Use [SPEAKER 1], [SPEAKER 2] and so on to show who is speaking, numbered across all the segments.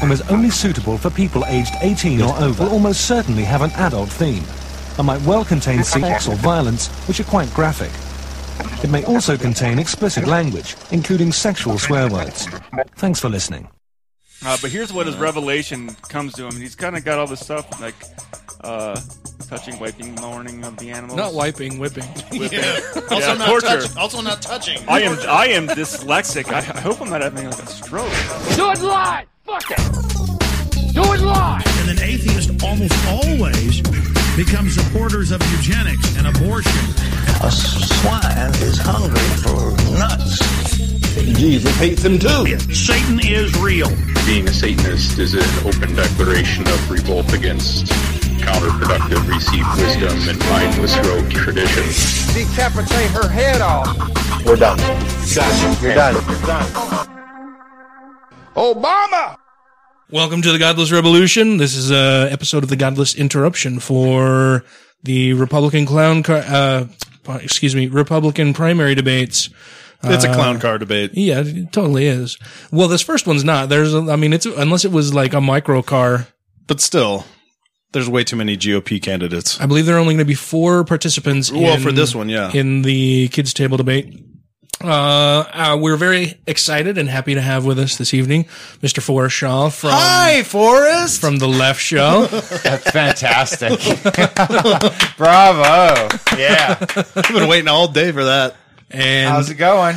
[SPEAKER 1] and was only suitable for people aged 18 or over, will almost certainly have an adult theme and might well contain sex or violence, which are quite graphic. It may also contain explicit language, including sexual swear words. Thanks for listening.
[SPEAKER 2] Uh, but here's what his revelation comes to him. He's kind of got all this stuff like uh, touching, wiping, lowering of the animals.
[SPEAKER 3] Not wiping, whipping.
[SPEAKER 2] whipping.
[SPEAKER 4] Yeah. Also,
[SPEAKER 2] Yeah,
[SPEAKER 4] not
[SPEAKER 2] torture.
[SPEAKER 4] touch- also not touching.
[SPEAKER 2] I am I am dyslexic. I, I hope I'm not having like a stroke.
[SPEAKER 5] Do it live! Fuck it! Do it live!
[SPEAKER 6] And an atheist almost always becomes supporters of eugenics and abortion.
[SPEAKER 7] A swine is hungry for nuts.
[SPEAKER 8] Jesus hates him too.
[SPEAKER 6] Satan is real.
[SPEAKER 9] Being a Satanist is an open declaration of revolt against counterproductive received wisdom and mindless rogue tradition.
[SPEAKER 5] Decapitate her head off!
[SPEAKER 8] We're done. Gotcha. You're done.
[SPEAKER 5] Obama!
[SPEAKER 3] Welcome to the Godless Revolution. This is a episode of the Godless Interruption for the Republican clown car. Uh, excuse me, Republican primary debates. Uh,
[SPEAKER 4] It's a clown car debate.
[SPEAKER 3] Yeah, it totally is. Well, this first one's not. There's, a, I mean, it's unless it was like a micro car.
[SPEAKER 4] But still, there's way too many GOP candidates.
[SPEAKER 3] I believe there are only going to be four participants.
[SPEAKER 4] Well,
[SPEAKER 3] in-
[SPEAKER 4] for this one, yeah.
[SPEAKER 3] in the kids table debate. Uh, uh, we're very excited and happy to have with us this evening, Mr. Forrest Shaw from
[SPEAKER 4] Forrest.
[SPEAKER 3] from the Left Show.
[SPEAKER 10] That's fantastic. Bravo. Yeah.
[SPEAKER 4] I've been waiting all day for that.
[SPEAKER 3] And
[SPEAKER 10] How's it going?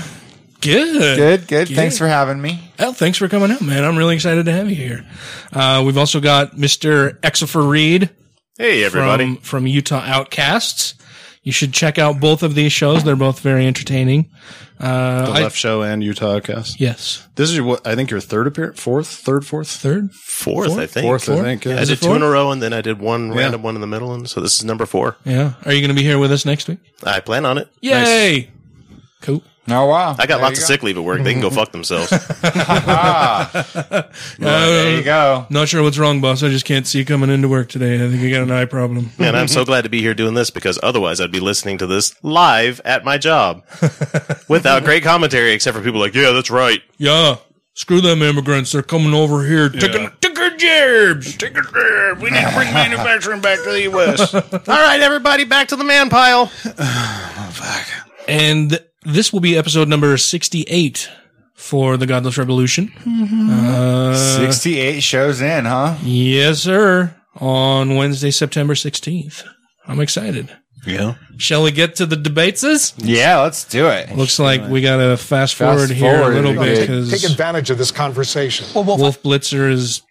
[SPEAKER 3] good,
[SPEAKER 10] Good, good. Thanks for having me.
[SPEAKER 3] Well, thanks for coming out, man. I'm really excited to have you here. Uh, we've also got Mr. Exifer Reed
[SPEAKER 8] Hey,
[SPEAKER 3] from, from Utah Outcasts. You should check out both of these shows. They're both very entertaining. Uh,
[SPEAKER 4] The Left Show and Utah Cast.
[SPEAKER 3] Yes.
[SPEAKER 4] This is your, what I think your third appearance, fourth, third, fourth,
[SPEAKER 3] Third?
[SPEAKER 8] Fourth, I think.
[SPEAKER 4] fourth,
[SPEAKER 3] Fourth?
[SPEAKER 4] I think.
[SPEAKER 8] I
[SPEAKER 4] Yeah.
[SPEAKER 3] Is it
[SPEAKER 8] did two in a
[SPEAKER 3] four?
[SPEAKER 8] row, and then I did one random one in the middle, and so this is number four.
[SPEAKER 3] Yeah. Are you going to be here with us next week?
[SPEAKER 8] I plan on it.
[SPEAKER 3] Yay. Cool.
[SPEAKER 10] Oh, wow.
[SPEAKER 8] I got
[SPEAKER 10] There
[SPEAKER 8] lots
[SPEAKER 10] you
[SPEAKER 8] of
[SPEAKER 10] go.
[SPEAKER 8] sick leave at work. They can go fuck themselves.
[SPEAKER 10] There you go.
[SPEAKER 3] Uh, Not sure what's wrong, boss. I just can't see you coming into work today. I think you got an eye problem.
[SPEAKER 8] Man, I'm so glad to be here doing this because otherwise I'd be listening to this live at my job without great commentary, except for people like, yeah, that's right.
[SPEAKER 3] Yeah. Screw them immigrants. They're coming over here taking, taking jibs.
[SPEAKER 4] We need to bring manufacturing back to the U.S.
[SPEAKER 8] All right, everybody, back to the man pile.
[SPEAKER 10] Oh,
[SPEAKER 3] And th- this will be episode number 68 for the Godless Revolution. Mm-hmm. Uh,
[SPEAKER 10] Uh, 68 Mm-hmm. shows in, huh?
[SPEAKER 3] Yes, sir. On Wednesday, September 16th. I'm excited.
[SPEAKER 4] yeah.
[SPEAKER 3] Shall we get to the debates?
[SPEAKER 10] Yeah, let's do it.
[SPEAKER 3] Looks like we got to fast forward here
[SPEAKER 10] forward
[SPEAKER 3] a little
[SPEAKER 10] a
[SPEAKER 3] bit
[SPEAKER 10] bit.
[SPEAKER 3] because
[SPEAKER 5] advantage of this conversation.
[SPEAKER 3] Wolf Blitzer is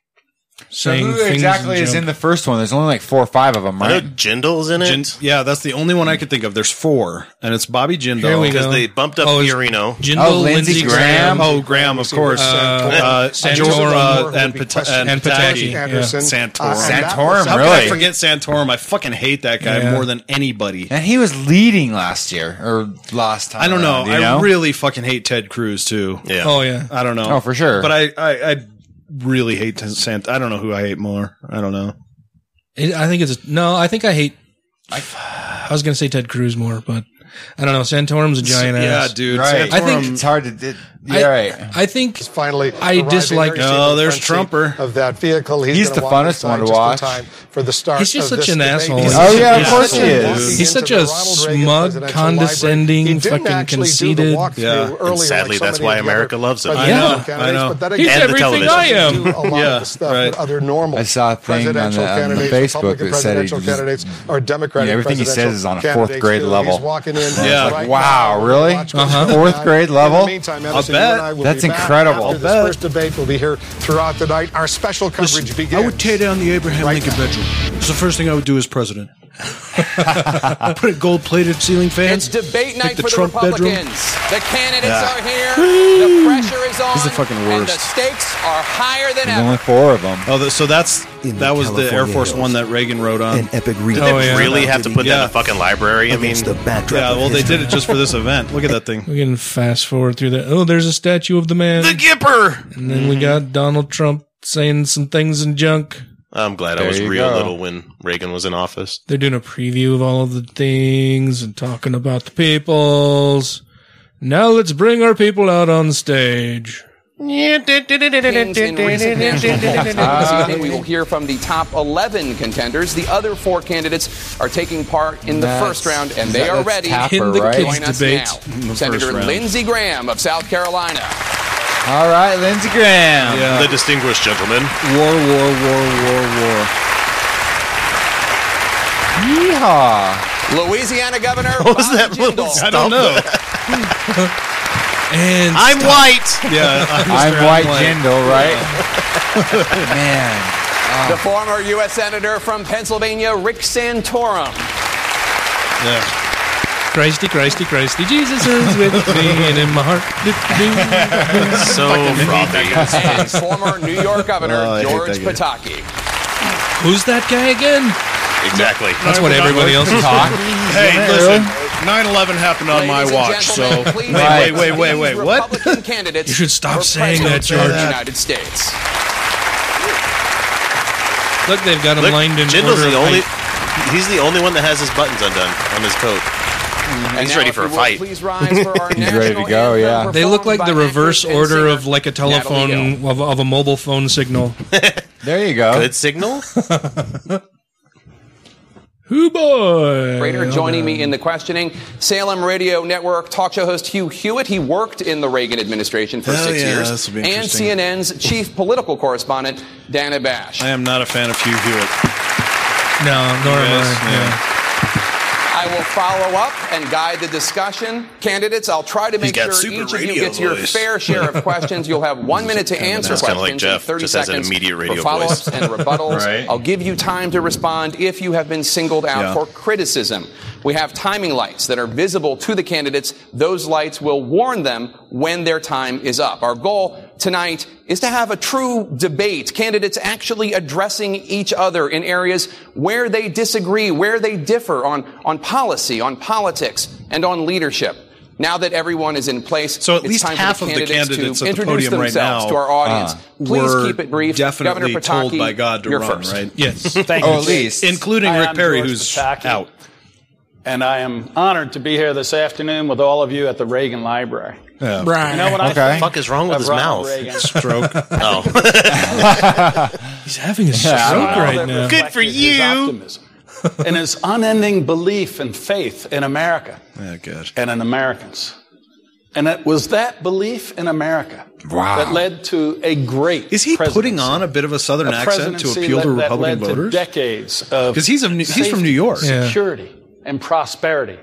[SPEAKER 10] So
[SPEAKER 3] saying
[SPEAKER 10] who
[SPEAKER 3] things
[SPEAKER 10] exactly is
[SPEAKER 3] junk.
[SPEAKER 10] in the first one? There's only like four or five of them,
[SPEAKER 8] I know
[SPEAKER 10] right?
[SPEAKER 8] Jindal's in it.
[SPEAKER 4] Jin- yeah, that's the only one I could think of. There's four, and it's Bobby Jindal.
[SPEAKER 3] Here we
[SPEAKER 8] because
[SPEAKER 3] go.
[SPEAKER 8] they bumped up
[SPEAKER 3] Oh, is-
[SPEAKER 8] Fiorino.
[SPEAKER 3] Jindal,
[SPEAKER 10] Oh, Lindsey
[SPEAKER 3] Lindsey
[SPEAKER 10] Graham.
[SPEAKER 4] Oh, Graham, of course. Uh, uh, Santorum
[SPEAKER 3] Santorum
[SPEAKER 4] and, Pat- and,
[SPEAKER 3] and
[SPEAKER 4] Pataki.
[SPEAKER 3] Pataki. Oh,
[SPEAKER 4] Santorum.
[SPEAKER 10] Santorum,
[SPEAKER 4] How could I
[SPEAKER 10] really?
[SPEAKER 4] forget Santorum? I fucking hate that guy
[SPEAKER 3] Yeah.
[SPEAKER 4] more than anybody.
[SPEAKER 10] and he was leading last year or last time.
[SPEAKER 4] I don't know.
[SPEAKER 10] around, you know?
[SPEAKER 4] I really fucking hate Ted Cruz too.
[SPEAKER 8] Yeah.
[SPEAKER 3] Oh yeah.
[SPEAKER 4] I don't know.
[SPEAKER 10] Oh, for sure.
[SPEAKER 4] But I, I, I really hate Sant. I don't know who I hate more. I don't know.
[SPEAKER 3] It- I think it's a, no. I think I hate. I, was gonna say Ted Cruz more, but I don't know. Santorum's a giant
[SPEAKER 4] yeah,
[SPEAKER 3] ass.
[SPEAKER 4] dude.
[SPEAKER 10] Right.
[SPEAKER 4] Santorum.
[SPEAKER 3] I think-
[SPEAKER 10] it's hard to. It,
[SPEAKER 3] I,
[SPEAKER 10] yeah, right.
[SPEAKER 3] I think
[SPEAKER 5] Finally,
[SPEAKER 3] I
[SPEAKER 5] arriving
[SPEAKER 3] dislike-
[SPEAKER 5] there, you
[SPEAKER 4] No,
[SPEAKER 5] see the
[SPEAKER 4] there's
[SPEAKER 5] front seat
[SPEAKER 4] Trumper.
[SPEAKER 5] of that vehicle.
[SPEAKER 10] He's
[SPEAKER 5] gonna
[SPEAKER 10] the
[SPEAKER 5] walk
[SPEAKER 10] funnest
[SPEAKER 5] inside
[SPEAKER 10] one to
[SPEAKER 5] just in
[SPEAKER 10] watch.
[SPEAKER 5] time for the start.
[SPEAKER 3] He's just
[SPEAKER 5] of
[SPEAKER 3] such
[SPEAKER 5] this
[SPEAKER 3] an
[SPEAKER 5] debate.
[SPEAKER 3] asshole.
[SPEAKER 5] He's
[SPEAKER 3] Oh,
[SPEAKER 5] such
[SPEAKER 10] yeah,
[SPEAKER 5] an
[SPEAKER 10] of course he
[SPEAKER 5] asshole.
[SPEAKER 10] is.
[SPEAKER 5] Walking
[SPEAKER 3] He's such
[SPEAKER 5] into the
[SPEAKER 3] a
[SPEAKER 5] Ronald Reagan
[SPEAKER 3] smug,
[SPEAKER 5] Presidential
[SPEAKER 3] condescending,
[SPEAKER 5] Library. He didn't
[SPEAKER 3] fucking
[SPEAKER 5] actually
[SPEAKER 3] conceited-
[SPEAKER 5] Do the walkthrough
[SPEAKER 4] Yeah. And
[SPEAKER 8] And
[SPEAKER 5] earlier,
[SPEAKER 8] sadly,
[SPEAKER 5] like so
[SPEAKER 8] that's
[SPEAKER 5] many of
[SPEAKER 8] why
[SPEAKER 5] the other
[SPEAKER 8] America loves him.
[SPEAKER 5] presidential
[SPEAKER 3] I know, I
[SPEAKER 5] candidates,
[SPEAKER 4] know.
[SPEAKER 5] but that
[SPEAKER 3] he's
[SPEAKER 5] again-
[SPEAKER 8] And the
[SPEAKER 3] everything
[SPEAKER 8] television.
[SPEAKER 3] I
[SPEAKER 5] do
[SPEAKER 3] am.
[SPEAKER 5] a lot
[SPEAKER 4] Yeah,
[SPEAKER 5] of the stuff
[SPEAKER 4] right.
[SPEAKER 5] that other normal
[SPEAKER 10] I saw a thing uh,
[SPEAKER 5] presidential
[SPEAKER 10] on the- on the
[SPEAKER 5] candidates,
[SPEAKER 10] Facebook
[SPEAKER 5] Republican
[SPEAKER 10] that said he
[SPEAKER 5] presidential
[SPEAKER 10] just-
[SPEAKER 5] candidates, or Democratic
[SPEAKER 10] Yeah, everything he
[SPEAKER 5] presidential
[SPEAKER 10] says is on a fourth
[SPEAKER 5] candidates
[SPEAKER 10] grade
[SPEAKER 5] do.
[SPEAKER 10] level.
[SPEAKER 5] He's walking in.
[SPEAKER 4] Yeah.
[SPEAKER 5] right
[SPEAKER 4] Like,
[SPEAKER 10] wow,
[SPEAKER 5] now,
[SPEAKER 10] really?
[SPEAKER 5] watch what's
[SPEAKER 3] Uh-huh.
[SPEAKER 5] going
[SPEAKER 10] Fourth
[SPEAKER 5] on.
[SPEAKER 10] grade level?
[SPEAKER 5] In the meantime, Madison,
[SPEAKER 4] bet.
[SPEAKER 5] you and I will
[SPEAKER 10] That's
[SPEAKER 5] be back
[SPEAKER 10] incredible.
[SPEAKER 5] After
[SPEAKER 4] I'll
[SPEAKER 5] this first debate will be here throughout the night. Our special coverage begins.
[SPEAKER 4] down the Abraham
[SPEAKER 5] Right
[SPEAKER 4] Lincoln bedroom. It's the first thing I would do as president. Put a gold-plated ceiling fan.
[SPEAKER 5] It's debate night
[SPEAKER 4] the
[SPEAKER 5] for the
[SPEAKER 4] Trump bedroom.
[SPEAKER 5] Republicans. The candidates are here. The pressure is on.
[SPEAKER 4] He's the fucking
[SPEAKER 5] And the
[SPEAKER 4] worst.
[SPEAKER 5] stakes are higher than
[SPEAKER 10] There's
[SPEAKER 5] ever.
[SPEAKER 10] only four of them.
[SPEAKER 4] Oh, th- so that's
[SPEAKER 6] In
[SPEAKER 4] that was the
[SPEAKER 6] California
[SPEAKER 4] Air Force
[SPEAKER 6] hills.
[SPEAKER 4] One that Reagan rode on.
[SPEAKER 6] An epic read.
[SPEAKER 3] Oh, yeah.
[SPEAKER 8] really have to put that in
[SPEAKER 4] Yeah.
[SPEAKER 8] a fucking library? I mean,
[SPEAKER 6] Against the backdrop.
[SPEAKER 4] Yeah,
[SPEAKER 6] of
[SPEAKER 4] well, they
[SPEAKER 6] history.
[SPEAKER 4] did it just for this event. Look at that thing.
[SPEAKER 3] We can fast forward through that. Oh, there's a statue of the man,
[SPEAKER 8] the Gipper.
[SPEAKER 3] and then we got Donald Trump saying some things in junk.
[SPEAKER 8] I'm glad I
[SPEAKER 10] There
[SPEAKER 8] was
[SPEAKER 10] you
[SPEAKER 8] real
[SPEAKER 10] go.
[SPEAKER 8] little when Reagan was in office.
[SPEAKER 3] They're doing a preview of all of the things and talking about the peoples. Now let's bring our people out on stage.
[SPEAKER 11] Gains in recent national polls. This evening, we will hear from the top 11 contenders. The other four candidates are taking part in the
[SPEAKER 12] That's-
[SPEAKER 11] first round, and they are
[SPEAKER 12] that's
[SPEAKER 11] ready
[SPEAKER 12] Tapper,
[SPEAKER 11] to
[SPEAKER 12] right?
[SPEAKER 11] join us
[SPEAKER 12] Debate in
[SPEAKER 11] now.
[SPEAKER 12] the
[SPEAKER 11] Senator
[SPEAKER 12] first round.
[SPEAKER 11] Lindsey Graham of South Carolina.
[SPEAKER 10] All right, Lindsey Graham.
[SPEAKER 8] The distinguished gentleman.
[SPEAKER 10] War, war, war, war, war. Yeehaw.
[SPEAKER 11] Louisiana Governor
[SPEAKER 8] What was that
[SPEAKER 11] Bobby
[SPEAKER 8] little
[SPEAKER 11] Jindal.
[SPEAKER 8] I don't know.
[SPEAKER 3] and
[SPEAKER 8] I'm
[SPEAKER 11] stop.
[SPEAKER 8] white.
[SPEAKER 3] Yeah,
[SPEAKER 10] I'm White Jindal, right? Man.
[SPEAKER 11] The former U.S. Senator from Pennsylvania, Rick Santorum.
[SPEAKER 3] Yeah. Christy, Christy, Christy, Jesus is with me and in my heart.
[SPEAKER 8] So
[SPEAKER 11] and former New York Governor
[SPEAKER 3] Oh, I hate
[SPEAKER 11] George
[SPEAKER 3] that
[SPEAKER 11] Pataki.
[SPEAKER 3] Who's that guy again?
[SPEAKER 8] Exactly.
[SPEAKER 3] That's what everybody else is talking.
[SPEAKER 12] Hey, listen. 9/11 happened on my
[SPEAKER 11] Ladies and
[SPEAKER 12] watch, so
[SPEAKER 11] gentlemen,
[SPEAKER 12] wait, wait,
[SPEAKER 11] please welcome
[SPEAKER 12] wait, wait,
[SPEAKER 11] these
[SPEAKER 12] wait. What?
[SPEAKER 11] Republican candidates
[SPEAKER 3] You should stop
[SPEAKER 11] for
[SPEAKER 3] saying
[SPEAKER 11] president
[SPEAKER 3] that,
[SPEAKER 11] of the
[SPEAKER 3] George.
[SPEAKER 11] United States.
[SPEAKER 3] Look, they've got him
[SPEAKER 8] Look,
[SPEAKER 3] lined in
[SPEAKER 8] Jindal's
[SPEAKER 3] order of
[SPEAKER 8] the only. He's the only one that has his buttons undone on his coat.
[SPEAKER 11] And
[SPEAKER 8] He's
[SPEAKER 11] Mm-hmm. now,
[SPEAKER 8] ready
[SPEAKER 11] if
[SPEAKER 8] for
[SPEAKER 11] you
[SPEAKER 8] a
[SPEAKER 11] will
[SPEAKER 8] fight.
[SPEAKER 11] Please rise for our
[SPEAKER 10] He's
[SPEAKER 11] national
[SPEAKER 10] ready to go, yeah.
[SPEAKER 3] They look like the reverse order of like a telephone of, of a mobile phone signal.
[SPEAKER 10] there you go.
[SPEAKER 8] Good signal.
[SPEAKER 3] Who boy?
[SPEAKER 11] Brader joining me in the questioning. Salem Radio Network talk show host Hugh Hewitt. He worked in the Reagan administration for
[SPEAKER 4] Oh,
[SPEAKER 11] six
[SPEAKER 4] yeah,
[SPEAKER 11] years.
[SPEAKER 4] this will be
[SPEAKER 11] And
[SPEAKER 4] interesting.
[SPEAKER 11] CNN's chief political correspondent, Dana Bash.
[SPEAKER 4] I am not a fan of Hugh Hewitt.
[SPEAKER 3] No, nor am
[SPEAKER 4] Yes,
[SPEAKER 3] I.
[SPEAKER 4] yeah.
[SPEAKER 11] I will follow up and guide the discussion. Candidates, I'll try to make
[SPEAKER 8] got
[SPEAKER 11] sure
[SPEAKER 8] super
[SPEAKER 11] each of you
[SPEAKER 8] radio
[SPEAKER 11] gets your
[SPEAKER 8] voice.
[SPEAKER 11] fair share of questions. You'll have one minute to answer
[SPEAKER 8] That's kinda
[SPEAKER 11] questions,
[SPEAKER 8] like Jeff,
[SPEAKER 11] and 30
[SPEAKER 8] just has an
[SPEAKER 11] seconds
[SPEAKER 8] immediate radio
[SPEAKER 11] for follow-ups
[SPEAKER 8] voice.
[SPEAKER 11] and rebuttals.
[SPEAKER 8] Right.
[SPEAKER 11] I'll give you time to respond if you have been singled out
[SPEAKER 8] Yeah.
[SPEAKER 11] for criticism. We have timing lights that are visible to the candidates. Those lights will warn them when their time is up. Our goal tonight is to have a true debate, candidates actually addressing each other in areas where they disagree, where they differ on, on policy, on politics, and on leadership. Now that everyone is in place, so
[SPEAKER 4] at least half of the candidates
[SPEAKER 11] to
[SPEAKER 4] at the
[SPEAKER 11] introduce
[SPEAKER 4] podium right
[SPEAKER 11] themselves
[SPEAKER 4] now
[SPEAKER 11] to our audience.
[SPEAKER 4] uh,
[SPEAKER 11] Please
[SPEAKER 4] were
[SPEAKER 11] keep it brief.
[SPEAKER 4] Definitely
[SPEAKER 11] Governor Pataki,
[SPEAKER 4] told by God to
[SPEAKER 11] you're
[SPEAKER 4] run,
[SPEAKER 11] first.
[SPEAKER 4] right?
[SPEAKER 3] Yes,
[SPEAKER 13] Thank
[SPEAKER 4] or
[SPEAKER 13] you.
[SPEAKER 4] Oh, at least, including
[SPEAKER 13] Hi,
[SPEAKER 4] Rick
[SPEAKER 13] I'm
[SPEAKER 4] Perry,
[SPEAKER 13] George
[SPEAKER 4] who's
[SPEAKER 13] Pataki,
[SPEAKER 4] out.
[SPEAKER 13] And I am honored to be here this afternoon with all of you at the Reagan Library.
[SPEAKER 4] Yeah.
[SPEAKER 13] You know what I
[SPEAKER 8] Okay.
[SPEAKER 13] think
[SPEAKER 8] Fuck is wrong with
[SPEAKER 13] of
[SPEAKER 8] his
[SPEAKER 13] Ronald
[SPEAKER 8] mouth?
[SPEAKER 13] Reagan?
[SPEAKER 8] Stroke. Oh.
[SPEAKER 3] He's having a
[SPEAKER 13] Yeah.
[SPEAKER 3] stroke right
[SPEAKER 13] That
[SPEAKER 3] now.
[SPEAKER 13] reflected his optimism and his unending belief and faith in America
[SPEAKER 4] Oh, God.
[SPEAKER 13] and in Americans. And it was that belief in America that led to a great.
[SPEAKER 4] Is he putting
[SPEAKER 13] presidency.
[SPEAKER 4] on a bit of a southern
[SPEAKER 13] A
[SPEAKER 4] accent to
[SPEAKER 13] presidency
[SPEAKER 4] appeal to
[SPEAKER 13] le- that
[SPEAKER 4] Republican
[SPEAKER 13] led to
[SPEAKER 4] voters?
[SPEAKER 13] decades of
[SPEAKER 4] 'Cause he's of New- he's from New York. Yeah.
[SPEAKER 13] security and prosperity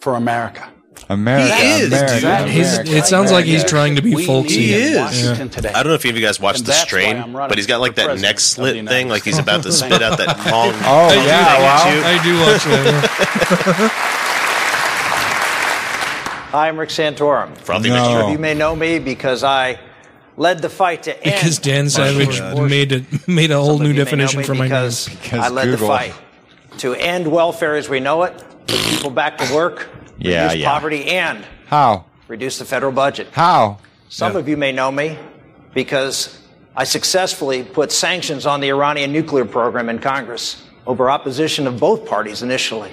[SPEAKER 13] for America.
[SPEAKER 10] America.
[SPEAKER 13] He is,
[SPEAKER 10] America,
[SPEAKER 13] dude.
[SPEAKER 10] America,
[SPEAKER 13] He's-
[SPEAKER 10] America.
[SPEAKER 13] it sounds like he's
[SPEAKER 3] trying to be
[SPEAKER 13] We
[SPEAKER 3] folksy.
[SPEAKER 13] need in Washington today.
[SPEAKER 8] I don't know if any of you guys watched
[SPEAKER 13] And
[SPEAKER 8] The
[SPEAKER 13] that's why
[SPEAKER 8] Strain,
[SPEAKER 13] I'm running
[SPEAKER 8] but he's got like
[SPEAKER 13] for
[SPEAKER 8] that
[SPEAKER 13] president
[SPEAKER 8] neck slit thing, like he's about to spit out that long.
[SPEAKER 10] Oh,
[SPEAKER 8] thing
[SPEAKER 10] yeah,
[SPEAKER 8] at
[SPEAKER 10] wow.
[SPEAKER 8] you.
[SPEAKER 3] I do watch that.
[SPEAKER 14] I'm Rick Santorum.
[SPEAKER 8] Frothy
[SPEAKER 3] No. mixture.
[SPEAKER 14] You may know me because I led the fight to end.
[SPEAKER 3] Because Dan Savage
[SPEAKER 14] Bush.
[SPEAKER 3] made it made a whole
[SPEAKER 14] You
[SPEAKER 3] new
[SPEAKER 14] may know
[SPEAKER 3] definition
[SPEAKER 14] me
[SPEAKER 3] for my name.
[SPEAKER 14] because I led the fight to end welfare as we know it, put people back to work,
[SPEAKER 10] Yeah,
[SPEAKER 14] reduce
[SPEAKER 10] yeah.
[SPEAKER 14] poverty, and
[SPEAKER 10] How?
[SPEAKER 14] reduce the federal budget.
[SPEAKER 10] How?
[SPEAKER 14] Some of you may know me because I successfully put sanctions on the Iranian nuclear program in Congress over opposition of both parties initially.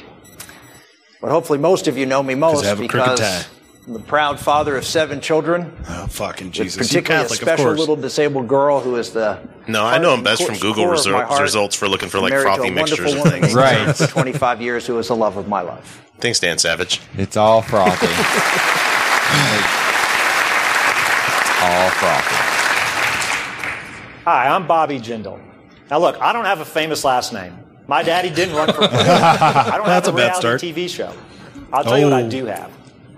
[SPEAKER 14] But hopefully, most of you know me most
[SPEAKER 4] I have a crooked
[SPEAKER 14] because
[SPEAKER 4] tie.
[SPEAKER 14] I'm the proud father of seven children.
[SPEAKER 4] Oh, fucking
[SPEAKER 14] with
[SPEAKER 4] Jesus. You
[SPEAKER 14] Particularly
[SPEAKER 4] Catholic,
[SPEAKER 14] a
[SPEAKER 4] of
[SPEAKER 14] special
[SPEAKER 4] course.
[SPEAKER 14] little disabled girl who is the.
[SPEAKER 8] No, I know him best from Google
[SPEAKER 14] core of my
[SPEAKER 8] reser-
[SPEAKER 14] heart,
[SPEAKER 8] results for looking for like
[SPEAKER 14] married to
[SPEAKER 8] frothy
[SPEAKER 14] a wonderful
[SPEAKER 8] mixtures of
[SPEAKER 14] woman
[SPEAKER 8] things.
[SPEAKER 14] Right. For 25 years, who is the love of my life.
[SPEAKER 8] Thanks, Dan Savage.
[SPEAKER 10] It's all frothy. all frothy.
[SPEAKER 14] Hi, I'm Bobby Jindal. Now, look, I don't have a famous last name. My daddy didn't run for president. I don't
[SPEAKER 4] That's a
[SPEAKER 14] have a,
[SPEAKER 4] bad
[SPEAKER 14] reality
[SPEAKER 4] start.
[SPEAKER 14] TV show. I'll tell you what I
[SPEAKER 4] Oh.
[SPEAKER 14] do have.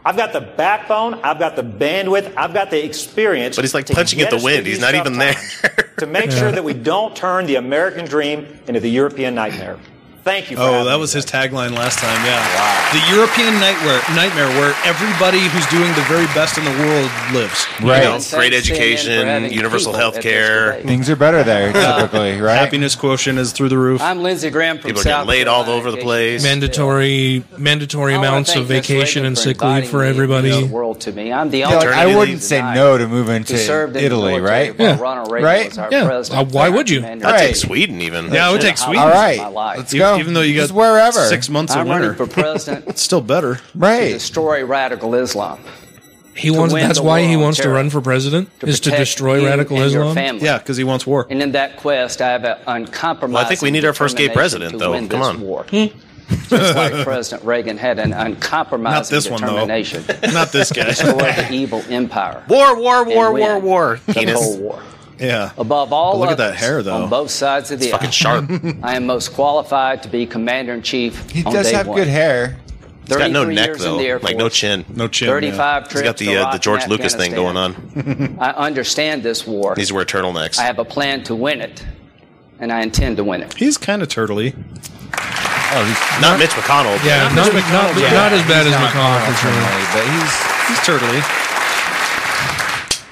[SPEAKER 14] I've got the backbone. I've got the bandwidth. I've got the experience.
[SPEAKER 8] But he's like
[SPEAKER 14] to
[SPEAKER 8] punching
[SPEAKER 14] get
[SPEAKER 8] at the
[SPEAKER 14] us through
[SPEAKER 8] wind.
[SPEAKER 14] these
[SPEAKER 8] He's not
[SPEAKER 14] tough
[SPEAKER 8] even there.
[SPEAKER 14] times, to make sure that we don't turn the American dream into the European nightmare. Thank you. For
[SPEAKER 4] Oh,
[SPEAKER 14] having
[SPEAKER 4] that
[SPEAKER 14] me.
[SPEAKER 4] was his tagline last time. Yeah. The European nightmare, nightmare where everybody who's doing the very best in the world lives.
[SPEAKER 10] Right.
[SPEAKER 8] You know, great education, universal health care.
[SPEAKER 10] Things are better there, typically, right?
[SPEAKER 4] Happiness quotient is through the roof.
[SPEAKER 15] I'm Lindsey Graham from
[SPEAKER 8] People are
[SPEAKER 15] South
[SPEAKER 8] getting laid all over the place.
[SPEAKER 3] Mandatory mandatory
[SPEAKER 15] I wanna
[SPEAKER 3] amounts
[SPEAKER 15] thank
[SPEAKER 3] of
[SPEAKER 15] Miss
[SPEAKER 3] vacation
[SPEAKER 15] Reagan
[SPEAKER 3] and
[SPEAKER 15] for
[SPEAKER 3] sick leave
[SPEAKER 15] inviting
[SPEAKER 3] for
[SPEAKER 15] me into
[SPEAKER 3] everybody.
[SPEAKER 15] the world to me. I'm the
[SPEAKER 10] Yeah,
[SPEAKER 15] only
[SPEAKER 10] like, I
[SPEAKER 15] attorney
[SPEAKER 10] wouldn't say no to move into
[SPEAKER 15] who served in the
[SPEAKER 10] Italy,
[SPEAKER 15] military
[SPEAKER 10] right?
[SPEAKER 15] while Ronald Reagan was our
[SPEAKER 10] Yeah.
[SPEAKER 15] president.
[SPEAKER 10] Uh, why would you?
[SPEAKER 15] I'd
[SPEAKER 10] I'd take
[SPEAKER 8] Sweden, even.
[SPEAKER 4] Yeah, I would take Sweden.
[SPEAKER 10] All right.
[SPEAKER 15] My life.
[SPEAKER 4] Let's go. Even though you
[SPEAKER 10] Just
[SPEAKER 4] got
[SPEAKER 10] wherever.
[SPEAKER 4] six months of
[SPEAKER 15] I'm running
[SPEAKER 4] winter.
[SPEAKER 15] for president
[SPEAKER 4] it's still better.
[SPEAKER 15] to destroy radical Islam.
[SPEAKER 3] He
[SPEAKER 15] to
[SPEAKER 3] wants.
[SPEAKER 15] win
[SPEAKER 3] That's
[SPEAKER 15] the
[SPEAKER 3] why
[SPEAKER 15] war
[SPEAKER 3] he
[SPEAKER 15] on
[SPEAKER 3] wants to
[SPEAKER 15] terror,
[SPEAKER 3] run for president is to
[SPEAKER 15] protect
[SPEAKER 3] destroy
[SPEAKER 15] you
[SPEAKER 3] radical
[SPEAKER 15] and your
[SPEAKER 3] Islam.
[SPEAKER 15] family.
[SPEAKER 4] Yeah, because he wants war.
[SPEAKER 15] And in that quest, I have an uncompromising.
[SPEAKER 4] Well, I think we need our first gay
[SPEAKER 15] determination
[SPEAKER 4] president,
[SPEAKER 15] to
[SPEAKER 4] though.
[SPEAKER 15] win
[SPEAKER 4] Come
[SPEAKER 15] this
[SPEAKER 4] on.
[SPEAKER 15] war.
[SPEAKER 3] Hmm?
[SPEAKER 15] Just like President Reagan had an uncompromising
[SPEAKER 4] Not this one, though.
[SPEAKER 15] determination.
[SPEAKER 4] Not this guy.
[SPEAKER 15] To destroy the evil empire.
[SPEAKER 4] War, war,
[SPEAKER 15] and
[SPEAKER 4] war,
[SPEAKER 15] win
[SPEAKER 4] war, war.
[SPEAKER 15] The
[SPEAKER 4] Penis.
[SPEAKER 15] Cold War.
[SPEAKER 4] Yeah.
[SPEAKER 15] Above all
[SPEAKER 4] But look at that
[SPEAKER 15] others
[SPEAKER 4] hair, though.
[SPEAKER 15] on both sides of the
[SPEAKER 4] It's fucking
[SPEAKER 15] aisle,
[SPEAKER 4] sharp.
[SPEAKER 15] I am most qualified to be commander in chief.
[SPEAKER 10] He does have good hair.
[SPEAKER 15] He's
[SPEAKER 8] got no neck though, like no chin, no
[SPEAKER 15] chin, yeah. 35
[SPEAKER 8] He's got
[SPEAKER 15] trips
[SPEAKER 8] the
[SPEAKER 15] to
[SPEAKER 8] uh,
[SPEAKER 15] Iraq
[SPEAKER 8] the George
[SPEAKER 15] and
[SPEAKER 8] Lucas thing going
[SPEAKER 15] Afghanistan.
[SPEAKER 8] on.
[SPEAKER 15] I understand this war.
[SPEAKER 8] Needs to wear turtlenecks.
[SPEAKER 15] I have a plan to win it, and I intend to win it. He's kind of turtly.
[SPEAKER 8] Oh, he's not Mitch McConnell. but-
[SPEAKER 3] Yeah, not, not, not, as bad as McConnell. for sure.
[SPEAKER 10] but he's he's turtly.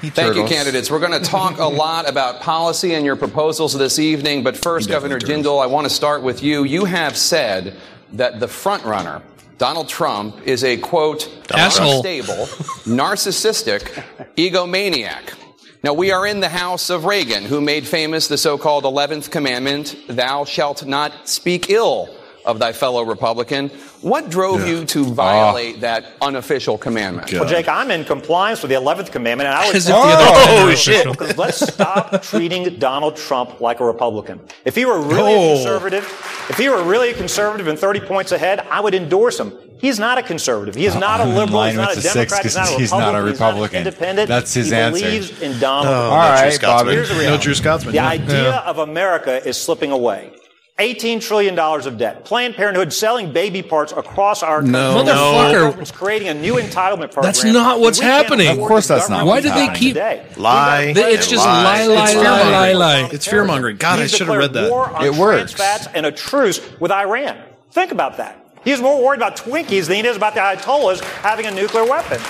[SPEAKER 11] Thank you,
[SPEAKER 10] turtles.
[SPEAKER 11] candidates. We're going to talk a lot about policy and your proposals this evening. But first, Governor Jindal, I want to start with you. You have said that the front runner, Donald Trump, is a quote
[SPEAKER 3] Asshole.
[SPEAKER 11] unstable, narcissistic, egomaniac. Now we are in the house of Reagan, who made famous the so-called eleventh commandment: "Thou shalt not speak ill." Of thy fellow Republican. What drove you to violate that unofficial commandment?
[SPEAKER 16] Well, Jake, I'm in compliance with the 11th commandment, and I would
[SPEAKER 11] As if the other Oh, commandment was shit. official.
[SPEAKER 16] Because let's stop treating Donald Trump like a Republican. If he were really
[SPEAKER 17] Oh.
[SPEAKER 16] a conservative, if he were really a conservative and 30 points ahead, I would endorse him. He's not a conservative. He is not a
[SPEAKER 10] I'm in
[SPEAKER 16] liberal.
[SPEAKER 10] line
[SPEAKER 16] He's not a
[SPEAKER 10] with the six
[SPEAKER 16] Democrat. He's not a
[SPEAKER 10] 'cause
[SPEAKER 16] Republican.
[SPEAKER 10] he's not a
[SPEAKER 16] He's
[SPEAKER 10] Republican.
[SPEAKER 16] not independent.
[SPEAKER 10] That's his
[SPEAKER 16] he
[SPEAKER 10] answer.
[SPEAKER 16] believes in Donald.
[SPEAKER 10] Oh,
[SPEAKER 16] Trump.
[SPEAKER 10] no All true right, Scotsman. Bobby.
[SPEAKER 16] Here's the
[SPEAKER 10] No
[SPEAKER 16] reality.
[SPEAKER 10] true Scotsman,
[SPEAKER 16] The
[SPEAKER 10] yeah.
[SPEAKER 16] idea
[SPEAKER 10] Yeah.
[SPEAKER 16] of America is slipping away. $18 trillion of debt. Planned Parenthood selling baby parts across our country.
[SPEAKER 3] No. Motherfucker.
[SPEAKER 16] The government's creating a new entitlement program.
[SPEAKER 3] That's not what's
[SPEAKER 16] We can't
[SPEAKER 3] happening.
[SPEAKER 16] afford
[SPEAKER 3] Of course
[SPEAKER 16] the
[SPEAKER 3] that's not
[SPEAKER 16] government
[SPEAKER 3] what's
[SPEAKER 16] we
[SPEAKER 3] happening.
[SPEAKER 16] have
[SPEAKER 3] Keep-
[SPEAKER 16] today.
[SPEAKER 8] Lie.
[SPEAKER 3] The- it's
[SPEAKER 8] and
[SPEAKER 3] just lie, lie,
[SPEAKER 8] It's
[SPEAKER 3] lie, lie,
[SPEAKER 8] fear-mongering.
[SPEAKER 3] lie.
[SPEAKER 4] It's fear mongering. God, I
[SPEAKER 16] He's
[SPEAKER 4] should have read
[SPEAKER 16] declared
[SPEAKER 4] that.
[SPEAKER 16] War on
[SPEAKER 4] It
[SPEAKER 16] trans
[SPEAKER 4] works.
[SPEAKER 16] fats and a truce with Iran. Think about that. He's more worried about Twinkies than he is about the Ayatollahs having a nuclear weapon.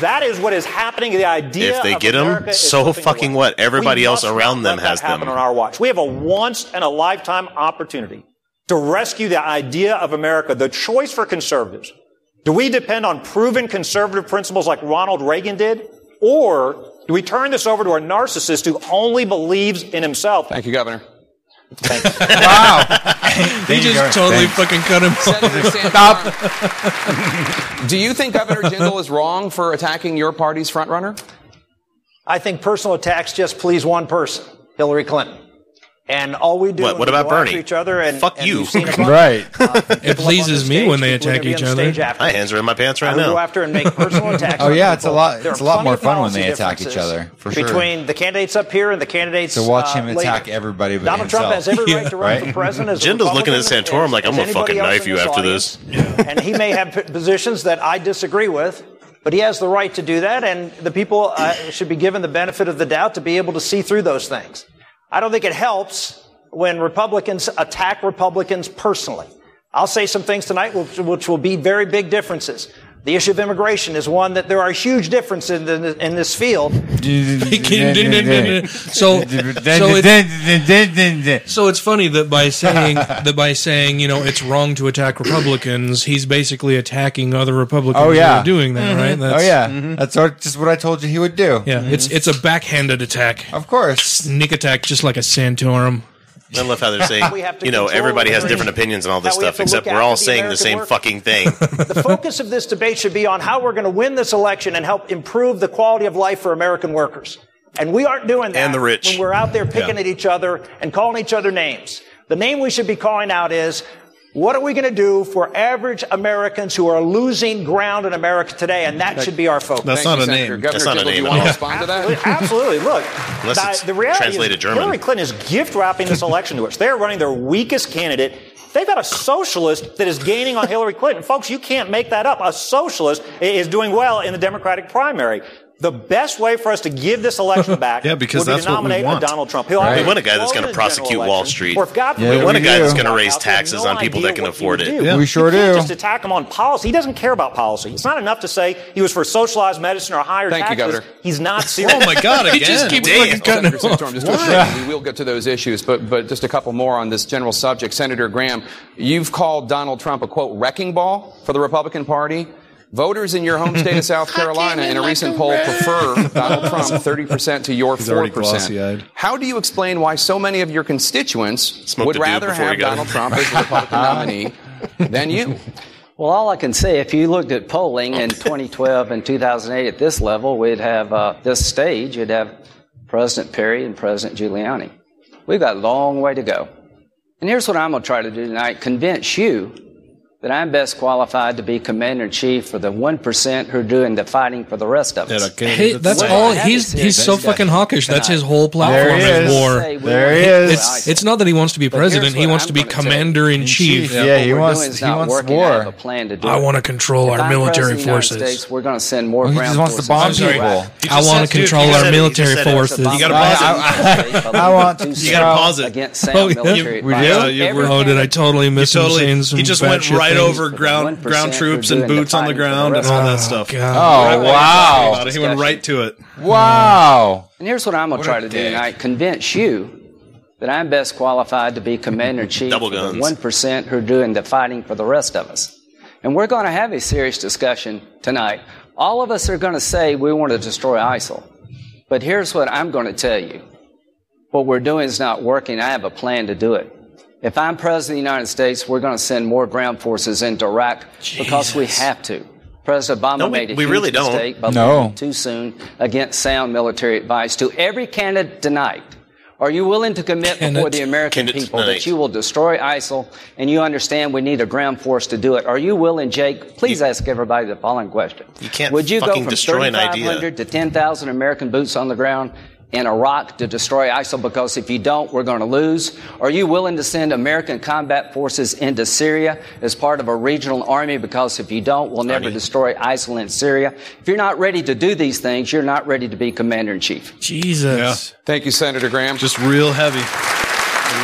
[SPEAKER 16] That is what is happening. The idea
[SPEAKER 8] If they
[SPEAKER 16] of
[SPEAKER 8] get them,
[SPEAKER 16] America is
[SPEAKER 8] so
[SPEAKER 16] slipping
[SPEAKER 8] fucking
[SPEAKER 16] away.
[SPEAKER 8] what? Everybody
[SPEAKER 16] We
[SPEAKER 8] else
[SPEAKER 16] must
[SPEAKER 8] around them
[SPEAKER 16] let that
[SPEAKER 8] has them.
[SPEAKER 16] happen on our watch. We have a once in a lifetime opportunity to rescue the idea of America, the choice for conservatives. Do we depend on proven conservative principles like Ronald Reagan did? Or do we turn this over to a narcissist who only believes in himself?
[SPEAKER 11] Thank you, Governor.
[SPEAKER 3] He just totally fucking cut him off.
[SPEAKER 11] Stop. Do you think Governor Jindal is wrong for attacking your party's frontrunner?
[SPEAKER 14] I think personal attacks just please one person, Hillary Clinton. And all we do
[SPEAKER 8] What-
[SPEAKER 14] is
[SPEAKER 8] what about
[SPEAKER 14] go after
[SPEAKER 8] Bernie?
[SPEAKER 14] each other and
[SPEAKER 8] Fuck
[SPEAKER 14] and
[SPEAKER 8] you.
[SPEAKER 14] you've seen a bunch.
[SPEAKER 10] Right.
[SPEAKER 3] It pleases me when they attack each other.
[SPEAKER 8] My hands are in my pants right
[SPEAKER 14] I would
[SPEAKER 8] now.
[SPEAKER 14] go after and make personal attacks.
[SPEAKER 10] Oh,
[SPEAKER 14] on
[SPEAKER 10] yeah, it's a
[SPEAKER 14] people.
[SPEAKER 10] lot-
[SPEAKER 14] There
[SPEAKER 10] it's
[SPEAKER 14] are
[SPEAKER 10] a lot
[SPEAKER 14] plenty
[SPEAKER 10] more
[SPEAKER 14] of
[SPEAKER 10] fun when they
[SPEAKER 14] policy
[SPEAKER 10] attack each
[SPEAKER 14] differences
[SPEAKER 10] other, for sure.
[SPEAKER 14] between the candidates up here and the candidates.
[SPEAKER 10] So watch
[SPEAKER 14] uh,
[SPEAKER 10] him
[SPEAKER 14] later.
[SPEAKER 10] attack everybody but
[SPEAKER 14] Donald Trump
[SPEAKER 10] himself.
[SPEAKER 14] has every right to run for president. As a
[SPEAKER 8] Jindal's looking at
[SPEAKER 14] Republican
[SPEAKER 8] Santorum like,
[SPEAKER 14] as
[SPEAKER 8] I'm going to fucking
[SPEAKER 14] anybody else
[SPEAKER 8] knife
[SPEAKER 14] in
[SPEAKER 8] you
[SPEAKER 14] this
[SPEAKER 8] after
[SPEAKER 14] audience.
[SPEAKER 8] this.
[SPEAKER 14] and he may have p- positions that I disagree with, but he has the right to do that, and the people uh, should be given the benefit of the doubt to be able to see through those things. I don't think it helps when Republicans attack Republicans personally. I'll say some things tonight which, which will be very big differences. The issue of immigration is one that there are huge differences in, the, in this field.
[SPEAKER 3] so, so, it's, so it's funny that by saying that by saying you know it's wrong to attack Republicans, he's basically attacking other Republicans.
[SPEAKER 10] Oh yeah,
[SPEAKER 3] who are doing that,
[SPEAKER 15] Mm-hmm.
[SPEAKER 3] right?
[SPEAKER 10] oh yeah, that's what- just what I told you he would do.
[SPEAKER 3] yeah. It's it's a backhanded attack,
[SPEAKER 10] of course, sneak
[SPEAKER 3] attack, just like a Santorum.
[SPEAKER 8] I love how they're
[SPEAKER 14] We
[SPEAKER 8] saying,
[SPEAKER 14] have to
[SPEAKER 8] you know,
[SPEAKER 14] control
[SPEAKER 8] everybody
[SPEAKER 14] the
[SPEAKER 8] has different
[SPEAKER 14] dream.
[SPEAKER 8] opinions and all this
[SPEAKER 14] How we have
[SPEAKER 8] stuff,
[SPEAKER 14] to
[SPEAKER 8] except
[SPEAKER 14] look
[SPEAKER 8] we're all
[SPEAKER 14] after the
[SPEAKER 8] saying the
[SPEAKER 14] American
[SPEAKER 8] same
[SPEAKER 14] worker.
[SPEAKER 8] fucking thing.
[SPEAKER 14] the focus of this debate should be on how we're going to win this election and help improve the quality of life for American workers. And we aren't doing that
[SPEAKER 8] And the rich.
[SPEAKER 14] when we're out there picking
[SPEAKER 8] Yeah.
[SPEAKER 14] at each other and calling each other names. The name we should be calling out is what are we going to do for average Americans who are losing ground in America today? And that should be our focus.
[SPEAKER 4] That's Thank not you, a Senator. name. That's
[SPEAKER 14] Governor
[SPEAKER 4] not a
[SPEAKER 14] Jindal, do Oh, you
[SPEAKER 4] name at
[SPEAKER 14] want to
[SPEAKER 4] all.
[SPEAKER 14] respond to that?
[SPEAKER 16] Absolutely. Look,
[SPEAKER 8] Unless
[SPEAKER 16] the-
[SPEAKER 8] it's
[SPEAKER 16] the reality
[SPEAKER 8] translated
[SPEAKER 16] is
[SPEAKER 8] German.
[SPEAKER 16] Hillary Clinton is gift wrapping this election to us. They're running their weakest candidate. They've got a socialist that is gaining on Hillary Clinton. Folks, you can't make that up. A socialist i- is doing well in the Democratic primary. The best way for us to give this election back
[SPEAKER 4] Yeah, because
[SPEAKER 16] would be
[SPEAKER 4] that's
[SPEAKER 16] to
[SPEAKER 4] what we
[SPEAKER 16] nominate
[SPEAKER 4] want.
[SPEAKER 16] a Donald Trump.
[SPEAKER 4] Right.
[SPEAKER 8] We want a guy that's going to prosecute Wall Street.
[SPEAKER 16] Or if God
[SPEAKER 8] we
[SPEAKER 16] forbid
[SPEAKER 8] want a
[SPEAKER 16] we
[SPEAKER 8] guy
[SPEAKER 16] do.
[SPEAKER 8] that's going to raise
[SPEAKER 16] Out there,
[SPEAKER 8] taxes
[SPEAKER 16] no
[SPEAKER 8] on people
[SPEAKER 16] idea
[SPEAKER 8] that can
[SPEAKER 16] what he
[SPEAKER 8] afford
[SPEAKER 16] would
[SPEAKER 8] it.
[SPEAKER 16] do. you can't Just attack him on policy. He doesn't care about policy. It's not enough to say he was for socialized medicine or higher
[SPEAKER 11] Thank you,
[SPEAKER 16] taxes.
[SPEAKER 11] Governor. Oh,
[SPEAKER 16] He's not
[SPEAKER 4] Oh
[SPEAKER 16] serious.
[SPEAKER 11] Damn. Senator Santorum, just a second. We will get to those issues, but but just a couple more on this general subject. Senator Graham, you've called Donald Trump a quote wrecking ball for the Republican Party. Voters in your home state of South Carolina in a recent poll prefer Donald Trump 30% to your
[SPEAKER 4] He's already
[SPEAKER 11] 4%.
[SPEAKER 4] glossy-eyed.
[SPEAKER 11] How do you explain why so many of your constituents
[SPEAKER 4] Smoked
[SPEAKER 11] would
[SPEAKER 4] a dude
[SPEAKER 11] rather
[SPEAKER 4] before he
[SPEAKER 11] have
[SPEAKER 4] got
[SPEAKER 11] Donald
[SPEAKER 4] him.
[SPEAKER 11] Trump as the Republican nominee than you?
[SPEAKER 15] Well, all I can say, if you looked at polling in 2012 and 2008 at this level, we'd have uh, this stage, you'd have President Perry and President Giuliani. We've got a long way to go. And here's what I'm going to try to do tonight convince you that I'm best qualified to be commander in chief for the 1% who are doing the fighting for the rest of us.
[SPEAKER 3] Hey, that's all. He's he's so fucking hawkish. That's his whole platform
[SPEAKER 15] There he
[SPEAKER 3] is
[SPEAKER 15] is.
[SPEAKER 3] war.
[SPEAKER 15] Say we There he want- is.
[SPEAKER 3] It's, it's not that he wants to be president. He wants to be commander in chief.
[SPEAKER 15] What we're doing is not working out of a plan to do
[SPEAKER 3] I
[SPEAKER 15] it.
[SPEAKER 3] want to control
[SPEAKER 15] If
[SPEAKER 3] our
[SPEAKER 15] I'm
[SPEAKER 3] military
[SPEAKER 15] president of the United
[SPEAKER 3] forces.
[SPEAKER 15] States, we're going to send more.
[SPEAKER 3] Well, he
[SPEAKER 15] ground
[SPEAKER 3] just wants to
[SPEAKER 15] forces
[SPEAKER 3] bomb
[SPEAKER 15] into
[SPEAKER 3] people.
[SPEAKER 15] Iraq.
[SPEAKER 3] You I just wanna said- control dude, you our said it. You military just said it. forces. You gotta pause it.
[SPEAKER 15] I,
[SPEAKER 3] I want to
[SPEAKER 15] You
[SPEAKER 3] You gotta stop
[SPEAKER 15] got to
[SPEAKER 3] pause
[SPEAKER 15] pause it
[SPEAKER 3] it.
[SPEAKER 15] against sound
[SPEAKER 3] Oh, yeah.
[SPEAKER 15] military.
[SPEAKER 3] We
[SPEAKER 15] advice.
[SPEAKER 3] do? Yeah, you were- Oh, did I totally miss
[SPEAKER 4] You
[SPEAKER 3] him saying some
[SPEAKER 4] He just went
[SPEAKER 3] batshit
[SPEAKER 4] right
[SPEAKER 3] things?
[SPEAKER 4] over ground ground
[SPEAKER 15] 1%
[SPEAKER 4] troops
[SPEAKER 15] who are
[SPEAKER 4] and
[SPEAKER 15] doing
[SPEAKER 4] boots on the
[SPEAKER 15] fighting for the
[SPEAKER 4] ground and
[SPEAKER 15] rest
[SPEAKER 4] all
[SPEAKER 15] of
[SPEAKER 4] that
[SPEAKER 15] us.
[SPEAKER 4] stuff.
[SPEAKER 15] Oh,
[SPEAKER 4] Right
[SPEAKER 15] God. Oh,
[SPEAKER 4] when he
[SPEAKER 15] wow.
[SPEAKER 4] talked about it, He went right to it.
[SPEAKER 15] Wow. And here's what I'm going to
[SPEAKER 4] What
[SPEAKER 15] try
[SPEAKER 4] a
[SPEAKER 15] to do
[SPEAKER 4] dick.
[SPEAKER 15] tonight convince you that I'm best qualified to be commander in chief
[SPEAKER 8] Double
[SPEAKER 15] for the
[SPEAKER 8] guns.
[SPEAKER 15] 1% who are doing the fighting for the rest of us. And we're going to have a serious discussion tonight. All of us are going to say we want to destroy ISIL. But here's what I'm going to tell you what we're doing is not working. I have a plan to do it. If I'm president of the United States, we're going to send more ground forces into Iraq because we have to. President Obama
[SPEAKER 8] No, we-
[SPEAKER 15] made a
[SPEAKER 8] we
[SPEAKER 15] huge
[SPEAKER 8] really don't.
[SPEAKER 15] mistake by
[SPEAKER 8] No.
[SPEAKER 15] leaving too soon against sound military advice to every candidate tonight. Are you willing to commit before the American people that you will destroy ISIL and you understand we need a ground force to do it? Are you willing, Jake? Please ask everybody the following question. You can't Would you go
[SPEAKER 8] fucking
[SPEAKER 15] from
[SPEAKER 8] destroy an idea.
[SPEAKER 15] 3,500 to 10,000 American boots on the ground in Iraq to destroy ISIL because if you don't, we're going to lose? Are you willing to send American combat forces into Syria as part of a regional army because if you don't, we'll never destroy ISIL in Syria? If you're not ready to do these things, you're not ready to be commander in chief.
[SPEAKER 4] Jesus.
[SPEAKER 11] Thank you, Senator Graham.
[SPEAKER 4] Just real heavy.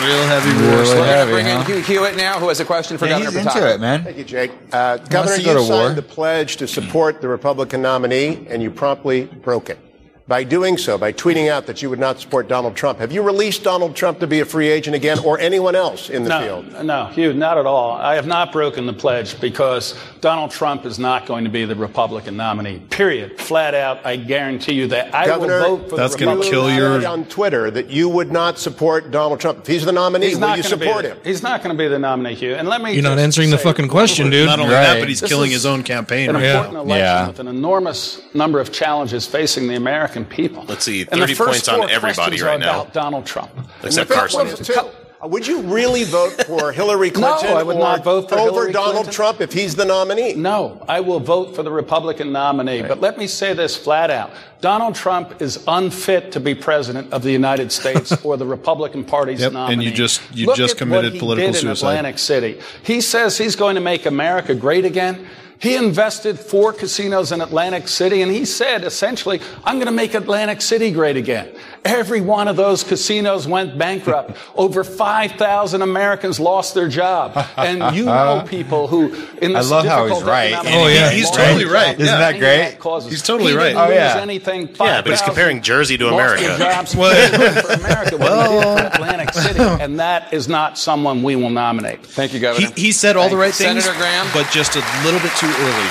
[SPEAKER 4] Real heavy
[SPEAKER 11] We're
[SPEAKER 4] roar.
[SPEAKER 11] gonna bring in Hugh Hewitt now, who has a question for Governor Patak.
[SPEAKER 17] Thank you, Jake. Uh, Governor,
[SPEAKER 10] to
[SPEAKER 17] you
[SPEAKER 10] go to
[SPEAKER 17] signed
[SPEAKER 10] war.
[SPEAKER 17] the pledge to support the Republican nominee, and you promptly broke it. By doing so, by tweeting out that you would not support Donald Trump, have you released Donald Trump to be a free agent again or anyone else in the
[SPEAKER 13] no,
[SPEAKER 17] field?
[SPEAKER 13] No, Hugh, not at all. I have not broken the pledge because Donald Trump is not going to be the Republican nominee. Period. Flat out, I guarantee you that. I
[SPEAKER 17] Governor,
[SPEAKER 13] will vote for the
[SPEAKER 17] you
[SPEAKER 13] Republican.
[SPEAKER 17] said on Twitter that you would not support Donald Trump. If he's the nominee,
[SPEAKER 13] He's
[SPEAKER 17] will
[SPEAKER 13] not
[SPEAKER 17] you
[SPEAKER 13] gonna be
[SPEAKER 17] support
[SPEAKER 13] the-
[SPEAKER 17] him?
[SPEAKER 13] He's not going to be the nominee, Hugh. And let me
[SPEAKER 3] You're not
[SPEAKER 13] just
[SPEAKER 3] answering the
[SPEAKER 13] say-
[SPEAKER 3] fucking question, dude.
[SPEAKER 13] Not only that, but he's Right. killing his own
[SPEAKER 4] campaign
[SPEAKER 13] an
[SPEAKER 4] right
[SPEAKER 13] important
[SPEAKER 4] now.
[SPEAKER 13] election
[SPEAKER 4] Yeah.
[SPEAKER 13] with an enormous number of challenges facing the American people. Let's see, and
[SPEAKER 8] 30
[SPEAKER 13] the first
[SPEAKER 8] points on
[SPEAKER 13] four
[SPEAKER 8] everybody
[SPEAKER 13] questions are
[SPEAKER 8] right now.
[SPEAKER 13] About Donald Trump,
[SPEAKER 8] Except
[SPEAKER 13] And the
[SPEAKER 8] Carson.
[SPEAKER 13] first
[SPEAKER 17] Two, uh, would you really vote for Hillary
[SPEAKER 13] No,
[SPEAKER 17] Clinton
[SPEAKER 13] I would
[SPEAKER 17] or
[SPEAKER 13] not vote for
[SPEAKER 17] over
[SPEAKER 13] Hillary
[SPEAKER 17] Donald
[SPEAKER 13] Clinton.
[SPEAKER 17] Trump if he's the nominee?
[SPEAKER 13] No, I will vote for the Republican nominee. But let me say this flat out Donald Trump is unfit to be president of the United States or the Republican Party's
[SPEAKER 4] Yep, and
[SPEAKER 13] nominee.
[SPEAKER 4] you just- you
[SPEAKER 13] Look
[SPEAKER 4] just
[SPEAKER 13] at
[SPEAKER 4] committed
[SPEAKER 13] what he
[SPEAKER 4] political
[SPEAKER 13] did in
[SPEAKER 4] suicide.
[SPEAKER 13] Atlantic City. He says he's going to make America great again. He invested four casinos in Atlantic City, and he said essentially, I'm going to make Atlantic City great again. Every one of those casinos went bankrupt. Over 5,000 Americans lost their job. And you know people who, in
[SPEAKER 10] I
[SPEAKER 13] this
[SPEAKER 10] love how he's
[SPEAKER 13] difficult
[SPEAKER 10] right.
[SPEAKER 13] economic
[SPEAKER 10] Oh, yeah.
[SPEAKER 13] environment,
[SPEAKER 10] He's totally right. Isn't that great?
[SPEAKER 13] causes-
[SPEAKER 10] He's totally
[SPEAKER 13] He didn't
[SPEAKER 10] right. Oh,
[SPEAKER 13] lose
[SPEAKER 10] yeah.
[SPEAKER 13] anything.
[SPEAKER 8] Yeah, but he's
[SPEAKER 13] 5,000
[SPEAKER 8] comparing Jersey to
[SPEAKER 13] lost their
[SPEAKER 8] America.
[SPEAKER 13] jobs. for America, what he did for Atlantic City, and that is not someone we will nominate. Thank you, Governor.
[SPEAKER 4] He said all the right things,
[SPEAKER 13] Senator Graham.
[SPEAKER 4] but just a little bit too early,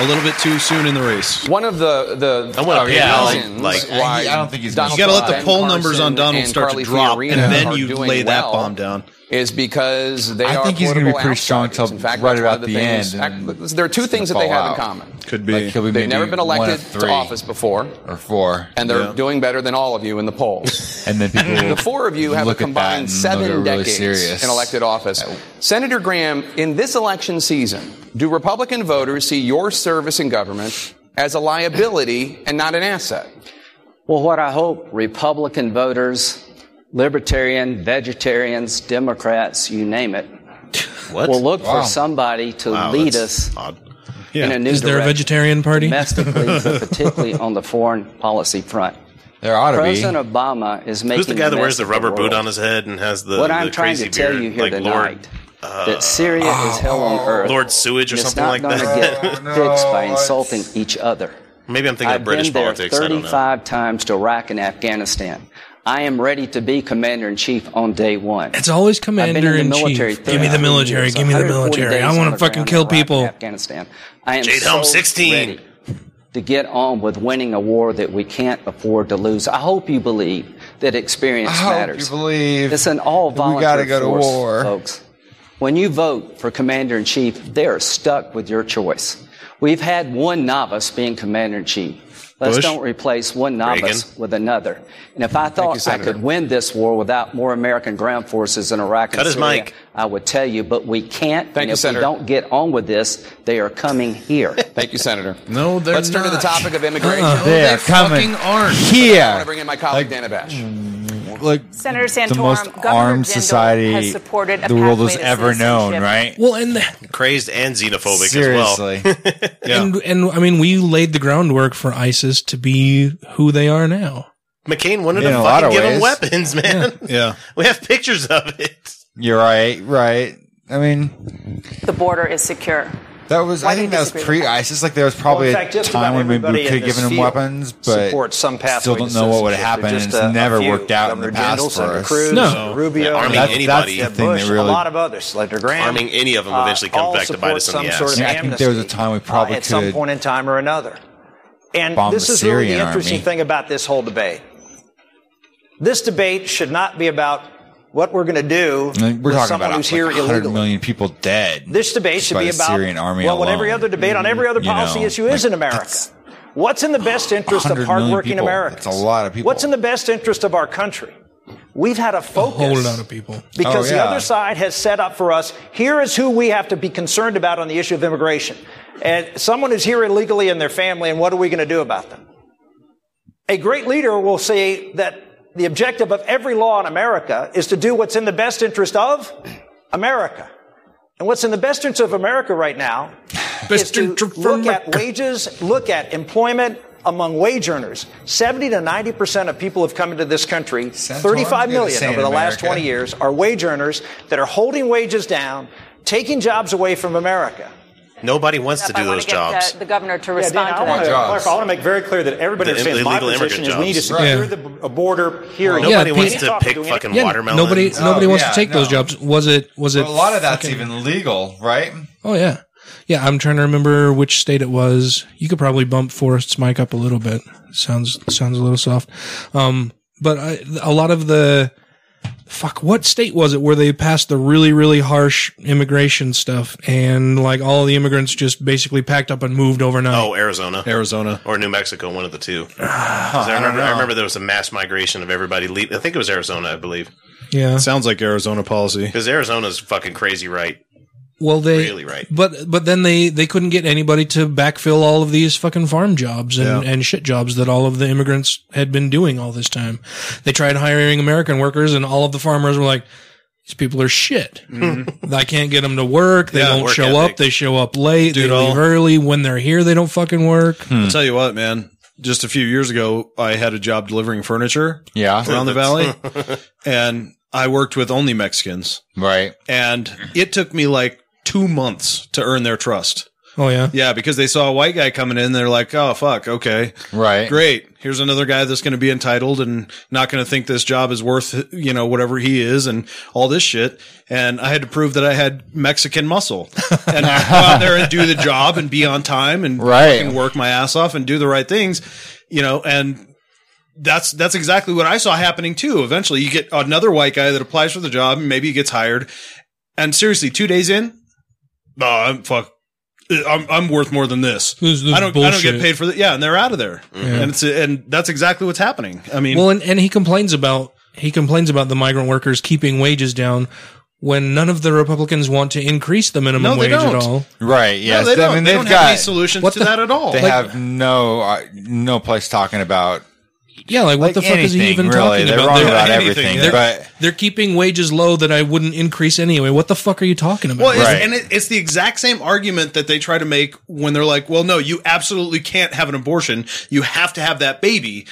[SPEAKER 4] a little bit too soon in the race.
[SPEAKER 11] One of the the
[SPEAKER 4] I want
[SPEAKER 11] Oh,
[SPEAKER 4] to
[SPEAKER 11] yeah,
[SPEAKER 4] yeah,
[SPEAKER 11] like- like- why
[SPEAKER 4] I don't think he's.
[SPEAKER 11] Donald
[SPEAKER 4] you got to let
[SPEAKER 11] Trump,
[SPEAKER 4] the poll
[SPEAKER 11] Ben
[SPEAKER 4] numbers
[SPEAKER 11] Carson,
[SPEAKER 4] on Donald
[SPEAKER 11] and
[SPEAKER 4] start
[SPEAKER 11] Carly
[SPEAKER 4] to drop,
[SPEAKER 11] Fiorina
[SPEAKER 4] and then
[SPEAKER 11] are
[SPEAKER 4] you
[SPEAKER 11] doing
[SPEAKER 4] lay that
[SPEAKER 11] well.
[SPEAKER 4] bomb down.
[SPEAKER 11] Is because they
[SPEAKER 4] I
[SPEAKER 11] are
[SPEAKER 4] think he's
[SPEAKER 11] going
[SPEAKER 4] gonna
[SPEAKER 11] to
[SPEAKER 4] be pretty strong till
[SPEAKER 11] In fact,
[SPEAKER 4] right
[SPEAKER 11] that's
[SPEAKER 4] about
[SPEAKER 11] one of the
[SPEAKER 4] the
[SPEAKER 11] things,
[SPEAKER 4] end, and
[SPEAKER 11] act- there are two
[SPEAKER 4] it's
[SPEAKER 11] things that
[SPEAKER 4] gonna
[SPEAKER 11] they
[SPEAKER 4] fall
[SPEAKER 11] have in
[SPEAKER 4] out.
[SPEAKER 11] common.
[SPEAKER 4] Could be. Like he'll be maybe
[SPEAKER 11] They've never been
[SPEAKER 4] one of
[SPEAKER 11] elected to
[SPEAKER 4] three.
[SPEAKER 11] office before,
[SPEAKER 10] or four,
[SPEAKER 11] and they're
[SPEAKER 10] Yeah.
[SPEAKER 11] doing better than all of you in the polls.
[SPEAKER 10] and then people.
[SPEAKER 11] the four of you have a
[SPEAKER 10] look at that
[SPEAKER 11] combined
[SPEAKER 10] and
[SPEAKER 11] seven
[SPEAKER 10] they'll get really
[SPEAKER 11] decades
[SPEAKER 10] serious.
[SPEAKER 11] in elected office. Senator Graham, in this election season, do Republican voters see your service in government as a liability and not an asset?
[SPEAKER 15] Well, what I hope Republican voters, libertarian, vegetarians, Democrats, you name it, will look
[SPEAKER 3] Wow.
[SPEAKER 15] for somebody to
[SPEAKER 3] Wow,
[SPEAKER 15] lead
[SPEAKER 3] that's
[SPEAKER 15] us in a new
[SPEAKER 3] Is there a
[SPEAKER 15] direction
[SPEAKER 3] vegetarian party?
[SPEAKER 15] domestically, but particularly on the foreign policy front.
[SPEAKER 10] There
[SPEAKER 8] ought to be.
[SPEAKER 15] President Obama is making
[SPEAKER 8] Who's the guy that
[SPEAKER 15] mess
[SPEAKER 8] wears the
[SPEAKER 15] of
[SPEAKER 8] rubber boot
[SPEAKER 15] world.
[SPEAKER 8] on his head and has the
[SPEAKER 15] What
[SPEAKER 8] the
[SPEAKER 15] I'm trying
[SPEAKER 8] crazy
[SPEAKER 15] to tell
[SPEAKER 8] beard,
[SPEAKER 15] you here
[SPEAKER 8] like Uh,
[SPEAKER 15] tonight, that Syria
[SPEAKER 18] Oh.
[SPEAKER 15] is hell on earth.
[SPEAKER 8] Lord Sewage or
[SPEAKER 15] and it's
[SPEAKER 8] something
[SPEAKER 15] not
[SPEAKER 8] like
[SPEAKER 15] gonna
[SPEAKER 8] that?
[SPEAKER 15] Get fixed by insulting each other.
[SPEAKER 8] Maybe I'm thinking
[SPEAKER 15] I've
[SPEAKER 8] of British
[SPEAKER 15] been there
[SPEAKER 8] politics. I don't know.
[SPEAKER 15] 35 times to Iraq and Afghanistan. I am ready to be commander in chief on day one.
[SPEAKER 3] It's always
[SPEAKER 15] I've been
[SPEAKER 3] commander
[SPEAKER 15] in
[SPEAKER 3] in
[SPEAKER 15] the military.
[SPEAKER 3] chief. Give me the
[SPEAKER 15] 32
[SPEAKER 3] military.
[SPEAKER 15] years,
[SPEAKER 3] Give me the
[SPEAKER 15] 140
[SPEAKER 3] military.
[SPEAKER 15] days
[SPEAKER 3] I
[SPEAKER 15] on
[SPEAKER 3] want
[SPEAKER 15] the
[SPEAKER 3] to fucking
[SPEAKER 15] ground in
[SPEAKER 3] kill
[SPEAKER 15] Iraq and
[SPEAKER 3] people.
[SPEAKER 15] Afghanistan. I am
[SPEAKER 8] Jade
[SPEAKER 15] so
[SPEAKER 8] Helms, 16.
[SPEAKER 15] ready to get on with winning a war that we can't afford to lose. I hope you believe that experience
[SPEAKER 10] I hope
[SPEAKER 15] matters.
[SPEAKER 10] you believe
[SPEAKER 15] it's an all
[SPEAKER 10] that we
[SPEAKER 15] volunteer
[SPEAKER 10] gotta go to
[SPEAKER 15] force,
[SPEAKER 10] war.
[SPEAKER 15] folks. When you vote for commander in chief, they are stuck with your choice. We've had one novice being commander in chief. Let's
[SPEAKER 18] Bush.
[SPEAKER 15] don't replace one novice
[SPEAKER 18] Reagan.
[SPEAKER 15] with another. And if I thought I could win this war without more American ground forces in Iraq and
[SPEAKER 8] Cut his
[SPEAKER 15] Syria,
[SPEAKER 8] mic.
[SPEAKER 15] I would tell you, but we can't. and
[SPEAKER 10] Thank you,
[SPEAKER 15] if
[SPEAKER 10] Senator.
[SPEAKER 15] we don't get on with this, they are coming here.
[SPEAKER 10] Thank you, Senator.
[SPEAKER 15] No, they're
[SPEAKER 10] Let's turn to the
[SPEAKER 15] not.
[SPEAKER 10] topic of immigration.
[SPEAKER 15] Uh-uh.
[SPEAKER 10] No,
[SPEAKER 15] They are
[SPEAKER 10] fucking
[SPEAKER 15] coming
[SPEAKER 10] aren't.
[SPEAKER 18] here.
[SPEAKER 10] I want to bring in my colleague Dana Bash.
[SPEAKER 18] Like
[SPEAKER 19] Senator Santorum,
[SPEAKER 18] the most
[SPEAKER 19] Governor
[SPEAKER 18] armed
[SPEAKER 19] Jindal
[SPEAKER 18] society
[SPEAKER 19] has supported a
[SPEAKER 18] the world
[SPEAKER 19] pathway
[SPEAKER 18] has
[SPEAKER 19] to
[SPEAKER 18] ever known,
[SPEAKER 19] citizenship.
[SPEAKER 18] right?
[SPEAKER 3] Well, and the,
[SPEAKER 8] Crazed and xenophobic
[SPEAKER 18] Seriously.
[SPEAKER 8] as well.
[SPEAKER 3] and and I mean, we laid the groundwork for ISIS to be who they are now.
[SPEAKER 8] McCain wanted
[SPEAKER 18] In
[SPEAKER 8] to
[SPEAKER 18] a lot
[SPEAKER 8] fucking
[SPEAKER 18] of
[SPEAKER 8] give him
[SPEAKER 18] ways.
[SPEAKER 8] weapons, man.
[SPEAKER 18] Yeah.
[SPEAKER 8] We have pictures of it.
[SPEAKER 18] You're right, right. I mean,
[SPEAKER 19] The border is secure.
[SPEAKER 18] that was.
[SPEAKER 19] Why
[SPEAKER 18] I
[SPEAKER 19] do you
[SPEAKER 18] think that was
[SPEAKER 19] disagree with that?
[SPEAKER 18] pre-ISIS. Like there was probably
[SPEAKER 14] Well, in fact,
[SPEAKER 18] a
[SPEAKER 14] just
[SPEAKER 18] time
[SPEAKER 14] about
[SPEAKER 18] when we
[SPEAKER 14] everybody
[SPEAKER 18] could
[SPEAKER 14] in
[SPEAKER 18] have
[SPEAKER 14] this
[SPEAKER 18] given them
[SPEAKER 14] field
[SPEAKER 18] weapons, but
[SPEAKER 14] supports some
[SPEAKER 18] still
[SPEAKER 14] pathway
[SPEAKER 18] don't
[SPEAKER 14] to
[SPEAKER 18] know what would
[SPEAKER 14] citizenship.
[SPEAKER 18] happen.
[SPEAKER 14] They're
[SPEAKER 18] It's
[SPEAKER 14] just uh, a- a
[SPEAKER 18] never
[SPEAKER 14] few.
[SPEAKER 18] worked out in the
[SPEAKER 14] Governor
[SPEAKER 18] past
[SPEAKER 14] Jindal,
[SPEAKER 18] for
[SPEAKER 14] Senator
[SPEAKER 18] us.
[SPEAKER 14] Cruz, No. Rubio,
[SPEAKER 8] Arming
[SPEAKER 18] That's-
[SPEAKER 8] anybody.
[SPEAKER 18] That's the thing
[SPEAKER 14] Bush,
[SPEAKER 18] that really
[SPEAKER 14] a lot of others, Senator Graham. uh,
[SPEAKER 8] Arming any of them eventually comes
[SPEAKER 14] all
[SPEAKER 8] back to bite us
[SPEAKER 14] support
[SPEAKER 8] in the
[SPEAKER 14] some
[SPEAKER 8] ass.
[SPEAKER 14] sort of
[SPEAKER 18] I think there was a time we probably
[SPEAKER 14] uh, at
[SPEAKER 18] could.
[SPEAKER 14] some point in time or another. And
[SPEAKER 18] bomb
[SPEAKER 14] this
[SPEAKER 18] the
[SPEAKER 14] is really the
[SPEAKER 18] Syrian
[SPEAKER 14] interesting
[SPEAKER 18] army.
[SPEAKER 14] thing about this whole debate. This debate should not be about what we're going to do
[SPEAKER 18] I mean, we're
[SPEAKER 14] with
[SPEAKER 18] talking
[SPEAKER 14] someone
[SPEAKER 18] about
[SPEAKER 14] who's
[SPEAKER 18] like
[SPEAKER 14] here
[SPEAKER 18] 100
[SPEAKER 14] illegally.
[SPEAKER 18] million people dead.
[SPEAKER 14] This debate
[SPEAKER 18] just
[SPEAKER 14] should
[SPEAKER 18] by
[SPEAKER 14] be
[SPEAKER 18] the
[SPEAKER 14] about
[SPEAKER 18] Syrian army
[SPEAKER 14] well, what
[SPEAKER 18] alone.
[SPEAKER 14] every other debate on every other
[SPEAKER 18] You know,
[SPEAKER 14] policy issue is in America. What's in the best interest of
[SPEAKER 18] 100 million
[SPEAKER 14] hardworking
[SPEAKER 18] people.
[SPEAKER 14] Americans?
[SPEAKER 18] That's a lot of people.
[SPEAKER 14] What's in the best interest of our country? We've had a focus
[SPEAKER 3] whole lot of people.
[SPEAKER 14] because
[SPEAKER 18] Oh,
[SPEAKER 14] the
[SPEAKER 18] yeah.
[SPEAKER 14] other side has set up for us here is who we have to be concerned about on the issue of immigration. And someone is here illegally in their family, and what are we going to do about them? A great leader will say that the objective of every law in America is to do what's in the best interest of America. And what's in the best interest of America right now is to look at wages, look at employment among wage earners. 70 to 90 percent of people have come into this country. 35
[SPEAKER 18] you're
[SPEAKER 14] million
[SPEAKER 18] saying
[SPEAKER 14] over the last
[SPEAKER 18] America.
[SPEAKER 14] 20 years are wage earners that are holding wages down, taking jobs away from America.
[SPEAKER 8] Nobody wants to do those jobs.
[SPEAKER 19] The, the governor to
[SPEAKER 14] Yeah,
[SPEAKER 19] respond
[SPEAKER 14] Dana,
[SPEAKER 19] to
[SPEAKER 14] I
[SPEAKER 19] that.
[SPEAKER 14] wanna-
[SPEAKER 8] jobs.
[SPEAKER 16] Clarify, I want to make very clear that everybody
[SPEAKER 8] The
[SPEAKER 16] understands my
[SPEAKER 8] illegal immigrant
[SPEAKER 16] position is we need to
[SPEAKER 8] jobs. Right.
[SPEAKER 16] secure the the border here.
[SPEAKER 3] Nobody Yeah, wants
[SPEAKER 8] to pick fucking
[SPEAKER 3] Yeah,
[SPEAKER 8] watermelon.
[SPEAKER 3] nobody
[SPEAKER 18] Oh,
[SPEAKER 3] nobody wants
[SPEAKER 18] yeah,
[SPEAKER 3] to take those jobs. Was it was it
[SPEAKER 18] But a lot of that's
[SPEAKER 3] fucking-
[SPEAKER 18] even legal, right?
[SPEAKER 3] Oh yeah. Yeah, I'm trying to remember which state it was. You could probably bump Forrest's mic up a little bit. Sounds sounds a little soft. Um, but I, a lot of the fuck, what state was it where they passed the really really harsh immigration stuff and like all the immigrants just basically packed up and moved overnight?
[SPEAKER 8] Oh, Arizona.
[SPEAKER 4] Arizona.
[SPEAKER 8] Or New Mexico, one of the two. 'Cause I, remember, I remember there was a mass migration of everybody. Le- I think it was Arizona, I believe.
[SPEAKER 3] Yeah.
[SPEAKER 4] Sounds like Arizona policy.
[SPEAKER 8] Because Arizona's fucking crazy right.
[SPEAKER 4] Mm-hmm.
[SPEAKER 3] Well, they
[SPEAKER 8] Really right.
[SPEAKER 3] but but then they they couldn't get anybody to backfill all of these fucking farm jobs and
[SPEAKER 4] Yeah.
[SPEAKER 3] and shit jobs that all of the immigrants had been doing all this time. They tried hiring American workers, and all of the farmers were like, "These people are shit. I can't get them to work. They
[SPEAKER 4] Mm-hmm. Yeah,
[SPEAKER 3] won't
[SPEAKER 4] work
[SPEAKER 3] show
[SPEAKER 4] ethic.
[SPEAKER 3] up. They show up late.
[SPEAKER 4] Dude,
[SPEAKER 3] they leave
[SPEAKER 4] all-
[SPEAKER 3] early. When they're here, they don't fucking work."
[SPEAKER 4] I'll tell you what, man. Just a few years ago, I had a job delivering furniture.
[SPEAKER 18] Yeah.
[SPEAKER 4] Around the valley. and I worked with only Mexicans.
[SPEAKER 18] Right.
[SPEAKER 4] And it took me like two months to earn their trust.
[SPEAKER 3] Oh yeah.
[SPEAKER 4] Yeah, because they saw a white guy coming in, they're like, "Oh fuck, okay,
[SPEAKER 18] right,
[SPEAKER 4] great. Here's another guy that's going to be entitled and not going to think this job is worth, you know, whatever he is and all this shit." And I had to prove that I had Mexican muscle and go out there and do the job and be on time and
[SPEAKER 18] Right.
[SPEAKER 4] fucking work my ass off and do the right things, you know, and. That's that's exactly what I saw happening too. Eventually, you get another white guy that applies for the job, and maybe he gets hired. And seriously, two days in, oh, I'm fuck, I'm, I'm worth more than this.
[SPEAKER 3] This is
[SPEAKER 4] I don't I don't
[SPEAKER 3] bullshit.
[SPEAKER 4] get paid for that. Yeah, and they're out of there,
[SPEAKER 18] Mm-hmm.
[SPEAKER 4] and it's and that's exactly what's happening. I mean,
[SPEAKER 3] well, and, and he complains about he complains about the migrant workers keeping wages down when none of the Republicans want to increase the minimum
[SPEAKER 4] No, they
[SPEAKER 3] wage at
[SPEAKER 4] don't.
[SPEAKER 3] all.
[SPEAKER 18] Right. Yes.
[SPEAKER 4] they
[SPEAKER 18] I
[SPEAKER 4] don't.
[SPEAKER 18] mean,
[SPEAKER 4] They
[SPEAKER 18] they've
[SPEAKER 4] don't have
[SPEAKER 18] got
[SPEAKER 4] any solutions to that at all.
[SPEAKER 18] They
[SPEAKER 4] Like-
[SPEAKER 18] have no uh, no place talking about.
[SPEAKER 3] Yeah, like what the fuck is he
[SPEAKER 18] anything,
[SPEAKER 3] even
[SPEAKER 18] really.
[SPEAKER 3] talking
[SPEAKER 18] They're
[SPEAKER 3] about?
[SPEAKER 18] wrong about everything,
[SPEAKER 3] They're,
[SPEAKER 18] but-
[SPEAKER 3] they're keeping wages low that I wouldn't increase anyway. What the fuck are you talking about?
[SPEAKER 4] well, it's, and it, it's the exact same argument that they try to make when they're like, "Well, no, you absolutely can't have an abortion. You have to have that baby."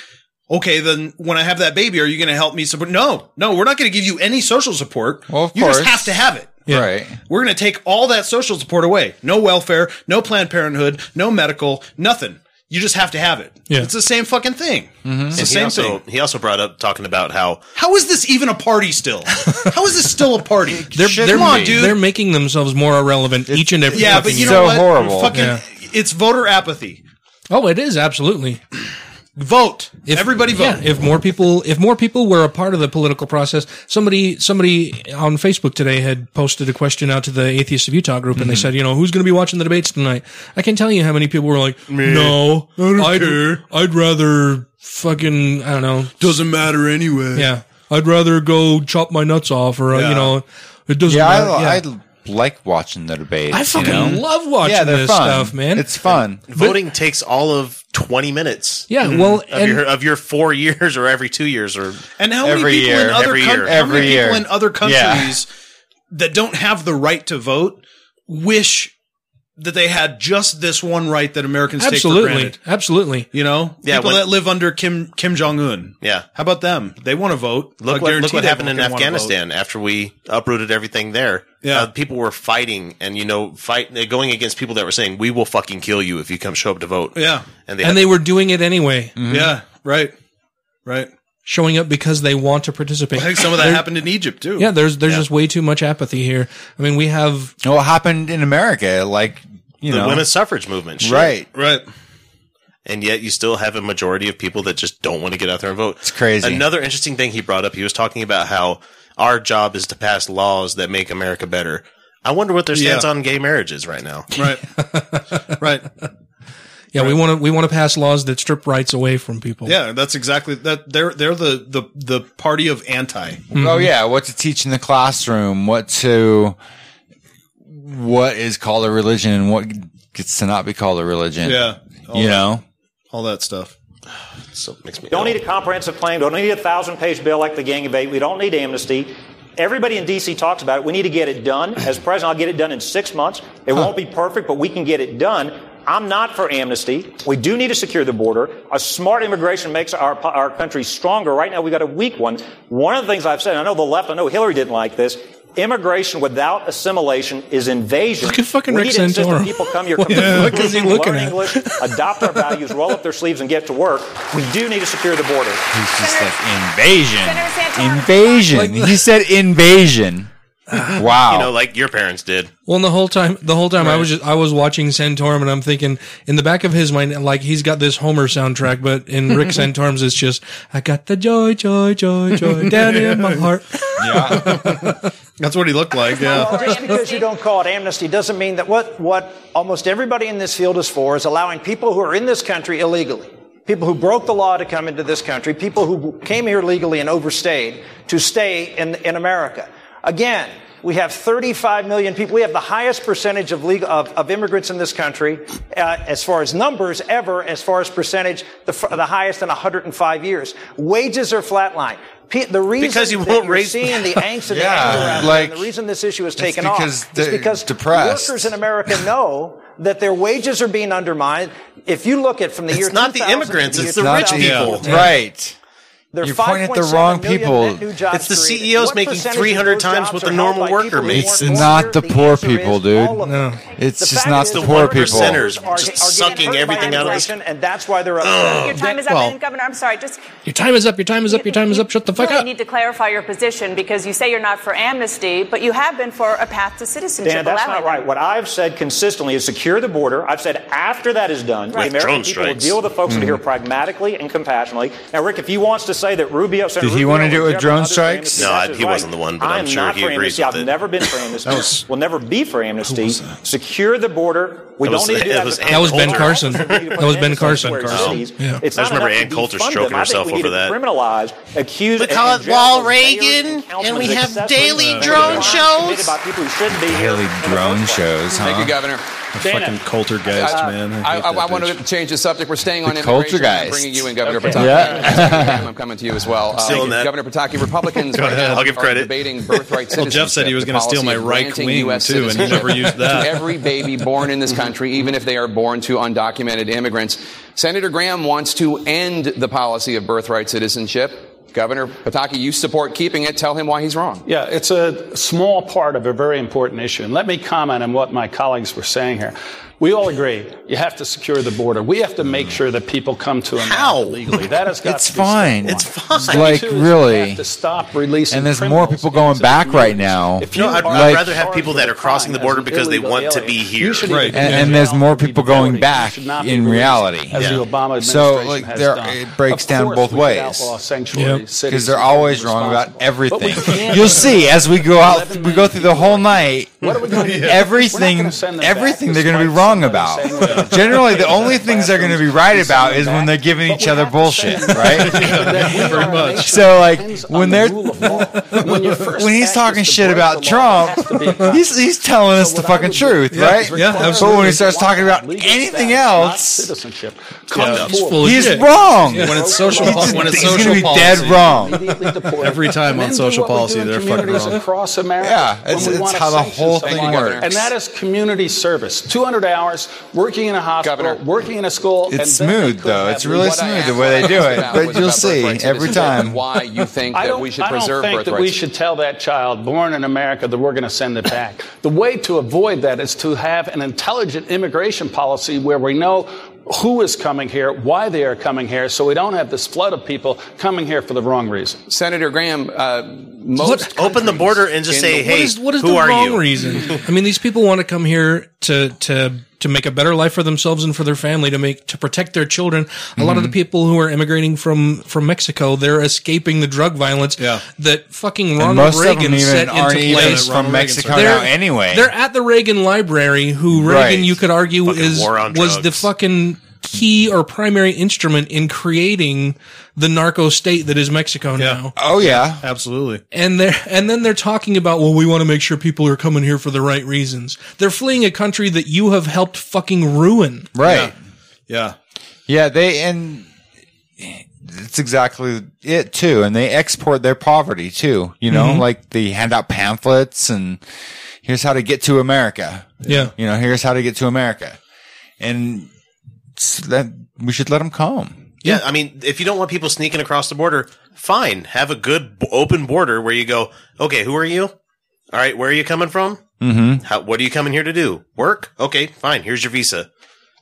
[SPEAKER 4] Okay, then when I have that baby, are you going to help me support? No, no, we're not going to give you any social support. Well,
[SPEAKER 18] of
[SPEAKER 4] you
[SPEAKER 18] course.
[SPEAKER 4] just have to have it.
[SPEAKER 18] Right.
[SPEAKER 4] We're going to take all that social support away. No welfare, no Planned Parenthood, no medical, nothing. You just have to have it.
[SPEAKER 8] Yeah. Mm-hmm.
[SPEAKER 4] It's the same fucking thing. It's the
[SPEAKER 8] And he
[SPEAKER 4] same
[SPEAKER 8] also,
[SPEAKER 4] thing.
[SPEAKER 8] he also brought up talking about how
[SPEAKER 4] How is this even a party still? How is this still a party?
[SPEAKER 3] they're, they're,
[SPEAKER 4] Come on, dude.
[SPEAKER 3] they're making themselves more irrelevant each and every
[SPEAKER 4] yeah,
[SPEAKER 3] fucking
[SPEAKER 4] but you
[SPEAKER 3] year.
[SPEAKER 4] know what? Fucking,
[SPEAKER 3] Yeah.
[SPEAKER 4] It's voter apathy.
[SPEAKER 3] Oh, it is absolutely.
[SPEAKER 4] Vote. Everybody vote.
[SPEAKER 3] Yeah, if more people, if more people were a part of the political process, somebody, somebody on Facebook today had posted a question out to the Atheists of Utah group, and they
[SPEAKER 18] Mhm.
[SPEAKER 3] said, you know, who's going to be watching the debates tonight? I can't tell you how many people were like,
[SPEAKER 18] Me.
[SPEAKER 3] no,
[SPEAKER 18] I don't
[SPEAKER 3] I'd,
[SPEAKER 18] care."
[SPEAKER 3] I'd rather fucking, I don't know,
[SPEAKER 4] doesn't matter anyway.
[SPEAKER 3] Yeah, I'd rather go chop my nuts off, or uh,
[SPEAKER 18] Yeah.
[SPEAKER 3] you know, it doesn't.
[SPEAKER 18] yeah,
[SPEAKER 3] matter.
[SPEAKER 18] I,
[SPEAKER 3] yeah.
[SPEAKER 18] I like watching the debates.
[SPEAKER 3] I fucking
[SPEAKER 18] you know?
[SPEAKER 3] love watching
[SPEAKER 18] yeah, they're
[SPEAKER 3] this
[SPEAKER 18] fun.
[SPEAKER 3] stuff, man.
[SPEAKER 18] It's fun.
[SPEAKER 8] Voting takes all of 20 minutes. Mm-hmm.
[SPEAKER 3] Yeah, well,
[SPEAKER 8] of, your, of your four years or every two years or
[SPEAKER 4] And how many
[SPEAKER 8] every
[SPEAKER 4] people
[SPEAKER 8] year,
[SPEAKER 4] in other
[SPEAKER 8] every
[SPEAKER 4] coun-
[SPEAKER 8] year.
[SPEAKER 4] how many people
[SPEAKER 8] year.
[SPEAKER 4] in other countries
[SPEAKER 8] Yeah.
[SPEAKER 4] that don't have the right to vote wish that they had just this one right that Americans take for
[SPEAKER 3] absolutely,
[SPEAKER 4] granted?
[SPEAKER 3] absolutely.
[SPEAKER 4] You know,
[SPEAKER 3] Yeah,
[SPEAKER 4] people
[SPEAKER 3] when-
[SPEAKER 4] that live under Kim Kim Jong Un.
[SPEAKER 8] Yeah.
[SPEAKER 4] How about them? They want to vote. I
[SPEAKER 8] Look what, look
[SPEAKER 4] guarantee
[SPEAKER 8] what
[SPEAKER 4] they
[SPEAKER 8] happened in
[SPEAKER 4] fucking wanna vote.
[SPEAKER 8] Afghanistan after we uprooted everything there.
[SPEAKER 4] Yeah.
[SPEAKER 8] Uh, people were fighting and, you know, fight, uh, going against people that were saying, we will fucking kill you if you come show up to vote.
[SPEAKER 4] Yeah.
[SPEAKER 8] And they,
[SPEAKER 3] And they were doing it anyway.
[SPEAKER 18] Mm-hmm.
[SPEAKER 4] Yeah, right, right.
[SPEAKER 3] Showing up because they want to participate.
[SPEAKER 4] I think some of that
[SPEAKER 3] There-
[SPEAKER 4] happened in Egypt too.
[SPEAKER 3] Yeah, there's there's just way too much apathy here. I mean, we have
[SPEAKER 18] No, it happened in America, like you
[SPEAKER 8] the
[SPEAKER 18] know,
[SPEAKER 8] women's suffrage movement. Shit.
[SPEAKER 18] Right.
[SPEAKER 4] Right.
[SPEAKER 8] And yet you still have a majority of people that just don't want to get out there and vote. It's
[SPEAKER 18] crazy.
[SPEAKER 8] Another interesting thing he brought up, he was talking about how our job is to pass laws that make America better. I wonder what their stance
[SPEAKER 3] Yeah.
[SPEAKER 8] on gay marriage is right now.
[SPEAKER 4] Right. right.
[SPEAKER 3] yeah, we want to we want to pass laws that strip rights away from people.
[SPEAKER 4] Yeah, that's exactly that. They're they're the the the party of anti.
[SPEAKER 18] Oh yeah, what to teach in the classroom, what to what is called a religion and what gets to not be called a religion.
[SPEAKER 4] Yeah.
[SPEAKER 18] you know.
[SPEAKER 4] all that stuff.
[SPEAKER 8] So it makes me
[SPEAKER 16] Don't need a comprehensive plan. Don't need a thousand page bill like the Gang of Eight. We don't need amnesty. Everybody in D.C. talks about it. We need to get it done. As president, I'll get it done in six months. It won't be perfect, but we can get it done. I'm not for amnesty. We do need to secure the border. A smart immigration makes our, our country stronger. Right now, we've got a weak one. One of the things I've said, and I know the left, I know Hillary didn't like this. Immigration without assimilation is invasion. Look at
[SPEAKER 3] fucking
[SPEAKER 16] we
[SPEAKER 3] Rick
[SPEAKER 16] need to insist that
[SPEAKER 3] Santorum.
[SPEAKER 16] People come here,
[SPEAKER 3] What the
[SPEAKER 16] completely
[SPEAKER 3] fuck is he
[SPEAKER 16] learn
[SPEAKER 3] looking at?
[SPEAKER 16] English, adopt our values, roll up their sleeves, and get to work. We do need to secure the border.
[SPEAKER 18] He's just like invasion,
[SPEAKER 16] Santorum.
[SPEAKER 18] invasion. he said invasion. Wow.
[SPEAKER 8] You know, like your parents did.
[SPEAKER 3] Well, and the whole time, the whole time I was
[SPEAKER 8] Right.
[SPEAKER 3] just I was watching Santorum, and I'm thinking in the back of his mind, like he's got this Homer soundtrack, but in Rick Santorum's, it's just I got the joy, joy, joy, joy down in my heart.
[SPEAKER 4] Yeah, that's what he looked like.
[SPEAKER 14] Well,
[SPEAKER 4] Yeah,
[SPEAKER 14] just because you don't call it amnesty doesn't mean that what, what almost everybody in this field is for is allowing people who are in this country illegally, people who broke the law to come into this country, people who came here legally and overstayed to stay in, in America. Again, we have 35 million people. We have the highest percentage of, legal, of, of immigrants in this country, uh, as far as numbers ever, as far as percentage, the, f- the highest in 105 years. Wages are flatline. Pe- the reason
[SPEAKER 8] Because you
[SPEAKER 14] that
[SPEAKER 8] won't
[SPEAKER 14] you're
[SPEAKER 8] raise-
[SPEAKER 14] seeing the angst and
[SPEAKER 18] Yeah,
[SPEAKER 14] the anger out there,
[SPEAKER 18] like-
[SPEAKER 14] and the reason this issue is
[SPEAKER 18] It's
[SPEAKER 14] taken
[SPEAKER 18] because
[SPEAKER 14] off is
[SPEAKER 18] they're
[SPEAKER 14] because
[SPEAKER 18] depressed.
[SPEAKER 14] workers in America know that their wages are being undermined. If you look at from the
[SPEAKER 8] It's
[SPEAKER 14] year
[SPEAKER 8] not the
[SPEAKER 14] 2000 to
[SPEAKER 8] immigrants,
[SPEAKER 14] year
[SPEAKER 8] it's the rich
[SPEAKER 14] 2010,
[SPEAKER 8] people.
[SPEAKER 18] Right.
[SPEAKER 14] There are
[SPEAKER 18] You're pointing at the
[SPEAKER 14] 5.7
[SPEAKER 18] wrong
[SPEAKER 14] million
[SPEAKER 18] people.
[SPEAKER 14] net new jobs
[SPEAKER 8] It's the
[SPEAKER 14] created.
[SPEAKER 8] CEOs
[SPEAKER 14] What
[SPEAKER 8] making
[SPEAKER 14] percentage of
[SPEAKER 8] 300
[SPEAKER 14] those
[SPEAKER 8] times
[SPEAKER 14] jobs
[SPEAKER 8] what
[SPEAKER 14] are
[SPEAKER 8] the
[SPEAKER 14] held
[SPEAKER 8] normal
[SPEAKER 14] by
[SPEAKER 8] worker
[SPEAKER 14] people who
[SPEAKER 8] makes.
[SPEAKER 14] weren't
[SPEAKER 18] It's
[SPEAKER 14] born
[SPEAKER 18] not
[SPEAKER 14] here?
[SPEAKER 18] the poor
[SPEAKER 14] answer is
[SPEAKER 18] people,
[SPEAKER 14] all
[SPEAKER 18] dude.
[SPEAKER 14] of them.
[SPEAKER 18] It's
[SPEAKER 14] The
[SPEAKER 18] just
[SPEAKER 14] fact
[SPEAKER 18] not
[SPEAKER 14] is
[SPEAKER 18] the
[SPEAKER 14] the
[SPEAKER 18] poor
[SPEAKER 14] workers
[SPEAKER 18] people.
[SPEAKER 8] Percenters
[SPEAKER 14] Are- are
[SPEAKER 8] just
[SPEAKER 14] getting hurt
[SPEAKER 8] sucking
[SPEAKER 14] by
[SPEAKER 8] everything out of this.
[SPEAKER 14] immigration, and that's why they're upset.
[SPEAKER 19] Your time is up,
[SPEAKER 3] Well-
[SPEAKER 19] and Governor. I'm sorry. Just
[SPEAKER 3] Your time is up. Your time is up. Your time is up. Shut the fuck
[SPEAKER 19] really
[SPEAKER 3] up.
[SPEAKER 19] need to clarify your position because you say you're not for amnesty, but you have been for a path to citizenship.
[SPEAKER 16] Dan, that's
[SPEAKER 19] allowing
[SPEAKER 16] not right. What I've said consistently is secure the border. I've said after that is done,
[SPEAKER 19] Right.
[SPEAKER 16] the American
[SPEAKER 19] Drone
[SPEAKER 16] people will
[SPEAKER 18] strikes.
[SPEAKER 16] deal with the folks that are
[SPEAKER 18] Mhm.
[SPEAKER 8] Mm-hmm.
[SPEAKER 16] here pragmatically and compassionately. Now, Rick, if he wants to say that Rubio, Senator
[SPEAKER 18] Did he
[SPEAKER 16] Rubio
[SPEAKER 18] wanna
[SPEAKER 16] and
[SPEAKER 18] do it with
[SPEAKER 16] Jeff
[SPEAKER 18] drone
[SPEAKER 16] and others are
[SPEAKER 18] strikes?
[SPEAKER 16] amnesty,
[SPEAKER 18] No,
[SPEAKER 16] that's
[SPEAKER 18] I-
[SPEAKER 16] his
[SPEAKER 18] he
[SPEAKER 16] right.
[SPEAKER 18] wasn't the one, but
[SPEAKER 16] I
[SPEAKER 18] I'm
[SPEAKER 16] am
[SPEAKER 18] sure
[SPEAKER 16] not
[SPEAKER 18] he
[SPEAKER 16] for amnesty.
[SPEAKER 18] agrees with
[SPEAKER 16] I've
[SPEAKER 18] it.
[SPEAKER 16] never been for amnesty.
[SPEAKER 18] was-
[SPEAKER 16] will never be for amnesty. Secure the border. We
[SPEAKER 8] That
[SPEAKER 16] don't
[SPEAKER 8] was-
[SPEAKER 16] need to do
[SPEAKER 8] that
[SPEAKER 16] that.
[SPEAKER 8] was
[SPEAKER 16] to
[SPEAKER 8] Ann That was Ben
[SPEAKER 16] Coulter.
[SPEAKER 8] Carson.
[SPEAKER 16] We need to put
[SPEAKER 8] That was Ben
[SPEAKER 16] amnesty
[SPEAKER 8] Carson.
[SPEAKER 16] where it
[SPEAKER 8] Oh.
[SPEAKER 16] exists.
[SPEAKER 8] Yeah.
[SPEAKER 16] It's
[SPEAKER 8] I just
[SPEAKER 16] not
[SPEAKER 8] remember
[SPEAKER 16] enough to
[SPEAKER 8] Ann Coulter
[SPEAKER 16] defund them.
[SPEAKER 8] stroking
[SPEAKER 16] I think
[SPEAKER 8] herself
[SPEAKER 16] we need
[SPEAKER 8] over
[SPEAKER 16] to
[SPEAKER 8] that.
[SPEAKER 16] Criminalize, accuse.
[SPEAKER 8] We call it
[SPEAKER 16] and- and
[SPEAKER 8] Wall
[SPEAKER 16] generalize mayors
[SPEAKER 8] Reagan, and we
[SPEAKER 16] councilmen
[SPEAKER 8] have
[SPEAKER 16] accessories
[SPEAKER 8] daily
[SPEAKER 16] to the
[SPEAKER 8] drone
[SPEAKER 16] crimes
[SPEAKER 8] shows.
[SPEAKER 16] committed by people who shouldn't be here.
[SPEAKER 18] Daily drone shows, huh?
[SPEAKER 16] Thank you, Governor.
[SPEAKER 4] The
[SPEAKER 16] Dana.
[SPEAKER 4] fucking Coultergeist,
[SPEAKER 16] Uh,
[SPEAKER 4] man.
[SPEAKER 11] I,
[SPEAKER 4] hate
[SPEAKER 11] I,
[SPEAKER 4] that
[SPEAKER 11] I want
[SPEAKER 4] bitch.
[SPEAKER 11] to change the subject. We're staying on
[SPEAKER 4] The
[SPEAKER 11] immigration. and I'm
[SPEAKER 4] Culturegeist.
[SPEAKER 11] bringing you in, Governor
[SPEAKER 4] Okay.
[SPEAKER 11] Pataki.
[SPEAKER 18] Yeah.
[SPEAKER 11] I'm coming to you as well. Uh,
[SPEAKER 4] Stealing that.
[SPEAKER 11] Governor Pataki, Republicans
[SPEAKER 4] Go
[SPEAKER 11] right
[SPEAKER 4] ahead.
[SPEAKER 11] now
[SPEAKER 4] I'll give
[SPEAKER 11] are
[SPEAKER 4] credit.
[SPEAKER 11] debating birthright
[SPEAKER 4] Well,
[SPEAKER 11] citizenship.
[SPEAKER 4] Jeff said he was
[SPEAKER 11] the
[SPEAKER 4] gonna steal
[SPEAKER 11] policy
[SPEAKER 4] my
[SPEAKER 11] of
[SPEAKER 4] right
[SPEAKER 11] granting
[SPEAKER 4] wing,
[SPEAKER 11] US
[SPEAKER 4] too, and he
[SPEAKER 11] citizenship
[SPEAKER 4] never used that.
[SPEAKER 11] To every baby born in this country, even if they are born to undocumented immigrants. Senator Graham wants to end the policy of birthright citizenship. Governor Pataki, you support keeping it. Tell him why he's wrong.
[SPEAKER 13] Yeah, it's a small part of a very important issue. And let me comment on what my colleagues were saying here. We all agree you have to secure the border. We have to make sure that people come to America legally. That has got
[SPEAKER 18] It's
[SPEAKER 13] to be step
[SPEAKER 18] fine.
[SPEAKER 13] one.
[SPEAKER 18] It's fine.
[SPEAKER 13] Step
[SPEAKER 18] Like,
[SPEAKER 13] two is we
[SPEAKER 18] really.
[SPEAKER 13] have to stop releasing.
[SPEAKER 18] and there's more people going back right now.
[SPEAKER 13] If
[SPEAKER 8] No,
[SPEAKER 13] you
[SPEAKER 8] I'd,
[SPEAKER 13] are
[SPEAKER 8] I'd rather have
[SPEAKER 13] charged
[SPEAKER 8] people
[SPEAKER 13] with
[SPEAKER 8] that
[SPEAKER 13] a
[SPEAKER 8] are crossing the
[SPEAKER 13] crime as
[SPEAKER 8] border
[SPEAKER 13] an
[SPEAKER 8] because they
[SPEAKER 13] illegal
[SPEAKER 8] want to
[SPEAKER 13] alien.
[SPEAKER 8] be here.
[SPEAKER 13] should Right. even
[SPEAKER 18] And, and there's more people going back in reality.
[SPEAKER 13] as the Obama
[SPEAKER 18] so
[SPEAKER 13] administration
[SPEAKER 18] like
[SPEAKER 13] has
[SPEAKER 18] there,
[SPEAKER 13] done.
[SPEAKER 18] it breaks down
[SPEAKER 13] course
[SPEAKER 18] both
[SPEAKER 13] we could
[SPEAKER 18] ways
[SPEAKER 13] outlaw sanctuary Yep. cities
[SPEAKER 18] because they're
[SPEAKER 13] and
[SPEAKER 18] always wrong about everything. You'll see as we go out, we go through the whole night. Everything, everything they're going to be wrong about. Generally, the only things they're going to be right about is when they're giving each other bullshit, right?
[SPEAKER 4] Very much.
[SPEAKER 18] So like when they're when, he's talking shit about Trump, he's he's telling us the fucking truth,
[SPEAKER 4] Yeah,
[SPEAKER 18] right?
[SPEAKER 4] yeah,
[SPEAKER 18] But when
[SPEAKER 4] absolutely.
[SPEAKER 18] he starts talking about anything else,
[SPEAKER 13] citizenship.
[SPEAKER 18] Yeah.
[SPEAKER 13] Come forward.
[SPEAKER 18] He's wrong.
[SPEAKER 4] When it's social,
[SPEAKER 18] He's-
[SPEAKER 4] when it's
[SPEAKER 18] he's
[SPEAKER 4] social
[SPEAKER 18] gonna be
[SPEAKER 4] policy,
[SPEAKER 18] dead wrong.
[SPEAKER 4] Every time on social policy, they're fucking
[SPEAKER 13] communities
[SPEAKER 4] wrong.
[SPEAKER 13] across America.
[SPEAKER 18] Yeah,
[SPEAKER 13] when
[SPEAKER 18] it's-
[SPEAKER 13] we
[SPEAKER 18] it's
[SPEAKER 13] wanna
[SPEAKER 18] how the
[SPEAKER 13] sanction
[SPEAKER 18] whole
[SPEAKER 13] someone.
[SPEAKER 18] thing works.
[SPEAKER 13] And that is community service. 200 hours, working in a hospital, working in a school. and
[SPEAKER 18] It's
[SPEAKER 13] then they
[SPEAKER 18] smooth
[SPEAKER 13] could
[SPEAKER 18] though.
[SPEAKER 13] have
[SPEAKER 18] It's really
[SPEAKER 13] what I
[SPEAKER 18] smooth
[SPEAKER 13] asked
[SPEAKER 18] the way they do
[SPEAKER 13] about was
[SPEAKER 18] it. But you'll
[SPEAKER 13] about
[SPEAKER 18] see
[SPEAKER 13] birthrights and
[SPEAKER 18] every
[SPEAKER 13] is that
[SPEAKER 18] time.
[SPEAKER 13] why
[SPEAKER 11] you think
[SPEAKER 13] I
[SPEAKER 11] that
[SPEAKER 13] don't,
[SPEAKER 11] we should
[SPEAKER 13] I don't
[SPEAKER 11] preserve
[SPEAKER 13] think that we
[SPEAKER 11] birthrights.
[SPEAKER 13] should tell that child born in America that we're going to send it back. the way to avoid that is to have an intelligent immigration policy where we know who is coming here, why they are coming here, so we don't have this flood of people coming here for the wrong reason.
[SPEAKER 11] Senator Graham, uh, most
[SPEAKER 8] open the border and
[SPEAKER 11] just
[SPEAKER 8] say,
[SPEAKER 3] what
[SPEAKER 8] "Hey,
[SPEAKER 3] is, what is
[SPEAKER 8] who
[SPEAKER 3] the
[SPEAKER 8] are
[SPEAKER 3] wrong
[SPEAKER 8] you?"
[SPEAKER 3] reason? I mean, these people want to come here to to to make a better life for themselves and for their family, to make to protect their children. A lot of the
[SPEAKER 18] Mhm.
[SPEAKER 3] people who are immigrating from from Mexico, they're escaping the drug violence that fucking
[SPEAKER 18] And
[SPEAKER 3] Ronald
[SPEAKER 18] most of them
[SPEAKER 3] Reagan
[SPEAKER 18] even
[SPEAKER 3] set
[SPEAKER 18] aren't
[SPEAKER 3] into
[SPEAKER 18] even
[SPEAKER 3] place
[SPEAKER 18] from Ronald Mexico Reagan,
[SPEAKER 3] They're-
[SPEAKER 18] now anyway.
[SPEAKER 3] They're at the Reagan Library, who Reagan
[SPEAKER 18] Right.
[SPEAKER 3] you could argue
[SPEAKER 18] Fucking
[SPEAKER 3] is
[SPEAKER 18] war on
[SPEAKER 3] was the fucking key or primary instrument in creating the narco state that is Mexico now.
[SPEAKER 18] Oh yeah,
[SPEAKER 4] absolutely.
[SPEAKER 3] And they're and then they're talking about well, we want to make sure people are coming here for the right reasons. They're fleeing a country that you have helped fucking ruin.
[SPEAKER 18] Right.
[SPEAKER 4] Yeah.
[SPEAKER 18] Yeah, they and it's exactly it too. And they export their poverty too. You know,
[SPEAKER 3] Mhm.
[SPEAKER 18] like they hand out pamphlets and here's how to get to America.
[SPEAKER 3] Yeah.
[SPEAKER 18] You know, here's how to get to America. And s- that we should let them come.
[SPEAKER 8] Yeah, I mean, if you don't want people sneaking across the border, fine. Have a good b- open border where you go, okay, who are you? All right, where are you coming from?
[SPEAKER 18] Mm-hmm.
[SPEAKER 8] How, what are you coming here to do? Work? Okay, fine. Here's your visa.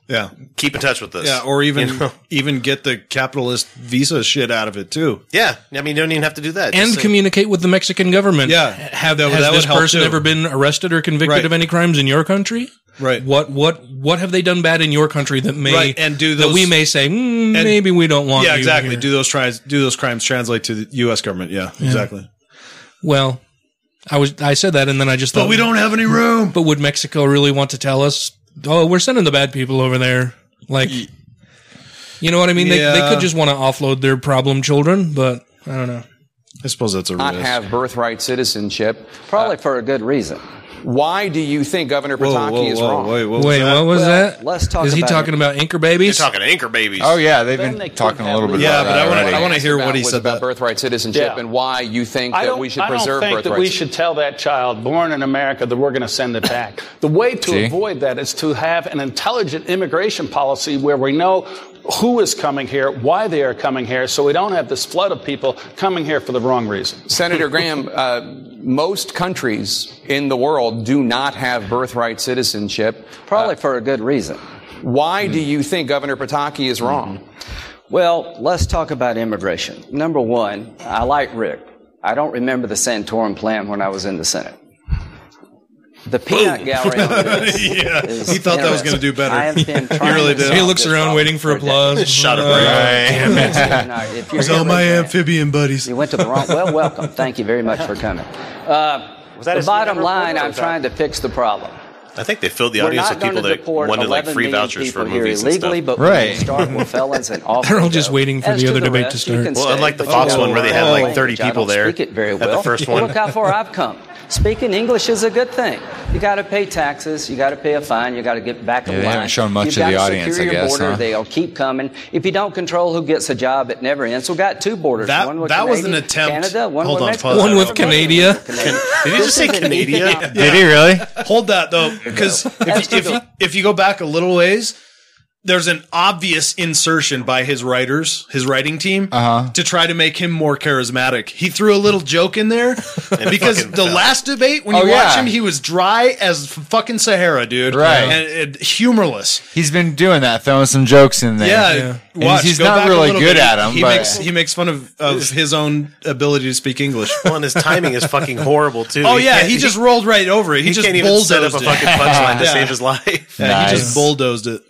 [SPEAKER 4] Yeah.
[SPEAKER 8] Keep in touch with us.
[SPEAKER 4] Yeah, or even
[SPEAKER 8] You know?
[SPEAKER 4] even get the capitalist visa shit out of it too.
[SPEAKER 8] yeah. I mean, you don't even have to do that.
[SPEAKER 3] And
[SPEAKER 8] Just say-
[SPEAKER 3] communicate with the Mexican government.
[SPEAKER 4] Yeah.
[SPEAKER 3] Have
[SPEAKER 4] That would-
[SPEAKER 3] has
[SPEAKER 4] that would
[SPEAKER 3] this
[SPEAKER 4] help,
[SPEAKER 3] person
[SPEAKER 4] too.
[SPEAKER 3] ever been arrested or convicted
[SPEAKER 4] Right.
[SPEAKER 3] of any crimes in your country?
[SPEAKER 4] Right.
[SPEAKER 3] What what what have they done bad in your country that may
[SPEAKER 4] Right, and do
[SPEAKER 3] that
[SPEAKER 4] those-
[SPEAKER 3] we may say "Mm,
[SPEAKER 4] and-
[SPEAKER 3] maybe we don't want
[SPEAKER 4] yeah,
[SPEAKER 3] you
[SPEAKER 4] exactly.
[SPEAKER 3] here."
[SPEAKER 4] Do those crimes do those crimes translate to the US government? Yeah,
[SPEAKER 3] Yeah.
[SPEAKER 4] exactly.
[SPEAKER 3] Well, I was I said that and then I just
[SPEAKER 4] But
[SPEAKER 3] thought
[SPEAKER 4] we don't have any room.
[SPEAKER 3] But would Mexico really want to tell us, "Oh, we're sending the bad people over there." Like You know what I mean? They, they
[SPEAKER 4] Yeah.
[SPEAKER 3] could just want to offload their problem children, but I don't know.
[SPEAKER 4] I suppose that's a
[SPEAKER 11] not have birthright citizenship, probably
[SPEAKER 15] for a good reason.
[SPEAKER 11] Why do you think Governor
[SPEAKER 15] Whoa,
[SPEAKER 11] Pataki
[SPEAKER 15] whoa,
[SPEAKER 11] is
[SPEAKER 15] whoa,
[SPEAKER 11] wrong?
[SPEAKER 15] wait,
[SPEAKER 3] Wait, what was that?
[SPEAKER 15] let's talk
[SPEAKER 3] Is he
[SPEAKER 15] about
[SPEAKER 3] talking about anchor babies?
[SPEAKER 8] You're talking anchor babies.
[SPEAKER 18] Oh yeah, they've been talking a little bit. about that already.
[SPEAKER 11] was about birthright citizenship
[SPEAKER 13] Yeah.
[SPEAKER 11] and why you think
[SPEAKER 13] I
[SPEAKER 11] that
[SPEAKER 13] don't,
[SPEAKER 11] we should
[SPEAKER 13] I don't
[SPEAKER 11] preserve
[SPEAKER 13] think that
[SPEAKER 11] birthright.
[SPEAKER 13] we should tell that child born in America that we're going to send it back. The way to
[SPEAKER 11] See?
[SPEAKER 13] avoid that is to have an intelligent immigration policy where we know who is coming here, why they are coming here, so we don't have this flood of people coming here for the wrong reason.
[SPEAKER 11] Senator Graham, uh, most countries in the world do not have birthright citizenship,
[SPEAKER 15] probably for a good reason.
[SPEAKER 11] Why do you think Governor Pataki is wrong?
[SPEAKER 15] Mm-hmm. Well, let's talk about immigration. Number one, I like Rick. I don't remember the Santorum plan when I was in the Senate. The peanut gallery. on this
[SPEAKER 4] yeah,
[SPEAKER 15] is
[SPEAKER 4] he thought that was going to do better.
[SPEAKER 15] I have been trying
[SPEAKER 4] he really
[SPEAKER 15] to
[SPEAKER 4] did.
[SPEAKER 15] solve this problem for decades.
[SPEAKER 3] Uh,
[SPEAKER 4] Damn it.
[SPEAKER 15] If you're
[SPEAKER 4] He's all
[SPEAKER 15] here,
[SPEAKER 4] my
[SPEAKER 15] Rick,
[SPEAKER 4] amphibian buddies.
[SPEAKER 15] You went to the wrong. Well, welcome. Thank you very much for coming. Uh,
[SPEAKER 8] that
[SPEAKER 15] the
[SPEAKER 8] a
[SPEAKER 15] bottom
[SPEAKER 8] Senator
[SPEAKER 15] line,
[SPEAKER 8] Porter or
[SPEAKER 15] I'm
[SPEAKER 8] was that-
[SPEAKER 15] trying to fix the problem.
[SPEAKER 8] I think they filled the
[SPEAKER 15] We're
[SPEAKER 8] audience
[SPEAKER 15] not
[SPEAKER 8] with people
[SPEAKER 15] gonna
[SPEAKER 8] that
[SPEAKER 15] deport
[SPEAKER 8] wanted like
[SPEAKER 15] 11
[SPEAKER 8] free
[SPEAKER 15] million
[SPEAKER 8] vouchers for
[SPEAKER 15] people here
[SPEAKER 8] movies
[SPEAKER 15] illegally,
[SPEAKER 8] and
[SPEAKER 15] but
[SPEAKER 8] stuff.
[SPEAKER 15] we're gonna start with felons and off
[SPEAKER 3] They're all
[SPEAKER 15] we
[SPEAKER 3] just
[SPEAKER 15] go.
[SPEAKER 3] waiting for
[SPEAKER 15] As
[SPEAKER 3] the other
[SPEAKER 15] the
[SPEAKER 3] debate
[SPEAKER 15] rest,
[SPEAKER 3] to
[SPEAKER 15] you
[SPEAKER 3] start.
[SPEAKER 15] can
[SPEAKER 8] Well,
[SPEAKER 15] stay,
[SPEAKER 8] unlike the
[SPEAKER 15] but you
[SPEAKER 8] Fox
[SPEAKER 15] know
[SPEAKER 8] one where they
[SPEAKER 15] the
[SPEAKER 8] had
[SPEAKER 15] wrong
[SPEAKER 8] like 30
[SPEAKER 15] language. I
[SPEAKER 8] people
[SPEAKER 15] don't
[SPEAKER 8] there
[SPEAKER 15] Speak it very
[SPEAKER 8] at the
[SPEAKER 15] well.
[SPEAKER 8] first
[SPEAKER 15] Well,
[SPEAKER 8] one.
[SPEAKER 15] Look how far I've come. Speaking English is a good thing. You got to pay taxes. You got to pay a fine. You got to get back in
[SPEAKER 18] Yeah, they
[SPEAKER 15] line.
[SPEAKER 18] haven't shown much
[SPEAKER 15] you
[SPEAKER 18] of the
[SPEAKER 15] gotta
[SPEAKER 18] audience,
[SPEAKER 15] secure
[SPEAKER 18] I
[SPEAKER 15] your
[SPEAKER 18] guess,
[SPEAKER 15] Border,
[SPEAKER 18] huh?
[SPEAKER 15] They'll keep coming. If you don't control who gets a job, it never ends. So we got two borders.
[SPEAKER 4] That-
[SPEAKER 15] one with
[SPEAKER 4] that was
[SPEAKER 15] Canadian-
[SPEAKER 4] an attempt-
[SPEAKER 15] Canada. One
[SPEAKER 4] hold
[SPEAKER 15] with
[SPEAKER 4] on,
[SPEAKER 15] Mexico.
[SPEAKER 4] pause that. One with
[SPEAKER 3] Canada.
[SPEAKER 4] Did
[SPEAKER 15] he just say Canada?
[SPEAKER 18] Did he really?
[SPEAKER 4] Hold that though, because if, you- if, you- if you go back a little ways, there's an obvious insertion by his writers, his writing team,
[SPEAKER 18] Uh-huh.
[SPEAKER 4] to try to make him more charismatic. He threw a little joke in there
[SPEAKER 18] And
[SPEAKER 4] because
[SPEAKER 18] fucking
[SPEAKER 4] the
[SPEAKER 18] fell.
[SPEAKER 4] last debate, when
[SPEAKER 18] Oh,
[SPEAKER 4] you watch
[SPEAKER 18] yeah.
[SPEAKER 4] him, he was dry as fucking Sahara, dude.
[SPEAKER 18] Right.
[SPEAKER 4] And, and humorless.
[SPEAKER 18] He's been doing that, throwing some jokes in there.
[SPEAKER 4] Yeah,
[SPEAKER 18] And
[SPEAKER 4] watch,
[SPEAKER 18] he's
[SPEAKER 4] go
[SPEAKER 18] not
[SPEAKER 4] back a
[SPEAKER 18] really
[SPEAKER 4] little
[SPEAKER 18] good
[SPEAKER 4] bit.
[SPEAKER 18] at them.
[SPEAKER 4] He
[SPEAKER 18] but
[SPEAKER 4] makes he makes fun of, of his own ability to speak English.
[SPEAKER 8] Well, and his timing is fucking horrible too.
[SPEAKER 4] Oh
[SPEAKER 8] He
[SPEAKER 4] yeah,
[SPEAKER 8] can't-
[SPEAKER 4] he just rolled right over it. He,
[SPEAKER 8] he
[SPEAKER 4] just
[SPEAKER 8] can't even set up
[SPEAKER 4] bulldozed
[SPEAKER 8] a
[SPEAKER 4] it.
[SPEAKER 8] fucking punchline to
[SPEAKER 4] Yeah.
[SPEAKER 8] save his life.
[SPEAKER 4] Yeah, he just bulldozed it.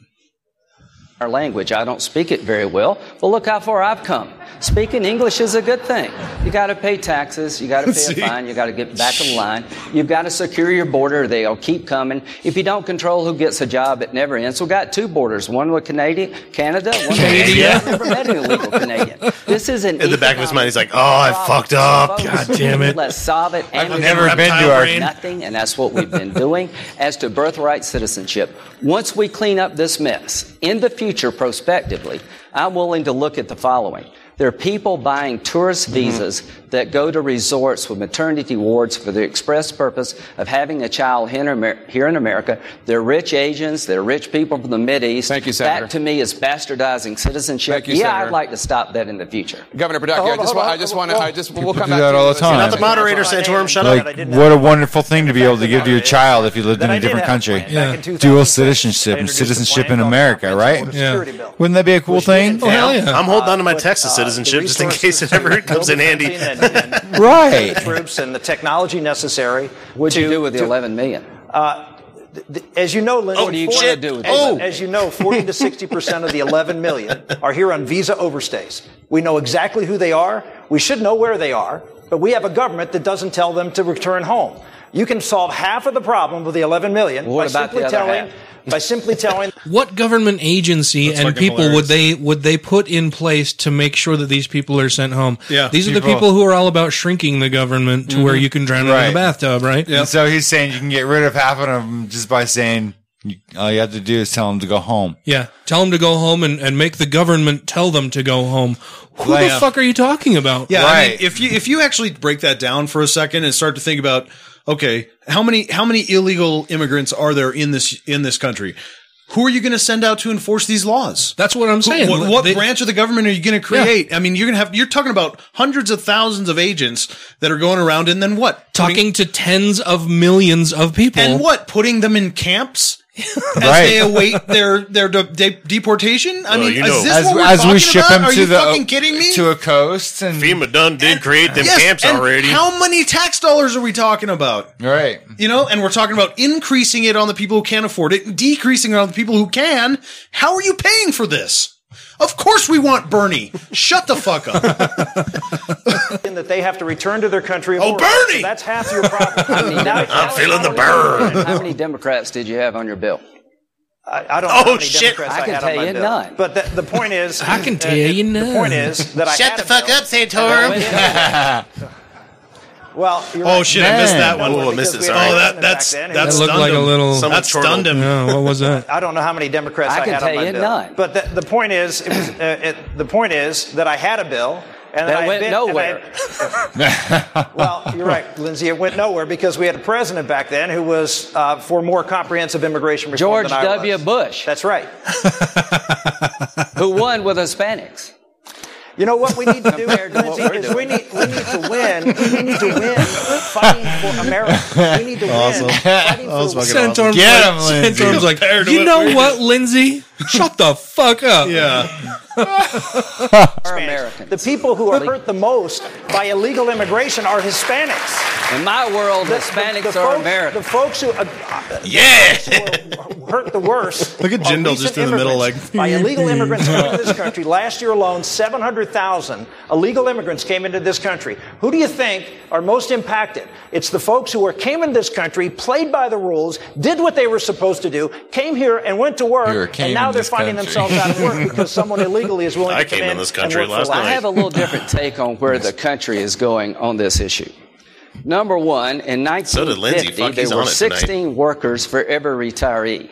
[SPEAKER 15] Our language, I don't speak it very well, but look how far I've come. Speaking English is a good thing. You got to pay taxes, you got to pay a
[SPEAKER 20] See?
[SPEAKER 15] fine, you got to get back in line, you've got to secure your border. They'll keep coming. If you don't control who gets a job, it never ends. We've got two borders: one with Canada, Canada, one with Canada. Never met an illegal Canadian. This is an
[SPEAKER 8] In the back of his mind, he's like, "Oh, I fucked up. God damn it."
[SPEAKER 15] Let's solve it.
[SPEAKER 8] I've
[SPEAKER 15] And
[SPEAKER 8] never
[SPEAKER 15] it's
[SPEAKER 8] been to our-
[SPEAKER 15] nothing, and that's what we've been doing. As to birthright citizenship, once we clean up this mess, in the future, prospectively, I'm willing to look at the following. There are people buying tourist visas that go to resorts with maternity wards for the express purpose of having a child here in, Amer- here in America. They're rich Asians. They're rich people from the Mideast. Thank you, Senator. That, to me, is bastardizing citizenship.
[SPEAKER 11] Thank you,
[SPEAKER 15] yeah,
[SPEAKER 11] Senator.
[SPEAKER 15] I'd like to stop that in the future.
[SPEAKER 11] Governor Padaki, I just, wa- I just want to, I just, we'll
[SPEAKER 18] People
[SPEAKER 11] come
[SPEAKER 18] do
[SPEAKER 11] back
[SPEAKER 18] that
[SPEAKER 11] to
[SPEAKER 18] all
[SPEAKER 11] you.
[SPEAKER 18] the time. Not the moderator,
[SPEAKER 11] Santorum.
[SPEAKER 18] like, what a wonderful thing to be able to give to your child if you lived in a different country. Dual citizenship and citizenship in America, right?
[SPEAKER 8] Yeah.
[SPEAKER 18] Wouldn't that be a cool thing?
[SPEAKER 8] I'm holding on to my Texas citizenship just in case it ever comes in handy.
[SPEAKER 18] Right.
[SPEAKER 14] Groups and the technology necessary. What'd
[SPEAKER 15] you do with the 11 million?
[SPEAKER 14] Uh, th- th- as you know, Lyndon,
[SPEAKER 15] What are Oh, you gonna do with
[SPEAKER 14] as,
[SPEAKER 15] it? Oh.
[SPEAKER 14] as you know, 40 to 60 percent of the 11 million are here on visa overstays. We know exactly who they are. We should know where they are, but we have a government that doesn't tell them to return home. You can solve half of the problem with the 11 million
[SPEAKER 15] What about
[SPEAKER 14] by
[SPEAKER 15] the
[SPEAKER 14] simply
[SPEAKER 15] other
[SPEAKER 14] telling by simply telling
[SPEAKER 3] What government agency
[SPEAKER 14] That's
[SPEAKER 3] and
[SPEAKER 14] fucking
[SPEAKER 3] people
[SPEAKER 14] hilarious.
[SPEAKER 3] would they would they put in place to make sure that these people are sent home?
[SPEAKER 18] Yeah,
[SPEAKER 3] these are the
[SPEAKER 18] people.
[SPEAKER 3] people who are all about shrinking the government to where
[SPEAKER 4] Mm-hmm.
[SPEAKER 18] Mhm.
[SPEAKER 3] you can drown them in
[SPEAKER 18] Right.
[SPEAKER 3] a bathtub, right?
[SPEAKER 18] And so he's saying you can get rid of half of them just by saying you- all you have to do is tell them to go home.
[SPEAKER 3] Yeah, tell them to go home and, and make the government tell them to go home. Who
[SPEAKER 4] Like-
[SPEAKER 3] the fuck are you talking about?
[SPEAKER 4] Yeah, I mean, if you if you actually break that down for a second and start to think about, okay, how many how many illegal immigrants are there in this in this country? Who are you going to send out to enforce these laws?
[SPEAKER 3] That's what I'm saying.
[SPEAKER 4] What, what
[SPEAKER 3] They-
[SPEAKER 4] branch of the government are you going to create? I mean, you're going to have you're talking about hundreds of thousands of agents that are going around, and then what?
[SPEAKER 3] Talking to tens of millions of people,
[SPEAKER 4] and what? Putting them in camps as
[SPEAKER 3] Right.
[SPEAKER 4] they await their their de- de- deportation. I mean, is this
[SPEAKER 18] as,
[SPEAKER 4] what we're
[SPEAKER 18] as
[SPEAKER 4] talking
[SPEAKER 18] we ship
[SPEAKER 4] about?
[SPEAKER 18] them
[SPEAKER 4] are
[SPEAKER 18] to
[SPEAKER 4] you
[SPEAKER 18] the
[SPEAKER 4] fucking kidding me?
[SPEAKER 18] to a coast and
[SPEAKER 8] FEMA done did create them
[SPEAKER 4] Yes,
[SPEAKER 8] camps
[SPEAKER 4] and
[SPEAKER 8] already.
[SPEAKER 4] How many tax dollars are we talking about?
[SPEAKER 18] Right.
[SPEAKER 4] You know, and we're talking about increasing it on the people who can't afford it and decreasing it on the people who can. How are you paying for this? Of course we want Bernie. Shut the fuck up.
[SPEAKER 14] that they have to return to their country. of
[SPEAKER 4] Oh,
[SPEAKER 14] origin.
[SPEAKER 4] Bernie!
[SPEAKER 14] So that's half your problem. I mean, now-
[SPEAKER 15] I'm
[SPEAKER 8] feeling the burn.
[SPEAKER 15] How many Democrats did you have on your bill?
[SPEAKER 14] I, I don't know
[SPEAKER 15] Oh,
[SPEAKER 14] how many
[SPEAKER 15] shit.
[SPEAKER 14] Democrats
[SPEAKER 15] I
[SPEAKER 14] I,
[SPEAKER 15] can
[SPEAKER 14] had
[SPEAKER 15] tell
[SPEAKER 14] on my
[SPEAKER 15] you
[SPEAKER 14] bill.
[SPEAKER 15] none.
[SPEAKER 14] But the, the point is,
[SPEAKER 15] I can tell you
[SPEAKER 14] The
[SPEAKER 15] none.
[SPEAKER 14] point is that I
[SPEAKER 15] Shut
[SPEAKER 14] had
[SPEAKER 15] the
[SPEAKER 14] a
[SPEAKER 15] fuck
[SPEAKER 14] bill.
[SPEAKER 15] up, Santorum.
[SPEAKER 14] And I went in. well, you're
[SPEAKER 4] Oh
[SPEAKER 14] right.
[SPEAKER 4] shit, I missed that one.
[SPEAKER 14] Well, because we
[SPEAKER 4] Oh,
[SPEAKER 14] had
[SPEAKER 4] that
[SPEAKER 14] a president
[SPEAKER 4] that's
[SPEAKER 14] back then
[SPEAKER 4] that's
[SPEAKER 14] who was-
[SPEAKER 4] stunned him. that stunned him.
[SPEAKER 3] Yeah, what was that?
[SPEAKER 14] I don't know how many Democrats
[SPEAKER 4] I
[SPEAKER 14] I,
[SPEAKER 4] can
[SPEAKER 14] had
[SPEAKER 4] tell
[SPEAKER 14] on my
[SPEAKER 4] you
[SPEAKER 14] bill.
[SPEAKER 4] none.
[SPEAKER 14] But the, the point is, it was, uh, it, the point is that I had a bill and
[SPEAKER 15] That
[SPEAKER 14] I had
[SPEAKER 15] went
[SPEAKER 14] been-
[SPEAKER 15] nowhere.
[SPEAKER 14] and I- well, you're right, Lindsay. It went nowhere because we had a president back then who was uh, for more comprehensive immigration reform
[SPEAKER 15] George
[SPEAKER 14] than I
[SPEAKER 15] W.
[SPEAKER 14] was.
[SPEAKER 15] Bush.
[SPEAKER 14] That's right.
[SPEAKER 15] Who won with Hispanics?
[SPEAKER 14] You know what we need to do, Lindsay,
[SPEAKER 15] we're
[SPEAKER 14] is we need we need to win. We need to win fighting for America. We need to win.
[SPEAKER 4] That was fucking awesome.
[SPEAKER 3] Santorum's like, Santorum's like, you know what, Lindsay? Shut the fuck up.
[SPEAKER 4] Yeah.
[SPEAKER 14] Are Americans. The people who are hurt the most by illegal immigration are Hispanics.
[SPEAKER 15] In my world, Hispanics are
[SPEAKER 14] folks,
[SPEAKER 15] Americans.
[SPEAKER 14] The folks who uh, uh,
[SPEAKER 8] yeah
[SPEAKER 14] hurt the worst.
[SPEAKER 4] Look at
[SPEAKER 14] are
[SPEAKER 4] Jindal
[SPEAKER 14] recent
[SPEAKER 4] just in the middle, like-
[SPEAKER 14] immigrants. by illegal
[SPEAKER 4] Hmm.
[SPEAKER 14] immigrants coming to this country last year alone, seven hundred thousand illegal immigrants came into this country. Who do you think are most impacted? It's the folks who were came in this country, played by the rules, did what they were supposed to do, came here and went to
[SPEAKER 18] Here,
[SPEAKER 14] work,
[SPEAKER 18] came
[SPEAKER 14] and now
[SPEAKER 18] in
[SPEAKER 14] they're
[SPEAKER 18] this
[SPEAKER 14] finding
[SPEAKER 18] country.
[SPEAKER 14] themselves out of work because someone illegally is willing
[SPEAKER 8] I
[SPEAKER 14] to
[SPEAKER 8] came
[SPEAKER 14] come
[SPEAKER 8] in
[SPEAKER 14] in,
[SPEAKER 8] this
[SPEAKER 14] and
[SPEAKER 8] country
[SPEAKER 14] work for
[SPEAKER 8] last
[SPEAKER 14] life.
[SPEAKER 15] I have a little different take on where the country is going on this issue. Number one, in
[SPEAKER 8] did Lindsay.
[SPEAKER 15] 1950,
[SPEAKER 8] Fuck, he's
[SPEAKER 15] there
[SPEAKER 8] on
[SPEAKER 15] were
[SPEAKER 8] it tonight.
[SPEAKER 15] 16 workers for every retiree.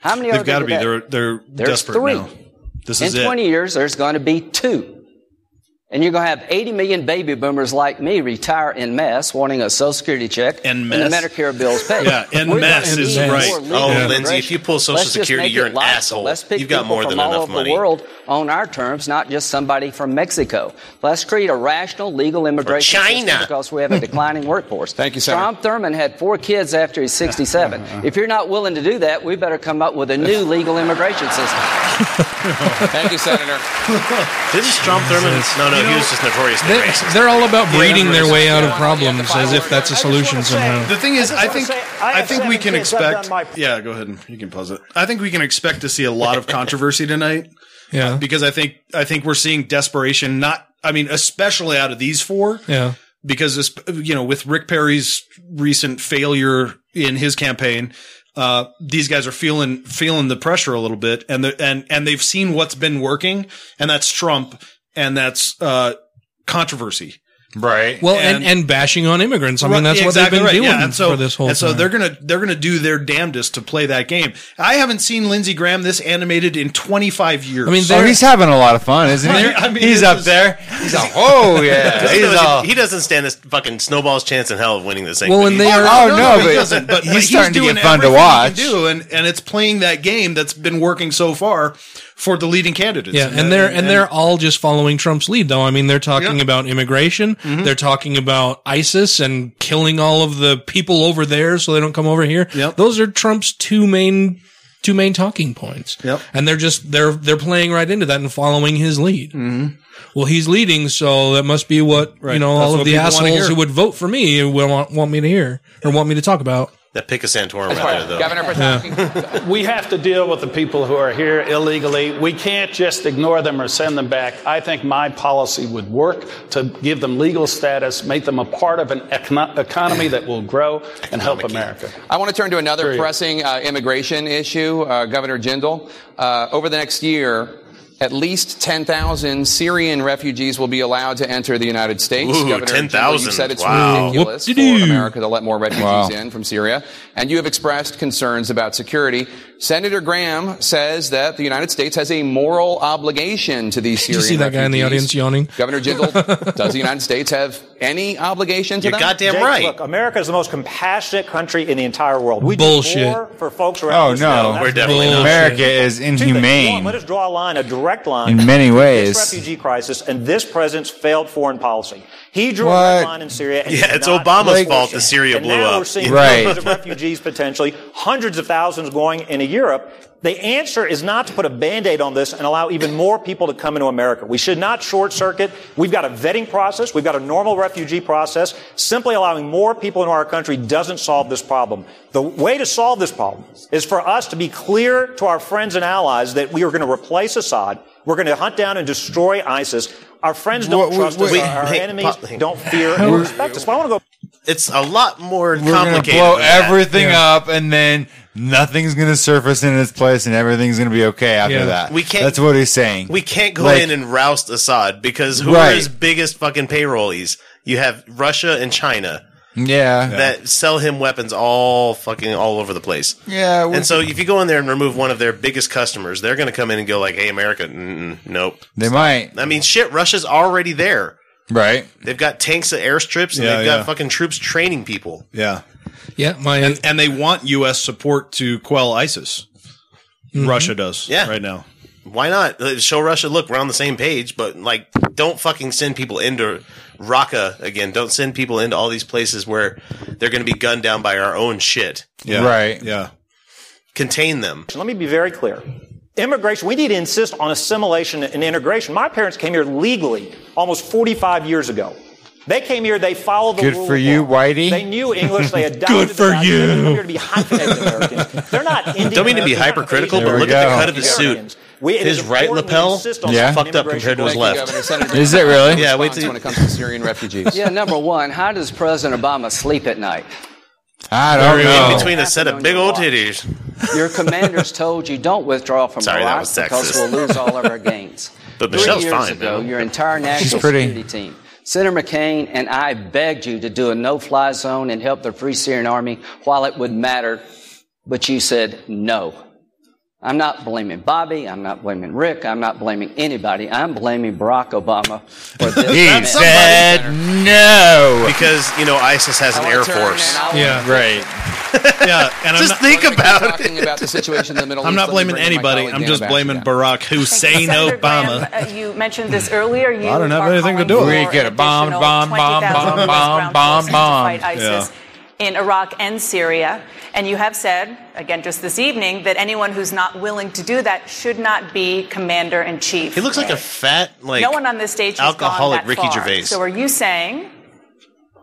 [SPEAKER 15] How many are
[SPEAKER 4] They've got
[SPEAKER 15] there
[SPEAKER 4] to be.
[SPEAKER 15] today?
[SPEAKER 4] They're they're
[SPEAKER 15] There's
[SPEAKER 4] desperate
[SPEAKER 15] three.
[SPEAKER 4] now. This
[SPEAKER 15] in
[SPEAKER 4] is it.
[SPEAKER 15] 20 years, there's going to be two. And you're going to have 80 million baby boomers like me retire in mass, wanting a Social Security check and the
[SPEAKER 8] mass.
[SPEAKER 15] Medicare bills paid.
[SPEAKER 8] Yeah, en
[SPEAKER 15] We're gonna
[SPEAKER 8] masse is
[SPEAKER 15] need
[SPEAKER 8] right.
[SPEAKER 15] more legal
[SPEAKER 8] Oh,
[SPEAKER 15] immigration.
[SPEAKER 8] Lindsay, if you pull Social
[SPEAKER 15] Let's just
[SPEAKER 8] Security,
[SPEAKER 15] make
[SPEAKER 8] you're
[SPEAKER 15] it
[SPEAKER 8] an
[SPEAKER 15] lawful.
[SPEAKER 8] asshall.
[SPEAKER 15] Let's pick
[SPEAKER 8] You've got
[SPEAKER 15] people
[SPEAKER 8] more
[SPEAKER 15] from
[SPEAKER 8] than
[SPEAKER 15] all
[SPEAKER 8] enough
[SPEAKER 15] over
[SPEAKER 8] money.
[SPEAKER 15] the world on our terms, not just somebody from Mexico. Let's create a rational legal immigration system
[SPEAKER 8] China.
[SPEAKER 15] because we have a declining workforce. Thank
[SPEAKER 11] you,
[SPEAKER 15] Senator. Uh-huh. Strom Thurmond had four kids after he's 67. if you're not willing to do that, we better come up with a new legal immigration system.
[SPEAKER 11] Thank you, Senator.
[SPEAKER 8] Didn't Strom Thurmond? No, no, he was just notoriously
[SPEAKER 3] They're,
[SPEAKER 8] racist.
[SPEAKER 3] they're all about
[SPEAKER 8] Yeah,
[SPEAKER 3] breeding their
[SPEAKER 8] racist.
[SPEAKER 3] way out of problems as if that's a solution somehow.
[SPEAKER 4] The thing is,
[SPEAKER 16] I just
[SPEAKER 4] I
[SPEAKER 16] wanna
[SPEAKER 4] think
[SPEAKER 16] say, I
[SPEAKER 4] I,
[SPEAKER 16] have
[SPEAKER 4] think we
[SPEAKER 16] seven
[SPEAKER 4] can
[SPEAKER 16] kids. I've
[SPEAKER 4] expect.
[SPEAKER 16] done my-
[SPEAKER 4] yeah, go ahead and you can pause it. I think we can expect to see a lot of controversy tonight.
[SPEAKER 3] Yeah.
[SPEAKER 4] uh, because I think I think we're seeing desperation. Not, I mean, especially out of these four.
[SPEAKER 3] Yeah.
[SPEAKER 4] because this, you know, with Rick Perry's recent failure in his campaign, uh, these guys are feeling feeling the pressure a little bit, and the and and they've seen what's been working, and that's Trump, and that's uh, controversy.
[SPEAKER 8] Right.
[SPEAKER 3] Well, and, and, bashing on immigrants. I mean,
[SPEAKER 4] Right,
[SPEAKER 3] that's
[SPEAKER 4] exactly
[SPEAKER 3] what they've been
[SPEAKER 4] right,
[SPEAKER 3] doing
[SPEAKER 4] yeah, and so,
[SPEAKER 3] for this whole
[SPEAKER 4] And so
[SPEAKER 3] time.
[SPEAKER 4] they're gonna they're gonna do their damnedest to play that game. I haven't seen Lindsey Graham this animated in 25 years.
[SPEAKER 18] I mean, oh, he's having a lot of fun, isn't he?
[SPEAKER 4] I mean,
[SPEAKER 18] he's
[SPEAKER 4] this
[SPEAKER 18] up
[SPEAKER 4] is-
[SPEAKER 18] there. He's like, oh yeah,
[SPEAKER 8] Because he
[SPEAKER 18] he's
[SPEAKER 8] knows
[SPEAKER 18] all.
[SPEAKER 8] he, he doesn't stand a fucking snowball's chance in hell of winning this thing.
[SPEAKER 18] Well,
[SPEAKER 8] but
[SPEAKER 18] and
[SPEAKER 8] he-
[SPEAKER 18] they are- Oh, no, but-
[SPEAKER 4] he doesn't,
[SPEAKER 18] but he's starting to get fun to
[SPEAKER 4] everything he can
[SPEAKER 18] watch.
[SPEAKER 4] do, and and it's playing that game that's been working so far for the leading candidates.
[SPEAKER 3] yeah, and they're and, they're all just following Trump's lead, though. I mean, they're talking about immigration,
[SPEAKER 8] Mm-hmm.
[SPEAKER 3] they're talking about ISIS and killing all of the people over there so they don't come over here. Those are Trump's two main two main talking points. Yep. and they're just they're they're playing right into that and following his lead. Mm-hmm. Well, he's leading, so that must be what
[SPEAKER 8] Right.
[SPEAKER 3] you know.
[SPEAKER 8] That's
[SPEAKER 3] all
[SPEAKER 8] what
[SPEAKER 3] of the
[SPEAKER 8] people wanna
[SPEAKER 3] assholes
[SPEAKER 8] hear.
[SPEAKER 3] who would vote for me will want, want me to hear or want me to talk about.
[SPEAKER 8] that pick a Santorum
[SPEAKER 3] That's
[SPEAKER 8] right
[SPEAKER 3] fine.
[SPEAKER 8] there, though.
[SPEAKER 3] Governor
[SPEAKER 13] we have to deal with the people who are here illegally. We can't just ignore them or send them back. I think my policy would work to give them legal status, make them a part of an econo- economy that will grow and help America.
[SPEAKER 11] I want to turn to another
[SPEAKER 13] Period.
[SPEAKER 11] pressing uh, immigration issue, uh, Governor Jindal. Uh, over the next year, at least 10,000 Syrian refugees will be allowed to enter the United States.
[SPEAKER 8] Ooh,
[SPEAKER 11] Governor Jindal,
[SPEAKER 8] 10,000.
[SPEAKER 11] You said it's
[SPEAKER 8] Wow.
[SPEAKER 11] ridiculous for
[SPEAKER 8] Whoop-de-doo.
[SPEAKER 11] America to let more refugees
[SPEAKER 8] Wow.
[SPEAKER 11] in from Syria, and you have expressed concerns about security. Senator Graham says that the United States has a moral obligation to these
[SPEAKER 3] Did you
[SPEAKER 11] Syrian
[SPEAKER 3] see that guy in the
[SPEAKER 11] refugees.
[SPEAKER 3] audience yawning?
[SPEAKER 11] Governor Jindal, does the United States have any obligation to them?
[SPEAKER 16] Jake, Look, America is the most compassionate country in the entire world. We
[SPEAKER 11] Bullshit.
[SPEAKER 16] do more for folks around
[SPEAKER 18] Oh
[SPEAKER 16] this than
[SPEAKER 18] no,
[SPEAKER 16] that's
[SPEAKER 18] America is
[SPEAKER 16] Two things. One,
[SPEAKER 18] inhumane.
[SPEAKER 16] Let us draw a line, a direct line,
[SPEAKER 18] In many
[SPEAKER 16] between
[SPEAKER 18] ways.
[SPEAKER 16] This refugee crisis and this president's failed foreign policy. He drew a
[SPEAKER 18] What?
[SPEAKER 16] red line in Syria. And
[SPEAKER 8] Yeah,
[SPEAKER 16] did
[SPEAKER 8] it's
[SPEAKER 16] not
[SPEAKER 8] Obama's
[SPEAKER 16] address
[SPEAKER 8] fault
[SPEAKER 16] it.
[SPEAKER 8] that Syria
[SPEAKER 16] and
[SPEAKER 8] blew
[SPEAKER 16] now
[SPEAKER 8] up.
[SPEAKER 16] We're seeing
[SPEAKER 8] Right.
[SPEAKER 16] millions of refugees potentially, hundreds of thousands going into Europe. The answer is not to put a band-aid on this and allow even more people to come into America. We should not short circuit. We've got a vetting process. We've got a normal refugee process. Simply allowing more people into our country doesn't solve this problem. The way to solve this problem is for us to be clear to our friends and allies that we are going to replace Assad. We're going to hunt down and destroy ISIS. Our friends don't trust us.
[SPEAKER 8] wait,
[SPEAKER 16] our our
[SPEAKER 8] hey,
[SPEAKER 16] enemies
[SPEAKER 8] pa-
[SPEAKER 16] don't fear
[SPEAKER 8] We're-
[SPEAKER 16] and respect us. But I want to go
[SPEAKER 8] It's a lot more
[SPEAKER 18] We're gonna
[SPEAKER 8] complicated.
[SPEAKER 18] blow
[SPEAKER 8] than that.
[SPEAKER 18] everything up, and then nothing's gonna surface in its place, and everything's gonna be okay after
[SPEAKER 8] Yeah.
[SPEAKER 18] that.
[SPEAKER 8] We can't-
[SPEAKER 18] That's what he's saying.
[SPEAKER 8] We can't go
[SPEAKER 18] Like-
[SPEAKER 8] in and roust Assad because who are
[SPEAKER 18] Right.
[SPEAKER 8] his biggest fucking payrollees? You have Russia and China
[SPEAKER 18] yeah.
[SPEAKER 8] that sell him weapons all fucking all over the place.
[SPEAKER 18] Yeah, we-
[SPEAKER 8] and so if you go in there and remove one of their biggest customers, they're going to come in and go like, "Hey, America, mm-mm, nope."
[SPEAKER 18] they might.
[SPEAKER 8] I mean, shit, Russia's already there.
[SPEAKER 18] Right.
[SPEAKER 8] They've got tanks at airstrips and
[SPEAKER 4] Yeah,
[SPEAKER 8] they've
[SPEAKER 4] yeah.
[SPEAKER 8] got fucking troops training people.
[SPEAKER 4] Yeah.
[SPEAKER 3] Yeah, my
[SPEAKER 4] and, and they want U.S. support to quell ISIS.
[SPEAKER 3] Mm-hmm.
[SPEAKER 4] Mm-hmm. Russia does.
[SPEAKER 8] Yeah.
[SPEAKER 4] right now.
[SPEAKER 8] Why not Uh, show Russia? Look, we're on the same page, but like, don't fucking send people into Raqqa again. Don't send people into all these places where they're going to be gunned down by our own shit.
[SPEAKER 4] Yeah.
[SPEAKER 18] Right.
[SPEAKER 4] Yeah.
[SPEAKER 8] Contain them.
[SPEAKER 16] Let me be very clear. Immigration, we need to insist on assimilation and integration. My parents came here legally almost 45 years ago. They came here, they followed the
[SPEAKER 18] Good
[SPEAKER 16] rule
[SPEAKER 18] for
[SPEAKER 16] of
[SPEAKER 18] you,
[SPEAKER 16] law.
[SPEAKER 18] Whitey.
[SPEAKER 16] They knew English, they adopted
[SPEAKER 18] Good
[SPEAKER 16] the
[SPEAKER 18] for
[SPEAKER 16] values. They didn't
[SPEAKER 18] you.
[SPEAKER 16] come here to be hyphenated Americans. They're not Indian
[SPEAKER 8] Don't mean to be
[SPEAKER 16] Americans, they're not
[SPEAKER 8] hypercritical,
[SPEAKER 16] Asian
[SPEAKER 8] but look at the
[SPEAKER 16] Americans.
[SPEAKER 8] cut of his suit.
[SPEAKER 16] We- it
[SPEAKER 8] his
[SPEAKER 16] is
[SPEAKER 8] right
[SPEAKER 16] important we
[SPEAKER 8] lapel
[SPEAKER 16] insist on
[SPEAKER 8] is
[SPEAKER 18] Yeah.
[SPEAKER 8] fucked up compared to his
[SPEAKER 11] Thank you,
[SPEAKER 8] left.
[SPEAKER 11] Governor. Senator
[SPEAKER 18] Is it really?
[SPEAKER 8] Yeah, wait
[SPEAKER 11] response
[SPEAKER 8] till
[SPEAKER 11] when it comes to Syrian refugees.
[SPEAKER 15] Yeah, number one, how does President Obama sleep at night?
[SPEAKER 18] I
[SPEAKER 8] They're
[SPEAKER 18] don't know.
[SPEAKER 8] in between a set of big old titties.
[SPEAKER 15] Your commanders told you don't withdraw from
[SPEAKER 8] Sorry, that
[SPEAKER 15] Iraq
[SPEAKER 8] was
[SPEAKER 15] because
[SPEAKER 8] sexist.
[SPEAKER 15] we'll lose all of our gains.
[SPEAKER 8] But
[SPEAKER 15] Three
[SPEAKER 8] Michelle's
[SPEAKER 15] years
[SPEAKER 8] fine,
[SPEAKER 15] ago,
[SPEAKER 8] man.
[SPEAKER 15] your entire national
[SPEAKER 18] pretty.
[SPEAKER 15] security team, Senator McCain and I begged you to do a no-fly zone and help the Free Syrian Army while it would matter, but you said no. I'm not blaming Bobby. I'm not blaming Rick. I'm not blaming anybody. I'm blaming Barack Obama for this.
[SPEAKER 8] He
[SPEAKER 15] event.
[SPEAKER 8] said no because you know ISIS has an air force.
[SPEAKER 4] Yeah.
[SPEAKER 8] right.
[SPEAKER 4] yeah, and
[SPEAKER 8] just think about it.
[SPEAKER 11] Talking about the situation in the Middle East.
[SPEAKER 4] I'm not
[SPEAKER 11] let
[SPEAKER 4] blaming
[SPEAKER 11] me bring
[SPEAKER 18] Oh
[SPEAKER 11] in my
[SPEAKER 4] anybody.
[SPEAKER 11] colleague,
[SPEAKER 4] I'm
[SPEAKER 11] Dan
[SPEAKER 4] just
[SPEAKER 11] Abashian.
[SPEAKER 4] blaming Barack Hussein
[SPEAKER 19] Senator Graham,
[SPEAKER 4] Obama.
[SPEAKER 19] uh, you mentioned this earlier. You
[SPEAKER 4] I don't have
[SPEAKER 19] are
[SPEAKER 4] anything to
[SPEAKER 19] calling
[SPEAKER 4] do with
[SPEAKER 19] for
[SPEAKER 4] it. We get a bomb,
[SPEAKER 19] additional
[SPEAKER 4] bomb, bomb,
[SPEAKER 19] 20,000
[SPEAKER 4] bomb,
[SPEAKER 19] U.S. ground
[SPEAKER 4] bomb,
[SPEAKER 19] forces
[SPEAKER 4] bomb,
[SPEAKER 19] To fight ISIS in Iraq and Syria. And you have said, again, just this evening, that anyone who's not willing to do that should not be commander in chief.
[SPEAKER 8] He looks like a fat like
[SPEAKER 19] no one on this stage has
[SPEAKER 8] alcoholic
[SPEAKER 19] gone that
[SPEAKER 8] Ricky
[SPEAKER 19] far.
[SPEAKER 8] Gervais.
[SPEAKER 19] So are you saying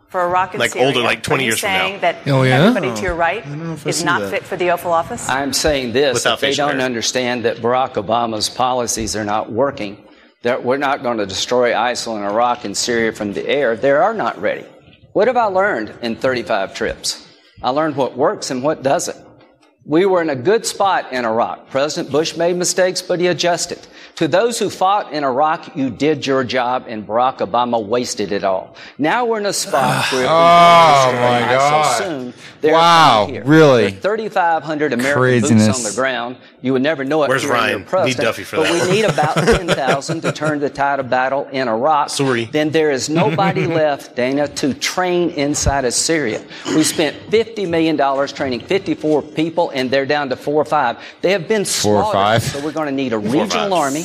[SPEAKER 19] for Iraq and
[SPEAKER 8] Like
[SPEAKER 19] Syria,
[SPEAKER 8] older, like
[SPEAKER 19] are
[SPEAKER 8] 20
[SPEAKER 19] you
[SPEAKER 8] years from now.
[SPEAKER 19] saying that
[SPEAKER 15] Oh, yeah?
[SPEAKER 19] everybody
[SPEAKER 15] Oh.
[SPEAKER 19] to your right
[SPEAKER 15] I
[SPEAKER 19] is
[SPEAKER 15] see
[SPEAKER 19] not
[SPEAKER 15] that.
[SPEAKER 19] fit for the Oval Office?
[SPEAKER 15] I'm saying this:
[SPEAKER 19] Without
[SPEAKER 15] if they
[SPEAKER 19] facial
[SPEAKER 15] don't
[SPEAKER 19] hair.
[SPEAKER 15] understand that Barack Obama's policies are not working, that we're not going to destroy ISIL in Iraq and Syria from the air. They are not ready. What have I learned in 35 trips? I learned what works and what doesn't. We were in a good spot in Iraq. President Bush made mistakes, but he adjusted. To those who fought in Iraq, you did your job, and Barack Obama wasted it all. Now we're in a spot where if we
[SPEAKER 18] Oh,
[SPEAKER 15] don't destroy
[SPEAKER 18] my
[SPEAKER 15] ISIL
[SPEAKER 18] God.
[SPEAKER 15] soon, they're
[SPEAKER 18] Wow,
[SPEAKER 15] coming here.
[SPEAKER 18] really?
[SPEAKER 15] There are 3,500 American
[SPEAKER 18] Craziness.
[SPEAKER 15] boots on the ground. You would never know it.
[SPEAKER 8] Where's
[SPEAKER 15] here in your
[SPEAKER 8] Ryan? Need
[SPEAKER 15] president,
[SPEAKER 8] Duffy for
[SPEAKER 15] but
[SPEAKER 8] that
[SPEAKER 15] we
[SPEAKER 8] one.
[SPEAKER 15] need about 10,000 to turn the tide of battle in Iraq. Sorry. Then there is nobody left, Dana, to train inside of Syria. We spent 50 million dollars training 54 people, and they're down to four or five. They have been
[SPEAKER 18] Four
[SPEAKER 15] slaughtered.
[SPEAKER 18] or five.
[SPEAKER 15] So we're going to need a
[SPEAKER 18] Four or
[SPEAKER 15] regional
[SPEAKER 18] five.
[SPEAKER 15] army.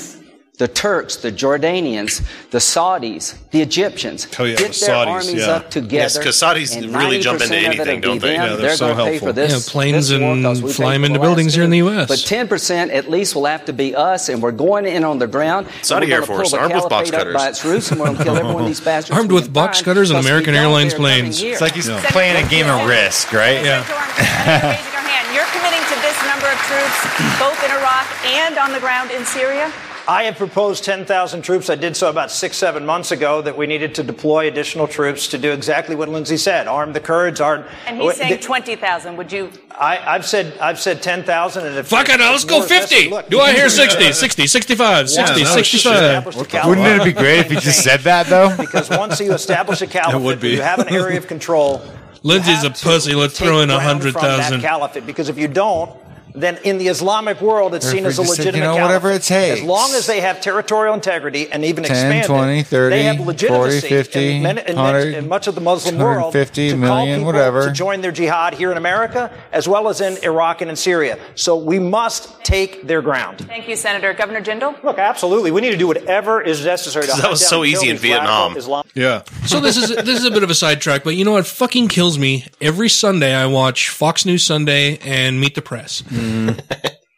[SPEAKER 15] The Turks, the Jordanians, the Saudis, the Egyptians.
[SPEAKER 4] Oh, yeah,
[SPEAKER 15] get
[SPEAKER 4] the
[SPEAKER 15] their
[SPEAKER 4] Saudis,
[SPEAKER 15] armies
[SPEAKER 4] yeah.
[SPEAKER 15] up together.
[SPEAKER 8] Yes, 'cause Saudis
[SPEAKER 15] and
[SPEAKER 8] really jump into
[SPEAKER 15] 90% of
[SPEAKER 8] anything,
[SPEAKER 15] it'll
[SPEAKER 8] don't
[SPEAKER 15] be
[SPEAKER 8] they?
[SPEAKER 15] them.
[SPEAKER 8] Yeah, they're
[SPEAKER 15] they're
[SPEAKER 8] so
[SPEAKER 15] going to pay
[SPEAKER 8] helpful.
[SPEAKER 15] for this.
[SPEAKER 3] Yeah, planes
[SPEAKER 15] this war
[SPEAKER 3] and
[SPEAKER 15] 'cause we paid
[SPEAKER 3] fly 'em
[SPEAKER 15] for
[SPEAKER 3] into
[SPEAKER 15] the last
[SPEAKER 3] buildings here in the
[SPEAKER 15] two.
[SPEAKER 3] US.
[SPEAKER 15] But 10% at least will have to be us, and we're going in on the ground. and
[SPEAKER 8] Saudi
[SPEAKER 15] we're
[SPEAKER 8] Air
[SPEAKER 15] gonna
[SPEAKER 8] Force,
[SPEAKER 15] pull the
[SPEAKER 8] armed with box
[SPEAKER 15] caliphate up
[SPEAKER 8] cutters.
[SPEAKER 15] By its roots, and we're going to kill everyone these bastards.
[SPEAKER 3] Armed with box cutters and American Airlines planes.
[SPEAKER 15] It's like
[SPEAKER 18] he's playing a game of Risk, right?
[SPEAKER 3] Yeah.
[SPEAKER 19] Raise your hand. You're committing to this number of troops, both in Iraq and on the ground in Syria?
[SPEAKER 14] I have proposed 10,000 troops. I did so about six, seven months ago that we needed to deploy additional troops to do exactly what Lindsay said arm the Kurds, arm.
[SPEAKER 19] And he's saying
[SPEAKER 14] Oh, Th-
[SPEAKER 19] 20,000. Would you
[SPEAKER 14] I, I've said I've said 10,000 and if
[SPEAKER 3] Fuck it, let's go
[SPEAKER 14] if more is
[SPEAKER 3] 50.
[SPEAKER 14] necessary-
[SPEAKER 3] Do I hear 60, 60, 65, 60,
[SPEAKER 14] Yeah, no
[SPEAKER 3] 65?
[SPEAKER 14] shit.
[SPEAKER 18] Wouldn't it be great if he just said that though?
[SPEAKER 14] Because once you establish a
[SPEAKER 3] That would
[SPEAKER 14] caliphate,
[SPEAKER 3] be.
[SPEAKER 14] you have an area of control.
[SPEAKER 3] Lindsay's a pussy. Let's
[SPEAKER 14] take
[SPEAKER 3] throw in
[SPEAKER 14] ground from that
[SPEAKER 3] 100,000.
[SPEAKER 14] caliphate. Because if you don't, then in the Islamic world, it's
[SPEAKER 18] Or if
[SPEAKER 14] seen
[SPEAKER 18] we
[SPEAKER 14] as a
[SPEAKER 18] just said,
[SPEAKER 14] legitimate
[SPEAKER 18] you know,
[SPEAKER 14] caliphate.
[SPEAKER 18] whatever it takes.
[SPEAKER 14] As long as they have territorial integrity and even
[SPEAKER 18] 10,
[SPEAKER 14] expand
[SPEAKER 18] 20,
[SPEAKER 14] it,
[SPEAKER 18] 30,
[SPEAKER 14] they have legitimacy
[SPEAKER 18] 40, 50,
[SPEAKER 14] in, many- in,
[SPEAKER 18] 100,
[SPEAKER 14] in much of the Muslim world
[SPEAKER 18] 250
[SPEAKER 14] to call
[SPEAKER 18] million,
[SPEAKER 14] people
[SPEAKER 18] whatever.
[SPEAKER 14] to join their jihad here in America as well as in Iraq and in Syria. So we must take their ground.
[SPEAKER 19] Thank you, Senator. Governor Jindal?
[SPEAKER 14] Look, absolutely. We need to do whatever is necessary to
[SPEAKER 8] That was so easy in Vietnam.
[SPEAKER 4] Yeah.
[SPEAKER 3] so this is this is a bit of a sidetrack, but you know what fucking kills me? Every Sunday I watch Fox News Sunday and Meet the Press.
[SPEAKER 18] Mm-hmm.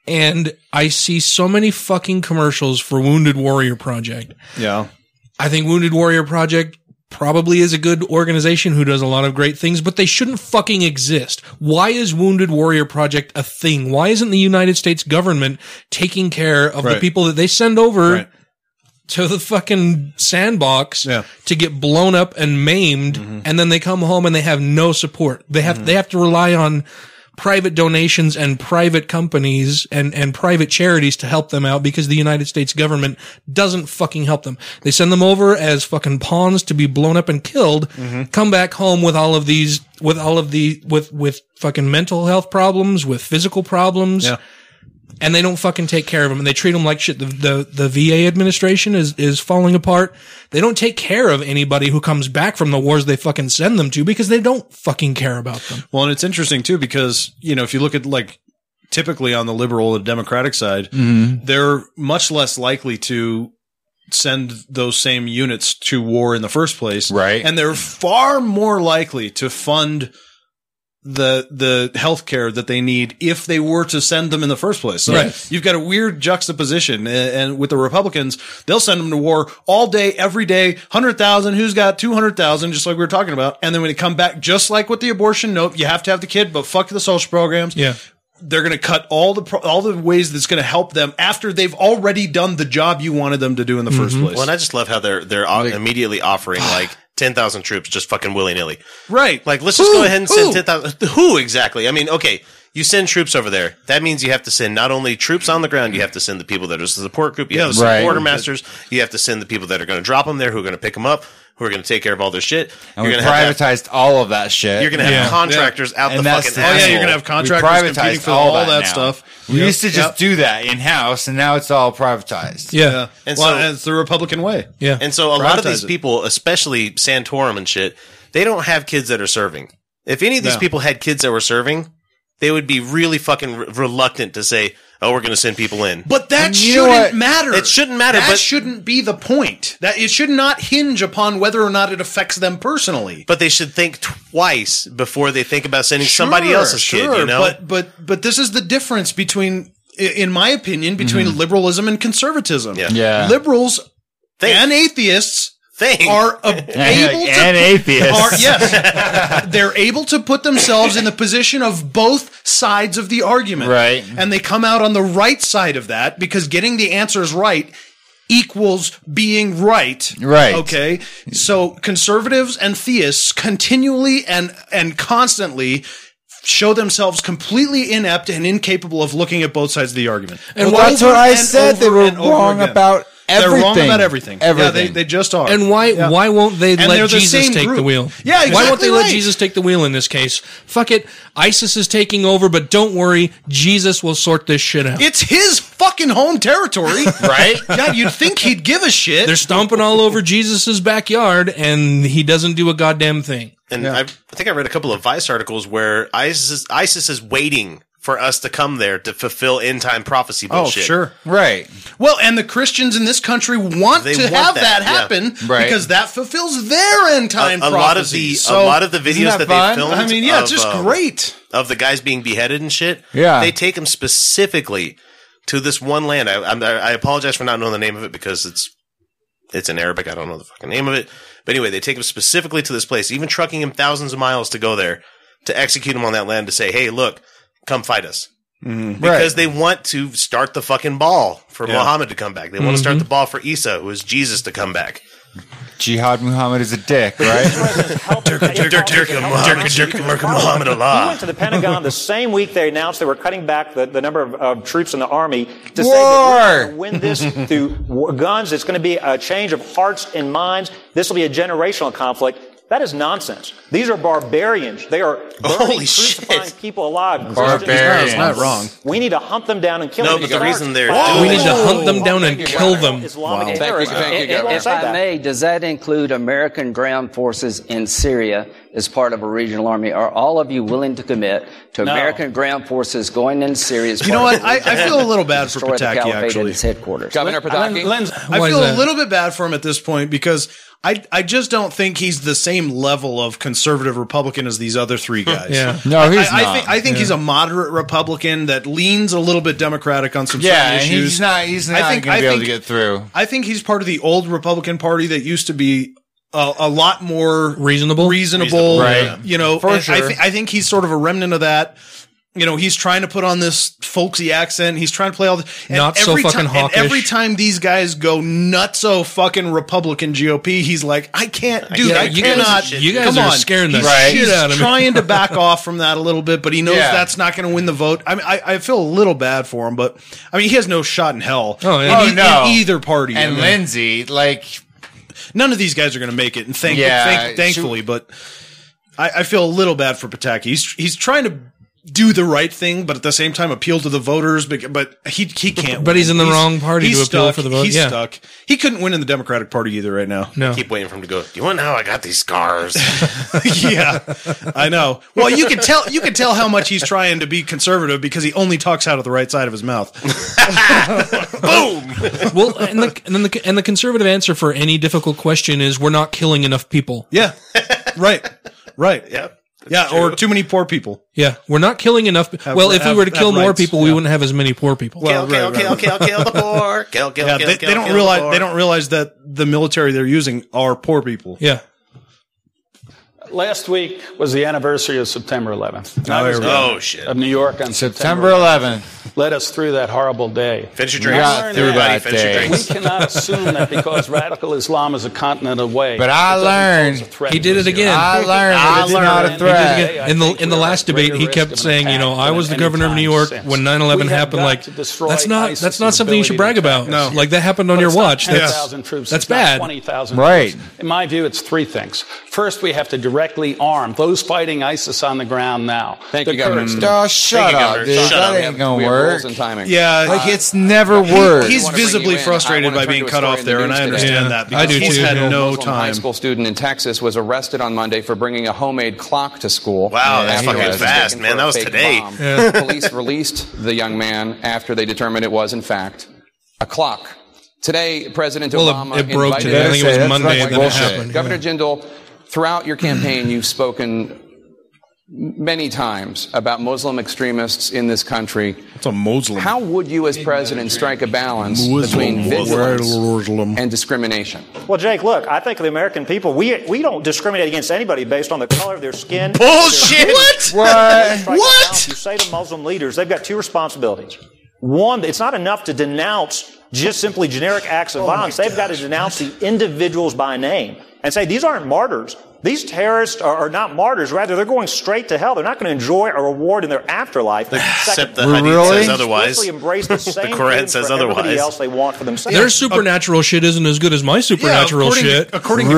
[SPEAKER 3] and I see so many fucking commercials for Wounded Warrior Project.
[SPEAKER 4] Yeah.
[SPEAKER 3] I think Wounded Warrior Project probably is a good organization who does a lot of great things, but they shouldn't fucking exist. Why is Wounded Warrior Project a thing? Why isn't the United States government taking care of the
[SPEAKER 12] Right.
[SPEAKER 3] people that they send over to the fucking sandbox to get blown up and maimed and then they come home and they have no support. They have they have to rely on private donations and private companies and, and private charities to help them out because the United States government doesn't fucking help them. They send them over as fucking pawns to be blown up and killed, come back home with all of these, with all of the, with, with fucking mental health problems, with physical problems.
[SPEAKER 4] Yeah.
[SPEAKER 3] And they don't fucking take care of them and they treat them like shit. The, the, the VA administration is, is falling apart. They don't take care of anybody who comes back from the wars they fucking send them to because they don't fucking care about them.
[SPEAKER 4] Well, and it's interesting too because you know if you look at like typically on the liberal or democratic side,
[SPEAKER 18] Mhm.
[SPEAKER 4] they're much less likely to send those same units to war in the first place, right? And they're far more likely to fund the the health care that they need if they were to send them in the first place. So
[SPEAKER 12] Right.
[SPEAKER 4] you've got a weird juxtaposition. a- And, with the Republicans, they'll send them to war all day, every day, 100,000, who's got 200,000, just like we were talking about. And then when they come back, just like with the abortion, nope, you have to have the kid, but fuck the social programs.
[SPEAKER 3] Yeah.
[SPEAKER 4] They're going to cut all the pro- all the ways that's going to help them after they've already done the job you wanted them to do in the first place.
[SPEAKER 8] Well, and I just love how they're they're o- immediately offering like ten thousand troops just fucking willy nilly.
[SPEAKER 4] Right.
[SPEAKER 8] Like let's just
[SPEAKER 4] Who?
[SPEAKER 8] go ahead and send
[SPEAKER 4] Who?
[SPEAKER 8] ten thousand. Who exactly? I mean, okay, you send troops over there. That means you have to send not only troops on the ground. You have to send the people that are the support group. You
[SPEAKER 4] Yeah,
[SPEAKER 8] have to send
[SPEAKER 4] right.
[SPEAKER 8] the quartermasters. You have to send the people that are going to drop them there. Who are going to pick them up? who are going to take care of all their shit. you're
[SPEAKER 18] And we
[SPEAKER 8] going to have
[SPEAKER 18] privatized all of that shit.
[SPEAKER 8] You're gonna have Yeah. contractors out the
[SPEAKER 18] that's
[SPEAKER 8] fucking Oh, yeah, you're
[SPEAKER 18] asshole.
[SPEAKER 8] gonna have
[SPEAKER 18] We
[SPEAKER 8] contractors
[SPEAKER 18] privatized
[SPEAKER 8] competing for all that
[SPEAKER 18] now.
[SPEAKER 8] stuff.
[SPEAKER 18] We
[SPEAKER 4] Yep.
[SPEAKER 18] used to just
[SPEAKER 4] Yep.
[SPEAKER 18] do that in house, and now it's all privatized.
[SPEAKER 4] yeah. well, and it's the Republican way.
[SPEAKER 3] Yeah.
[SPEAKER 8] And so a lot of these
[SPEAKER 4] Prioritize it.
[SPEAKER 8] people, especially Santorum and shit, they don't have kids that are serving. If any of these
[SPEAKER 4] No.
[SPEAKER 8] people had kids that were serving, they would be really fucking re- reluctant to say, "Oh, we're going to send people in."
[SPEAKER 4] But that
[SPEAKER 8] And you know
[SPEAKER 4] shouldn't
[SPEAKER 8] what?
[SPEAKER 4] matter.
[SPEAKER 8] It shouldn't matter.
[SPEAKER 4] That
[SPEAKER 8] but
[SPEAKER 4] shouldn't be the point. That it should not hinge upon whether or not it affects them personally.
[SPEAKER 8] but they should think twice before they think about sending somebody
[SPEAKER 4] Sure,
[SPEAKER 8] else's kid. You know,
[SPEAKER 4] But but but this is the difference between, i- in my opinion, between
[SPEAKER 8] Mm-hmm.
[SPEAKER 4] liberalism and conservatism.
[SPEAKER 18] Yeah.
[SPEAKER 4] liberals and atheists. Are ab- able to
[SPEAKER 18] And atheists.
[SPEAKER 4] are- yes, they're able to put themselves in the position of both sides of the argument,
[SPEAKER 18] Right.
[SPEAKER 4] And they come out on the right side of that because getting the answers right equals being right.
[SPEAKER 18] Right.
[SPEAKER 4] Okay. So conservatives and theists continually and and constantly show themselves completely inept and incapable of looking at both sides of the argument.
[SPEAKER 18] Well, that's
[SPEAKER 4] over
[SPEAKER 18] what I
[SPEAKER 4] and
[SPEAKER 18] said. They
[SPEAKER 4] over
[SPEAKER 18] were
[SPEAKER 4] and over
[SPEAKER 18] wrong
[SPEAKER 4] again.
[SPEAKER 18] about
[SPEAKER 4] They're wrong
[SPEAKER 18] everything.
[SPEAKER 4] about everything. Yeah, they,
[SPEAKER 18] Everything.
[SPEAKER 4] they just are.
[SPEAKER 3] And why
[SPEAKER 4] Yeah.
[SPEAKER 3] why won't they
[SPEAKER 4] And they're
[SPEAKER 3] let
[SPEAKER 4] the
[SPEAKER 3] Jesus
[SPEAKER 4] same
[SPEAKER 3] take the
[SPEAKER 4] group.
[SPEAKER 3] wheel?
[SPEAKER 4] Yeah, exactly.
[SPEAKER 3] Why won't they let
[SPEAKER 4] right.
[SPEAKER 3] Jesus take the wheel in this case? Fuck it. ISIS is taking over, but don't worry, Jesus will sort this shit out.
[SPEAKER 4] It's his fucking home territory,
[SPEAKER 18] right?
[SPEAKER 4] God, you'd think he'd give a shit.
[SPEAKER 3] They're stomping all over Jesus's backyard, and he doesn't do a goddamn thing.
[SPEAKER 8] And I, I think I read a couple of Vice articles where ISIS, ISIS is waiting for us to come there to fulfill end time prophecy
[SPEAKER 4] Oh,
[SPEAKER 8] bullshit.
[SPEAKER 4] sure.
[SPEAKER 18] Right.
[SPEAKER 4] Well, and the Christians in this country want
[SPEAKER 8] They
[SPEAKER 4] to
[SPEAKER 8] want
[SPEAKER 4] have
[SPEAKER 8] that,
[SPEAKER 4] that,
[SPEAKER 8] yeah.
[SPEAKER 4] happen
[SPEAKER 8] Right.
[SPEAKER 4] because that fulfills their end
[SPEAKER 8] A,
[SPEAKER 4] time.
[SPEAKER 8] a lot of the
[SPEAKER 4] prophecies.
[SPEAKER 8] a
[SPEAKER 4] So-
[SPEAKER 8] lot of the videos that, they filmed.
[SPEAKER 4] I mean, yeah, it's
[SPEAKER 8] of,
[SPEAKER 4] just
[SPEAKER 8] um,
[SPEAKER 4] great.
[SPEAKER 8] of the guys being beheaded and shit.
[SPEAKER 4] Yeah.
[SPEAKER 8] they take them specifically to this one land. I, I'm- I, I apologize for not knowing the name of it because it's it's in Arabic. I don't know the fucking name of it. But anyway, they take them specifically to this place, even trucking him thousands of miles to go there to execute him on that land to say, "Hey, look, come fight us."
[SPEAKER 18] Mm-hmm.
[SPEAKER 8] because they want to start the fucking ball for
[SPEAKER 18] Yeah.
[SPEAKER 8] Muhammad to come back. They
[SPEAKER 4] Mm-hmm.
[SPEAKER 8] want to start the ball for Isa, who is Jesus, to come back.
[SPEAKER 18] Jihad Muhammad is a dick, right?
[SPEAKER 8] Dirk, Dirk, Muhammad, Dirk, Dirk, Muhammad,
[SPEAKER 16] He
[SPEAKER 8] Allah.
[SPEAKER 16] went to the Pentagon the same week they announced they were cutting back the, the number of, of troops in the army to say that we're gonna win this through war- guns. It's going to be a change of hearts and minds. This will be a generational conflict. That is nonsense. These are barbarians. They are burning,
[SPEAKER 8] Holy
[SPEAKER 16] crucifying people alive.
[SPEAKER 8] Barbarians.
[SPEAKER 16] Christians.
[SPEAKER 8] It's not wrong.
[SPEAKER 16] We need to hunt them down and kill
[SPEAKER 8] No,
[SPEAKER 16] them.
[SPEAKER 8] but
[SPEAKER 16] It
[SPEAKER 8] the
[SPEAKER 16] starts
[SPEAKER 8] reason they're
[SPEAKER 16] by-
[SPEAKER 8] doing
[SPEAKER 3] We need to hunt
[SPEAKER 16] Oh,
[SPEAKER 3] them down and kill them.
[SPEAKER 16] Islamic
[SPEAKER 15] Thank you,
[SPEAKER 16] terrorism.
[SPEAKER 15] Governor.
[SPEAKER 16] It- it won't
[SPEAKER 15] If
[SPEAKER 16] say
[SPEAKER 15] I
[SPEAKER 16] that.
[SPEAKER 15] may, does that include American ground forces in Syria as part of a regional army? Are all of you willing to commit to
[SPEAKER 4] No.
[SPEAKER 15] American ground forces going in Syria? As
[SPEAKER 4] You know
[SPEAKER 15] part of
[SPEAKER 4] what?
[SPEAKER 15] a
[SPEAKER 4] I- I feel a little bad for
[SPEAKER 15] destroy the
[SPEAKER 4] Pataki,
[SPEAKER 15] caliphate and
[SPEAKER 4] actually.
[SPEAKER 15] its headquarters.
[SPEAKER 4] Lenz- I feel a little bit bad for him at this point because I I just don't think he's the same level of conservative Republican as these other three guys.
[SPEAKER 18] Yeah. No, he's
[SPEAKER 4] I, I
[SPEAKER 18] not.
[SPEAKER 4] think I think
[SPEAKER 18] Yeah.
[SPEAKER 4] he's a moderate Republican that leans a little bit Democratic on some
[SPEAKER 18] yeah,
[SPEAKER 4] certain
[SPEAKER 18] and
[SPEAKER 4] issues.
[SPEAKER 18] he's not. He's not
[SPEAKER 4] I think I
[SPEAKER 18] going to be able to
[SPEAKER 4] think-
[SPEAKER 18] get through.
[SPEAKER 4] I think he's part of the old Republican Party that used to be uh, a, a lot more
[SPEAKER 3] reasonable,
[SPEAKER 4] reasonable,
[SPEAKER 18] Right.
[SPEAKER 4] You know,
[SPEAKER 18] For
[SPEAKER 4] and I,
[SPEAKER 18] sure.
[SPEAKER 4] thi- I think he's sort of a remnant of that. You know, he's trying to put on this folksy accent. He's trying to play all the and
[SPEAKER 3] Not so
[SPEAKER 4] every
[SPEAKER 3] fucking
[SPEAKER 4] ti- and every
[SPEAKER 3] hawkish.
[SPEAKER 4] time these guys go nutso fucking Republican GOP, he's like, I can't do
[SPEAKER 3] Yeah,
[SPEAKER 4] it. I
[SPEAKER 3] you guys-
[SPEAKER 4] cannot.
[SPEAKER 3] you guys
[SPEAKER 4] come
[SPEAKER 3] are
[SPEAKER 4] on.
[SPEAKER 3] scaring the
[SPEAKER 4] he's,
[SPEAKER 3] Right.
[SPEAKER 4] he's
[SPEAKER 3] shit out of me.
[SPEAKER 4] trying to back off from that a little bit, but he knows
[SPEAKER 18] Yeah.
[SPEAKER 4] that's not going to win the vote. I mean, I, I feel a little bad for him, but I mean, he has no shot in hell.
[SPEAKER 18] Oh, yeah.
[SPEAKER 4] in e-
[SPEAKER 18] Oh, no.
[SPEAKER 4] in either party.
[SPEAKER 18] And Lindsey, like,
[SPEAKER 4] none of these guys are going to make it. And thank,
[SPEAKER 18] Yeah,
[SPEAKER 4] thank- thankfully, but I, I feel a little bad for Pataki. He's he's trying to do the right thing, but at the same time appeal to the voters. But, but he he can't.
[SPEAKER 3] But he's in the wrong party
[SPEAKER 4] he's
[SPEAKER 3] to appeal
[SPEAKER 4] stuck.
[SPEAKER 3] for the vote,
[SPEAKER 4] He's
[SPEAKER 3] yeah.
[SPEAKER 4] stuck. He couldn't win in the Democratic Party either right now.
[SPEAKER 3] No.
[SPEAKER 8] Keep waiting for him to go. Do you want to know how I got these scars?
[SPEAKER 4] yeah, I know. Well, you can tell you can tell how much he's trying to be conservative because he only talks out of the right side of his mouth.
[SPEAKER 3] well, and, the, and then the and the conservative answer for any difficult question is we're not killing enough people.
[SPEAKER 4] Yeah, right, right.
[SPEAKER 8] Yeah,
[SPEAKER 4] yeah, or too many poor people.
[SPEAKER 3] Yeah, we're not killing enough.
[SPEAKER 4] Have-
[SPEAKER 3] well, if we
[SPEAKER 4] have-
[SPEAKER 3] were to kill
[SPEAKER 4] have
[SPEAKER 3] more
[SPEAKER 4] rights,
[SPEAKER 3] people, we wouldn't have as many poor people.
[SPEAKER 4] Well,
[SPEAKER 8] okay, okay, okay, I'll kill the poor. Kill, kill,
[SPEAKER 4] yeah,
[SPEAKER 8] kill,
[SPEAKER 4] they,
[SPEAKER 8] kill,
[SPEAKER 4] they don't
[SPEAKER 8] kill
[SPEAKER 4] realize
[SPEAKER 8] the
[SPEAKER 4] they don't realize that the military they're using are poor people.
[SPEAKER 3] Yeah.
[SPEAKER 13] last week was the anniversary of September 11th. And I was
[SPEAKER 18] Oh, here we
[SPEAKER 13] governor
[SPEAKER 18] go. shit.
[SPEAKER 13] Of New York on September
[SPEAKER 18] September 11th.
[SPEAKER 13] Led us through that horrible day.
[SPEAKER 8] Finish your
[SPEAKER 18] drinks. Yeah, everybody, finish your drinks.
[SPEAKER 13] We cannot assume that because radical Islam is a continent away.
[SPEAKER 18] But I
[SPEAKER 13] it doesn't
[SPEAKER 18] learned-
[SPEAKER 13] pose a threat
[SPEAKER 18] He did
[SPEAKER 13] to
[SPEAKER 18] it again.
[SPEAKER 13] zero.
[SPEAKER 18] I learned that it's not a
[SPEAKER 13] He did it
[SPEAKER 18] threat.
[SPEAKER 13] again.
[SPEAKER 3] in the in the last debate, he kept saying, you know, I was the governor of New York when 9/11 happened. Like that's not that's not something you should brag about. No, like that happened on your watch. That's
[SPEAKER 13] 10,000 troops.
[SPEAKER 3] that's
[SPEAKER 13] It's not
[SPEAKER 3] bad.
[SPEAKER 13] 20,000 troops. In my view, it's three things. First, we have to directly arm those fighting ISIS on the ground now. Thank
[SPEAKER 18] you, Governor. Oh, shut Thank you, up, Governor. dude. Shut That up. ain't gonna
[SPEAKER 13] We have
[SPEAKER 18] work.
[SPEAKER 13] rules and timing.
[SPEAKER 4] Yeah,
[SPEAKER 18] Like, it's never
[SPEAKER 4] he-
[SPEAKER 18] worked.
[SPEAKER 4] He's visibly frustrated by being cut off there, and I understand that because he's had no
[SPEAKER 11] Muslim High
[SPEAKER 4] time.
[SPEAKER 11] school student in Texas was arrested on Monday for bringing a homemade clock to school.
[SPEAKER 8] Wow, that's
[SPEAKER 11] After
[SPEAKER 8] fucking
[SPEAKER 11] he was
[SPEAKER 8] fast,
[SPEAKER 11] taken
[SPEAKER 8] man.
[SPEAKER 11] for a
[SPEAKER 8] That was
[SPEAKER 11] fake
[SPEAKER 8] today.
[SPEAKER 11] bomb.
[SPEAKER 8] Yeah.
[SPEAKER 11] Police released the young man after they determined it was, in fact, a clock. Today, President
[SPEAKER 3] Well, it-
[SPEAKER 11] Obama
[SPEAKER 3] it broke
[SPEAKER 11] invited-
[SPEAKER 3] today. I think it was That's Monday fucking that it bullshit. happened,
[SPEAKER 11] Governor Jindal, throughout your campaign, you've spoken many times about Muslim extremists in this country. It's
[SPEAKER 12] a Muslim.
[SPEAKER 11] How would you, as president, strike a balance between vigilance and discrimination?
[SPEAKER 16] Well, Jake, look, I think the American people, we, we don't discriminate against anybody based on the color of their skin.
[SPEAKER 5] Bullshit.
[SPEAKER 16] Their-
[SPEAKER 5] What?
[SPEAKER 16] Strike
[SPEAKER 5] What?
[SPEAKER 16] it down. You say to Muslim leaders, they've got two responsibilities. One, it's not enough to denounce just simply generic acts
[SPEAKER 5] Oh
[SPEAKER 16] of violence. They've got to denounce the individuals by name and say, these aren't martyrs. These terrorists are, are not martyrs. Rather, they're going straight to hell. They're not going to enjoy a reward in their afterlife.
[SPEAKER 8] Except the Hadith Really? says otherwise.
[SPEAKER 16] explicitly embrace the same
[SPEAKER 8] Quran
[SPEAKER 16] freedom
[SPEAKER 8] says
[SPEAKER 16] for everybody
[SPEAKER 8] otherwise.
[SPEAKER 16] else they want for themselves.
[SPEAKER 3] their supernatural shit isn't as good as my supernatural
[SPEAKER 18] according to-
[SPEAKER 3] shit.
[SPEAKER 18] according Can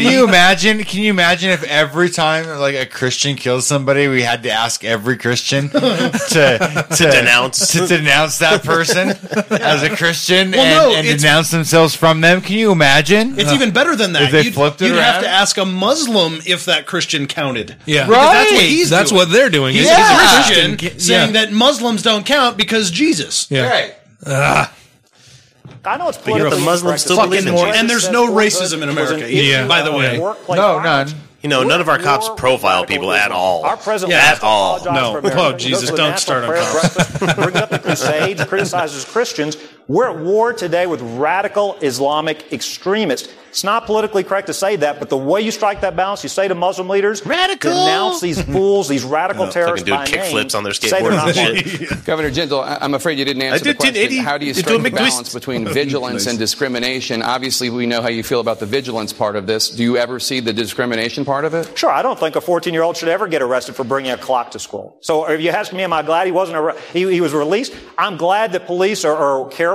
[SPEAKER 18] you imagine? Can you imagine if every time like a Christian kills somebody, we had to ask every Christian to,
[SPEAKER 8] To denounce.
[SPEAKER 18] to denounce that person as a Christian
[SPEAKER 4] Well,
[SPEAKER 18] and,
[SPEAKER 4] no,
[SPEAKER 18] and
[SPEAKER 4] it's-
[SPEAKER 18] denounce themselves from them? Can you imagine?
[SPEAKER 4] It's even better than that.
[SPEAKER 18] If they
[SPEAKER 4] you'd
[SPEAKER 18] flipped it
[SPEAKER 4] you'd
[SPEAKER 18] around.
[SPEAKER 4] have to ask a Muslim if that Christian counted.
[SPEAKER 3] Yeah.
[SPEAKER 4] Because That's what
[SPEAKER 3] Right.
[SPEAKER 4] he's
[SPEAKER 3] That's
[SPEAKER 4] doing.
[SPEAKER 3] what they're doing.
[SPEAKER 4] He's
[SPEAKER 3] It's-
[SPEAKER 4] a
[SPEAKER 3] it's
[SPEAKER 4] Christian
[SPEAKER 3] Christian.
[SPEAKER 4] saying
[SPEAKER 3] Yeah.
[SPEAKER 4] that Muslims don't count because Jesus.
[SPEAKER 3] Yeah. Right. Ah.
[SPEAKER 16] I know it's
[SPEAKER 4] But you're a
[SPEAKER 16] politically
[SPEAKER 4] Muslim
[SPEAKER 16] incorrect to
[SPEAKER 4] still
[SPEAKER 16] say
[SPEAKER 4] believes
[SPEAKER 16] that.
[SPEAKER 4] in Jesus. And there's no racism in
[SPEAKER 16] Was an
[SPEAKER 4] America,
[SPEAKER 16] issue
[SPEAKER 4] yeah, by the
[SPEAKER 16] of
[SPEAKER 4] way.
[SPEAKER 16] workplace
[SPEAKER 18] No, none.
[SPEAKER 8] You know, none of our cops profile people at all.
[SPEAKER 16] Our president
[SPEAKER 8] Yeah,
[SPEAKER 16] wants
[SPEAKER 8] at
[SPEAKER 16] to
[SPEAKER 8] all.
[SPEAKER 16] apologize for
[SPEAKER 3] Oh,
[SPEAKER 16] America. He goes to the National Prayer Breakfast, brings up the Crusades, criticizes Christians. We're at war today with radical Islamic extremists. It's not politically correct to say that, but the way you strike that balance, you say to Muslim leaders,
[SPEAKER 8] Radical!
[SPEAKER 16] denounce these fools, these radical
[SPEAKER 8] Yeah,
[SPEAKER 16] terrorists
[SPEAKER 8] fucking
[SPEAKER 16] by
[SPEAKER 8] do
[SPEAKER 16] name.
[SPEAKER 8] kickflips on their
[SPEAKER 16] say they're
[SPEAKER 8] skateboards
[SPEAKER 16] not
[SPEAKER 8] and
[SPEAKER 16] martyrs.
[SPEAKER 11] Governor Jindal, I- I'm afraid you didn't
[SPEAKER 8] I
[SPEAKER 11] answer
[SPEAKER 8] did-
[SPEAKER 11] the
[SPEAKER 8] did
[SPEAKER 11] question.
[SPEAKER 8] Eddie-
[SPEAKER 11] how do you
[SPEAKER 8] did
[SPEAKER 11] strike
[SPEAKER 8] do
[SPEAKER 11] the
[SPEAKER 8] a McTwist?
[SPEAKER 11] balance between vigilance and discrimination? Obviously, we know how you feel about the vigilance part of this. Do you ever see the discrimination part of it?
[SPEAKER 16] Sure, I don't think a 14 year old should ever get arrested for bringing a clock to school. So if you ask me, am I glad he wasn't arre- he, he was released? I'm glad that police are, are careful.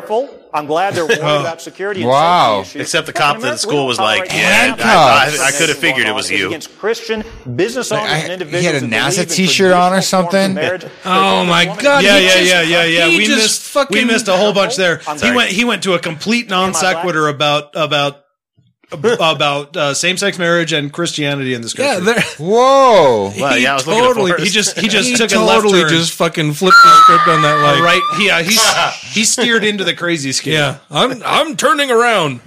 [SPEAKER 16] I'm glad they're worried about security. And
[SPEAKER 8] Wow.
[SPEAKER 16] safety issues.
[SPEAKER 8] Except the
[SPEAKER 16] But in
[SPEAKER 8] cop that
[SPEAKER 16] America,
[SPEAKER 8] school
[SPEAKER 16] we don't
[SPEAKER 8] was like,
[SPEAKER 16] tolerate
[SPEAKER 8] yeah, I-
[SPEAKER 18] Handcuffs.
[SPEAKER 8] I, I could have figured it was
[SPEAKER 16] It's
[SPEAKER 8] you.
[SPEAKER 16] against Christian business owners and individuals.
[SPEAKER 18] He had a
[SPEAKER 16] who
[SPEAKER 18] NASA
[SPEAKER 16] believe in
[SPEAKER 18] T-shirt on or
[SPEAKER 16] traditional
[SPEAKER 18] something.
[SPEAKER 16] marriage.
[SPEAKER 3] Oh my god!
[SPEAKER 4] Yeah,
[SPEAKER 3] he
[SPEAKER 4] yeah,
[SPEAKER 3] just-
[SPEAKER 4] yeah, yeah, yeah.
[SPEAKER 3] he
[SPEAKER 4] We
[SPEAKER 3] just
[SPEAKER 4] missed
[SPEAKER 3] fucking.
[SPEAKER 4] we missed a whole bunch there.
[SPEAKER 3] sorry.
[SPEAKER 4] He went he went to a complete non sequitur about about about uh, same sex marriage and Christianity in this country.
[SPEAKER 3] Yeah,
[SPEAKER 18] Whoa!
[SPEAKER 4] Well, yeah, I was looking at forest.
[SPEAKER 3] He just he just
[SPEAKER 4] He
[SPEAKER 3] took
[SPEAKER 4] totally
[SPEAKER 3] a left turn.
[SPEAKER 4] just
[SPEAKER 3] fucking flipped the script on that. Like
[SPEAKER 4] right? Yeah, he's he steered into the crazy skin.
[SPEAKER 3] Yeah, I'm I'm turning around.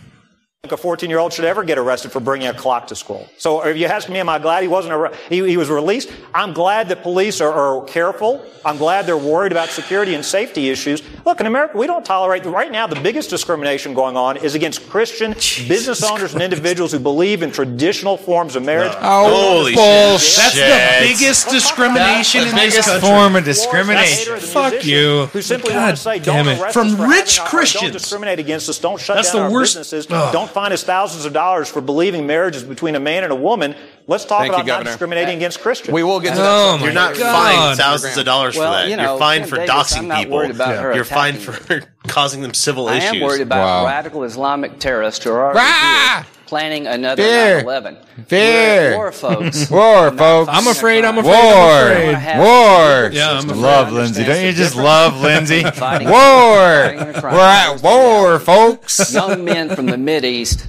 [SPEAKER 16] think a 14 year old should ever get arrested for bringing a clock to school. So if you ask me, am I glad he wasn't arre- he, he was released? I'm glad that police are, are careful. I'm glad they're worried about security and safety issues. Look, in America, we don't tolerate right now the biggest discrimination going on is against Christian business owners and individuals who believe in traditional forms of marriage.
[SPEAKER 18] Holy bullshit!
[SPEAKER 4] That's the biggest discrimination
[SPEAKER 18] That's
[SPEAKER 4] in
[SPEAKER 18] the
[SPEAKER 4] this
[SPEAKER 18] biggest
[SPEAKER 4] country.
[SPEAKER 18] form of discrimination.
[SPEAKER 4] Fuck you.
[SPEAKER 16] Who simply want to say, don't arrest us
[SPEAKER 4] From
[SPEAKER 16] for
[SPEAKER 4] rich
[SPEAKER 16] having our- Don't
[SPEAKER 4] Christians.
[SPEAKER 16] discriminate against us. Don't shut
[SPEAKER 4] That's
[SPEAKER 16] down
[SPEAKER 4] the
[SPEAKER 16] our
[SPEAKER 4] worst-
[SPEAKER 16] businesses.
[SPEAKER 4] Ugh.
[SPEAKER 16] Don't fine us thousands of dollars for believing marriage is between a man and a woman. Let's talk
[SPEAKER 11] Thank you,
[SPEAKER 16] about not
[SPEAKER 11] Governor.
[SPEAKER 16] discriminating against Christians.
[SPEAKER 11] We will get to that. Oh,
[SPEAKER 8] You're not fined thousands of dollars
[SPEAKER 11] Well,
[SPEAKER 8] for that.
[SPEAKER 11] you
[SPEAKER 8] You
[SPEAKER 11] know,
[SPEAKER 8] are fined
[SPEAKER 11] Kim
[SPEAKER 8] for
[SPEAKER 11] Davis, I'm
[SPEAKER 8] doxing
[SPEAKER 11] not
[SPEAKER 8] people.
[SPEAKER 11] worried about her
[SPEAKER 8] You're fined for causing them civil
[SPEAKER 15] I
[SPEAKER 8] issues.
[SPEAKER 15] am worried about radical Islamic terrorists who are already here planning another
[SPEAKER 18] Fear.
[SPEAKER 15] 9/11. We're
[SPEAKER 18] Fear.
[SPEAKER 15] at War, folks.
[SPEAKER 18] War, folks.
[SPEAKER 15] I'm afraid, I'm afraid, I'm
[SPEAKER 18] War.
[SPEAKER 15] afraid.
[SPEAKER 18] War.
[SPEAKER 15] Yeah, I'm afraid.
[SPEAKER 18] Love Lindsay. Don't you just love Lindsay?
[SPEAKER 15] Fighting-
[SPEAKER 18] War.
[SPEAKER 15] fighting a crime.
[SPEAKER 18] We're at war, folks.
[SPEAKER 15] Young men from the Mid East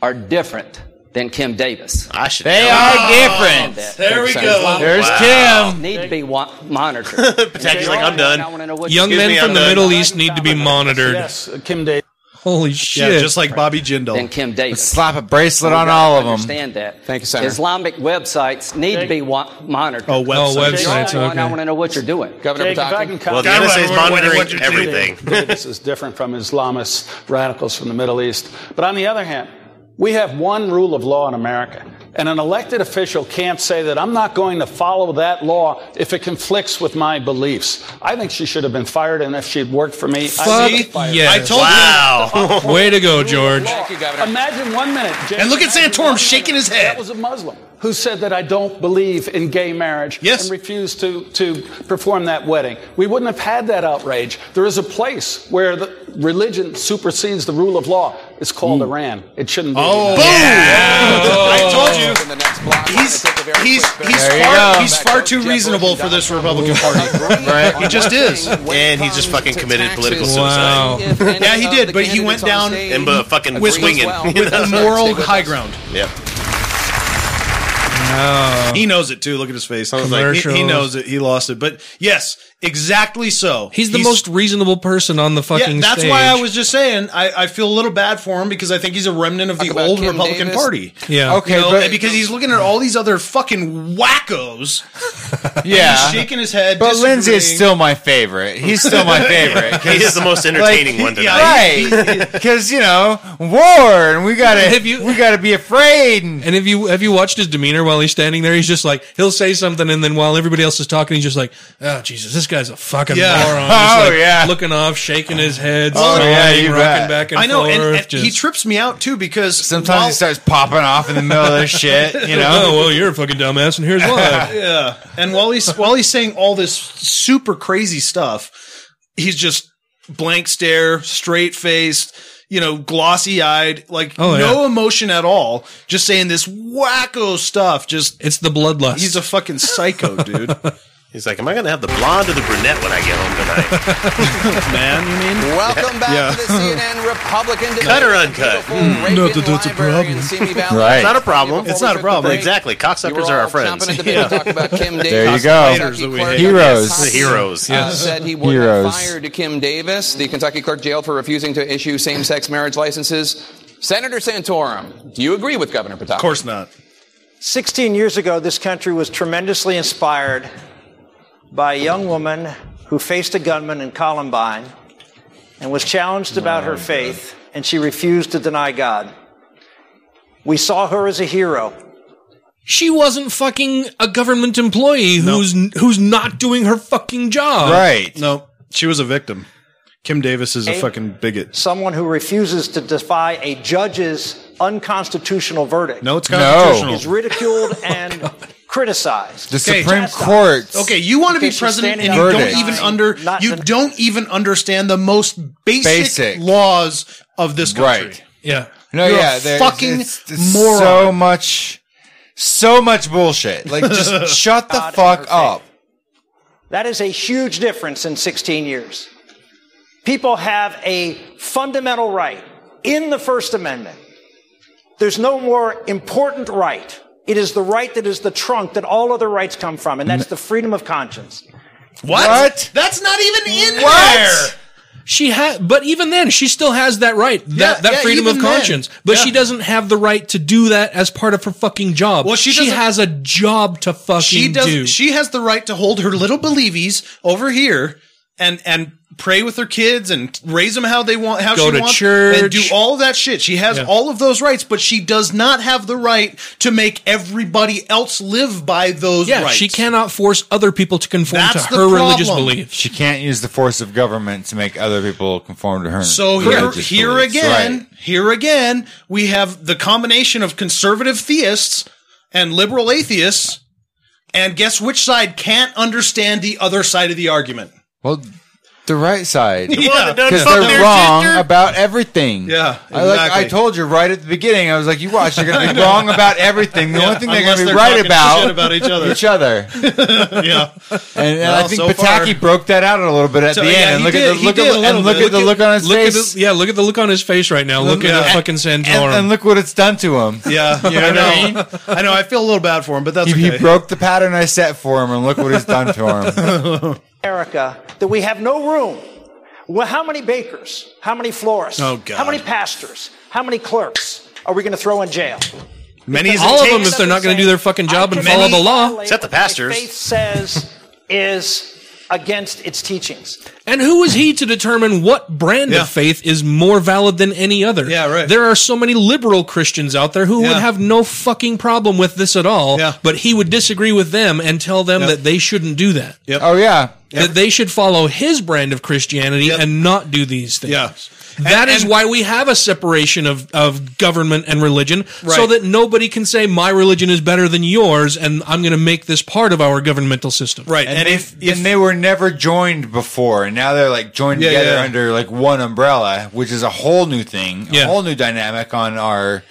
[SPEAKER 15] are different than Kim Davis.
[SPEAKER 8] I should.
[SPEAKER 18] They are different. There we go. There's Kim.
[SPEAKER 15] Need to be wa- monitored.
[SPEAKER 8] Patacky's like, I'm done.
[SPEAKER 3] Young men from the Middle East need to be monitored.
[SPEAKER 13] Yes, Kim Davis.
[SPEAKER 3] Holy shit!
[SPEAKER 4] just like Bobby Jindal.
[SPEAKER 15] Then Kim Davis.
[SPEAKER 18] Slap a bracelet
[SPEAKER 16] Oh
[SPEAKER 15] We
[SPEAKER 18] on
[SPEAKER 15] gotta
[SPEAKER 18] all of them.
[SPEAKER 15] Oh, Understand that.
[SPEAKER 18] Thank you, Senator.
[SPEAKER 15] Islamic websites need to be wa- monitored.
[SPEAKER 18] Oh, websites. Oh, websites,
[SPEAKER 15] You're on, I
[SPEAKER 18] okay.
[SPEAKER 15] want to know what you're doing, Governor
[SPEAKER 13] Jake, if I can comment- This is different from Islamists, radicals from the Middle East. But on the other hand, We have one rule of law in America, and an elected official can't say that I'm not going to follow that law if it conflicts with my beliefs. I think she should have been fired, and if she'd worked for me, I
[SPEAKER 3] Fuck
[SPEAKER 13] would have fired
[SPEAKER 3] yes.
[SPEAKER 13] her.
[SPEAKER 3] Wow. Way to go, George.
[SPEAKER 13] Thank you, Governor. Imagine one minute.
[SPEAKER 4] And look at Santorum shaking his head.
[SPEAKER 13] That was a Muslim who said that I don't believe in gay marriage
[SPEAKER 4] Yes.
[SPEAKER 13] and refused to, to perform that wedding. We wouldn't have had that outrage. There is a place where the religion supersedes the rule of law. It's called Iran. It shouldn't be.
[SPEAKER 4] Mm. Oh,
[SPEAKER 13] the United
[SPEAKER 4] I
[SPEAKER 13] States.
[SPEAKER 4] told you. He's he's he's
[SPEAKER 13] There you
[SPEAKER 4] far
[SPEAKER 13] go.
[SPEAKER 4] he's far too reasonable for this Republican Party. right? He just is.
[SPEAKER 8] And he just fucking committed political
[SPEAKER 3] Wow.
[SPEAKER 8] suicide.
[SPEAKER 4] yeah, he did, but he went down
[SPEAKER 8] And but fucking
[SPEAKER 4] with,
[SPEAKER 8] swinging.
[SPEAKER 4] with the moral high ground.
[SPEAKER 8] Yeah.
[SPEAKER 4] He knows it too. Look at his face. I was like, he,
[SPEAKER 3] Commercials.
[SPEAKER 4] he knows it. He lost it. But yes, exactly so.
[SPEAKER 3] He's the most reasonable person on the fucking
[SPEAKER 4] Yeah, that's
[SPEAKER 3] stage.
[SPEAKER 4] why I was just saying I, I feel a little bad for him because I think he's a remnant of the old
[SPEAKER 3] Kim
[SPEAKER 4] Republican
[SPEAKER 3] Davis.
[SPEAKER 4] Party.
[SPEAKER 3] Yeah.
[SPEAKER 4] Okay,
[SPEAKER 3] Okay, but-
[SPEAKER 4] because he's looking at all these other fucking wackos. and
[SPEAKER 18] Yeah.
[SPEAKER 4] he's shaking his head.
[SPEAKER 18] But Lindsay is
[SPEAKER 4] disagreeing.
[SPEAKER 18] still my favorite. He's still my favorite. 'cause,
[SPEAKER 8] He is the most entertaining
[SPEAKER 18] like,
[SPEAKER 8] one tonight.
[SPEAKER 18] right? Because you know war, and we gotta
[SPEAKER 3] Have you-
[SPEAKER 18] we gotta be afraid. And
[SPEAKER 3] And if you have you watched his demeanor while he's standing there, he's just like he'll say something, and then while everybody else is talking, he's just like, "Oh Jesus, this guy's a fucking
[SPEAKER 4] Yeah.
[SPEAKER 3] moron." Just
[SPEAKER 4] Oh,
[SPEAKER 3] like
[SPEAKER 4] yeah.
[SPEAKER 3] looking off, shaking his head,
[SPEAKER 4] Oh,
[SPEAKER 3] smiling,
[SPEAKER 4] yeah,
[SPEAKER 18] you
[SPEAKER 3] rocking
[SPEAKER 18] bet.
[SPEAKER 3] back and
[SPEAKER 4] I know,
[SPEAKER 3] forth.
[SPEAKER 4] and, and
[SPEAKER 3] just,
[SPEAKER 4] he trips me out too because
[SPEAKER 18] sometimes he starts popping off in the middle of this shit. You
[SPEAKER 3] oh
[SPEAKER 18] know.
[SPEAKER 3] well, you're a fucking dumbass, and here's why.
[SPEAKER 4] yeah. And while he's while he's saying all this super crazy stuff, he's just blank stare, straight faced, you know, glossy eyed, like
[SPEAKER 3] Oh,
[SPEAKER 4] no
[SPEAKER 3] yeah.
[SPEAKER 4] emotion at all. Just saying this wacko stuff. Just
[SPEAKER 3] it's the bloodlust.
[SPEAKER 4] he's a fucking psycho, dude.
[SPEAKER 8] He's like, am I going to have the blonde or the brunette when I get home tonight?
[SPEAKER 4] Man, you mean?
[SPEAKER 11] Welcome back
[SPEAKER 8] Yeah.
[SPEAKER 11] to the CNN Republican debate.
[SPEAKER 8] Cut or uncut?
[SPEAKER 4] Hmm.
[SPEAKER 11] Not that that's a problem.
[SPEAKER 18] Right.
[SPEAKER 8] It's not a problem.
[SPEAKER 11] It's not a problem.
[SPEAKER 8] Exactly. Cocksuckers are our friends.
[SPEAKER 11] Yeah. Talk about Kim Davis.
[SPEAKER 18] There you
[SPEAKER 11] Kentucky
[SPEAKER 18] go.
[SPEAKER 11] clerk
[SPEAKER 18] Heroes.
[SPEAKER 11] Hudson,
[SPEAKER 18] The heroes,
[SPEAKER 11] uh,
[SPEAKER 18] yes.
[SPEAKER 11] said he would
[SPEAKER 18] Heroes.
[SPEAKER 11] have fired Kim Davis, the Kentucky clerk jailed for refusing to issue same-sex marriage licenses. Senator Santorum, do you agree with Governor Pataki? Of
[SPEAKER 4] course not.
[SPEAKER 14] 16 years ago, this country was tremendously inspired by a young woman who faced a gunman in Columbine and was challenged about her faith, and she refused to deny God. We saw her as a hero.
[SPEAKER 3] She wasn't fucking a government employee who's who's not doing her fucking job.
[SPEAKER 4] No, she was a victim. Kim Davis is a
[SPEAKER 14] Hey.
[SPEAKER 4] fucking bigot.
[SPEAKER 14] Someone who refuses to defy a judge's unconstitutional verdict.
[SPEAKER 4] No, it's
[SPEAKER 18] No.
[SPEAKER 4] constitutional. Oh
[SPEAKER 14] Is ridiculed and criticized.
[SPEAKER 18] The Supreme Court.
[SPEAKER 4] Okay, you want to be
[SPEAKER 14] Because you're
[SPEAKER 4] president
[SPEAKER 14] standing
[SPEAKER 4] and you
[SPEAKER 18] up
[SPEAKER 4] don't
[SPEAKER 18] for
[SPEAKER 4] even
[SPEAKER 14] nine,
[SPEAKER 4] under you don't even understand the most basic,
[SPEAKER 18] Basic.
[SPEAKER 4] laws of this country.
[SPEAKER 18] Right.
[SPEAKER 3] Yeah.
[SPEAKER 18] No,
[SPEAKER 4] You're a
[SPEAKER 18] yeah, there's-
[SPEAKER 4] fucking
[SPEAKER 18] it's- it's
[SPEAKER 4] moron.
[SPEAKER 18] So much, so much bullshit. Like, just shut the fuck up.
[SPEAKER 14] That is a huge difference in 16 years. People have a fundamental right in the First Amendment. There's no more important right. It is the right that is the trunk that all other rights come from, and that's the freedom of conscience.
[SPEAKER 4] What?
[SPEAKER 18] What?
[SPEAKER 4] That's not even in
[SPEAKER 18] What?
[SPEAKER 4] there.
[SPEAKER 3] She had, but even then, she still has that right, that,
[SPEAKER 4] Yeah,
[SPEAKER 3] that
[SPEAKER 4] yeah,
[SPEAKER 3] freedom of
[SPEAKER 4] even then.
[SPEAKER 3] conscience. But she
[SPEAKER 4] Yeah.
[SPEAKER 3] doesn't have the right to do that as part of her fucking job.
[SPEAKER 4] Well, she
[SPEAKER 3] she
[SPEAKER 4] doesn't-
[SPEAKER 3] has a job to fucking
[SPEAKER 4] She does.
[SPEAKER 3] do.
[SPEAKER 4] She has the right to hold her little believies over here and and pray with her kids and raise them how they want, how
[SPEAKER 3] Go
[SPEAKER 4] she
[SPEAKER 3] to
[SPEAKER 4] wants, and
[SPEAKER 3] church.
[SPEAKER 4] do all that shit. She has
[SPEAKER 3] Yeah.
[SPEAKER 4] all of those rights, but she does not have the right to make everybody else live by those
[SPEAKER 3] yeah,
[SPEAKER 4] rights.
[SPEAKER 3] she cannot force other people to conform
[SPEAKER 4] That's
[SPEAKER 3] to
[SPEAKER 4] the
[SPEAKER 3] her religious
[SPEAKER 4] problem.
[SPEAKER 3] beliefs.
[SPEAKER 18] She can't use the force of government to make other people conform to her.
[SPEAKER 4] So here,
[SPEAKER 18] religious
[SPEAKER 4] here
[SPEAKER 18] beliefs.
[SPEAKER 4] again,
[SPEAKER 18] Right.
[SPEAKER 4] here again, we have the combination of conservative theists and liberal atheists. And guess which side can't understand the other side of the argument?
[SPEAKER 18] Well, the right side.
[SPEAKER 4] The one that doesn't
[SPEAKER 18] Because
[SPEAKER 4] fuck
[SPEAKER 18] they're
[SPEAKER 4] their
[SPEAKER 18] wrong
[SPEAKER 4] sister.
[SPEAKER 18] about everything.
[SPEAKER 4] Yeah,
[SPEAKER 18] I, like, I
[SPEAKER 4] exactly.
[SPEAKER 18] told you right at the beginning, I was like, you watch, they're going to be
[SPEAKER 4] know.
[SPEAKER 18] wrong about everything. The
[SPEAKER 4] Yeah,
[SPEAKER 18] only thing they're
[SPEAKER 4] unless
[SPEAKER 18] going to
[SPEAKER 4] they're
[SPEAKER 18] be right
[SPEAKER 4] talking
[SPEAKER 18] about,
[SPEAKER 4] shit about each other.
[SPEAKER 18] Each other.
[SPEAKER 4] yeah.
[SPEAKER 18] And, and
[SPEAKER 4] Well,
[SPEAKER 18] I think
[SPEAKER 4] so
[SPEAKER 18] Pataki
[SPEAKER 4] far-
[SPEAKER 18] broke that out a little bit at
[SPEAKER 4] So,
[SPEAKER 18] the end.
[SPEAKER 4] yeah,
[SPEAKER 18] and
[SPEAKER 4] he
[SPEAKER 18] look
[SPEAKER 4] did-
[SPEAKER 18] at the
[SPEAKER 4] he
[SPEAKER 18] look,
[SPEAKER 4] did a
[SPEAKER 18] at,
[SPEAKER 4] little
[SPEAKER 18] and look
[SPEAKER 4] bit.
[SPEAKER 18] at the look on his
[SPEAKER 3] Look at
[SPEAKER 18] face.
[SPEAKER 3] the, yeah, look at the look on his face right now. Look, at the
[SPEAKER 4] yeah.
[SPEAKER 3] fucking Santorum.
[SPEAKER 18] and, and look what it's done to him.
[SPEAKER 4] Yeah,
[SPEAKER 18] You know
[SPEAKER 4] I
[SPEAKER 18] what
[SPEAKER 4] know.
[SPEAKER 18] I
[SPEAKER 4] I,
[SPEAKER 18] mean?
[SPEAKER 4] know. I feel a little bad for him, but that's
[SPEAKER 18] He, he
[SPEAKER 4] okay.
[SPEAKER 18] broke the pattern I set for him, and look what it's done to him.
[SPEAKER 14] America, that we have no room. Well, how many bakers? How many florists?
[SPEAKER 4] Oh, God.
[SPEAKER 14] How many pastors? How many clerks are we going to throw in jail?
[SPEAKER 4] Many as it
[SPEAKER 3] all of
[SPEAKER 4] takes.
[SPEAKER 3] them, if they're not going to do their fucking job and follow the law,
[SPEAKER 8] Except the pastors.
[SPEAKER 14] Faith says is against its teachings.
[SPEAKER 3] And who is he to determine what brand
[SPEAKER 14] Yeah.
[SPEAKER 3] of faith is more valid than any other? Yeah, right. There are so many liberal Christians out there who would
[SPEAKER 4] Yeah.
[SPEAKER 3] have no fucking problem with this at all, but he would disagree with them and tell them
[SPEAKER 4] Yeah.
[SPEAKER 3] that they shouldn't do that.
[SPEAKER 18] Oh yeah.
[SPEAKER 3] That they should follow his brand of Christianity and not do these things.
[SPEAKER 4] Yeah.
[SPEAKER 3] That is why we have a separation of, of government and religion, so
[SPEAKER 4] Right.
[SPEAKER 3] that nobody can say my religion is better than yours, and I'm going to make this part of our governmental system.
[SPEAKER 4] Right.
[SPEAKER 18] And, if, and they were never joined before, and now they're like joined
[SPEAKER 3] Yeah,
[SPEAKER 18] together
[SPEAKER 3] yeah.
[SPEAKER 18] under like one umbrella, which is a whole new thing, a whole new dynamic on our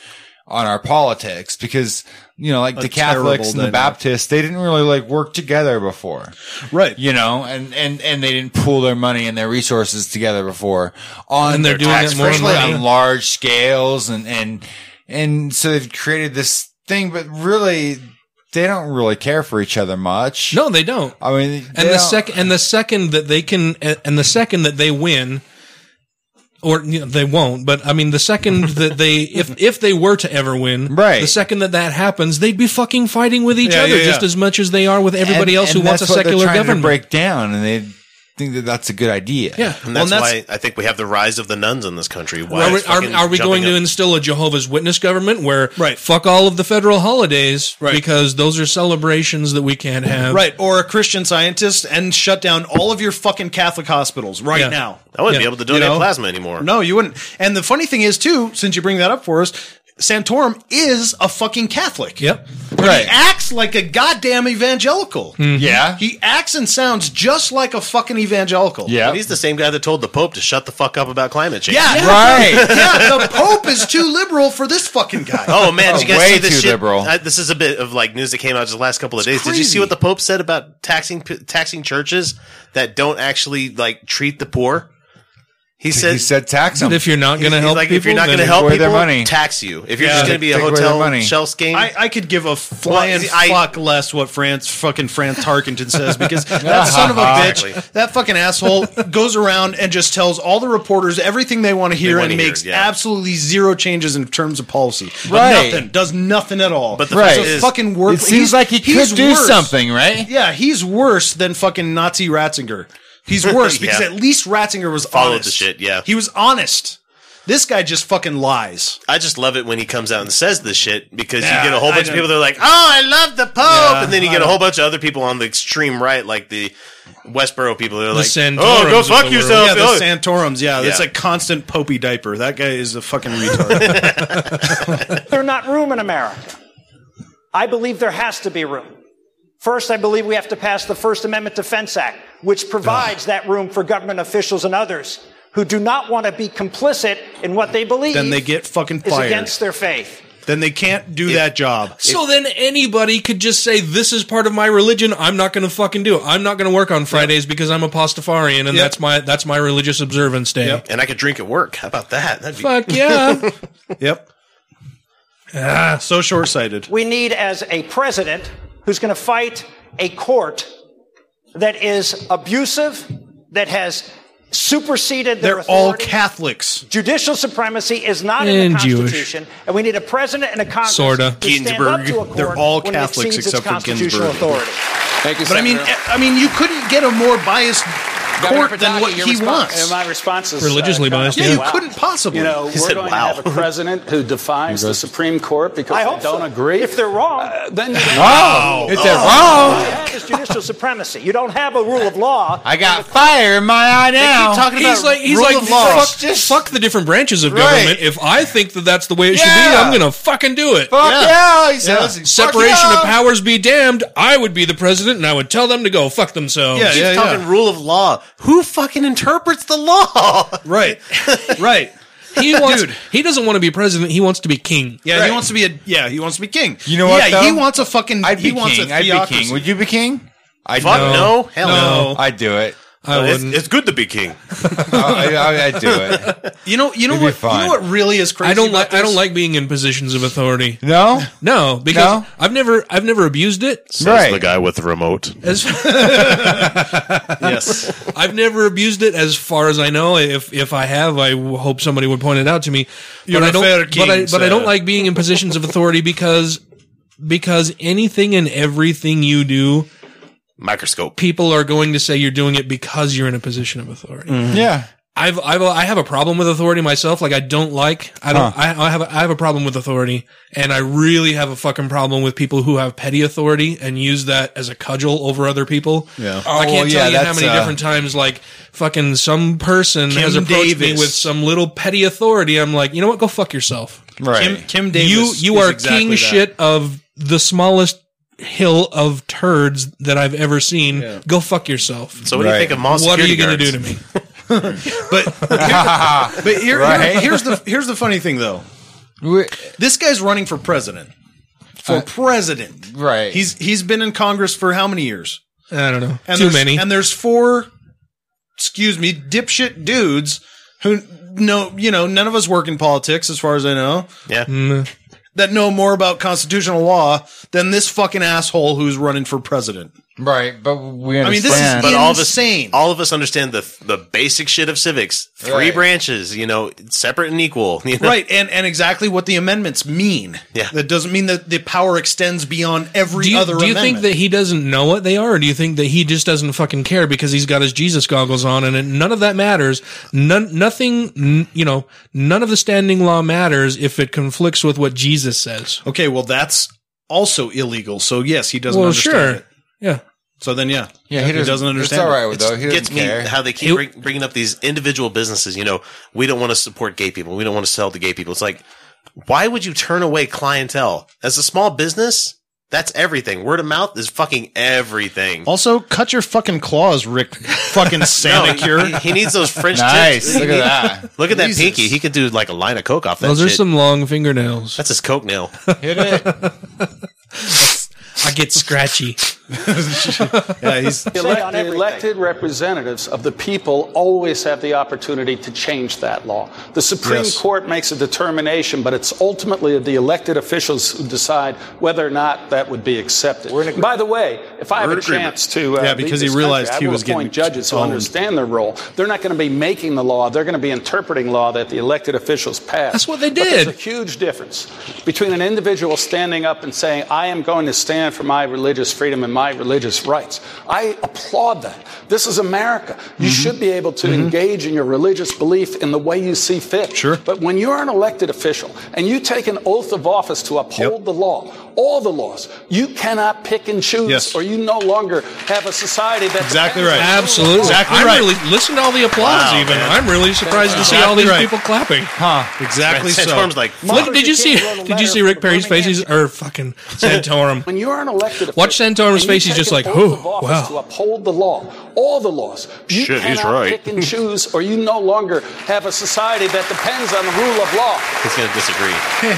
[SPEAKER 18] on our politics because you know like
[SPEAKER 4] A
[SPEAKER 18] the Catholics and
[SPEAKER 4] terrible
[SPEAKER 18] the
[SPEAKER 4] dynamic.
[SPEAKER 18] Baptists, they didn't really like work together before,
[SPEAKER 4] right?
[SPEAKER 18] You know, and and and they didn't pool their money and their resources together before on
[SPEAKER 3] And they're
[SPEAKER 18] their
[SPEAKER 3] doing
[SPEAKER 18] tax,
[SPEAKER 3] it more and
[SPEAKER 18] especially
[SPEAKER 3] more, yeah.
[SPEAKER 18] on large scales, and and and so they've created this thing, but really. They don't really care for each other much.
[SPEAKER 3] No, they don't.
[SPEAKER 18] I mean,
[SPEAKER 3] and
[SPEAKER 18] they
[SPEAKER 3] the
[SPEAKER 18] don't-
[SPEAKER 3] second and the second that they can and the second that they win or you know, they won't but i mean the second that they if if they were to ever win
[SPEAKER 18] right
[SPEAKER 3] the second that that happens they'd be fucking fighting with each
[SPEAKER 18] Yeah,
[SPEAKER 3] other
[SPEAKER 18] yeah,
[SPEAKER 3] just
[SPEAKER 18] yeah.
[SPEAKER 3] as much as they are with everybody
[SPEAKER 18] And-
[SPEAKER 3] else who
[SPEAKER 18] and
[SPEAKER 3] wants a
[SPEAKER 18] that's what they're
[SPEAKER 3] secular
[SPEAKER 18] trying to
[SPEAKER 3] government
[SPEAKER 18] break down, and they think that that's a good idea.
[SPEAKER 3] Yeah.
[SPEAKER 8] And that's,
[SPEAKER 3] Well, and that's-
[SPEAKER 8] why I think we have the rise of the nuns in this country. Why
[SPEAKER 3] are,
[SPEAKER 8] it's
[SPEAKER 3] we,
[SPEAKER 8] fucking
[SPEAKER 3] are, are we going
[SPEAKER 8] jumping
[SPEAKER 3] to
[SPEAKER 8] up-
[SPEAKER 3] instill a jehovah's witness government where right. fuck all of the federal holidays because those are celebrations that we can't have
[SPEAKER 4] Right, or a Christian scientist and shut down all of your fucking Catholic hospitals right
[SPEAKER 3] Yeah.
[SPEAKER 4] now.
[SPEAKER 8] I wouldn't be able to donate plasma anymore.
[SPEAKER 4] No, you wouldn't. And the funny thing is, too, since you bring that up for us, Santorum is a fucking Catholic.
[SPEAKER 3] Yep.
[SPEAKER 4] But
[SPEAKER 18] Right.
[SPEAKER 4] He acts like a goddamn evangelical.
[SPEAKER 18] Yeah.
[SPEAKER 4] He acts and sounds just like a fucking evangelical.
[SPEAKER 8] And he's the same guy that told the Pope to shut the fuck up about climate change.
[SPEAKER 4] Yeah. yeah, the Pope is too liberal for this fucking guy.
[SPEAKER 8] Oh man, did you guys
[SPEAKER 18] Way
[SPEAKER 8] see this
[SPEAKER 18] too
[SPEAKER 8] shit?
[SPEAKER 18] liberal.
[SPEAKER 8] I- this is a bit of like news that came out just the last couple of days. Did you see
[SPEAKER 4] crazy.
[SPEAKER 8] what the Pope said about taxing p- taxing churches that don't actually like treat the poor? He said
[SPEAKER 18] he said tax them
[SPEAKER 3] if you're not going to help
[SPEAKER 8] like
[SPEAKER 3] people
[SPEAKER 8] if you're not
[SPEAKER 3] then
[SPEAKER 8] going to help
[SPEAKER 18] away
[SPEAKER 8] people,
[SPEAKER 18] their money.
[SPEAKER 8] tax you. If you're
[SPEAKER 4] Yeah.
[SPEAKER 8] just going to be a
[SPEAKER 18] Take away their
[SPEAKER 8] hotel
[SPEAKER 18] money.
[SPEAKER 8] shell game,
[SPEAKER 4] I, I could give a flying
[SPEAKER 8] Well, I-
[SPEAKER 4] fuck less what France fucking France Tarkenton says because that son of a
[SPEAKER 8] Exactly.
[SPEAKER 4] bitch, that fucking asshole goes around and just tells all the reporters everything they want to hear
[SPEAKER 8] wanna
[SPEAKER 4] and
[SPEAKER 8] hear,
[SPEAKER 4] makes
[SPEAKER 8] yeah.
[SPEAKER 4] absolutely zero changes in terms of policy.
[SPEAKER 18] Right.
[SPEAKER 4] Nothing. Does nothing at all.
[SPEAKER 8] But the
[SPEAKER 18] Right.
[SPEAKER 4] He's a
[SPEAKER 18] is-
[SPEAKER 4] fucking worth.
[SPEAKER 18] It seems like he could do something, right?
[SPEAKER 4] Yeah, he's worse than fucking Nazi Ratzinger. He's worse because
[SPEAKER 8] Yeah.
[SPEAKER 4] at least Ratzinger was
[SPEAKER 8] followed
[SPEAKER 4] honest.
[SPEAKER 8] the shit. Yeah,
[SPEAKER 4] He was honest. This guy just fucking lies.
[SPEAKER 8] I just love it when he comes out and says this shit because
[SPEAKER 4] Yeah,
[SPEAKER 8] you get a whole
[SPEAKER 4] I
[SPEAKER 8] bunch of
[SPEAKER 4] know.
[SPEAKER 8] people that are like, "Oh, I love the Pope,"
[SPEAKER 4] Yeah,
[SPEAKER 8] and then you
[SPEAKER 4] I
[SPEAKER 8] get a
[SPEAKER 4] know.
[SPEAKER 8] whole bunch of other people on the extreme right, like the Westboro people. They're like,
[SPEAKER 4] Santorums
[SPEAKER 8] "Oh, go
[SPEAKER 4] of the
[SPEAKER 8] fuck
[SPEAKER 4] world.
[SPEAKER 8] yourself."
[SPEAKER 4] Yeah, the
[SPEAKER 8] Oh,
[SPEAKER 4] Santorums. Yeah, that's
[SPEAKER 8] Yeah.
[SPEAKER 4] a constant popey diaper. That guy is a fucking retard.
[SPEAKER 14] There's not room in America. I believe there has to be room. First, I believe we have to pass the First Amendment Defense Act, which provides that room for government officials and others who do not want to be complicit in what they believe
[SPEAKER 4] then they get fucking
[SPEAKER 14] is
[SPEAKER 4] fired.
[SPEAKER 14] against their faith.
[SPEAKER 4] Then they can't do that job.
[SPEAKER 3] So then anybody could just say, "This is part of my religion. I'm not going to fucking do it. I'm not going to work on Fridays because I'm a Pastafarian, and
[SPEAKER 8] Yep.
[SPEAKER 3] that's my that's my religious observance day."
[SPEAKER 8] And I could drink at work. How about that? That'd be
[SPEAKER 3] Fuck yeah!
[SPEAKER 4] yep. Ah, so short sighted.
[SPEAKER 14] We need as a president who's going to fight a court that is abusive, that has superseded their
[SPEAKER 4] They're all
[SPEAKER 14] authority.
[SPEAKER 4] Catholics.
[SPEAKER 14] Judicial supremacy is not in the
[SPEAKER 4] And Jewish.
[SPEAKER 14] Constitution, and we need a president and a Congress
[SPEAKER 4] Sorta.
[SPEAKER 14] who stand up to a court
[SPEAKER 4] They're all
[SPEAKER 14] when it
[SPEAKER 4] Catholics
[SPEAKER 14] exceeds
[SPEAKER 4] except
[SPEAKER 14] its
[SPEAKER 4] for
[SPEAKER 14] constitutional
[SPEAKER 4] Ginsburg.
[SPEAKER 14] authority.
[SPEAKER 11] Thank you,
[SPEAKER 4] But I mean,
[SPEAKER 11] Senator.
[SPEAKER 4] I mean, you couldn't get a more biased
[SPEAKER 11] Governor
[SPEAKER 4] court than
[SPEAKER 11] Pataki,
[SPEAKER 4] what
[SPEAKER 11] your
[SPEAKER 4] he
[SPEAKER 11] response-
[SPEAKER 4] wants.
[SPEAKER 11] uh, my response is, uh,
[SPEAKER 3] Religiously biased,
[SPEAKER 4] Yeah,
[SPEAKER 3] yeah.
[SPEAKER 4] you
[SPEAKER 3] Wow.
[SPEAKER 4] couldn't possibly.
[SPEAKER 11] You know, we're going to have a president who defies the Supreme Court because
[SPEAKER 14] I
[SPEAKER 11] they
[SPEAKER 14] hope
[SPEAKER 11] don't
[SPEAKER 14] so.
[SPEAKER 11] agree.
[SPEAKER 14] If they're wrong,
[SPEAKER 13] Uh,
[SPEAKER 11] then
[SPEAKER 4] Oh.
[SPEAKER 18] Wow. If they're
[SPEAKER 14] All
[SPEAKER 18] wrong,
[SPEAKER 14] you have is judicial supremacy. You don't have a rule of law.
[SPEAKER 18] I got fire in my eye now.
[SPEAKER 3] he's like he's like fuck, fuck the different branches of
[SPEAKER 18] Right.
[SPEAKER 3] government. If I think that that's the way it should be,
[SPEAKER 18] Yeah.
[SPEAKER 3] I'm going to fucking do it.
[SPEAKER 18] Fuck Yeah. yeah, he says, fuck
[SPEAKER 3] Separation
[SPEAKER 18] yeah.
[SPEAKER 3] of powers be damned. I would be the president, and I would tell them to go fuck
[SPEAKER 4] oh.
[SPEAKER 3] themselves.
[SPEAKER 8] He's talking rule of law. Who fucking interprets the law?
[SPEAKER 4] Right. Right.
[SPEAKER 3] He wants.
[SPEAKER 4] Dude.
[SPEAKER 3] He doesn't want to be president. He wants to be king.
[SPEAKER 4] Yeah, he wants to be a yeah, he wants to be king.
[SPEAKER 3] You know what,
[SPEAKER 4] Yeah, he
[SPEAKER 3] though?
[SPEAKER 4] wants a fucking
[SPEAKER 18] I'd
[SPEAKER 4] he
[SPEAKER 18] be
[SPEAKER 4] wants
[SPEAKER 18] king.
[SPEAKER 4] a
[SPEAKER 18] I'd be
[SPEAKER 4] theocracy.
[SPEAKER 18] king. Would you be king? I'd
[SPEAKER 4] Fuck
[SPEAKER 8] no. Hell no.
[SPEAKER 18] I'd do it.
[SPEAKER 8] No, it's, it's good to be king.
[SPEAKER 18] Oh, I, I, I'd do it.
[SPEAKER 4] You know, you know
[SPEAKER 18] It'd be
[SPEAKER 4] what?
[SPEAKER 18] fine.
[SPEAKER 4] You know what really is crazy?
[SPEAKER 3] I don't
[SPEAKER 4] about
[SPEAKER 3] like. I
[SPEAKER 4] this?
[SPEAKER 3] don't like being in positions of authority.
[SPEAKER 18] No,
[SPEAKER 3] no, because I've never. I've never abused it.
[SPEAKER 8] Says the guy with the remote.
[SPEAKER 3] As
[SPEAKER 4] yes,
[SPEAKER 3] I've never abused it as far as I know. If if I have, I w- hope somebody would point it out to me.
[SPEAKER 4] You're
[SPEAKER 3] but I
[SPEAKER 4] a
[SPEAKER 3] don't.
[SPEAKER 4] fair
[SPEAKER 3] but I
[SPEAKER 4] king,
[SPEAKER 3] but I don't
[SPEAKER 4] sir.
[SPEAKER 3] like being in positions of authority because because anything and everything you do
[SPEAKER 8] microscope.
[SPEAKER 3] people are going to say you're doing it because you're in a position of authority.
[SPEAKER 18] Mhm. Yeah.
[SPEAKER 3] I've, I've, I have a problem with authority myself. Like I don't like, I don't, I, I have, a, I have a problem with authority and I really have a fucking problem with people who have petty authority and use that as a cudgel over other people.
[SPEAKER 18] Yeah.
[SPEAKER 3] I
[SPEAKER 18] Oh,
[SPEAKER 3] can't
[SPEAKER 18] yeah,
[SPEAKER 3] tell you how
[SPEAKER 18] that's,
[SPEAKER 3] many
[SPEAKER 18] uh,
[SPEAKER 3] different times like fucking some person
[SPEAKER 18] Kim
[SPEAKER 3] has approached me
[SPEAKER 18] Davis.
[SPEAKER 3] with some little petty authority. I'm like, you know what? Go fuck yourself.
[SPEAKER 18] Right.
[SPEAKER 12] Kim- Kim Davis
[SPEAKER 3] You, you
[SPEAKER 12] is
[SPEAKER 3] are
[SPEAKER 12] exactly
[SPEAKER 3] king
[SPEAKER 12] that.
[SPEAKER 3] shit of the smallest hill of turds that I've ever seen. Go fuck yourself.
[SPEAKER 8] So what do you Right. think of mall
[SPEAKER 3] What are you
[SPEAKER 8] security
[SPEAKER 3] gonna do
[SPEAKER 8] guards?
[SPEAKER 3] to me?
[SPEAKER 4] but here- here-
[SPEAKER 18] Right?
[SPEAKER 4] here's the here's the funny thing though. This guy's running for president. For president,
[SPEAKER 18] Uh, right?
[SPEAKER 4] He's he's been in Congress for how many years?
[SPEAKER 3] I don't know.
[SPEAKER 4] And
[SPEAKER 3] Too
[SPEAKER 4] there's-
[SPEAKER 3] many.
[SPEAKER 4] And there's four, excuse me, dipshit dudes who know you know none of us work in politics as far as I know.
[SPEAKER 8] Yeah.
[SPEAKER 3] Mm.
[SPEAKER 4] That know more about constitutional law than this fucking asshole who's running for president.
[SPEAKER 18] Right, but we
[SPEAKER 4] I mean, this is
[SPEAKER 8] but all of us,
[SPEAKER 4] insane.
[SPEAKER 8] all of us understand the the basic shit of civics. Three
[SPEAKER 4] Right.
[SPEAKER 8] branches, you know, separate and equal. you know?
[SPEAKER 4] Right, and, and exactly what the amendments mean.
[SPEAKER 8] Yeah.
[SPEAKER 4] That doesn't mean that the power extends beyond every
[SPEAKER 3] Do you,
[SPEAKER 4] other
[SPEAKER 3] do you think
[SPEAKER 4] amendment.
[SPEAKER 3] that he doesn't know what they are, or do you think that he just doesn't fucking care because he's got his Jesus goggles on, and it, none of that matters? None, nothing, n- you know, none of the standing law matters if it conflicts with what Jesus says.
[SPEAKER 4] okay, well that's also illegal. So yes, he doesn't
[SPEAKER 3] Well,
[SPEAKER 4] understand
[SPEAKER 3] sure.
[SPEAKER 4] it.
[SPEAKER 3] Yeah.
[SPEAKER 4] So then yeah. he, doesn't, understand. it.
[SPEAKER 8] It gets me how they keep bring, bringing up these individual businesses. You know, we don't want to support gay people. We don't want to sell to gay people. It's like, why would you turn away clientele as a small business? That's everything. Word of mouth is fucking everything.
[SPEAKER 4] Also, cut your fucking claws, Rick. Fucking
[SPEAKER 8] No,
[SPEAKER 4] Sanicure.
[SPEAKER 8] he, he needs those French
[SPEAKER 4] Nice.
[SPEAKER 8] tips.
[SPEAKER 4] Look at that.
[SPEAKER 8] Look at that
[SPEAKER 4] Jesus.
[SPEAKER 8] pinky. He could do like a line of coke off that.
[SPEAKER 3] Those are
[SPEAKER 8] shit.
[SPEAKER 3] some long fingernails.
[SPEAKER 8] That's his coke nail.
[SPEAKER 18] Hit it.
[SPEAKER 3] I get scratchy.
[SPEAKER 4] yeah, he's
[SPEAKER 13] Elect- elected representatives of the people always have the opportunity to change that law. The Supreme
[SPEAKER 4] Yes.
[SPEAKER 13] Court makes a determination, but it's ultimately the elected officials who decide whether or not that would be accepted. By the way, if I have
[SPEAKER 4] We're in
[SPEAKER 13] a
[SPEAKER 4] agreement.
[SPEAKER 13] chance to, uh,
[SPEAKER 4] Yeah, because he
[SPEAKER 13] lead this
[SPEAKER 4] realized
[SPEAKER 13] country,
[SPEAKER 4] he
[SPEAKER 13] I will
[SPEAKER 4] was getting
[SPEAKER 13] appoint judges who
[SPEAKER 4] owned.
[SPEAKER 13] understand their role. They're not going to be making the law. They're going to be interpreting law that the elected officials pass. That's what they did. there's a huge difference between an individual standing up and saying, "I am going to stand for my religious freedom and my religious rights." I applaud that. This is America. You should be able to engage in your religious belief in the way you see fit. Mm-hmm. Sure. But when you're an elected official and you take an oath of office to uphold the law, all the laws, you cannot pick and choose, or you no longer have a society that's
[SPEAKER 4] Exactly right.
[SPEAKER 3] Absolutely.
[SPEAKER 4] Exactly
[SPEAKER 3] I'm
[SPEAKER 4] right.
[SPEAKER 3] Really, listen to all the applause.
[SPEAKER 4] Wow,
[SPEAKER 3] even
[SPEAKER 4] man.
[SPEAKER 3] I'm really surprised to see
[SPEAKER 4] Exactly
[SPEAKER 3] all these
[SPEAKER 4] right.
[SPEAKER 3] people clapping. Huh?
[SPEAKER 4] Exactly so. Santorum's like,
[SPEAKER 3] Look, did you see?
[SPEAKER 13] Martin Luther King wrote
[SPEAKER 3] Did
[SPEAKER 13] a
[SPEAKER 3] you
[SPEAKER 13] letter
[SPEAKER 3] see Rick Perry's face? He's or fucking Santorum.
[SPEAKER 13] When you're an elected
[SPEAKER 3] Watch Santorum's
[SPEAKER 13] And
[SPEAKER 3] face.
[SPEAKER 13] you
[SPEAKER 3] He's just
[SPEAKER 13] take an
[SPEAKER 3] like,
[SPEAKER 13] oath
[SPEAKER 3] oh,
[SPEAKER 13] of office
[SPEAKER 3] wow.
[SPEAKER 13] To uphold the law, all the laws. You
[SPEAKER 3] Shit, he's
[SPEAKER 13] cannot
[SPEAKER 3] right.
[SPEAKER 13] pick and choose, or you no longer have a society that depends on the rule of law.
[SPEAKER 8] He's gonna disagree.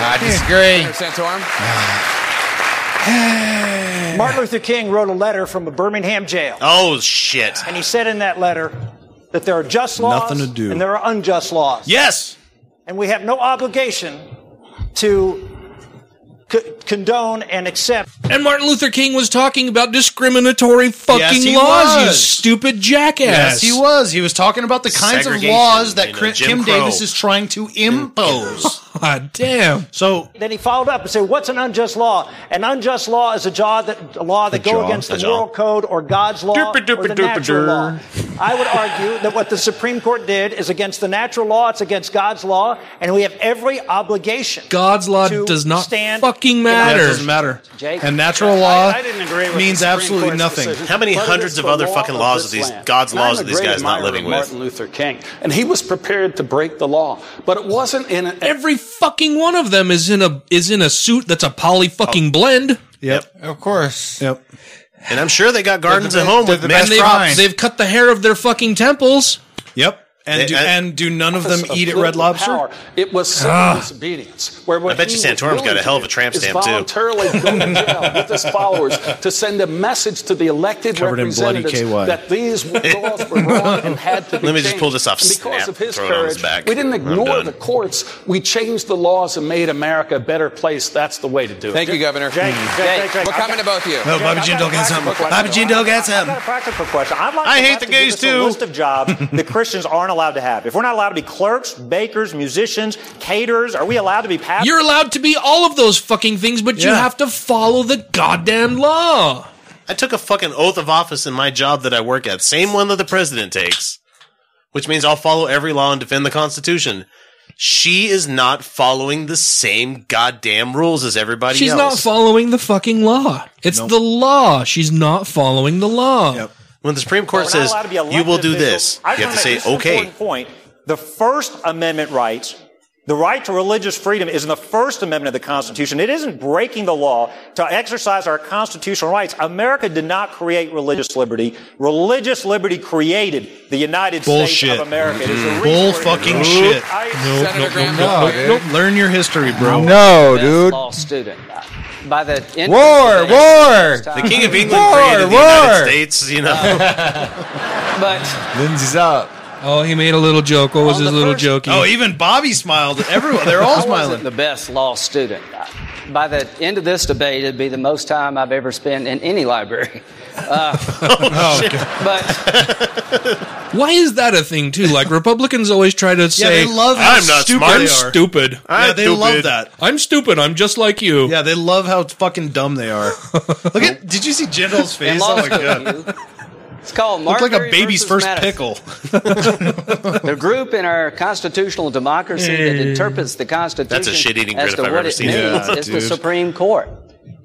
[SPEAKER 18] I disagree.
[SPEAKER 14] Martin Luther King wrote a letter from a Birmingham jail.
[SPEAKER 8] Oh shit!
[SPEAKER 14] And he said in that letter that there are just laws
[SPEAKER 4] Nothing to do.
[SPEAKER 14] and there are unjust laws.
[SPEAKER 4] Yes.
[SPEAKER 14] And we have no obligation to c- condone and accept.
[SPEAKER 3] And Martin Luther King was talking about discriminatory fucking
[SPEAKER 4] Yes, he
[SPEAKER 3] laws. You
[SPEAKER 4] was.
[SPEAKER 3] stupid jackass.
[SPEAKER 4] Yes, he was. He was talking about the kinds of
[SPEAKER 3] Segregation,
[SPEAKER 4] laws that
[SPEAKER 3] you know,
[SPEAKER 4] Cri-
[SPEAKER 3] Jim
[SPEAKER 4] Kim
[SPEAKER 3] Crow.
[SPEAKER 4] Davis is trying to impose.
[SPEAKER 3] God damn.
[SPEAKER 4] So
[SPEAKER 14] Then he followed up and said, "What's an unjust law? An unjust law is a jaw that a law that
[SPEAKER 4] A
[SPEAKER 14] go
[SPEAKER 4] jaw,
[SPEAKER 14] against
[SPEAKER 4] a
[SPEAKER 14] the
[SPEAKER 4] jaw.
[SPEAKER 14] moral code or God's law
[SPEAKER 4] Duper, duper,
[SPEAKER 14] or the
[SPEAKER 4] duper,
[SPEAKER 14] natural
[SPEAKER 4] dur.
[SPEAKER 14] law." I would argue that what the Supreme Court did is against the natural law. It's against God's law, and we have every obligation.
[SPEAKER 3] God's law
[SPEAKER 14] to
[SPEAKER 3] does not
[SPEAKER 14] stand
[SPEAKER 3] fucking
[SPEAKER 4] Yeah,
[SPEAKER 3] matter.
[SPEAKER 4] it doesn't matter.
[SPEAKER 14] Jake,
[SPEAKER 4] and natural law
[SPEAKER 14] I- I didn't agree with
[SPEAKER 4] means
[SPEAKER 14] the Supreme
[SPEAKER 4] absolutely
[SPEAKER 14] Court's
[SPEAKER 4] nothing.
[SPEAKER 14] decision.
[SPEAKER 8] How many
[SPEAKER 13] But it
[SPEAKER 8] hundreds
[SPEAKER 13] is
[SPEAKER 8] of
[SPEAKER 13] the
[SPEAKER 8] other
[SPEAKER 13] law
[SPEAKER 8] fucking
[SPEAKER 13] of
[SPEAKER 8] laws are
[SPEAKER 13] this
[SPEAKER 8] these
[SPEAKER 13] land.
[SPEAKER 8] God's
[SPEAKER 13] And I'm
[SPEAKER 8] laws
[SPEAKER 13] a
[SPEAKER 8] are these
[SPEAKER 13] great
[SPEAKER 8] guys not
[SPEAKER 13] admirer
[SPEAKER 8] living
[SPEAKER 13] of
[SPEAKER 8] with?
[SPEAKER 13] Martin Luther King, and he was prepared to break the law, but it wasn't in an
[SPEAKER 3] Every fucking one of them is in a is in a suit that's a poly fucking blend.
[SPEAKER 4] Yep.
[SPEAKER 18] Of course.
[SPEAKER 4] Yep.
[SPEAKER 8] And I'm sure they got gardens
[SPEAKER 4] They're
[SPEAKER 8] at
[SPEAKER 4] the
[SPEAKER 8] home
[SPEAKER 4] be-
[SPEAKER 8] with
[SPEAKER 4] they're the
[SPEAKER 8] mixed
[SPEAKER 4] best
[SPEAKER 3] They've,
[SPEAKER 8] crops.
[SPEAKER 3] they've cut the hair of their fucking temples.
[SPEAKER 4] Yep. And do, and do none of them
[SPEAKER 13] office of
[SPEAKER 4] eat at Red
[SPEAKER 13] political
[SPEAKER 4] Lobster?
[SPEAKER 13] power. It was civil
[SPEAKER 4] Ah.
[SPEAKER 13] disobedience. Where what
[SPEAKER 8] I bet you
[SPEAKER 13] he was
[SPEAKER 8] Santorum's got
[SPEAKER 13] willing
[SPEAKER 8] a hell of a
[SPEAKER 13] to do
[SPEAKER 8] tramp
[SPEAKER 13] is
[SPEAKER 8] stamp, too.
[SPEAKER 13] voluntarily go to jail with his followers to send a message to the elected
[SPEAKER 8] Covered in bloody
[SPEAKER 13] representatives
[SPEAKER 8] KY.
[SPEAKER 13] that these laws were wrong and had to be
[SPEAKER 8] Let me just
[SPEAKER 13] changed.
[SPEAKER 8] pull this off,
[SPEAKER 13] And because
[SPEAKER 8] snap,
[SPEAKER 13] of his
[SPEAKER 8] throw it on his
[SPEAKER 13] courage,
[SPEAKER 8] back.
[SPEAKER 13] we didn't
[SPEAKER 8] I'm
[SPEAKER 13] ignore
[SPEAKER 8] done.
[SPEAKER 13] the courts. We changed the laws and made America a better place. That's the way to do it.
[SPEAKER 11] Thank you, Governor.
[SPEAKER 13] Jake,
[SPEAKER 11] Jake, we're coming to both of you.
[SPEAKER 13] No, Bobby Jim Dog got something. Bobby Jim Dog
[SPEAKER 4] got something.
[SPEAKER 16] I've got a practical question. I'd like
[SPEAKER 4] I
[SPEAKER 16] to
[SPEAKER 4] hate
[SPEAKER 16] have
[SPEAKER 4] the
[SPEAKER 16] to give
[SPEAKER 4] gays,
[SPEAKER 16] us
[SPEAKER 4] too.
[SPEAKER 16] A list of jobs that Christians aren't allowed to have. If we're not allowed to be clerks, bakers, musicians, caterers, are we allowed to be pastors?
[SPEAKER 3] You're allowed to be all of those fucking things, but you
[SPEAKER 16] Yeah.
[SPEAKER 3] have to follow the goddamn law.
[SPEAKER 8] I took a fucking oath of office in my job that I work at, same one that the president takes, which means I'll follow every law and defend the Constitution. She is not following the same goddamn rules as everybody
[SPEAKER 3] She's not
[SPEAKER 8] else.
[SPEAKER 3] following the fucking law. It's the law. She's not following the law.
[SPEAKER 8] When the Supreme Court
[SPEAKER 16] We're not
[SPEAKER 8] says
[SPEAKER 16] allowed to be elected
[SPEAKER 8] you will do
[SPEAKER 16] officials.
[SPEAKER 8] this,
[SPEAKER 16] I
[SPEAKER 8] you have to
[SPEAKER 16] wanna make
[SPEAKER 8] say
[SPEAKER 16] this
[SPEAKER 8] okay.
[SPEAKER 16] important Point: the First Amendment rights, the right to religious freedom, is in the First Amendment of the Constitution. It isn't breaking the law to exercise our constitutional rights. America did not create religious liberty. Religious liberty created the United States
[SPEAKER 4] Bullshit.
[SPEAKER 16] of America. It is the reason
[SPEAKER 4] Bull
[SPEAKER 16] we're-
[SPEAKER 4] fucking
[SPEAKER 16] Nope.
[SPEAKER 4] shit.
[SPEAKER 16] I-
[SPEAKER 4] Nope,
[SPEAKER 16] Senator
[SPEAKER 4] nope,
[SPEAKER 16] Graham
[SPEAKER 4] nope,
[SPEAKER 16] Dodd,
[SPEAKER 4] nope,
[SPEAKER 16] dude.
[SPEAKER 4] nope. Learn your history, bro.
[SPEAKER 18] No,
[SPEAKER 15] Best
[SPEAKER 18] dude.
[SPEAKER 15] Law student. By the end
[SPEAKER 18] War,
[SPEAKER 15] of the
[SPEAKER 18] war.
[SPEAKER 8] The King of England
[SPEAKER 18] War,
[SPEAKER 8] created the
[SPEAKER 18] war.
[SPEAKER 8] United States, you know.
[SPEAKER 15] but
[SPEAKER 18] Lindsay's up.
[SPEAKER 3] Oh, he made a little joke. What was his little joke?
[SPEAKER 4] Oh, even Bobby smiled. Everyone, they're
[SPEAKER 15] I
[SPEAKER 4] all
[SPEAKER 15] wasn't
[SPEAKER 4] smiling.
[SPEAKER 15] the best law student. By the end of this debate, it'd be the most time I've ever spent in any library. Uh,
[SPEAKER 8] Oh,
[SPEAKER 3] Why is that a thing too? Like Republicans always try to say,
[SPEAKER 4] they love how I'm not stupid smart.
[SPEAKER 3] I'm
[SPEAKER 4] they are."
[SPEAKER 3] stupid.
[SPEAKER 4] yeah, they love that.
[SPEAKER 3] I'm stupid. I'm just like you.
[SPEAKER 4] Yeah, they love how fucking dumb they are. Look at, did you see Jindal's
[SPEAKER 15] In
[SPEAKER 4] face?
[SPEAKER 15] law
[SPEAKER 4] Oh my
[SPEAKER 15] school,
[SPEAKER 4] god,
[SPEAKER 15] you- It's called
[SPEAKER 4] looked like a
[SPEAKER 15] Marbury
[SPEAKER 4] baby's
[SPEAKER 15] versus
[SPEAKER 4] first
[SPEAKER 15] Madison.
[SPEAKER 4] pickle.
[SPEAKER 15] the group in our constitutional democracy that interprets the Constitution
[SPEAKER 8] shit-eating
[SPEAKER 15] as
[SPEAKER 8] grin if I've
[SPEAKER 15] to what
[SPEAKER 8] ever
[SPEAKER 15] it
[SPEAKER 8] seen
[SPEAKER 15] means
[SPEAKER 8] it. Yeah,
[SPEAKER 15] is the
[SPEAKER 8] dude.
[SPEAKER 15] Supreme Court.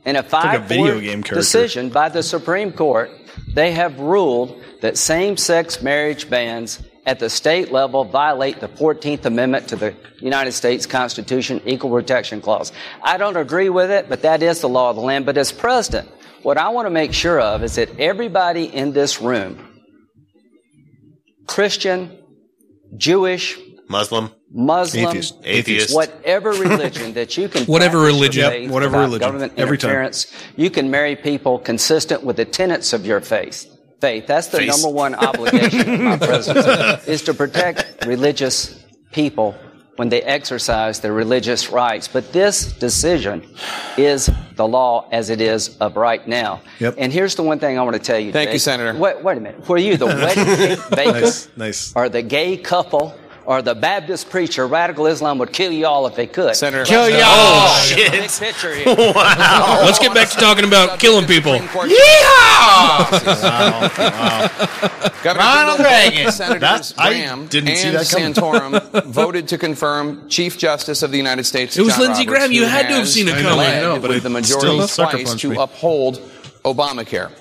[SPEAKER 15] In a
[SPEAKER 4] like a
[SPEAKER 15] five
[SPEAKER 4] video game character.
[SPEAKER 15] decision by the Supreme Court, they have ruled that same-sex marriage bans at the state level violate the 14th Amendment to the United States Constitution Equal Protection Clause. I don't agree with it, but that is the law of the land. But as president, what I want to make sure of is that everybody in this room, Christian, Jewish,
[SPEAKER 8] Muslim,
[SPEAKER 15] Muslim,
[SPEAKER 8] Atheist. Atheist.
[SPEAKER 15] whatever religion that you can,
[SPEAKER 3] Whatever
[SPEAKER 15] practice
[SPEAKER 3] religion.
[SPEAKER 15] your
[SPEAKER 3] Yep,
[SPEAKER 15] faith
[SPEAKER 3] whatever
[SPEAKER 15] without
[SPEAKER 3] religion.
[SPEAKER 15] government
[SPEAKER 3] Every time.
[SPEAKER 15] interference, you can marry people consistent with the tenets of your faith. Faith. That's the
[SPEAKER 3] Faith.
[SPEAKER 15] number one obligation of my presidency is to protect religious people when they exercise their religious rights. But this decision is the law as it is of right now. Yep. And here's the one thing I want to tell you.
[SPEAKER 11] Thank you,
[SPEAKER 15] Jake.
[SPEAKER 11] Senator.
[SPEAKER 15] Wait, wait a minute. Were you the wedding cake baker?
[SPEAKER 4] Nice, nice.
[SPEAKER 15] or the gay couple or the Baptist preacher, radical Islam would kill y'all if they could. Senator,
[SPEAKER 3] Kill y'all. Oh,
[SPEAKER 8] shit.
[SPEAKER 15] Big picture here.
[SPEAKER 8] Wow.
[SPEAKER 3] Let's get back to talking about killing people.
[SPEAKER 11] Governor Jindal,
[SPEAKER 18] Ronald Reagan.
[SPEAKER 11] Senators
[SPEAKER 18] That- I
[SPEAKER 11] Graham
[SPEAKER 18] didn't
[SPEAKER 11] and
[SPEAKER 18] see that coming.
[SPEAKER 11] Santorum voted to confirm Chief Justice of the United States.
[SPEAKER 3] It was
[SPEAKER 11] John
[SPEAKER 3] Lindsey
[SPEAKER 11] Roberts,
[SPEAKER 3] Graham. You
[SPEAKER 11] who
[SPEAKER 3] had to have
[SPEAKER 11] has
[SPEAKER 3] seen it
[SPEAKER 11] led
[SPEAKER 3] coming. I know, but
[SPEAKER 11] with
[SPEAKER 3] it
[SPEAKER 11] the
[SPEAKER 3] still
[SPEAKER 11] majority
[SPEAKER 3] sucker
[SPEAKER 11] twice
[SPEAKER 3] punched
[SPEAKER 11] to
[SPEAKER 3] me.
[SPEAKER 11] uphold Obamacare.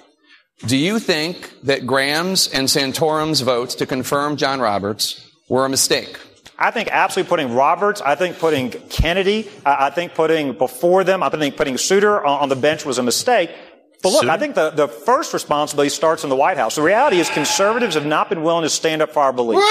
[SPEAKER 11] Do you think that Graham's and Santorum's votes to confirm John Roberts were a mistake?
[SPEAKER 16] I think absolutely putting Roberts, I think putting Kennedy, I, I think putting before them, I think putting Souter on, on the bench was a mistake. But look, I think the, the first responsibility starts in the White House. The reality is conservatives have not been willing to stand up for our beliefs.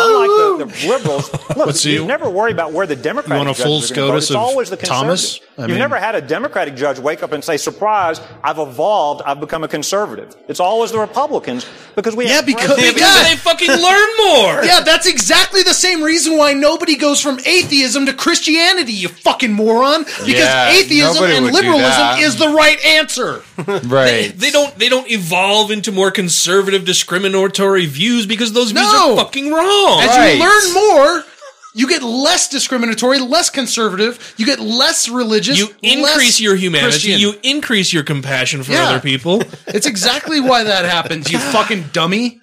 [SPEAKER 16] Unlike the, the liberals, look,
[SPEAKER 4] so
[SPEAKER 16] you,
[SPEAKER 4] you-
[SPEAKER 16] never worry about where the Democratic
[SPEAKER 4] you want a
[SPEAKER 16] judges
[SPEAKER 4] full
[SPEAKER 16] are gonna vote.
[SPEAKER 4] SCOTUS
[SPEAKER 16] It's
[SPEAKER 4] of
[SPEAKER 16] always the
[SPEAKER 4] Thomas?
[SPEAKER 16] conservatives.
[SPEAKER 4] I
[SPEAKER 16] You've
[SPEAKER 4] mean-
[SPEAKER 16] never had a Democratic judge wake up and say, "Surprise, I've evolved, I've become a conservative." It's always the Republicans because we have
[SPEAKER 4] because-
[SPEAKER 16] presidents-
[SPEAKER 4] because
[SPEAKER 3] they fucking learn more.
[SPEAKER 4] Yeah, that's exactly the same reason why nobody goes from atheism to Christianity, you fucking moron. Because
[SPEAKER 18] Yeah,
[SPEAKER 4] atheism
[SPEAKER 18] nobody
[SPEAKER 4] and
[SPEAKER 18] would do that.
[SPEAKER 4] liberalism is the right answer.
[SPEAKER 18] Right.
[SPEAKER 3] They don't. They don't evolve into more conservative, discriminatory views because those views
[SPEAKER 4] No.
[SPEAKER 3] are fucking wrong.
[SPEAKER 4] As you learn more, you get less discriminatory, less conservative, you get less religious,
[SPEAKER 3] you increase
[SPEAKER 4] less
[SPEAKER 3] your humanity.
[SPEAKER 4] Christian.
[SPEAKER 3] You increase your compassion for
[SPEAKER 4] Yeah.
[SPEAKER 3] other people.
[SPEAKER 4] it's exactly why that happens, you fucking dummy.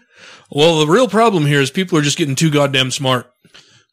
[SPEAKER 3] well, the real problem here is people are just getting too goddamn smart.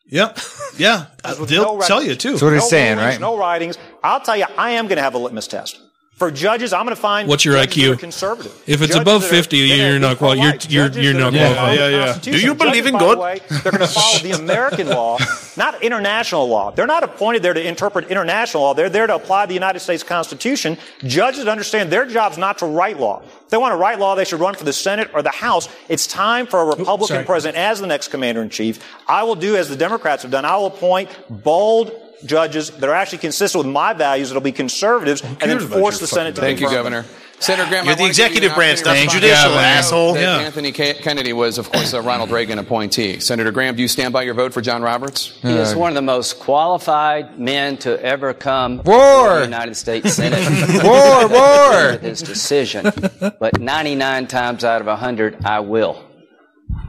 [SPEAKER 4] Yep. Yeah. They'll tell you too.
[SPEAKER 18] That's what he's
[SPEAKER 16] No
[SPEAKER 18] saying,
[SPEAKER 16] rulings,
[SPEAKER 18] right?
[SPEAKER 16] No writings. I'll tell you, I am going to have a litmus test. For judges, I'm going to find
[SPEAKER 3] What's your
[SPEAKER 16] judges that
[SPEAKER 3] IQ?
[SPEAKER 16] are conservative.
[SPEAKER 3] If it's
[SPEAKER 16] Judges
[SPEAKER 3] above
[SPEAKER 16] that are-
[SPEAKER 3] 50,
[SPEAKER 16] that
[SPEAKER 3] you're
[SPEAKER 16] are
[SPEAKER 3] not quali- you're-
[SPEAKER 16] pro-life.
[SPEAKER 3] you're-
[SPEAKER 16] Judges
[SPEAKER 3] you're
[SPEAKER 16] that
[SPEAKER 3] not
[SPEAKER 16] are
[SPEAKER 3] qualified.
[SPEAKER 16] following
[SPEAKER 3] Yeah, yeah,
[SPEAKER 16] the
[SPEAKER 3] yeah. Do
[SPEAKER 16] Constitution.
[SPEAKER 3] you
[SPEAKER 16] Judges,
[SPEAKER 3] believe in
[SPEAKER 16] by the
[SPEAKER 3] God?
[SPEAKER 16] way, they're going to follow the American law, not international law. They're not appointed there to interpret international law. They're there to apply the United States Constitution. Judges understand their job's not to write law. If they want to write law, they should run for the Senate or the House. It's time for a Republican
[SPEAKER 3] sorry.
[SPEAKER 16] president as the next commander in chief. I will do as the Democrats have done. I will appoint bold judges that are actually consistent with my values. It'll be conservatives, and then
[SPEAKER 4] cares about
[SPEAKER 16] force
[SPEAKER 4] your
[SPEAKER 16] the Senate to
[SPEAKER 11] Thank you,
[SPEAKER 16] confirm them.
[SPEAKER 11] Governor. Senator Graham, I
[SPEAKER 8] You're the
[SPEAKER 11] wanna give you an
[SPEAKER 8] executive branch, not the
[SPEAKER 11] opportunity to
[SPEAKER 8] judicial,
[SPEAKER 11] respond.
[SPEAKER 8] Yeah, man. asshole.
[SPEAKER 11] That
[SPEAKER 8] Yeah.
[SPEAKER 11] Anthony K- Kennedy was, of course, a Ronald Reagan appointee. Senator Graham, do you stand by your vote for John Roberts?
[SPEAKER 15] He is one of the most qualified men to ever come
[SPEAKER 11] War.
[SPEAKER 15] to the United States Senate.
[SPEAKER 18] War, war.
[SPEAKER 15] With his decision, but 99 times out of 100, I will.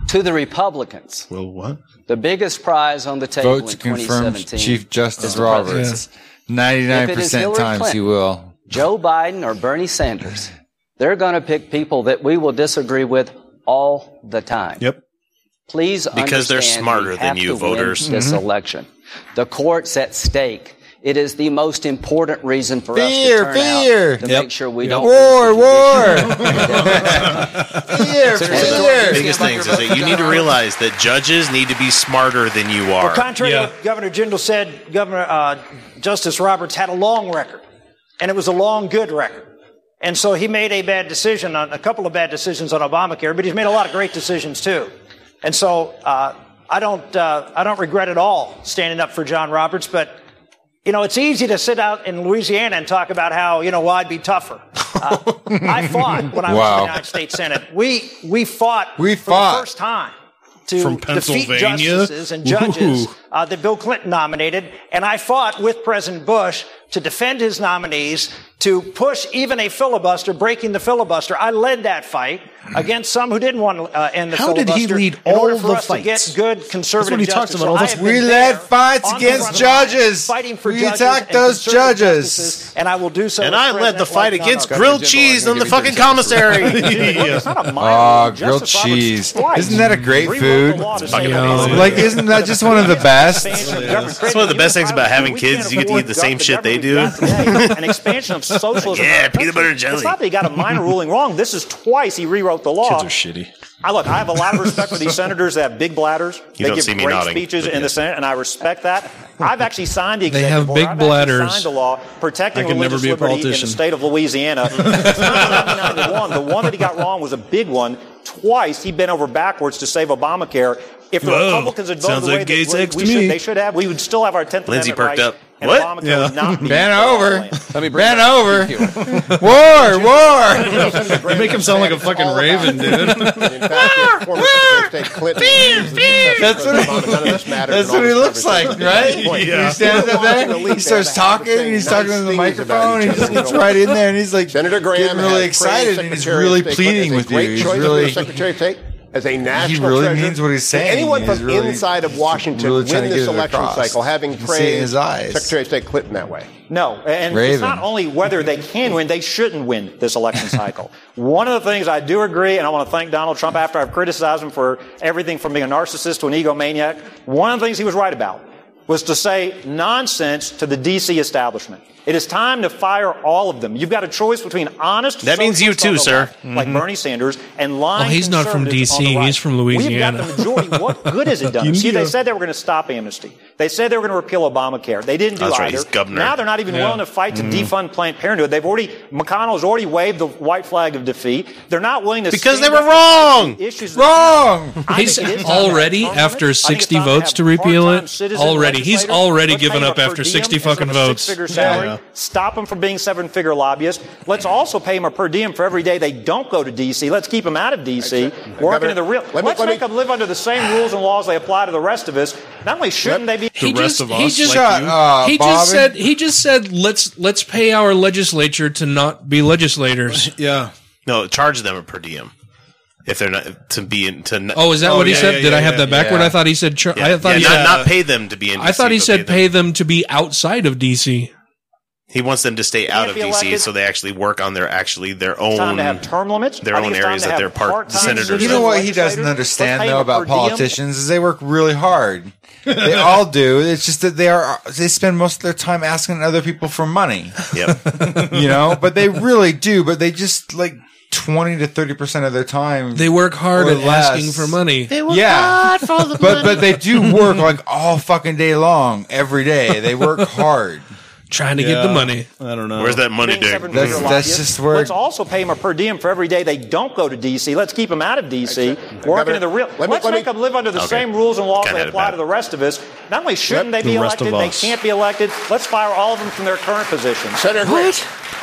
[SPEAKER 15] To the Republicans,
[SPEAKER 4] Well, what?
[SPEAKER 15] the biggest prize on the table
[SPEAKER 18] Vote to
[SPEAKER 15] in
[SPEAKER 18] confirm
[SPEAKER 15] 2017.
[SPEAKER 18] Chief
[SPEAKER 15] is
[SPEAKER 18] Justice
[SPEAKER 15] the
[SPEAKER 18] Roberts.
[SPEAKER 15] presidency. If it
[SPEAKER 18] Ninety-nine
[SPEAKER 15] is
[SPEAKER 18] percent
[SPEAKER 15] Hillary
[SPEAKER 18] times he
[SPEAKER 15] Clinton,
[SPEAKER 18] will.
[SPEAKER 15] Joe Biden or Bernie Sanders. They're going to pick people that we will disagree with all the time.
[SPEAKER 4] Yep.
[SPEAKER 15] Please
[SPEAKER 8] Because they're
[SPEAKER 15] understand
[SPEAKER 8] smarter
[SPEAKER 15] we
[SPEAKER 8] than
[SPEAKER 15] have
[SPEAKER 8] you,
[SPEAKER 15] to win
[SPEAKER 8] voters.
[SPEAKER 15] This
[SPEAKER 18] Mm-hmm.
[SPEAKER 8] Mhm.
[SPEAKER 15] election, the court's at stake. It is the most important reason for us to
[SPEAKER 18] Fear,
[SPEAKER 15] turn
[SPEAKER 18] fear.
[SPEAKER 15] out to
[SPEAKER 18] Yep.
[SPEAKER 15] make sure we
[SPEAKER 18] Yep.
[SPEAKER 15] don't
[SPEAKER 18] War, war.
[SPEAKER 8] Here,
[SPEAKER 18] here.
[SPEAKER 8] The biggest things is that you need to realize that judges need to be smarter than you are.
[SPEAKER 14] Well, contrary to what Governor Jindal said, Governor uh, Justice Roberts had a long record, and it was a long good record. And so he made a bad decision on a couple of bad decisions on Obamacare, but he's made a lot of great decisions too. And so uh, I don't uh, I don't regret at all standing up for John Roberts, but you know it's easy to sit out in Louisiana and talk about how you know well, I'd be tougher. Uh, I fought when I was
[SPEAKER 18] Wow.
[SPEAKER 14] in the United States Senate. We we fought
[SPEAKER 18] We
[SPEAKER 14] for
[SPEAKER 18] fought.
[SPEAKER 14] the first time to
[SPEAKER 18] From
[SPEAKER 14] defeat
[SPEAKER 18] Pennsylvania?
[SPEAKER 14] justices and judges
[SPEAKER 18] Ooh.
[SPEAKER 14] uh, that Bill Clinton nominated, and I fought with President Bush to defend his nominees, to push even a filibuster, breaking the filibuster. I led that fight against some who didn't want to uh, end the
[SPEAKER 18] How did
[SPEAKER 14] filibuster.
[SPEAKER 18] he lead
[SPEAKER 14] in order
[SPEAKER 18] all
[SPEAKER 14] for
[SPEAKER 18] the
[SPEAKER 14] us to
[SPEAKER 18] fights?
[SPEAKER 14] get good conservative
[SPEAKER 18] That's what he talks
[SPEAKER 14] justice.
[SPEAKER 18] about all
[SPEAKER 14] So I
[SPEAKER 18] the-
[SPEAKER 14] have
[SPEAKER 18] We
[SPEAKER 14] been
[SPEAKER 18] led
[SPEAKER 14] there
[SPEAKER 18] fights
[SPEAKER 14] on the
[SPEAKER 18] against
[SPEAKER 14] front line,
[SPEAKER 18] judges.
[SPEAKER 14] fighting for
[SPEAKER 18] We
[SPEAKER 14] judges
[SPEAKER 18] attacked
[SPEAKER 14] and
[SPEAKER 18] those
[SPEAKER 14] conservative
[SPEAKER 18] judges.
[SPEAKER 14] justices, and I will do so.
[SPEAKER 8] And
[SPEAKER 14] as
[SPEAKER 8] I led
[SPEAKER 14] president
[SPEAKER 8] the fight
[SPEAKER 14] like none
[SPEAKER 8] against
[SPEAKER 14] other.
[SPEAKER 8] grilled cheese on the fucking commissary.
[SPEAKER 14] It's not a
[SPEAKER 18] Oh, grilled cheese. Isn't that a great food? Like, isn't that just one of the best?
[SPEAKER 8] That's one of the best things about having kids. You get to eat the same shit they do.
[SPEAKER 16] an expansion of socialism.
[SPEAKER 8] Yeah, peanut butter and
[SPEAKER 16] It's
[SPEAKER 8] jelly.
[SPEAKER 16] not that he got a minor ruling wrong. This is twice he rewrote the law.
[SPEAKER 8] shitty.
[SPEAKER 16] I look, I have a lot of respect for these senators that have big bladders.
[SPEAKER 8] You
[SPEAKER 16] they
[SPEAKER 8] don't
[SPEAKER 16] give
[SPEAKER 8] see me
[SPEAKER 16] great
[SPEAKER 8] nodding,
[SPEAKER 16] speeches
[SPEAKER 8] but
[SPEAKER 16] in the
[SPEAKER 8] yes.
[SPEAKER 16] Senate, and I respect that. I've actually signed the
[SPEAKER 3] They
[SPEAKER 16] executive
[SPEAKER 3] have
[SPEAKER 16] order.
[SPEAKER 3] big
[SPEAKER 16] I've actually
[SPEAKER 3] bladders.
[SPEAKER 16] Signed a law protecting
[SPEAKER 3] I could never
[SPEAKER 16] religious
[SPEAKER 3] be a
[SPEAKER 16] liberty in
[SPEAKER 3] politician.
[SPEAKER 16] the state of Louisiana. It's not the 1991. the one that he got wrong was a big one. Twice he bent over backwards to save Obamacare. If the
[SPEAKER 4] Whoa.
[SPEAKER 16] Republicans had voted
[SPEAKER 4] Sounds
[SPEAKER 16] the way
[SPEAKER 4] like
[SPEAKER 16] they,
[SPEAKER 4] gay sex
[SPEAKER 16] we
[SPEAKER 4] to
[SPEAKER 16] should,
[SPEAKER 4] me.
[SPEAKER 16] they should have, we would still have our 10th
[SPEAKER 8] Lindsey
[SPEAKER 16] Amendment
[SPEAKER 8] perked
[SPEAKER 16] rights,
[SPEAKER 8] up.
[SPEAKER 16] and
[SPEAKER 8] What?
[SPEAKER 16] Obamacare
[SPEAKER 8] Yeah.
[SPEAKER 16] would not be
[SPEAKER 18] Bent over.
[SPEAKER 16] Let me
[SPEAKER 18] Bent over. war, war.
[SPEAKER 4] You make him sound like a fucking raven, dude.
[SPEAKER 17] In fact, former Secretary of State Clinton.
[SPEAKER 18] That's what he- That's what he looks like, right?
[SPEAKER 17] Yeah.
[SPEAKER 18] He stands up there, he starts talking, and he's talking to the microphone, and he just gets right in there, and he's like
[SPEAKER 17] Senator Graham
[SPEAKER 18] getting
[SPEAKER 17] has
[SPEAKER 18] really
[SPEAKER 17] praised
[SPEAKER 18] excited, and he's
[SPEAKER 17] Secretary of
[SPEAKER 18] really
[SPEAKER 17] State Clinton as
[SPEAKER 18] pleading
[SPEAKER 17] a
[SPEAKER 18] with you.
[SPEAKER 17] great
[SPEAKER 18] He's
[SPEAKER 17] choice for
[SPEAKER 18] really
[SPEAKER 17] Secretary of State as a national
[SPEAKER 18] really
[SPEAKER 17] treasure.
[SPEAKER 18] means what he's
[SPEAKER 17] Did
[SPEAKER 18] saying.
[SPEAKER 17] Anyone
[SPEAKER 18] He's
[SPEAKER 17] from
[SPEAKER 18] really-
[SPEAKER 17] inside of Washington
[SPEAKER 18] really trying
[SPEAKER 17] win
[SPEAKER 18] to
[SPEAKER 17] this
[SPEAKER 18] get it
[SPEAKER 17] election
[SPEAKER 18] across.
[SPEAKER 17] cycle having
[SPEAKER 18] You can see it in
[SPEAKER 17] praised
[SPEAKER 18] his eyes.
[SPEAKER 17] Secretary of State Clinton that way?
[SPEAKER 16] No, and it's
[SPEAKER 18] Raven.
[SPEAKER 16] not only whether they can win, they shouldn't win this election cycle. One of the things I do agree, and I want to thank Donald Trump after I've criticized him for everything from being a narcissist to an egomaniac, one of the things he was right about was to say nonsense to the DC establishment. It is time to fire all of them. You've got a choice between honest.
[SPEAKER 8] That means you
[SPEAKER 16] socialists on
[SPEAKER 8] too,
[SPEAKER 16] the
[SPEAKER 8] sir. Mm-hmm.
[SPEAKER 16] left, Like Bernie Sanders and lying.
[SPEAKER 3] Well, he's not from
[SPEAKER 16] conservatives on the
[SPEAKER 3] DC,
[SPEAKER 16] right.
[SPEAKER 3] he's from
[SPEAKER 16] We've got the
[SPEAKER 3] Louisiana.
[SPEAKER 16] majority. What good has it done?
[SPEAKER 3] You
[SPEAKER 16] See,
[SPEAKER 3] need
[SPEAKER 16] they
[SPEAKER 3] a-
[SPEAKER 16] said they were going to stop amnesty. They said they were going to repeal Obamacare. They didn't do
[SPEAKER 8] That's
[SPEAKER 16] either.
[SPEAKER 8] right, he's governor.
[SPEAKER 16] Now they're not even
[SPEAKER 8] Yeah. Mm-hmm.
[SPEAKER 16] willing to fight to defund Planned Parenthood. They've already McConnell's already waved the white flag of defeat. They're not willing to
[SPEAKER 8] Because
[SPEAKER 16] stand
[SPEAKER 8] they were
[SPEAKER 16] up for
[SPEAKER 8] wrong.
[SPEAKER 16] the Issues that-
[SPEAKER 18] wrong.
[SPEAKER 16] I
[SPEAKER 3] He's
[SPEAKER 16] think it is time to
[SPEAKER 3] already
[SPEAKER 16] have government. I
[SPEAKER 3] after
[SPEAKER 16] think it's
[SPEAKER 3] 60
[SPEAKER 16] time to
[SPEAKER 3] votes
[SPEAKER 16] have
[SPEAKER 3] to repeal
[SPEAKER 16] part-time
[SPEAKER 3] it.
[SPEAKER 16] citizen
[SPEAKER 3] Already, he's
[SPEAKER 16] legislators.
[SPEAKER 3] already
[SPEAKER 16] Let's
[SPEAKER 3] given
[SPEAKER 16] pay
[SPEAKER 3] up
[SPEAKER 16] them a
[SPEAKER 3] after
[SPEAKER 16] per diem
[SPEAKER 3] 60
[SPEAKER 16] instead of
[SPEAKER 3] fucking
[SPEAKER 16] a
[SPEAKER 3] votes.
[SPEAKER 16] six-figure salary.
[SPEAKER 3] Yeah.
[SPEAKER 16] Stop them from being seven-figure lobbyists. Let's also pay them a per diem for every day they don't go to D.C. Let's keep them out of D.C. Working in the real.
[SPEAKER 17] let me-
[SPEAKER 16] Let's
[SPEAKER 17] let me-
[SPEAKER 16] make them live under the same rules and laws they apply to the rest of us. Not only shouldn't they be
[SPEAKER 3] He just- He just, uh,
[SPEAKER 8] Uh,
[SPEAKER 16] uh,
[SPEAKER 3] he just said he just said let's let's pay our legislature to not be legislators.
[SPEAKER 4] yeah.
[SPEAKER 8] No, charge them a per diem if they're not to be in to.
[SPEAKER 3] Oh, is that what he said? Did I have that backward? I thought he said. Char- I thought he
[SPEAKER 8] yeah,
[SPEAKER 3] said,
[SPEAKER 8] not, not pay them to be in. DC,
[SPEAKER 3] I thought he
[SPEAKER 8] but
[SPEAKER 3] said pay them to be outside of DC.
[SPEAKER 8] He wants them to stay out of
[SPEAKER 16] be
[SPEAKER 8] DC
[SPEAKER 16] elected.
[SPEAKER 8] so they actually work on their actually their
[SPEAKER 16] It's time
[SPEAKER 8] own
[SPEAKER 16] to have term limits.
[SPEAKER 8] their
[SPEAKER 16] I think
[SPEAKER 8] own
[SPEAKER 16] it's time
[SPEAKER 8] areas
[SPEAKER 16] to
[SPEAKER 8] that
[SPEAKER 16] have
[SPEAKER 8] they're part
[SPEAKER 16] part-time
[SPEAKER 8] senators.
[SPEAKER 18] You
[SPEAKER 8] of.
[SPEAKER 18] know what he
[SPEAKER 16] legislators.
[SPEAKER 18] doesn't
[SPEAKER 16] Let's
[SPEAKER 18] understand
[SPEAKER 16] pay
[SPEAKER 18] though
[SPEAKER 16] them per diem.
[SPEAKER 18] about politicians is they work really hard. They all do. It's just that they are they spend most of their time asking other people for money.
[SPEAKER 8] Yep.
[SPEAKER 18] you know, but they really do. But they just like twenty to thirty percent of their time
[SPEAKER 3] They work hard
[SPEAKER 18] or
[SPEAKER 3] at
[SPEAKER 18] less.
[SPEAKER 3] asking for money.
[SPEAKER 18] yeah, but but they do work like all fucking day long every day. They work hard
[SPEAKER 3] trying to get the money.
[SPEAKER 4] I don't know.
[SPEAKER 8] Where's that money, Dick?
[SPEAKER 16] seven
[SPEAKER 18] That's-
[SPEAKER 16] figure
[SPEAKER 18] that's
[SPEAKER 16] lobbyists.
[SPEAKER 18] just where-
[SPEAKER 16] Let's also pay them a per diem for every day they don't go to D.C. Let's keep them out of D.C. Working in the real.
[SPEAKER 17] Let me-
[SPEAKER 16] Let's
[SPEAKER 17] let me-
[SPEAKER 16] make them live under the
[SPEAKER 8] Okay.
[SPEAKER 16] same rules and laws
[SPEAKER 8] Kinda
[SPEAKER 16] that
[SPEAKER 8] had it
[SPEAKER 16] apply
[SPEAKER 8] bad.
[SPEAKER 16] to the rest of us. Not only shouldn't they be
[SPEAKER 17] The rest of
[SPEAKER 16] elected, they
[SPEAKER 17] us.
[SPEAKER 16] can't be elected. Let's fire all of them from their current positions.
[SPEAKER 17] Senator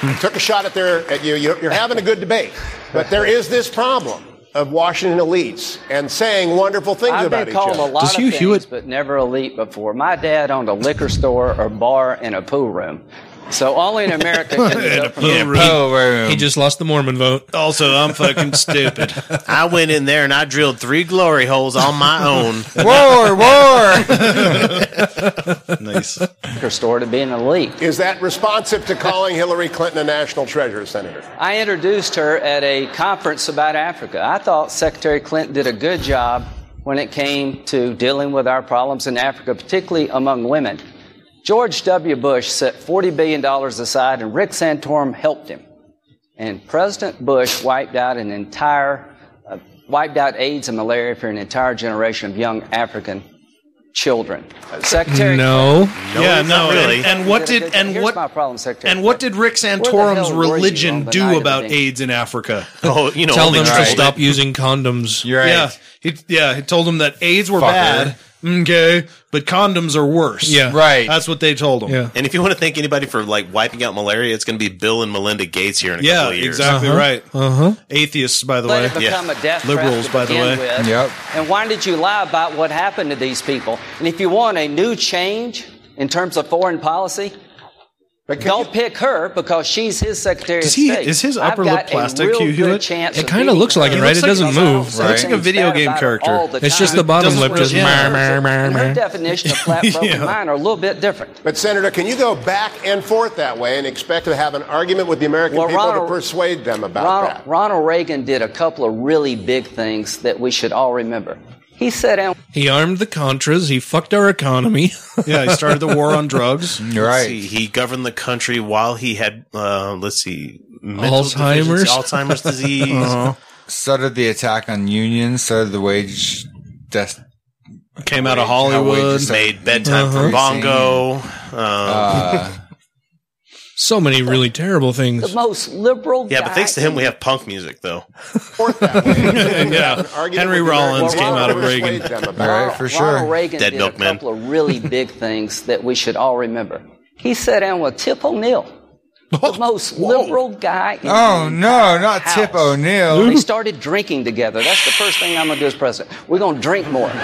[SPEAKER 17] Grant took a shot at their at you. You're, you're having a good debate, but there is this problem of Washington elites and saying wonderful things
[SPEAKER 15] I've
[SPEAKER 17] about
[SPEAKER 15] been
[SPEAKER 17] each
[SPEAKER 15] called
[SPEAKER 17] other.
[SPEAKER 15] a lot of things, but never elite before. My dad owned a liquor store or bar and a pool room. So only in America can you
[SPEAKER 8] Oh,
[SPEAKER 15] go from
[SPEAKER 3] Little Root. He just lost the Mormon vote.
[SPEAKER 8] Also, I'm fucking stupid. I went in there and I drilled three glory holes on my own.
[SPEAKER 18] War,
[SPEAKER 8] war. nice.
[SPEAKER 15] Liquor store to being elite.
[SPEAKER 17] Is that responsive to calling Hillary Clinton a national treasure, Senator?
[SPEAKER 15] I introduced her at a conference about Africa. I thought Secretary Clinton did a good job when it came to dealing with our problems in Africa, particularly among women. George W. Bush set $40 billion aside, and Rick Santorum helped him. And President Bush wiped out an entire, uh, wiped out AIDS and malaria for an entire generation of young African children. Secretary
[SPEAKER 3] No.
[SPEAKER 4] yeah, no,
[SPEAKER 15] really.
[SPEAKER 4] And, and what did and
[SPEAKER 15] Here's
[SPEAKER 4] what
[SPEAKER 15] my problem, Secretary.
[SPEAKER 4] and what did Rick
[SPEAKER 15] the
[SPEAKER 4] Santorum's
[SPEAKER 15] hell were you on
[SPEAKER 4] religion
[SPEAKER 15] the night
[SPEAKER 4] do
[SPEAKER 15] of
[SPEAKER 4] about
[SPEAKER 15] the dance?
[SPEAKER 4] AIDS in Africa?
[SPEAKER 8] Oh, you know,
[SPEAKER 3] Tell
[SPEAKER 8] only
[SPEAKER 3] them to
[SPEAKER 8] right.
[SPEAKER 3] stop using condoms.
[SPEAKER 18] You're
[SPEAKER 4] Yeah, he, yeah, he told them that AIDS were
[SPEAKER 3] Fucker.
[SPEAKER 4] bad. Okay, but condoms are worse.
[SPEAKER 3] Yeah.
[SPEAKER 18] Right.
[SPEAKER 4] That's what they told him. Yeah,
[SPEAKER 8] And if you want to thank anybody for like wiping out malaria, it's going to be Bill and Melinda Gates here in a couple of years.
[SPEAKER 4] exactly right.
[SPEAKER 3] Uh huh.
[SPEAKER 4] Atheists, by the
[SPEAKER 15] Let it
[SPEAKER 4] way.
[SPEAKER 15] become a death trap
[SPEAKER 4] Liberals,
[SPEAKER 15] to
[SPEAKER 4] by the way.
[SPEAKER 15] begin with. And why did you lie about what happened to these people? And if you want a new change in terms of foreign policy, don't pick her because she's his Secretary
[SPEAKER 4] Does
[SPEAKER 15] of
[SPEAKER 4] he-
[SPEAKER 15] State.
[SPEAKER 4] is his
[SPEAKER 15] I've
[SPEAKER 4] upper lip
[SPEAKER 15] got a
[SPEAKER 4] plastic,
[SPEAKER 15] real
[SPEAKER 4] Hugh
[SPEAKER 15] good
[SPEAKER 4] Hewitt?
[SPEAKER 15] chance
[SPEAKER 3] It
[SPEAKER 15] of
[SPEAKER 3] kinda
[SPEAKER 15] beating
[SPEAKER 3] looks like
[SPEAKER 15] her.
[SPEAKER 3] it, right? It
[SPEAKER 15] Because
[SPEAKER 3] doesn't
[SPEAKER 15] I
[SPEAKER 3] move,
[SPEAKER 15] say
[SPEAKER 3] right? Looks
[SPEAKER 4] like a
[SPEAKER 15] things
[SPEAKER 4] video
[SPEAKER 15] bad
[SPEAKER 4] game
[SPEAKER 15] about her
[SPEAKER 4] character.
[SPEAKER 15] all the
[SPEAKER 3] It's just
[SPEAKER 15] time.
[SPEAKER 3] the bottom lip just.
[SPEAKER 15] Yeah.
[SPEAKER 3] mar, mar,
[SPEAKER 15] And
[SPEAKER 3] mar,
[SPEAKER 15] Her
[SPEAKER 3] mar.
[SPEAKER 15] definition of flat broke
[SPEAKER 17] Yeah.
[SPEAKER 15] and mine are a little bit different.
[SPEAKER 17] But Senator, can you go back and forth that way and expect to have an argument with the American
[SPEAKER 15] Well,
[SPEAKER 17] people
[SPEAKER 15] Ronald-
[SPEAKER 17] to persuade them about
[SPEAKER 15] Ronald,
[SPEAKER 17] that?
[SPEAKER 15] Ronald Reagan did a couple of really big things that we should all remember. He sat down
[SPEAKER 3] He armed the Contras. He fucked our economy.
[SPEAKER 4] yeah, he started the war on drugs.
[SPEAKER 18] You're
[SPEAKER 8] Let's see, he governed the country while he had, uh, let's see, mental
[SPEAKER 3] Alzheimer's?
[SPEAKER 8] deficiency, Alzheimer's disease.
[SPEAKER 18] Uh-huh. So did the attack on unions. So did the wage death.
[SPEAKER 4] Came out of
[SPEAKER 8] Hollywood. Made bedtime
[SPEAKER 3] Uh-huh.
[SPEAKER 8] for Bongo.
[SPEAKER 18] Uh-huh.
[SPEAKER 8] Um,
[SPEAKER 18] Uh,
[SPEAKER 3] so many really terrible things.
[SPEAKER 15] the most liberal
[SPEAKER 8] Yeah,
[SPEAKER 15] guy.
[SPEAKER 8] but thanks to him, we have punk music, though.
[SPEAKER 4] yeah, Henry Rollins came out of Reagan.
[SPEAKER 18] All right, for
[SPEAKER 15] Ronald
[SPEAKER 18] sure.
[SPEAKER 15] Reagan
[SPEAKER 8] Dead
[SPEAKER 15] did a
[SPEAKER 8] milkman.
[SPEAKER 15] couple of really big things that we should all remember. He sat down with Tip O'Neill, the most liberal guy. In
[SPEAKER 18] Oh
[SPEAKER 15] the
[SPEAKER 18] no, not Tip O'Neill.
[SPEAKER 15] They started drinking together. That's the first thing I'm going to do as president. We're going to drink more.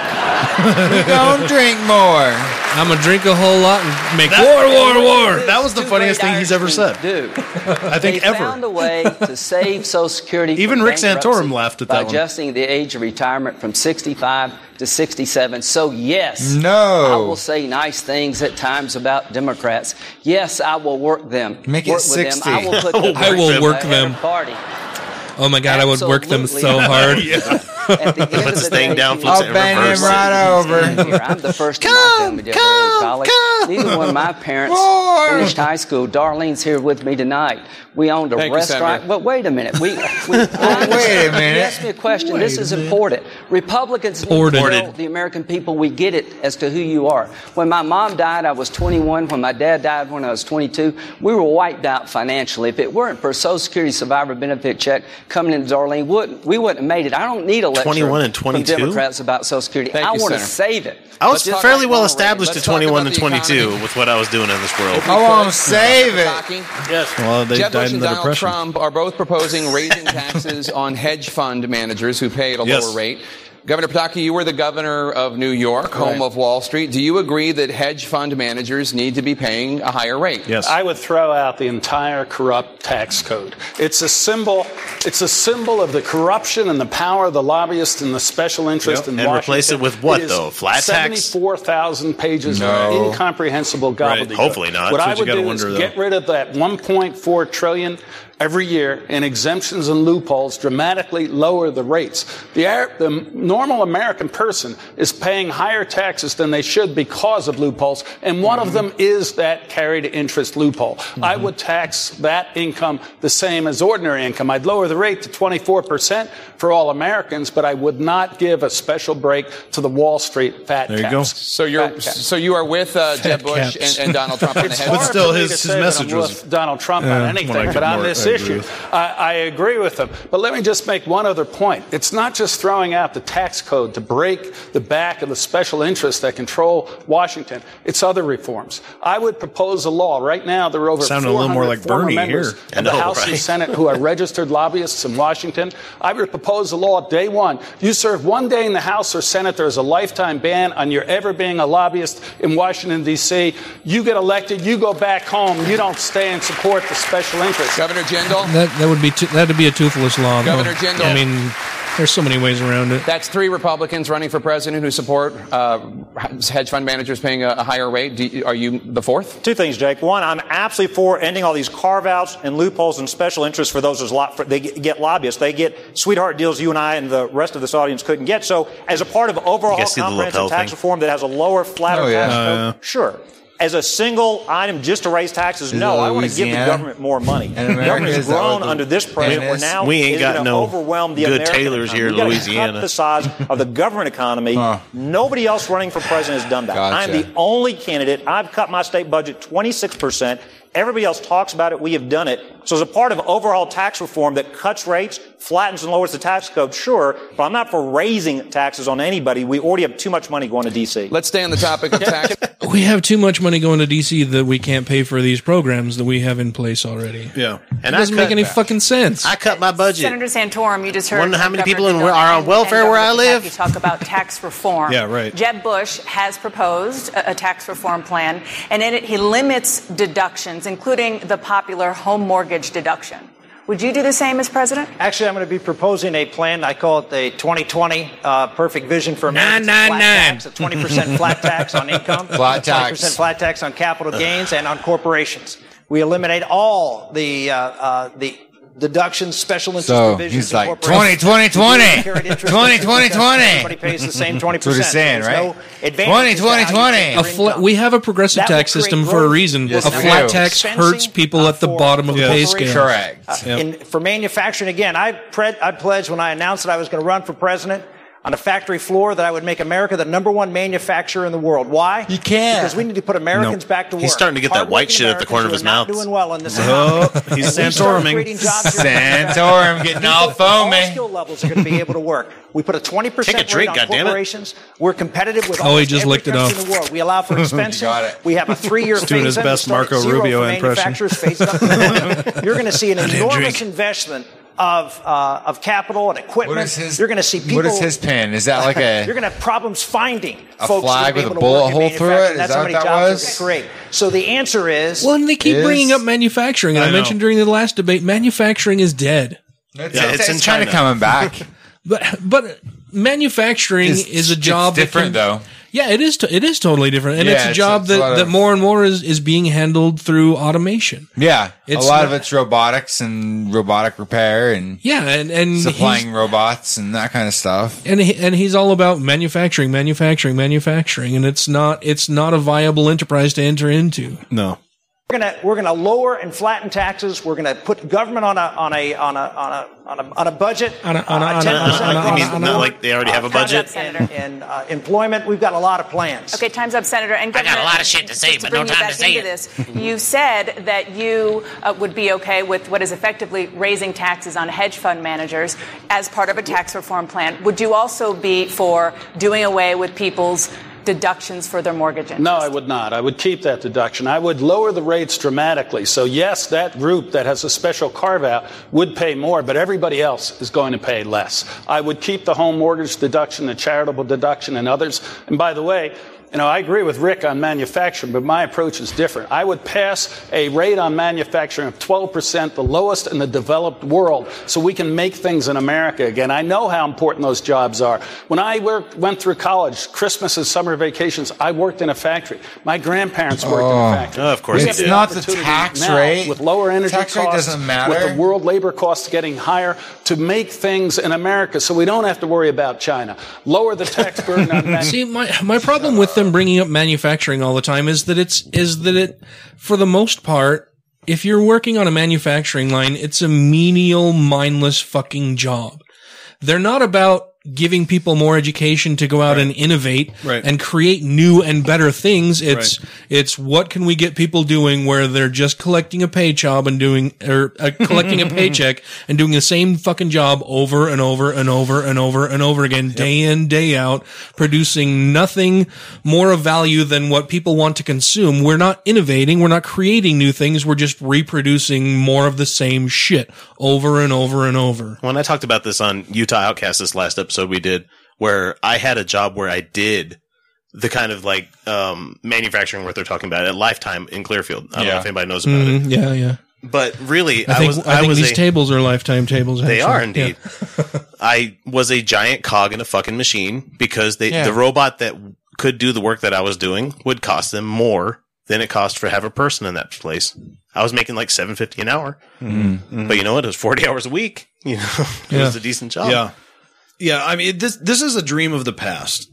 [SPEAKER 18] Don't drink more.
[SPEAKER 3] I'm gonna drink a whole lot and make war, war, war.
[SPEAKER 4] That was the funniest thing he's ever said.
[SPEAKER 15] Do.
[SPEAKER 4] I think
[SPEAKER 15] they
[SPEAKER 4] ever.
[SPEAKER 15] found a way to save Social Security. from
[SPEAKER 4] Even Rick Santorum
[SPEAKER 15] bankruptcy
[SPEAKER 4] laughed at
[SPEAKER 15] by
[SPEAKER 4] that one.
[SPEAKER 15] adjusting the age of retirement from 65 to 67. So yes,
[SPEAKER 18] No.
[SPEAKER 15] I will say nice things at times about Democrats. Yes, I will work them.
[SPEAKER 18] Make it
[SPEAKER 15] work with
[SPEAKER 18] 60.
[SPEAKER 15] Them. I will put them
[SPEAKER 3] I will
[SPEAKER 15] at
[SPEAKER 3] work
[SPEAKER 15] the
[SPEAKER 3] them.
[SPEAKER 15] Party.
[SPEAKER 3] Oh my god, I would work them so
[SPEAKER 15] Absolutely.
[SPEAKER 3] hard.
[SPEAKER 15] At the end of
[SPEAKER 8] Puts
[SPEAKER 15] the
[SPEAKER 8] the thing
[SPEAKER 15] day,
[SPEAKER 8] down,
[SPEAKER 15] you
[SPEAKER 8] flips
[SPEAKER 15] will
[SPEAKER 8] it in
[SPEAKER 15] be
[SPEAKER 18] Bang him
[SPEAKER 8] reverse.
[SPEAKER 18] right over.
[SPEAKER 15] here. I'm the first in my family to come, college. Neither one of my parents
[SPEAKER 18] Roar.
[SPEAKER 15] finished high school. Darlene's here with me tonight. We owned a
[SPEAKER 10] Thank you,
[SPEAKER 15] restaurant.
[SPEAKER 10] Senator.
[SPEAKER 15] but wait a minute. We, we
[SPEAKER 18] wait a minute.
[SPEAKER 15] You asked me a question. this is important. Republicans need to
[SPEAKER 3] Important.
[SPEAKER 15] tell the American people we get it as to who you are. When my mom died, I was 21. When my dad died, when I was 22, we were wiped out financially. If it weren't for Social Security Survivor Benefit check coming into Darlene, wouldn't we wouldn't have made it? I don't need a lecture
[SPEAKER 8] 21 and
[SPEAKER 15] from
[SPEAKER 8] 22?
[SPEAKER 15] Democrats about Social Security.
[SPEAKER 10] Thank
[SPEAKER 15] I
[SPEAKER 10] you,
[SPEAKER 15] want to
[SPEAKER 10] Senator.
[SPEAKER 15] save it.
[SPEAKER 8] I was
[SPEAKER 15] But just
[SPEAKER 8] fairly
[SPEAKER 15] like
[SPEAKER 8] well
[SPEAKER 15] Ronald Reagan,
[SPEAKER 8] established at
[SPEAKER 10] let's talk
[SPEAKER 8] 21
[SPEAKER 10] about
[SPEAKER 8] and
[SPEAKER 10] the
[SPEAKER 8] 22
[SPEAKER 10] economy.
[SPEAKER 8] with what I was doing in this world.
[SPEAKER 18] I want to save it.
[SPEAKER 10] Yes.
[SPEAKER 4] Well, they
[SPEAKER 10] Jeb
[SPEAKER 4] died
[SPEAKER 10] Bush
[SPEAKER 4] in
[SPEAKER 10] and
[SPEAKER 4] the
[SPEAKER 10] Donald
[SPEAKER 4] Depression.
[SPEAKER 10] Trump are both proposing raising taxes on hedge fund managers who pay at a
[SPEAKER 4] Yes.
[SPEAKER 10] lower rate. Governor Pataki, you were the governor of New York, home
[SPEAKER 13] Right.
[SPEAKER 10] of Wall Street. Do you agree that hedge fund managers need to be paying a higher rate?
[SPEAKER 4] Yes.
[SPEAKER 13] I would throw out the entire corrupt tax code. It's a symbol. It's a symbol of the corruption and the power of the lobbyists and the special interest
[SPEAKER 8] Yep.
[SPEAKER 13] in
[SPEAKER 8] And
[SPEAKER 13] Washington.
[SPEAKER 8] replace it with what,
[SPEAKER 13] is
[SPEAKER 8] though? Flat tax?
[SPEAKER 13] Seventy-four thousand pages
[SPEAKER 8] No.
[SPEAKER 13] of incomprehensible gobbledygook.
[SPEAKER 8] Hopefully not.
[SPEAKER 13] What
[SPEAKER 8] That's
[SPEAKER 13] I
[SPEAKER 8] what you
[SPEAKER 13] would
[SPEAKER 8] gotta
[SPEAKER 13] do
[SPEAKER 8] wonder,
[SPEAKER 13] is
[SPEAKER 8] though.
[SPEAKER 13] get rid of that 1.4 trillion every year in exemptions and loopholes. Dramatically lower the rates. The, Ar- the normal American person is paying higher taxes than they should because of loopholes, and one
[SPEAKER 4] Mm-hmm.
[SPEAKER 13] of them is that carried interest loophole. I would tax that income the same as ordinary income. I'd lower the rate to 24% for all Americans, but I would not give a special break to the Wall Street fat
[SPEAKER 4] There you go.
[SPEAKER 13] caps.
[SPEAKER 10] So you're so you are with uh, Jeb Bush
[SPEAKER 4] caps.
[SPEAKER 10] and, and Donald Trump on the
[SPEAKER 13] It's
[SPEAKER 10] hedge
[SPEAKER 13] hard
[SPEAKER 4] But still,
[SPEAKER 13] for me
[SPEAKER 4] his-
[SPEAKER 13] to
[SPEAKER 4] his
[SPEAKER 13] say that
[SPEAKER 4] message
[SPEAKER 13] I'm
[SPEAKER 4] was-
[SPEAKER 13] with Donald Trump on
[SPEAKER 4] Yeah, when I
[SPEAKER 13] anything,
[SPEAKER 4] get
[SPEAKER 13] but on
[SPEAKER 4] more-
[SPEAKER 13] this
[SPEAKER 4] uh,
[SPEAKER 13] issue. I, I agree with them. But let me just make one other point. It's not just throwing out the tax code to break the back of the special interests that control Washington. It's other reforms. I would propose a law right now. There are over
[SPEAKER 4] Sounded a
[SPEAKER 13] 400
[SPEAKER 4] little more like
[SPEAKER 13] former
[SPEAKER 4] Bernie
[SPEAKER 13] members
[SPEAKER 4] here.
[SPEAKER 13] of
[SPEAKER 4] I
[SPEAKER 13] the
[SPEAKER 4] know,
[SPEAKER 13] House and
[SPEAKER 4] right?
[SPEAKER 13] Senate who are registered lobbyists in Washington. I would propose a law day one. You serve one day in the House or Senate, there is a lifetime ban on your ever being a lobbyist in Washington, D.C. You get elected, you go back home, you don't stay and support the special interests.
[SPEAKER 11] Governor Jindal?
[SPEAKER 3] That that would be too, that'd be a toothless law.
[SPEAKER 11] Governor Jindal.
[SPEAKER 3] I mean, there's so many ways around it.
[SPEAKER 11] That's three Republicans running for president who support uh, hedge fund managers paying a, a higher rate. Do you, are you the fourth?
[SPEAKER 16] Two things, Jake. One, I'm absolutely for ending all these carve-outs and loopholes and special interests for those as lo- for, they get lobbyists. They get sweetheart deals you and I and the rest of this audience couldn't get. So, as a part of overall
[SPEAKER 8] You guys see the lapel
[SPEAKER 16] comprehensive tax
[SPEAKER 8] thing?
[SPEAKER 16] reform that has a lower, flatter
[SPEAKER 8] Oh, yeah.
[SPEAKER 16] tax
[SPEAKER 8] Oh,
[SPEAKER 16] code,
[SPEAKER 8] yeah.
[SPEAKER 16] sure. As a single item just to raise taxes, no. I want to give the
[SPEAKER 8] Louisiana
[SPEAKER 16] government more money. The
[SPEAKER 8] and America,
[SPEAKER 16] government has
[SPEAKER 8] is that what
[SPEAKER 16] grown
[SPEAKER 8] the-
[SPEAKER 16] under this president.
[SPEAKER 8] and
[SPEAKER 16] We're
[SPEAKER 8] it's-
[SPEAKER 16] now
[SPEAKER 8] we ain't
[SPEAKER 16] is
[SPEAKER 8] got
[SPEAKER 16] gonna
[SPEAKER 8] no
[SPEAKER 16] overwhelm the
[SPEAKER 8] good
[SPEAKER 16] American
[SPEAKER 8] tailors
[SPEAKER 16] economy.
[SPEAKER 8] here in
[SPEAKER 16] We gotta
[SPEAKER 8] Louisiana.
[SPEAKER 16] Cut the size of the government economy. Nobody else running for president has done that. I'm
[SPEAKER 8] Gotcha.
[SPEAKER 16] the only candidate. I've cut my state budget 26%. Everybody else talks about it. We have done it. So as a part of overall tax reform that cuts rates, flattens and lowers the tax code, sure, but I'm not for raising taxes on anybody. We already have too much money going to DC.
[SPEAKER 11] Let's stay on the topic of tax.
[SPEAKER 3] We have too much money going to DC that we can't pay for these programs that we have in place already.
[SPEAKER 4] Yeah,
[SPEAKER 3] it doesn't make any fucking sense.
[SPEAKER 8] I cut my budget.
[SPEAKER 19] Senator Santorum, you just heard.
[SPEAKER 8] Wonder how
[SPEAKER 19] from
[SPEAKER 8] many
[SPEAKER 19] Governor
[SPEAKER 8] people in-
[SPEAKER 19] Jindal
[SPEAKER 8] are on
[SPEAKER 19] and-
[SPEAKER 8] welfare
[SPEAKER 19] and
[SPEAKER 8] where
[SPEAKER 19] Governor
[SPEAKER 8] I live?
[SPEAKER 19] Pataki talk about tax reform.
[SPEAKER 8] Yeah, right.
[SPEAKER 19] Jeb Bush has proposed a, a tax reform plan, and in it he limits deductions, including the popular home mortgage deduction. Would you do the same as president?
[SPEAKER 14] Actually, I'm going to be proposing a plan. I call it the 2020 uh, Perfect Vision for America. It's a flat tax, a 20% flat tax on income,
[SPEAKER 18] Flat tax.
[SPEAKER 14] 20% flat tax on capital gains, and on corporations. We eliminate all the uh, uh, the deductions, special interest
[SPEAKER 18] So,
[SPEAKER 14] provisions.
[SPEAKER 18] he's
[SPEAKER 14] in
[SPEAKER 18] like,
[SPEAKER 14] corporations.
[SPEAKER 18] 20, 20,
[SPEAKER 14] We carried interest
[SPEAKER 18] 20,
[SPEAKER 14] in 20%.
[SPEAKER 18] 20.
[SPEAKER 14] Everybody pays the same 20%.
[SPEAKER 18] That's what he's saying,
[SPEAKER 14] There's no
[SPEAKER 18] right?
[SPEAKER 14] advantages to how you take your
[SPEAKER 3] A fla- we have a progressive
[SPEAKER 14] That will
[SPEAKER 3] tax
[SPEAKER 14] create
[SPEAKER 3] system for a
[SPEAKER 14] growth.
[SPEAKER 3] reason.
[SPEAKER 14] Yes,
[SPEAKER 3] a
[SPEAKER 14] we
[SPEAKER 3] flat
[SPEAKER 14] do.
[SPEAKER 3] tax hurts people at the bottom of the pay scale.
[SPEAKER 14] Uh, in- for manufacturing, again, I, pre- I pledged when I announced that I was going to run for president on a factory floor that I would make America the number one manufacturer in the world. Why? You
[SPEAKER 18] can't.
[SPEAKER 14] Because we need to put Americans
[SPEAKER 8] Nope.
[SPEAKER 14] back to work.
[SPEAKER 8] He's starting to get that white shit at the corner of his mouth.
[SPEAKER 14] Doing well in this
[SPEAKER 8] Oh,
[SPEAKER 14] economy.
[SPEAKER 8] he's
[SPEAKER 14] When we start
[SPEAKER 8] Santoruming.
[SPEAKER 14] creating jobs here in America,
[SPEAKER 18] Santorum getting all
[SPEAKER 14] people at
[SPEAKER 18] foamy.
[SPEAKER 14] skill levels are going to be able to work. We put a 20%
[SPEAKER 18] Take a drink,
[SPEAKER 14] rate on
[SPEAKER 18] goddammit.
[SPEAKER 14] corporations. We're competitive with
[SPEAKER 3] Oh, he
[SPEAKER 14] almost
[SPEAKER 3] just
[SPEAKER 14] every
[SPEAKER 3] licked it
[SPEAKER 14] country
[SPEAKER 3] off.
[SPEAKER 14] in the world. We allow for
[SPEAKER 3] You
[SPEAKER 14] expensing.
[SPEAKER 3] got it.
[SPEAKER 14] We have a three-year
[SPEAKER 3] He's doing his
[SPEAKER 14] phase-in. We
[SPEAKER 3] best
[SPEAKER 14] start at
[SPEAKER 3] Marco
[SPEAKER 14] zero for
[SPEAKER 3] Rubio impression.
[SPEAKER 14] manufacturers, phase up to one. You're going to see an
[SPEAKER 18] didn't
[SPEAKER 14] enormous
[SPEAKER 18] drink.
[SPEAKER 14] investment of uh, of capital and equipment.
[SPEAKER 18] What is his-
[SPEAKER 14] You're going to see people.
[SPEAKER 18] what is his pen? Is that like a-
[SPEAKER 14] You're going to have problems finding
[SPEAKER 18] A
[SPEAKER 14] folks
[SPEAKER 18] flag
[SPEAKER 14] that are
[SPEAKER 18] with a
[SPEAKER 14] able to work
[SPEAKER 18] bullet
[SPEAKER 14] in
[SPEAKER 18] hole through it?
[SPEAKER 14] manufacturing.
[SPEAKER 18] Is
[SPEAKER 14] That's
[SPEAKER 18] that
[SPEAKER 14] how
[SPEAKER 18] what
[SPEAKER 14] many
[SPEAKER 18] that
[SPEAKER 14] jobs are going to create. So the answer is.
[SPEAKER 3] Well, and they keep bringing up manufacturing. And
[SPEAKER 14] I
[SPEAKER 3] I,
[SPEAKER 14] know.
[SPEAKER 3] mentioned during the last debate, manufacturing is dead.
[SPEAKER 18] It's- Yeah, it's it's- in it's kinda China. coming back.
[SPEAKER 3] but but manufacturing
[SPEAKER 18] It's-
[SPEAKER 3] is a
[SPEAKER 18] it's
[SPEAKER 3] job that
[SPEAKER 18] different, though.
[SPEAKER 3] Yeah, it is. to it is totally different, and
[SPEAKER 18] Yeah,
[SPEAKER 3] it's a
[SPEAKER 18] it's-
[SPEAKER 3] job
[SPEAKER 18] it's a
[SPEAKER 3] that,
[SPEAKER 18] lot of-
[SPEAKER 3] that more and more is is being handled through automation.
[SPEAKER 18] Yeah,
[SPEAKER 3] It's
[SPEAKER 18] a lot of
[SPEAKER 3] not-
[SPEAKER 18] it's robotics and robotic repair and
[SPEAKER 3] Yeah, and and he's-
[SPEAKER 18] supplying robots and that kind of stuff.
[SPEAKER 3] and he, and he's all about manufacturing, manufacturing, manufacturing, and it's not it's not a viable enterprise to enter into.
[SPEAKER 4] No,
[SPEAKER 14] We're gonna we're gonna lower and flatten taxes. We're gonna put government on a on a on a on a on a, on a budget. uh,
[SPEAKER 3] On a- on a- on a- on
[SPEAKER 14] 10%
[SPEAKER 3] a- on a-
[SPEAKER 14] across
[SPEAKER 3] you mean
[SPEAKER 14] the
[SPEAKER 8] not
[SPEAKER 14] board.
[SPEAKER 8] like they already have a
[SPEAKER 14] Uh, conduct
[SPEAKER 8] budget?
[SPEAKER 14] and, and uh, employment. We've got a lot of plans.
[SPEAKER 19] Okay, time's up, Senator. And Governor, I got a lot of shit to say,
[SPEAKER 14] but
[SPEAKER 19] bring
[SPEAKER 14] no
[SPEAKER 19] you
[SPEAKER 14] time
[SPEAKER 19] back
[SPEAKER 14] to say
[SPEAKER 19] into This, you said that you uh, would be okay with what is effectively raising taxes on hedge fund managers as part of a tax reform plan. Would you also be for doing away with people's deductions for their mortgage interest?
[SPEAKER 13] No, I would not. I would keep that deduction. I would lower the rates dramatically. So, yes, that group that has a special carve out would pay more, but everybody else is going to pay less. I would keep the home mortgage deduction, the charitable deduction, and others. And by the way, you know, I agree with Rick on manufacturing, but my approach is different. I would pass a rate on manufacturing of 12%, the lowest in the developed world, so we can make things in America again. I know how important those jobs are. When I worked, went through college, Christmas and summer vacations, I worked in a factory. My grandparents worked
[SPEAKER 18] Oh.
[SPEAKER 13] in a factory.
[SPEAKER 18] Oh, of course
[SPEAKER 13] We
[SPEAKER 18] they
[SPEAKER 13] have
[SPEAKER 18] did. It's not the
[SPEAKER 13] opportunity
[SPEAKER 18] tax
[SPEAKER 13] now
[SPEAKER 18] rate.
[SPEAKER 13] With lower energy
[SPEAKER 18] Tax rate
[SPEAKER 13] costs,
[SPEAKER 18] doesn't matter.
[SPEAKER 13] With the world labor costs getting higher to make things in America so we don't have to worry about China. Lower the tax burden on manufacturing.
[SPEAKER 3] See, my my problem with them bringing up manufacturing all the time is that it's is that it for the most part, if you're working on a manufacturing line, it's a menial, mindless fucking job. They're not about giving people more education to go out and innovate
[SPEAKER 4] Right.
[SPEAKER 3] and create new and better things. It's it's what can we get people doing where they're just collecting a pay job and doing or uh, collecting a paycheck and doing the same fucking job over and over and over and over and over again, day in day out, producing nothing more of value than what people want to consume. We're not innovating. We're not creating new things. We're just reproducing more of the same shit over and over and over.
[SPEAKER 8] When I talked about this on Utah Outcast this last episode we did, where I had a job where I did the kind of like um, manufacturing work they're talking about at Lifetime in Clearfield. I don't know
[SPEAKER 3] Yeah.
[SPEAKER 8] if anybody knows about
[SPEAKER 3] Mhm,
[SPEAKER 8] it.
[SPEAKER 3] yeah, yeah.
[SPEAKER 8] But really,
[SPEAKER 3] I
[SPEAKER 8] I,
[SPEAKER 3] think,
[SPEAKER 8] was
[SPEAKER 3] I
[SPEAKER 8] I,
[SPEAKER 3] think
[SPEAKER 8] was
[SPEAKER 3] these
[SPEAKER 8] a,
[SPEAKER 3] tables are lifetime tables.
[SPEAKER 8] They
[SPEAKER 3] actually.
[SPEAKER 8] are indeed. I was a giant cog in a fucking machine because they
[SPEAKER 3] Yeah.
[SPEAKER 8] the robot that could do the work that I was doing would cost them more than it cost for have a person in that place. I was making like seven fifty an hour,
[SPEAKER 3] Mm.
[SPEAKER 4] Mm-hmm.
[SPEAKER 8] but you know what? It was forty hours a week. You know, it
[SPEAKER 4] Yeah.
[SPEAKER 8] was a decent job.
[SPEAKER 4] Yeah. Yeah, I mean this this is a dream of the past.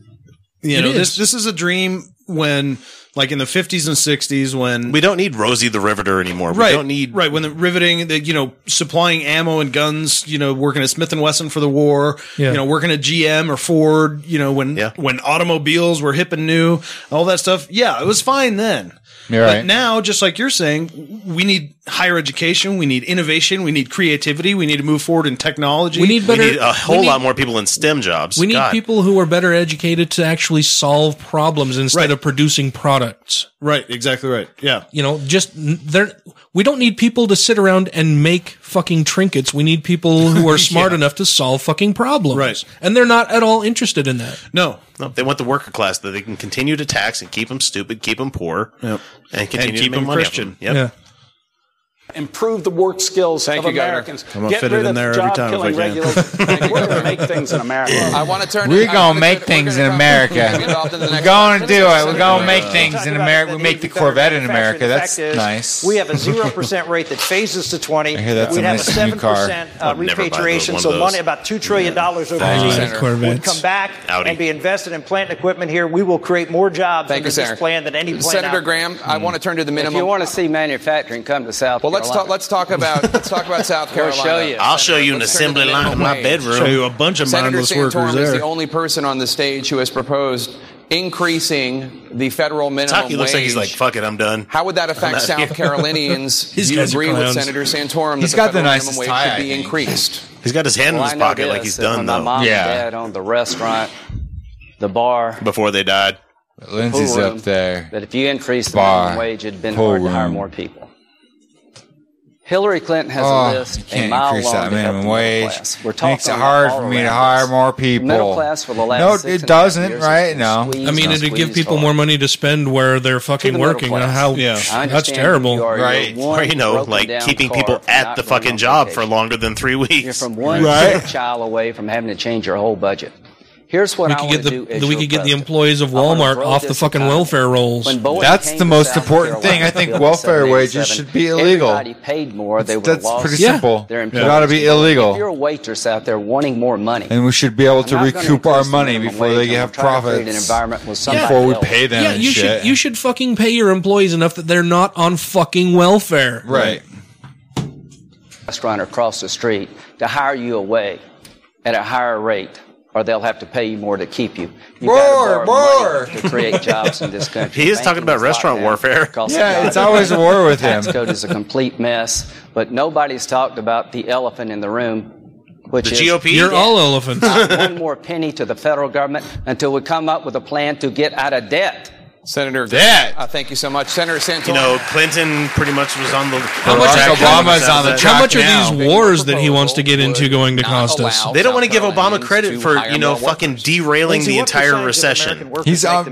[SPEAKER 4] You
[SPEAKER 8] It
[SPEAKER 4] know,
[SPEAKER 8] is.
[SPEAKER 4] this this is a dream when like in the 50s and 60s when
[SPEAKER 8] We don't need Rosie the Riveter anymore.
[SPEAKER 4] right,
[SPEAKER 8] We don't need
[SPEAKER 4] right when the riveting the you know supplying ammo and guns, you know, working at Smith and Wesson for the war,
[SPEAKER 8] Yeah.
[SPEAKER 4] you know, working at GM or Ford, you know, when when automobiles were hip and new, all that stuff. Yeah, it was fine then.
[SPEAKER 18] You're
[SPEAKER 4] but
[SPEAKER 18] right.
[SPEAKER 4] now, just like you're saying, we need higher education, we need innovation, we need creativity, we need to move forward in technology.
[SPEAKER 3] We need better-
[SPEAKER 8] a whole
[SPEAKER 3] we need-
[SPEAKER 8] lot more people in STEM jobs.
[SPEAKER 3] We need
[SPEAKER 8] God.
[SPEAKER 3] people who are better educated to actually solve problems instead of producing products.
[SPEAKER 4] Right, exactly right. Yeah.
[SPEAKER 3] You know, just there. We don't need people to sit around and make fucking trinkets. We need people who are smart enough to solve fucking problems. Right, and they're not at all interested in that.
[SPEAKER 4] No,
[SPEAKER 8] no, they want the worker class that they can continue to tax and keep them stupid, keep them poor, and continue
[SPEAKER 4] keep
[SPEAKER 8] to make
[SPEAKER 4] 'em
[SPEAKER 8] money off
[SPEAKER 4] Christian.
[SPEAKER 8] 'em. Yep.
[SPEAKER 3] Yeah.
[SPEAKER 13] Improve the work skills of
[SPEAKER 10] you, Governor.
[SPEAKER 13] Americans.
[SPEAKER 4] I'm gonna fit it in there every
[SPEAKER 13] job
[SPEAKER 4] time if
[SPEAKER 13] killing
[SPEAKER 4] I can.
[SPEAKER 13] regulations. We're going to make things in America.
[SPEAKER 10] I want to turn.
[SPEAKER 18] We're gonna make things in America. We're gonna do it. We're gonna make things in America. We make the Corvette in America. That's
[SPEAKER 14] Fact is,
[SPEAKER 18] nice.
[SPEAKER 14] We have a zero percent rate that phases to twenty.
[SPEAKER 18] I hear that's
[SPEAKER 14] We'd
[SPEAKER 18] a
[SPEAKER 14] have a
[SPEAKER 18] nice new
[SPEAKER 14] seven
[SPEAKER 18] car.
[SPEAKER 14] percent uh,
[SPEAKER 18] I'd never buy
[SPEAKER 14] repatriation,
[SPEAKER 18] one of
[SPEAKER 14] so
[SPEAKER 18] those.
[SPEAKER 14] money about two trillion dollars
[SPEAKER 18] Thank
[SPEAKER 14] overseas
[SPEAKER 18] you,
[SPEAKER 14] would
[SPEAKER 18] Corvettes.
[SPEAKER 14] come back
[SPEAKER 10] Audi.
[SPEAKER 14] and be invested in plant and equipment here. We will create more jobs
[SPEAKER 10] Thank
[SPEAKER 14] under
[SPEAKER 10] you,
[SPEAKER 14] this
[SPEAKER 10] Senator.
[SPEAKER 14] plan than any plan
[SPEAKER 10] Senator
[SPEAKER 14] out there.
[SPEAKER 10] Graham, I want to turn to the minimum.
[SPEAKER 15] If you want to see manufacturing come to South
[SPEAKER 10] well, let's talk.
[SPEAKER 15] Carolina.
[SPEAKER 10] Let's talk about. Let's talk about South
[SPEAKER 15] We'll
[SPEAKER 10] Carolina.
[SPEAKER 15] show you.
[SPEAKER 8] I'll show you an
[SPEAKER 10] Let's turn to
[SPEAKER 8] assembly
[SPEAKER 10] the
[SPEAKER 8] line in my
[SPEAKER 10] minimum wage.
[SPEAKER 8] bedroom. Show you a bunch of
[SPEAKER 10] Senator
[SPEAKER 8] mindless
[SPEAKER 10] Santorum
[SPEAKER 8] workers
[SPEAKER 10] is the
[SPEAKER 8] there.
[SPEAKER 10] only person on the stage who has proposed increasing the federal minimum
[SPEAKER 8] Taki looks like he's like,
[SPEAKER 10] wage.
[SPEAKER 8] fuck it, I'm done.
[SPEAKER 10] How would that
[SPEAKER 8] I'm
[SPEAKER 10] affect
[SPEAKER 8] out
[SPEAKER 10] South
[SPEAKER 8] here.
[SPEAKER 10] Carolinians?
[SPEAKER 8] These
[SPEAKER 10] Do you
[SPEAKER 8] guys are
[SPEAKER 10] agree with
[SPEAKER 8] clowns.
[SPEAKER 10] Senator Santorum
[SPEAKER 8] He's
[SPEAKER 10] that
[SPEAKER 8] got
[SPEAKER 10] the
[SPEAKER 8] the
[SPEAKER 10] federal minimum
[SPEAKER 8] nicest
[SPEAKER 10] wage
[SPEAKER 8] tie, I
[SPEAKER 10] should be
[SPEAKER 8] think.
[SPEAKER 10] increased?
[SPEAKER 8] He's got his hand in
[SPEAKER 15] Well, I
[SPEAKER 8] his
[SPEAKER 15] know
[SPEAKER 8] pocket like
[SPEAKER 15] this,
[SPEAKER 8] he's
[SPEAKER 15] that
[SPEAKER 8] done
[SPEAKER 15] when my
[SPEAKER 8] though.
[SPEAKER 15] mom and dad owned the restaurant, the bar,
[SPEAKER 8] before they died.
[SPEAKER 18] Lindsay's
[SPEAKER 15] pool
[SPEAKER 18] up
[SPEAKER 15] room,
[SPEAKER 18] there.
[SPEAKER 15] That if you increase the
[SPEAKER 18] Bar,
[SPEAKER 15] minimum wage, it'd been
[SPEAKER 18] pool
[SPEAKER 15] hard to hire
[SPEAKER 18] room.
[SPEAKER 15] more people. Hillary Clinton has
[SPEAKER 18] Oh,
[SPEAKER 15] a
[SPEAKER 18] you
[SPEAKER 15] list a
[SPEAKER 18] can't
[SPEAKER 15] mile
[SPEAKER 18] increase
[SPEAKER 15] long.
[SPEAKER 18] that
[SPEAKER 15] to help
[SPEAKER 18] minimum
[SPEAKER 15] the middle
[SPEAKER 18] wage.
[SPEAKER 15] class. We're talking
[SPEAKER 18] Makes it hard
[SPEAKER 15] all
[SPEAKER 18] for me to
[SPEAKER 15] around
[SPEAKER 18] hire
[SPEAKER 15] us.
[SPEAKER 18] more people.
[SPEAKER 15] Middle class for the last
[SPEAKER 18] No,
[SPEAKER 15] six and a
[SPEAKER 18] it
[SPEAKER 15] half
[SPEAKER 18] doesn't.
[SPEAKER 15] years
[SPEAKER 18] Right?
[SPEAKER 15] has
[SPEAKER 18] No.
[SPEAKER 15] been
[SPEAKER 3] I mean,
[SPEAKER 15] squeezed
[SPEAKER 3] it'd give
[SPEAKER 15] hard.
[SPEAKER 3] people more money to spend where they're
[SPEAKER 15] To
[SPEAKER 3] fucking
[SPEAKER 15] the middle
[SPEAKER 3] working. Now,
[SPEAKER 15] class.
[SPEAKER 3] How
[SPEAKER 15] Yeah. I understand
[SPEAKER 3] that's terrible.
[SPEAKER 15] you are- you're
[SPEAKER 8] Right.
[SPEAKER 15] one
[SPEAKER 8] Or, you know,
[SPEAKER 15] broken
[SPEAKER 8] like
[SPEAKER 15] down
[SPEAKER 8] keeping
[SPEAKER 15] car
[SPEAKER 8] people
[SPEAKER 15] for
[SPEAKER 8] at
[SPEAKER 15] not
[SPEAKER 8] the
[SPEAKER 15] going on
[SPEAKER 8] fucking job for
[SPEAKER 15] vacation.
[SPEAKER 8] longer than three weeks.
[SPEAKER 15] You're from one
[SPEAKER 8] Right.
[SPEAKER 15] sick child away from having to change your whole budget. Here's what
[SPEAKER 3] we
[SPEAKER 15] I
[SPEAKER 3] could
[SPEAKER 15] want
[SPEAKER 3] get the,
[SPEAKER 15] to do. as
[SPEAKER 3] we
[SPEAKER 15] your
[SPEAKER 3] could get the
[SPEAKER 15] president.
[SPEAKER 3] employees of
[SPEAKER 15] I wanna
[SPEAKER 3] Walmart
[SPEAKER 15] grow
[SPEAKER 3] off the
[SPEAKER 15] this
[SPEAKER 3] fucking
[SPEAKER 15] economy.
[SPEAKER 3] welfare rolls.
[SPEAKER 15] When Boeing
[SPEAKER 18] That's
[SPEAKER 15] came
[SPEAKER 18] the
[SPEAKER 15] to
[SPEAKER 18] most
[SPEAKER 15] South
[SPEAKER 18] important thing. I think
[SPEAKER 15] Carolina,
[SPEAKER 18] welfare wages
[SPEAKER 15] 787,
[SPEAKER 18] should be illegal.
[SPEAKER 15] Everybody paid more. They
[SPEAKER 18] That's
[SPEAKER 15] would've lost
[SPEAKER 18] pretty
[SPEAKER 15] their-
[SPEAKER 18] simple.
[SPEAKER 15] their
[SPEAKER 18] It
[SPEAKER 15] employees.
[SPEAKER 18] ought to be illegal.
[SPEAKER 15] If you're a waitress out there wanting more money,
[SPEAKER 18] And we should be able to
[SPEAKER 15] I'm not gonna
[SPEAKER 18] recoup our
[SPEAKER 15] increase the
[SPEAKER 18] money
[SPEAKER 15] minimum
[SPEAKER 18] before
[SPEAKER 15] wage,
[SPEAKER 18] they
[SPEAKER 15] and
[SPEAKER 18] have
[SPEAKER 15] we'll try to create
[SPEAKER 18] profits.
[SPEAKER 15] an environment where somebody
[SPEAKER 18] before we
[SPEAKER 15] else-
[SPEAKER 18] pay them
[SPEAKER 3] yeah,
[SPEAKER 18] and
[SPEAKER 3] you
[SPEAKER 18] shit.
[SPEAKER 3] should you should fucking pay your employees enough that they're not on fucking welfare.
[SPEAKER 18] right.
[SPEAKER 15] restaurant across the street to hire you away at a higher rate, or they'll have to pay you more to keep you. You gotta borrow
[SPEAKER 18] More, more.
[SPEAKER 15] money to create jobs in this country.
[SPEAKER 8] He is talking about restaurant warfare.
[SPEAKER 18] Yeah, it's always a war with him.
[SPEAKER 15] Tax code is a complete mess, but nobody's talked about the elephant in the room. Which
[SPEAKER 3] The
[SPEAKER 15] is
[SPEAKER 3] GOP? You're all elephants.
[SPEAKER 15] Not one more penny to the federal government until we come up with a plan to get out of debt.
[SPEAKER 10] Senator,
[SPEAKER 18] That.
[SPEAKER 10] Uh, thank you so much, Senator Santorum.
[SPEAKER 8] You know, Clinton pretty much was on the.
[SPEAKER 3] How much, how much are
[SPEAKER 8] now?
[SPEAKER 3] these wars that he wants to get into going to cost us?
[SPEAKER 8] They don't want to give Obama credit for you know fucking derailing
[SPEAKER 18] Lindsay,
[SPEAKER 8] the
[SPEAKER 18] what
[SPEAKER 8] entire recession.
[SPEAKER 18] He's on.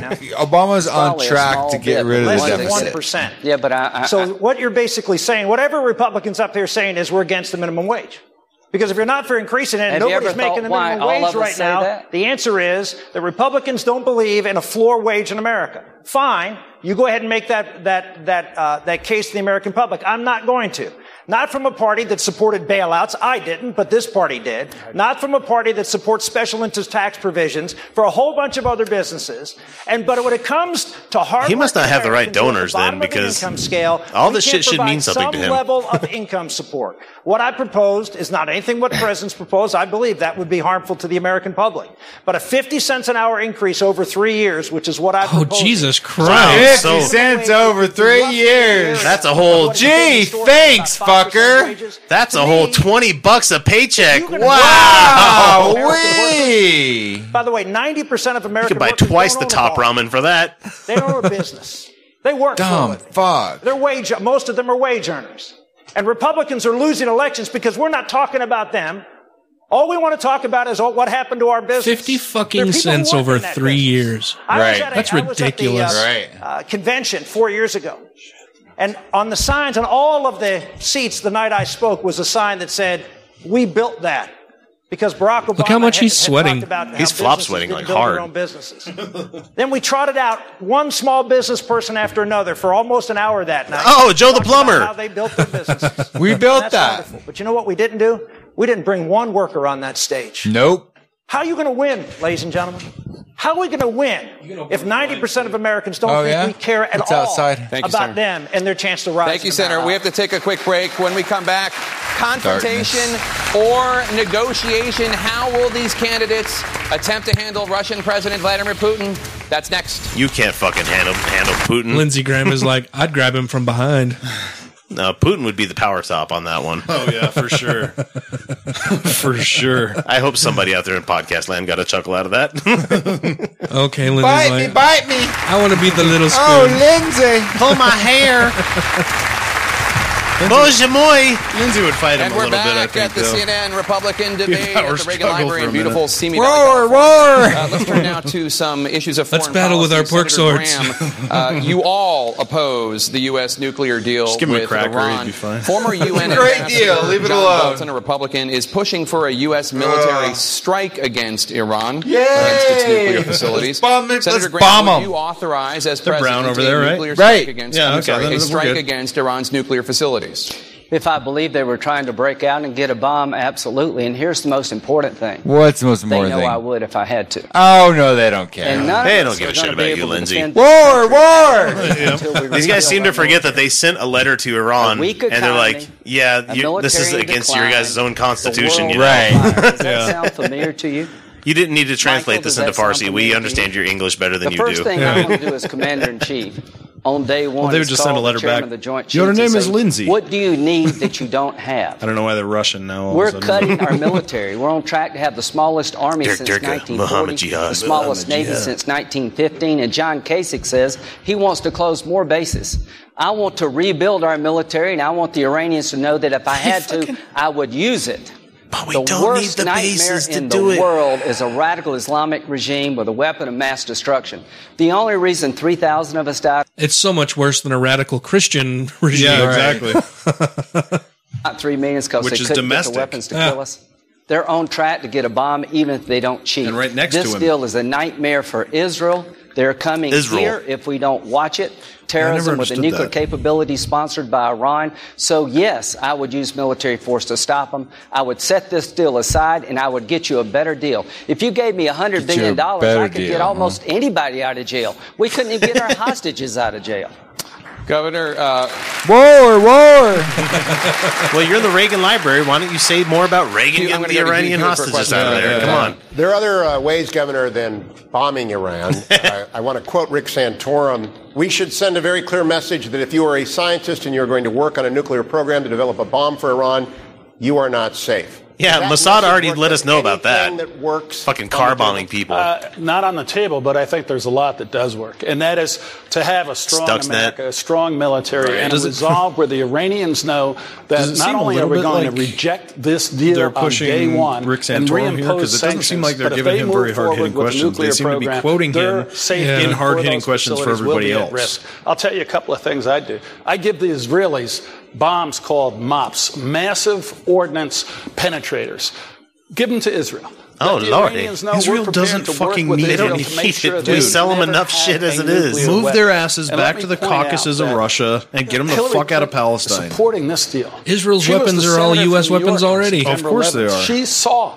[SPEAKER 18] Obama's on
[SPEAKER 14] Probably a
[SPEAKER 18] track
[SPEAKER 14] small
[SPEAKER 18] to get
[SPEAKER 14] bit,
[SPEAKER 18] rid of
[SPEAKER 14] less
[SPEAKER 18] the
[SPEAKER 14] than
[SPEAKER 18] deficit.
[SPEAKER 14] 1%.
[SPEAKER 15] Yeah, but I, I,
[SPEAKER 14] So what you're basically saying, whatever Republicans up there saying is we're against the minimum wage. Because if you're not for increasing it,
[SPEAKER 15] Have
[SPEAKER 14] and
[SPEAKER 15] you ever
[SPEAKER 14] nobody's making the
[SPEAKER 15] thought why
[SPEAKER 14] minimum
[SPEAKER 15] all
[SPEAKER 14] wage
[SPEAKER 15] of us
[SPEAKER 14] right
[SPEAKER 15] say
[SPEAKER 14] now.
[SPEAKER 15] that?
[SPEAKER 14] The answer is the Republicans don't believe in a floor wage in America. Fine, you go ahead and make that that that uh, that case to the American public. I'm not going to. Not from a party that supported bailouts. I didn't, but this party did. Not from a party that supports special interest tax provisions for a whole bunch of other businesses. And, but when it comes to hard
[SPEAKER 8] He must not have the right donors then, because
[SPEAKER 14] income scale,
[SPEAKER 8] all
[SPEAKER 14] we
[SPEAKER 8] this
[SPEAKER 14] can't
[SPEAKER 8] shit should mean
[SPEAKER 14] provide
[SPEAKER 8] something to
[SPEAKER 14] some
[SPEAKER 8] him.
[SPEAKER 14] level of income support. What I proposed is not anything what presidents propose. I believe that would be harmful to the American public. But a 50 cents an hour increase over three years, which is what I
[SPEAKER 3] Oh,
[SPEAKER 14] proposed.
[SPEAKER 3] Jesus Christ.
[SPEAKER 18] Fifty cents over three years.
[SPEAKER 8] That's a whole.
[SPEAKER 18] Gee, thanks, fucker.
[SPEAKER 8] That's a whole twenty bucks a paycheck.
[SPEAKER 18] Wow,
[SPEAKER 8] Wow,
[SPEAKER 18] wee.
[SPEAKER 14] By the way, 90% of
[SPEAKER 8] You
[SPEAKER 14] American
[SPEAKER 8] could buy
[SPEAKER 14] workers
[SPEAKER 8] twice
[SPEAKER 14] don't
[SPEAKER 8] the
[SPEAKER 14] own a
[SPEAKER 8] top
[SPEAKER 14] bar.
[SPEAKER 8] ramen for that.
[SPEAKER 14] They own a business. They work for
[SPEAKER 18] Dumb
[SPEAKER 14] it.
[SPEAKER 18] fuck.
[SPEAKER 14] They're wage, most of them are wage earners. And Republicans are losing elections because we're not talking about them. All we want to talk about is all, what happened to our business.
[SPEAKER 3] 50
[SPEAKER 14] There
[SPEAKER 3] fucking
[SPEAKER 14] are people
[SPEAKER 3] cents
[SPEAKER 14] working
[SPEAKER 3] over
[SPEAKER 14] that
[SPEAKER 3] three years.
[SPEAKER 14] business. I was at a-
[SPEAKER 3] That's
[SPEAKER 14] I was at the, uh,
[SPEAKER 3] ridiculous.
[SPEAKER 14] uh, convention four years ago. And on the signs on all of the seats the night I spoke was a sign that said, "We built that." Because Barack Obama
[SPEAKER 3] Look how much
[SPEAKER 14] had-
[SPEAKER 3] he's
[SPEAKER 14] had
[SPEAKER 3] sweating.
[SPEAKER 14] talked About how
[SPEAKER 8] He's flop
[SPEAKER 14] businesses
[SPEAKER 8] sweating,
[SPEAKER 14] didn't
[SPEAKER 8] like,
[SPEAKER 14] build their
[SPEAKER 8] hard.
[SPEAKER 14] own businesses. then we trotted out one small business person after another for almost an hour that night.
[SPEAKER 8] Oh, Joe the
[SPEAKER 14] talking about
[SPEAKER 8] plumber.
[SPEAKER 14] How they built their businesses.
[SPEAKER 18] We
[SPEAKER 14] And
[SPEAKER 18] built
[SPEAKER 14] that's
[SPEAKER 18] that.
[SPEAKER 14] wonderful. But you know what we didn't do? We didn't bring one worker on that stage.
[SPEAKER 18] Nope.
[SPEAKER 14] How are you going to win, ladies and gentlemen? How are we going to win if 90% of Americans don't
[SPEAKER 18] Oh,
[SPEAKER 14] think
[SPEAKER 18] yeah?
[SPEAKER 14] we care at
[SPEAKER 18] It's
[SPEAKER 14] all
[SPEAKER 18] outside. Thank you,
[SPEAKER 14] about
[SPEAKER 18] sir.
[SPEAKER 14] them and their chance to rise?
[SPEAKER 10] Thank you,
[SPEAKER 14] in America?
[SPEAKER 10] Senator. We have to take a quick break. When we come back, confrontation or negotiation, how will these candidates attempt to handle Russian President Vladimir Putin? That's next.
[SPEAKER 8] You can't fucking handle handle Putin.
[SPEAKER 3] Lindsey Graham is like, I'd grab him from behind.
[SPEAKER 8] No, Putin would be the power top on that one.
[SPEAKER 4] Oh yeah, for sure. for sure.
[SPEAKER 8] I hope somebody out there in podcast land got a chuckle out of that.
[SPEAKER 3] Okay, Lindsey's
[SPEAKER 18] Bite
[SPEAKER 3] like,
[SPEAKER 18] me, bite me.
[SPEAKER 3] I want to be the little spoon.
[SPEAKER 18] Oh, Lindsay.
[SPEAKER 8] Pull my hair. Bоже мой.
[SPEAKER 4] Lindsay would fight him
[SPEAKER 10] And
[SPEAKER 4] a
[SPEAKER 10] we're
[SPEAKER 4] little bit, I
[SPEAKER 10] back
[SPEAKER 4] think,
[SPEAKER 10] at the
[SPEAKER 4] though.
[SPEAKER 10] CNN Republican debate
[SPEAKER 4] that
[SPEAKER 10] at
[SPEAKER 4] were
[SPEAKER 10] the Reagan
[SPEAKER 4] struggle
[SPEAKER 10] Library
[SPEAKER 4] for
[SPEAKER 10] in
[SPEAKER 4] a minute.
[SPEAKER 10] beautiful Simi
[SPEAKER 18] Roar,
[SPEAKER 10] Uh,
[SPEAKER 18] roar.
[SPEAKER 10] let's turn now to some issues of foreign
[SPEAKER 3] Let's battle with our
[SPEAKER 10] policy. Senator
[SPEAKER 3] pork swords.
[SPEAKER 10] Graham, uh, you all oppose the U.S. nuclear deal
[SPEAKER 4] Just give him a
[SPEAKER 10] with
[SPEAKER 4] cracker,
[SPEAKER 10] Iran.
[SPEAKER 4] he'd be fine.
[SPEAKER 10] Former UN
[SPEAKER 18] Great
[SPEAKER 10] ambassador
[SPEAKER 18] deal, leave it
[SPEAKER 10] John
[SPEAKER 18] alone.
[SPEAKER 10] Bolton, a Republican, is pushing for a U.S. military strike against Iran
[SPEAKER 18] Yay!
[SPEAKER 10] against its nuclear facilities.
[SPEAKER 18] Let's bomb it,
[SPEAKER 10] Senator
[SPEAKER 18] let's
[SPEAKER 10] Graham,
[SPEAKER 18] bomb
[SPEAKER 10] would
[SPEAKER 18] 'em.
[SPEAKER 10] you authorize as
[SPEAKER 4] They're
[SPEAKER 10] president
[SPEAKER 4] brown over
[SPEAKER 10] a
[SPEAKER 4] there, right?
[SPEAKER 10] nuclear
[SPEAKER 18] Right.
[SPEAKER 10] strike against
[SPEAKER 4] Yeah,
[SPEAKER 10] I'm
[SPEAKER 4] okay,
[SPEAKER 10] sorry,
[SPEAKER 4] then
[SPEAKER 10] a
[SPEAKER 4] we're
[SPEAKER 10] strike
[SPEAKER 4] good.
[SPEAKER 10] against Iran's nuclear facilities?
[SPEAKER 15] If I believed they were trying to break out and get a bomb, absolutely. And here's the most important thing.
[SPEAKER 18] What's the most
[SPEAKER 15] They
[SPEAKER 18] important
[SPEAKER 15] know
[SPEAKER 18] thing?
[SPEAKER 15] I would if I had to.
[SPEAKER 18] Oh no, they don't care.
[SPEAKER 15] And none
[SPEAKER 8] They
[SPEAKER 15] of
[SPEAKER 8] don't
[SPEAKER 15] us
[SPEAKER 8] give
[SPEAKER 15] are
[SPEAKER 8] a shit
[SPEAKER 15] gonna be
[SPEAKER 8] about you,
[SPEAKER 15] able to
[SPEAKER 8] Lindsey.
[SPEAKER 15] defend this
[SPEAKER 18] War, war.
[SPEAKER 15] country until we
[SPEAKER 8] These
[SPEAKER 15] rebuild
[SPEAKER 8] guys seem to
[SPEAKER 15] our
[SPEAKER 8] forget that they sent a letter to Iran,
[SPEAKER 15] A weak
[SPEAKER 8] and they're like,
[SPEAKER 15] economy,
[SPEAKER 8] "Yeah,
[SPEAKER 15] a
[SPEAKER 8] you, this is
[SPEAKER 15] military
[SPEAKER 8] against
[SPEAKER 15] decline,
[SPEAKER 8] your guys' own constitution."
[SPEAKER 15] world
[SPEAKER 8] You know,
[SPEAKER 18] Right.
[SPEAKER 15] Does that sound familiar to you?
[SPEAKER 8] you didn't need to translate
[SPEAKER 15] Michael,
[SPEAKER 8] this
[SPEAKER 15] does
[SPEAKER 8] into
[SPEAKER 15] that sound
[SPEAKER 8] Farsi. We
[SPEAKER 15] familiar to
[SPEAKER 8] understand your English better than
[SPEAKER 15] the
[SPEAKER 8] you
[SPEAKER 15] first
[SPEAKER 8] do.
[SPEAKER 15] thing I want to do is commander in chief. On day one,
[SPEAKER 4] Well, they would
[SPEAKER 15] is
[SPEAKER 4] just send
[SPEAKER 15] call
[SPEAKER 4] a letter
[SPEAKER 15] the chairman
[SPEAKER 4] back.
[SPEAKER 15] Of the joint
[SPEAKER 4] Your
[SPEAKER 15] Chiefs and
[SPEAKER 4] name is
[SPEAKER 15] say,
[SPEAKER 4] Lindsey.
[SPEAKER 15] What do you need that you don't have?
[SPEAKER 4] I don't know why they're Russian now. all of a
[SPEAKER 15] We're
[SPEAKER 4] sudden.
[SPEAKER 15] cutting our military. We're on track to have the smallest army
[SPEAKER 8] Dirk
[SPEAKER 15] since
[SPEAKER 8] Dirk, Muhammad
[SPEAKER 15] 1940,
[SPEAKER 8] Jihad,
[SPEAKER 15] the smallest
[SPEAKER 8] Muhammad
[SPEAKER 15] navy
[SPEAKER 8] Jihad.
[SPEAKER 15] since 1915. And John Kasich says he wants to close more bases. I want to rebuild our military, and I want the Iranians to know that if I had to, I would use it. But
[SPEAKER 8] we
[SPEAKER 15] the
[SPEAKER 8] don't need
[SPEAKER 15] worst
[SPEAKER 8] the
[SPEAKER 15] nightmare
[SPEAKER 8] bases to
[SPEAKER 15] in
[SPEAKER 8] do
[SPEAKER 15] the
[SPEAKER 8] it.
[SPEAKER 15] world is a radical Islamic regime with a weapon of mass destruction. The only reason 3,000 of us died,
[SPEAKER 3] It's so much worse than a radical Christian regime.
[SPEAKER 4] Yeah, exactly.
[SPEAKER 15] not 3 million, is because
[SPEAKER 4] Which
[SPEAKER 15] they
[SPEAKER 4] is
[SPEAKER 15] couldn't get
[SPEAKER 4] domestic.
[SPEAKER 15] the weapons to
[SPEAKER 4] Yeah.
[SPEAKER 15] kill us. They're on track to get a bomb even if they don't cheat.
[SPEAKER 4] And right next
[SPEAKER 15] this
[SPEAKER 4] to him.
[SPEAKER 15] deal is a nightmare for Israel. They're coming
[SPEAKER 8] Israel.
[SPEAKER 15] here if we don't watch it. Terrorism with a
[SPEAKER 4] understood
[SPEAKER 15] nuclear
[SPEAKER 4] that.
[SPEAKER 15] capability sponsored by Iran. So, yes, I would use military force to stop them. I would set this deal aside and I would get you a better deal. If you gave me $100
[SPEAKER 18] Get you a
[SPEAKER 15] billion, dollars,
[SPEAKER 18] better
[SPEAKER 15] I could
[SPEAKER 18] deal,
[SPEAKER 15] get
[SPEAKER 18] huh?
[SPEAKER 15] almost anybody out of jail. We couldn't even get our hostages out of jail.
[SPEAKER 10] Governor, uh,
[SPEAKER 18] War, war.
[SPEAKER 8] well, you're in the Reagan Library. Why don't you say more about Reagan
[SPEAKER 10] I'm
[SPEAKER 8] getting
[SPEAKER 10] gonna
[SPEAKER 8] the
[SPEAKER 10] go to Hugh
[SPEAKER 8] Iranian
[SPEAKER 10] for a
[SPEAKER 8] hostages
[SPEAKER 10] question.
[SPEAKER 8] out of there?
[SPEAKER 4] Yeah,
[SPEAKER 8] Come
[SPEAKER 4] yeah.
[SPEAKER 8] on.
[SPEAKER 17] There are other uh, ways, Governor, than bombing Iran. I, I want to quote Rick Santorum. We should send a very clear message that if you are a scientist and you're going to work on a nuclear program to develop a bomb for Iran, you are not safe.
[SPEAKER 8] Yeah,
[SPEAKER 17] That
[SPEAKER 8] Mossad
[SPEAKER 17] message
[SPEAKER 8] already
[SPEAKER 17] works
[SPEAKER 8] let us
[SPEAKER 17] on
[SPEAKER 8] know about
[SPEAKER 17] anything
[SPEAKER 8] that.
[SPEAKER 17] that works
[SPEAKER 8] Fucking
[SPEAKER 17] on
[SPEAKER 8] car
[SPEAKER 17] the-
[SPEAKER 8] bombing people.
[SPEAKER 13] Uh, not on the table, but I think there's a lot that does work, and that is to have a strong
[SPEAKER 8] Stuxnet.
[SPEAKER 13] America, a strong military,
[SPEAKER 8] Right.
[SPEAKER 13] and
[SPEAKER 4] Does
[SPEAKER 13] a
[SPEAKER 4] it-
[SPEAKER 13] resolve where the Iranians know
[SPEAKER 4] Does
[SPEAKER 13] that
[SPEAKER 4] it
[SPEAKER 13] not
[SPEAKER 4] seem a
[SPEAKER 13] only are
[SPEAKER 4] little
[SPEAKER 13] we
[SPEAKER 4] bit
[SPEAKER 13] going
[SPEAKER 4] like
[SPEAKER 13] to reject this deal
[SPEAKER 4] they're
[SPEAKER 13] on
[SPEAKER 4] pushing
[SPEAKER 13] day one
[SPEAKER 4] Rick Santorum
[SPEAKER 13] and reimpose
[SPEAKER 4] here? 'Cause it doesn't
[SPEAKER 13] sanctions,
[SPEAKER 4] seem like they're
[SPEAKER 13] but if
[SPEAKER 4] giving
[SPEAKER 13] they
[SPEAKER 4] him
[SPEAKER 13] move
[SPEAKER 4] very hard-hitting
[SPEAKER 13] forward with a
[SPEAKER 4] questions. They
[SPEAKER 13] nuclear
[SPEAKER 4] seem to be
[SPEAKER 13] program,
[SPEAKER 4] quoting
[SPEAKER 13] their
[SPEAKER 4] him
[SPEAKER 13] safety
[SPEAKER 4] in
[SPEAKER 13] for those
[SPEAKER 4] hard-hitting questions for
[SPEAKER 13] facilities will
[SPEAKER 4] everybody
[SPEAKER 13] be at
[SPEAKER 4] else.
[SPEAKER 13] risk. I'll tell you a couple of things I do. I give the Israelis bombs called MOPS, massive ordnance penetrators. Give them to Israel.
[SPEAKER 8] Oh,
[SPEAKER 13] the
[SPEAKER 8] Lordy.
[SPEAKER 13] Iranians know
[SPEAKER 4] Israel
[SPEAKER 13] we're prepared
[SPEAKER 4] doesn't
[SPEAKER 13] to work
[SPEAKER 4] fucking
[SPEAKER 13] with
[SPEAKER 4] need
[SPEAKER 13] Israel
[SPEAKER 4] any
[SPEAKER 13] to make
[SPEAKER 4] heat.
[SPEAKER 13] sure
[SPEAKER 4] We
[SPEAKER 13] they
[SPEAKER 4] sell 'em
[SPEAKER 13] never
[SPEAKER 4] enough
[SPEAKER 13] have
[SPEAKER 4] shit as
[SPEAKER 13] a
[SPEAKER 4] it is.
[SPEAKER 13] nuclear
[SPEAKER 4] Move
[SPEAKER 13] weapon.
[SPEAKER 4] their asses
[SPEAKER 13] And let
[SPEAKER 4] back
[SPEAKER 13] me
[SPEAKER 4] to the
[SPEAKER 13] point out
[SPEAKER 4] caucasus of
[SPEAKER 13] that
[SPEAKER 4] Russia and get 'em the
[SPEAKER 13] Hillary
[SPEAKER 4] fuck out of
[SPEAKER 13] Clinton is
[SPEAKER 4] Palestine.
[SPEAKER 13] Supporting this deal.
[SPEAKER 3] Israel's
[SPEAKER 13] She was
[SPEAKER 3] weapons
[SPEAKER 13] the
[SPEAKER 3] are all
[SPEAKER 13] senator
[SPEAKER 3] U.S.
[SPEAKER 13] from New
[SPEAKER 3] weapons
[SPEAKER 13] York on
[SPEAKER 3] already.
[SPEAKER 13] September
[SPEAKER 3] Of course they
[SPEAKER 13] 11th.
[SPEAKER 3] are.
[SPEAKER 13] She saw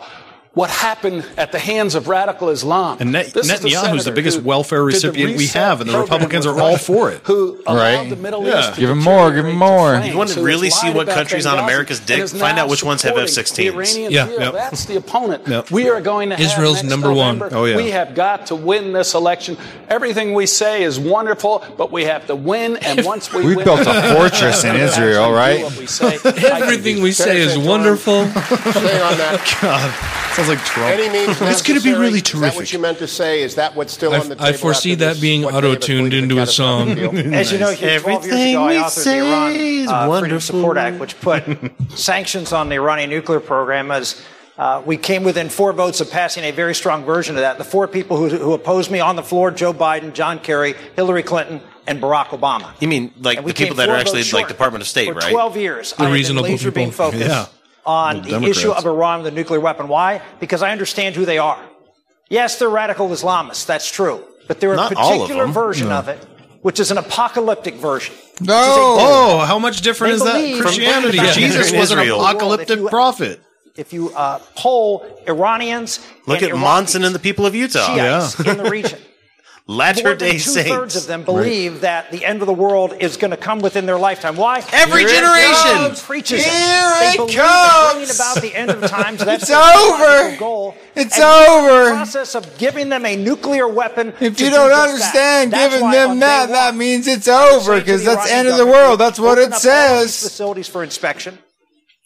[SPEAKER 13] what happened at the hands of radical Islam.
[SPEAKER 4] And Net-
[SPEAKER 13] This is
[SPEAKER 4] Netanyahu's the
[SPEAKER 13] senator
[SPEAKER 4] biggest
[SPEAKER 13] who
[SPEAKER 4] welfare
[SPEAKER 13] did the
[SPEAKER 4] recipient we
[SPEAKER 13] reset
[SPEAKER 4] have, and the
[SPEAKER 13] program
[SPEAKER 4] Republicans
[SPEAKER 13] with
[SPEAKER 4] are all
[SPEAKER 13] Russia,
[SPEAKER 4] for it.
[SPEAKER 13] Who allowed
[SPEAKER 4] Right.
[SPEAKER 13] the Middle
[SPEAKER 4] Yeah.
[SPEAKER 13] East to
[SPEAKER 18] Give him more. Give him more.
[SPEAKER 13] Ukraine.
[SPEAKER 8] You want to
[SPEAKER 13] So
[SPEAKER 8] really
[SPEAKER 13] it's
[SPEAKER 8] see
[SPEAKER 13] lied
[SPEAKER 8] what
[SPEAKER 13] about
[SPEAKER 8] countries on
[SPEAKER 13] Benghazi
[SPEAKER 8] America's
[SPEAKER 13] and
[SPEAKER 8] dick?
[SPEAKER 13] is
[SPEAKER 8] Find
[SPEAKER 13] now
[SPEAKER 8] out which ones have
[SPEAKER 13] supporting
[SPEAKER 8] F-16s.
[SPEAKER 13] the Iranian
[SPEAKER 8] Yeah.
[SPEAKER 13] deal.
[SPEAKER 8] Yep.
[SPEAKER 13] That's the opponent. We are going to have
[SPEAKER 3] Israel's
[SPEAKER 13] next
[SPEAKER 3] number one.
[SPEAKER 13] November,
[SPEAKER 3] Oh, yeah.
[SPEAKER 13] We have got to win this election. Everything we say is wonderful, but we have to win. And once we
[SPEAKER 18] We
[SPEAKER 13] win, have
[SPEAKER 18] built a
[SPEAKER 13] to
[SPEAKER 18] fortress in
[SPEAKER 13] actually
[SPEAKER 18] Israel,
[SPEAKER 13] do
[SPEAKER 18] right?
[SPEAKER 13] what we say.
[SPEAKER 3] Everything we say is wonderful.
[SPEAKER 17] Staying on that.
[SPEAKER 4] God, sounds like Trump.
[SPEAKER 17] Any means
[SPEAKER 4] it's going to be
[SPEAKER 17] necessary?
[SPEAKER 4] really
[SPEAKER 17] Is that what
[SPEAKER 4] terrific.
[SPEAKER 17] you meant to say? Is that what's still on the table?
[SPEAKER 3] I foresee
[SPEAKER 17] after this?
[SPEAKER 3] that being auto tuned into a song.
[SPEAKER 14] As you know, Hugh, 12 years ago, I authored the Iran
[SPEAKER 18] is
[SPEAKER 14] uh, Freedom
[SPEAKER 18] wonderful.
[SPEAKER 14] Support Act, which put sanctions on the Iranian nuclear program as uh, we came within four votes of passing a very strong version of that. The four people who, who opposed me on the floor Joe Biden, John Kerry, Hillary Clinton, and Barack Obama.
[SPEAKER 8] You mean like
[SPEAKER 14] And we
[SPEAKER 8] the people
[SPEAKER 14] came
[SPEAKER 8] that are
[SPEAKER 14] four votes
[SPEAKER 8] actually
[SPEAKER 14] short
[SPEAKER 8] like Department of State,
[SPEAKER 14] for
[SPEAKER 8] right?
[SPEAKER 14] 12 years.
[SPEAKER 8] The
[SPEAKER 14] I have been
[SPEAKER 8] reasonable
[SPEAKER 14] laser beam
[SPEAKER 8] people.
[SPEAKER 14] focused
[SPEAKER 8] Yeah.
[SPEAKER 14] on
[SPEAKER 8] The
[SPEAKER 14] the
[SPEAKER 8] Democrats.
[SPEAKER 14] issue of Iran with a nuclear weapon. Why? Because I understand who they are. Yes, they're radical Islamists. That's true. But they're a
[SPEAKER 4] Not all of
[SPEAKER 14] particular
[SPEAKER 4] them.
[SPEAKER 14] version
[SPEAKER 4] No.
[SPEAKER 14] of it, which is an apocalyptic version.
[SPEAKER 18] No.
[SPEAKER 4] Oh, how much different
[SPEAKER 14] They
[SPEAKER 4] is that?
[SPEAKER 14] believe-
[SPEAKER 4] from Christianity.
[SPEAKER 14] Yeah.
[SPEAKER 4] Jesus was an
[SPEAKER 8] Israel.
[SPEAKER 4] apocalyptic prophet.
[SPEAKER 14] If you uh, poll Iranians,
[SPEAKER 8] Look at
[SPEAKER 14] and
[SPEAKER 8] Monson and the people of Utah.
[SPEAKER 14] Shiites in the region,
[SPEAKER 8] Latter
[SPEAKER 14] more than
[SPEAKER 8] Day
[SPEAKER 14] two
[SPEAKER 8] Saints.
[SPEAKER 14] thirds of them believe that the end of the world is going to come within their lifetime. Why?
[SPEAKER 18] Every
[SPEAKER 14] Because
[SPEAKER 18] generation.
[SPEAKER 14] God preaches it.
[SPEAKER 18] Here
[SPEAKER 14] they
[SPEAKER 18] it
[SPEAKER 14] believe that bringing
[SPEAKER 18] comes.
[SPEAKER 14] about the end of times. That's
[SPEAKER 18] It's
[SPEAKER 14] their logical
[SPEAKER 18] over.
[SPEAKER 14] Goal.
[SPEAKER 18] It's
[SPEAKER 14] And the
[SPEAKER 18] over.
[SPEAKER 14] Process of giving them a nuclear weapon.
[SPEAKER 18] If you don't understand giving them that, that means it's over because that's the end of the world. That's what it says.
[SPEAKER 14] Facilities for inspection.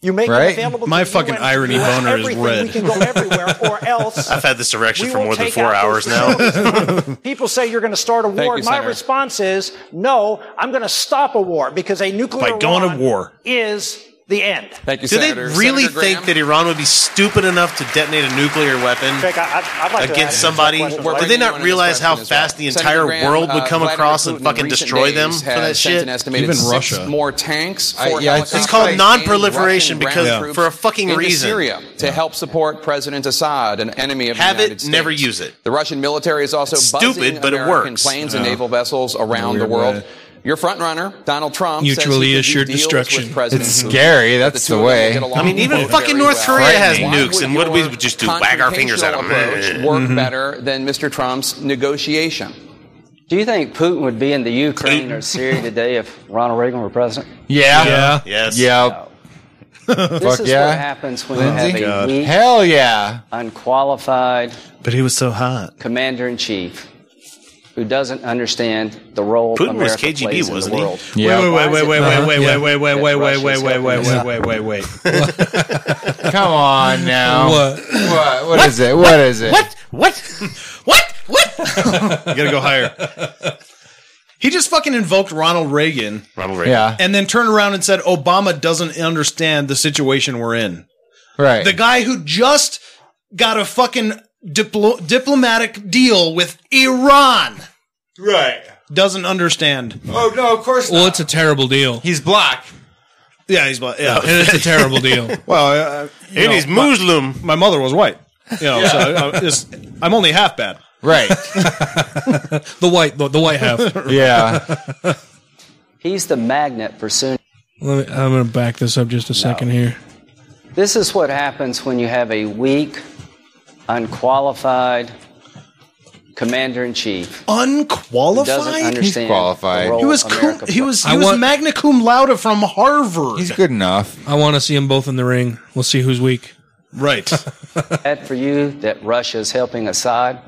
[SPEAKER 14] You make
[SPEAKER 18] Right?
[SPEAKER 14] them available. to
[SPEAKER 4] My
[SPEAKER 14] the
[SPEAKER 4] fucking
[SPEAKER 14] UN.
[SPEAKER 4] irony boner is
[SPEAKER 14] Everything we
[SPEAKER 4] red.
[SPEAKER 14] can go everywhere, or else
[SPEAKER 8] I've had this erection
[SPEAKER 14] We
[SPEAKER 8] for
[SPEAKER 14] will
[SPEAKER 8] more than
[SPEAKER 14] take
[SPEAKER 8] four
[SPEAKER 14] out
[SPEAKER 8] hours
[SPEAKER 14] those
[SPEAKER 8] now.
[SPEAKER 14] People say you're going to start a war.
[SPEAKER 8] you,
[SPEAKER 14] My
[SPEAKER 8] Senator.
[SPEAKER 14] response is no. I'm going to stop a war because a nuclear
[SPEAKER 8] By going
[SPEAKER 14] Iran
[SPEAKER 8] to war.
[SPEAKER 14] is the end.
[SPEAKER 10] Thank
[SPEAKER 8] Do they really think that Iran would be stupid enough to detonate a nuclear weapon
[SPEAKER 14] Jake, I- I- I'd like to
[SPEAKER 8] against
[SPEAKER 14] add-
[SPEAKER 8] somebody?
[SPEAKER 14] We're
[SPEAKER 8] Do
[SPEAKER 14] bringing
[SPEAKER 8] they
[SPEAKER 14] you
[SPEAKER 8] not
[SPEAKER 14] in
[SPEAKER 8] realize how fast the entire world
[SPEAKER 11] uh,
[SPEAKER 10] uh,
[SPEAKER 8] would come across and fucking destroy them for that shit?
[SPEAKER 10] Even Russia. More tanks.
[SPEAKER 8] I-
[SPEAKER 10] four
[SPEAKER 8] yeah, I think-
[SPEAKER 10] helicopters,
[SPEAKER 8] It's called
[SPEAKER 10] and
[SPEAKER 8] non-proliferation
[SPEAKER 10] Russian
[SPEAKER 8] because-
[SPEAKER 10] ground
[SPEAKER 8] yeah.
[SPEAKER 10] troops
[SPEAKER 8] for a fucking
[SPEAKER 10] into
[SPEAKER 8] reason.
[SPEAKER 10] Syria to help support President Assad, an enemy of
[SPEAKER 8] Have
[SPEAKER 10] the United
[SPEAKER 8] it,
[SPEAKER 10] States.
[SPEAKER 8] never use it.
[SPEAKER 10] The Russian military is also
[SPEAKER 8] It's stupid,
[SPEAKER 10] buzzing
[SPEAKER 8] but it
[SPEAKER 10] American
[SPEAKER 8] works.
[SPEAKER 10] planes and
[SPEAKER 8] Yeah.
[SPEAKER 10] naval vessels around the
[SPEAKER 8] weird
[SPEAKER 10] world.
[SPEAKER 8] way.
[SPEAKER 10] Your front runner, Donald Trump, says he
[SPEAKER 3] Mutually
[SPEAKER 10] could do
[SPEAKER 3] assured
[SPEAKER 10] deals with
[SPEAKER 3] destruction.
[SPEAKER 10] President
[SPEAKER 18] It's
[SPEAKER 10] Putin.
[SPEAKER 18] scary.
[SPEAKER 10] But
[SPEAKER 18] That's
[SPEAKER 10] two
[SPEAKER 18] the
[SPEAKER 10] of them
[SPEAKER 18] way.
[SPEAKER 10] get along
[SPEAKER 18] I mean, even
[SPEAKER 10] both
[SPEAKER 8] fucking
[SPEAKER 10] very
[SPEAKER 8] North
[SPEAKER 10] well.
[SPEAKER 8] Korea has
[SPEAKER 10] Why
[SPEAKER 8] nukes,
[SPEAKER 10] would
[SPEAKER 8] and what do we
[SPEAKER 10] your
[SPEAKER 8] just do? Wag our fingers at 'em.
[SPEAKER 10] confrontational approach Work
[SPEAKER 8] Mhm.
[SPEAKER 10] better than Mr. Trump's negotiation.
[SPEAKER 15] Do you think Putin would be in the Ukraine or Syria today if Ronald Reagan were president?
[SPEAKER 18] Yeah.
[SPEAKER 4] Yeah.
[SPEAKER 8] Yes.
[SPEAKER 18] Yeah.
[SPEAKER 15] this is
[SPEAKER 18] Fuck yeah.
[SPEAKER 15] what happens when
[SPEAKER 18] Lindsay?
[SPEAKER 15] you have
[SPEAKER 18] God.
[SPEAKER 15] a weak,
[SPEAKER 18] Hell yeah.
[SPEAKER 15] unqualified
[SPEAKER 4] But he was so hot.
[SPEAKER 15] commander in chief who doesn't understand the role
[SPEAKER 8] Putin was
[SPEAKER 15] America
[SPEAKER 8] KGB,
[SPEAKER 15] plays in
[SPEAKER 8] wasn't
[SPEAKER 15] the
[SPEAKER 8] he?
[SPEAKER 15] world.
[SPEAKER 4] Wait, wait, wait, wait, wait, wait, wait, wait, wait, wait, wait, wait, wait, wait, wait, wait, wait, wait.
[SPEAKER 18] Come on Uh, now.
[SPEAKER 3] What?
[SPEAKER 18] What? what is it? What is it?
[SPEAKER 8] What? What? What? What?
[SPEAKER 4] You gotta go higher. He just fucking invoked Ronald Reagan.
[SPEAKER 8] Ronald
[SPEAKER 18] Reagan. Yeah.
[SPEAKER 4] And then turned around and said Obama doesn't understand the situation we're in.
[SPEAKER 18] Right.
[SPEAKER 4] The guy who just got a fucking diplo- diplomatic deal with Iran
[SPEAKER 18] Right.
[SPEAKER 4] doesn't understand.
[SPEAKER 18] Oh no, of course
[SPEAKER 3] Well, it's a terrible deal.
[SPEAKER 18] He's black.
[SPEAKER 4] Yeah, he's black. Yeah.
[SPEAKER 3] It's a terrible deal.
[SPEAKER 4] well, uh, you
[SPEAKER 8] And he's
[SPEAKER 4] my-
[SPEAKER 8] Muslim.
[SPEAKER 4] My, mother was white. You know,
[SPEAKER 3] Yeah.
[SPEAKER 4] so uh, it's, I'm only half bad.
[SPEAKER 18] Right.
[SPEAKER 3] The white, the, the white half.
[SPEAKER 18] yeah.
[SPEAKER 15] He's the magnet for Sunni.
[SPEAKER 3] Let me, I'm going to back this up just a second here.
[SPEAKER 15] This is what happens when you have a weak, unqualified commander in chief.
[SPEAKER 4] Unqualified.
[SPEAKER 15] Doesn't understand the role
[SPEAKER 4] He was cum,
[SPEAKER 15] America
[SPEAKER 4] he was he
[SPEAKER 3] I
[SPEAKER 4] was
[SPEAKER 3] want-
[SPEAKER 4] magna cum laude from Harvard.
[SPEAKER 18] He's good enough.
[SPEAKER 3] I want to see them both in the ring. We'll see who's weak.
[SPEAKER 4] Right.
[SPEAKER 15] Bad for you that Russia is helping Assad.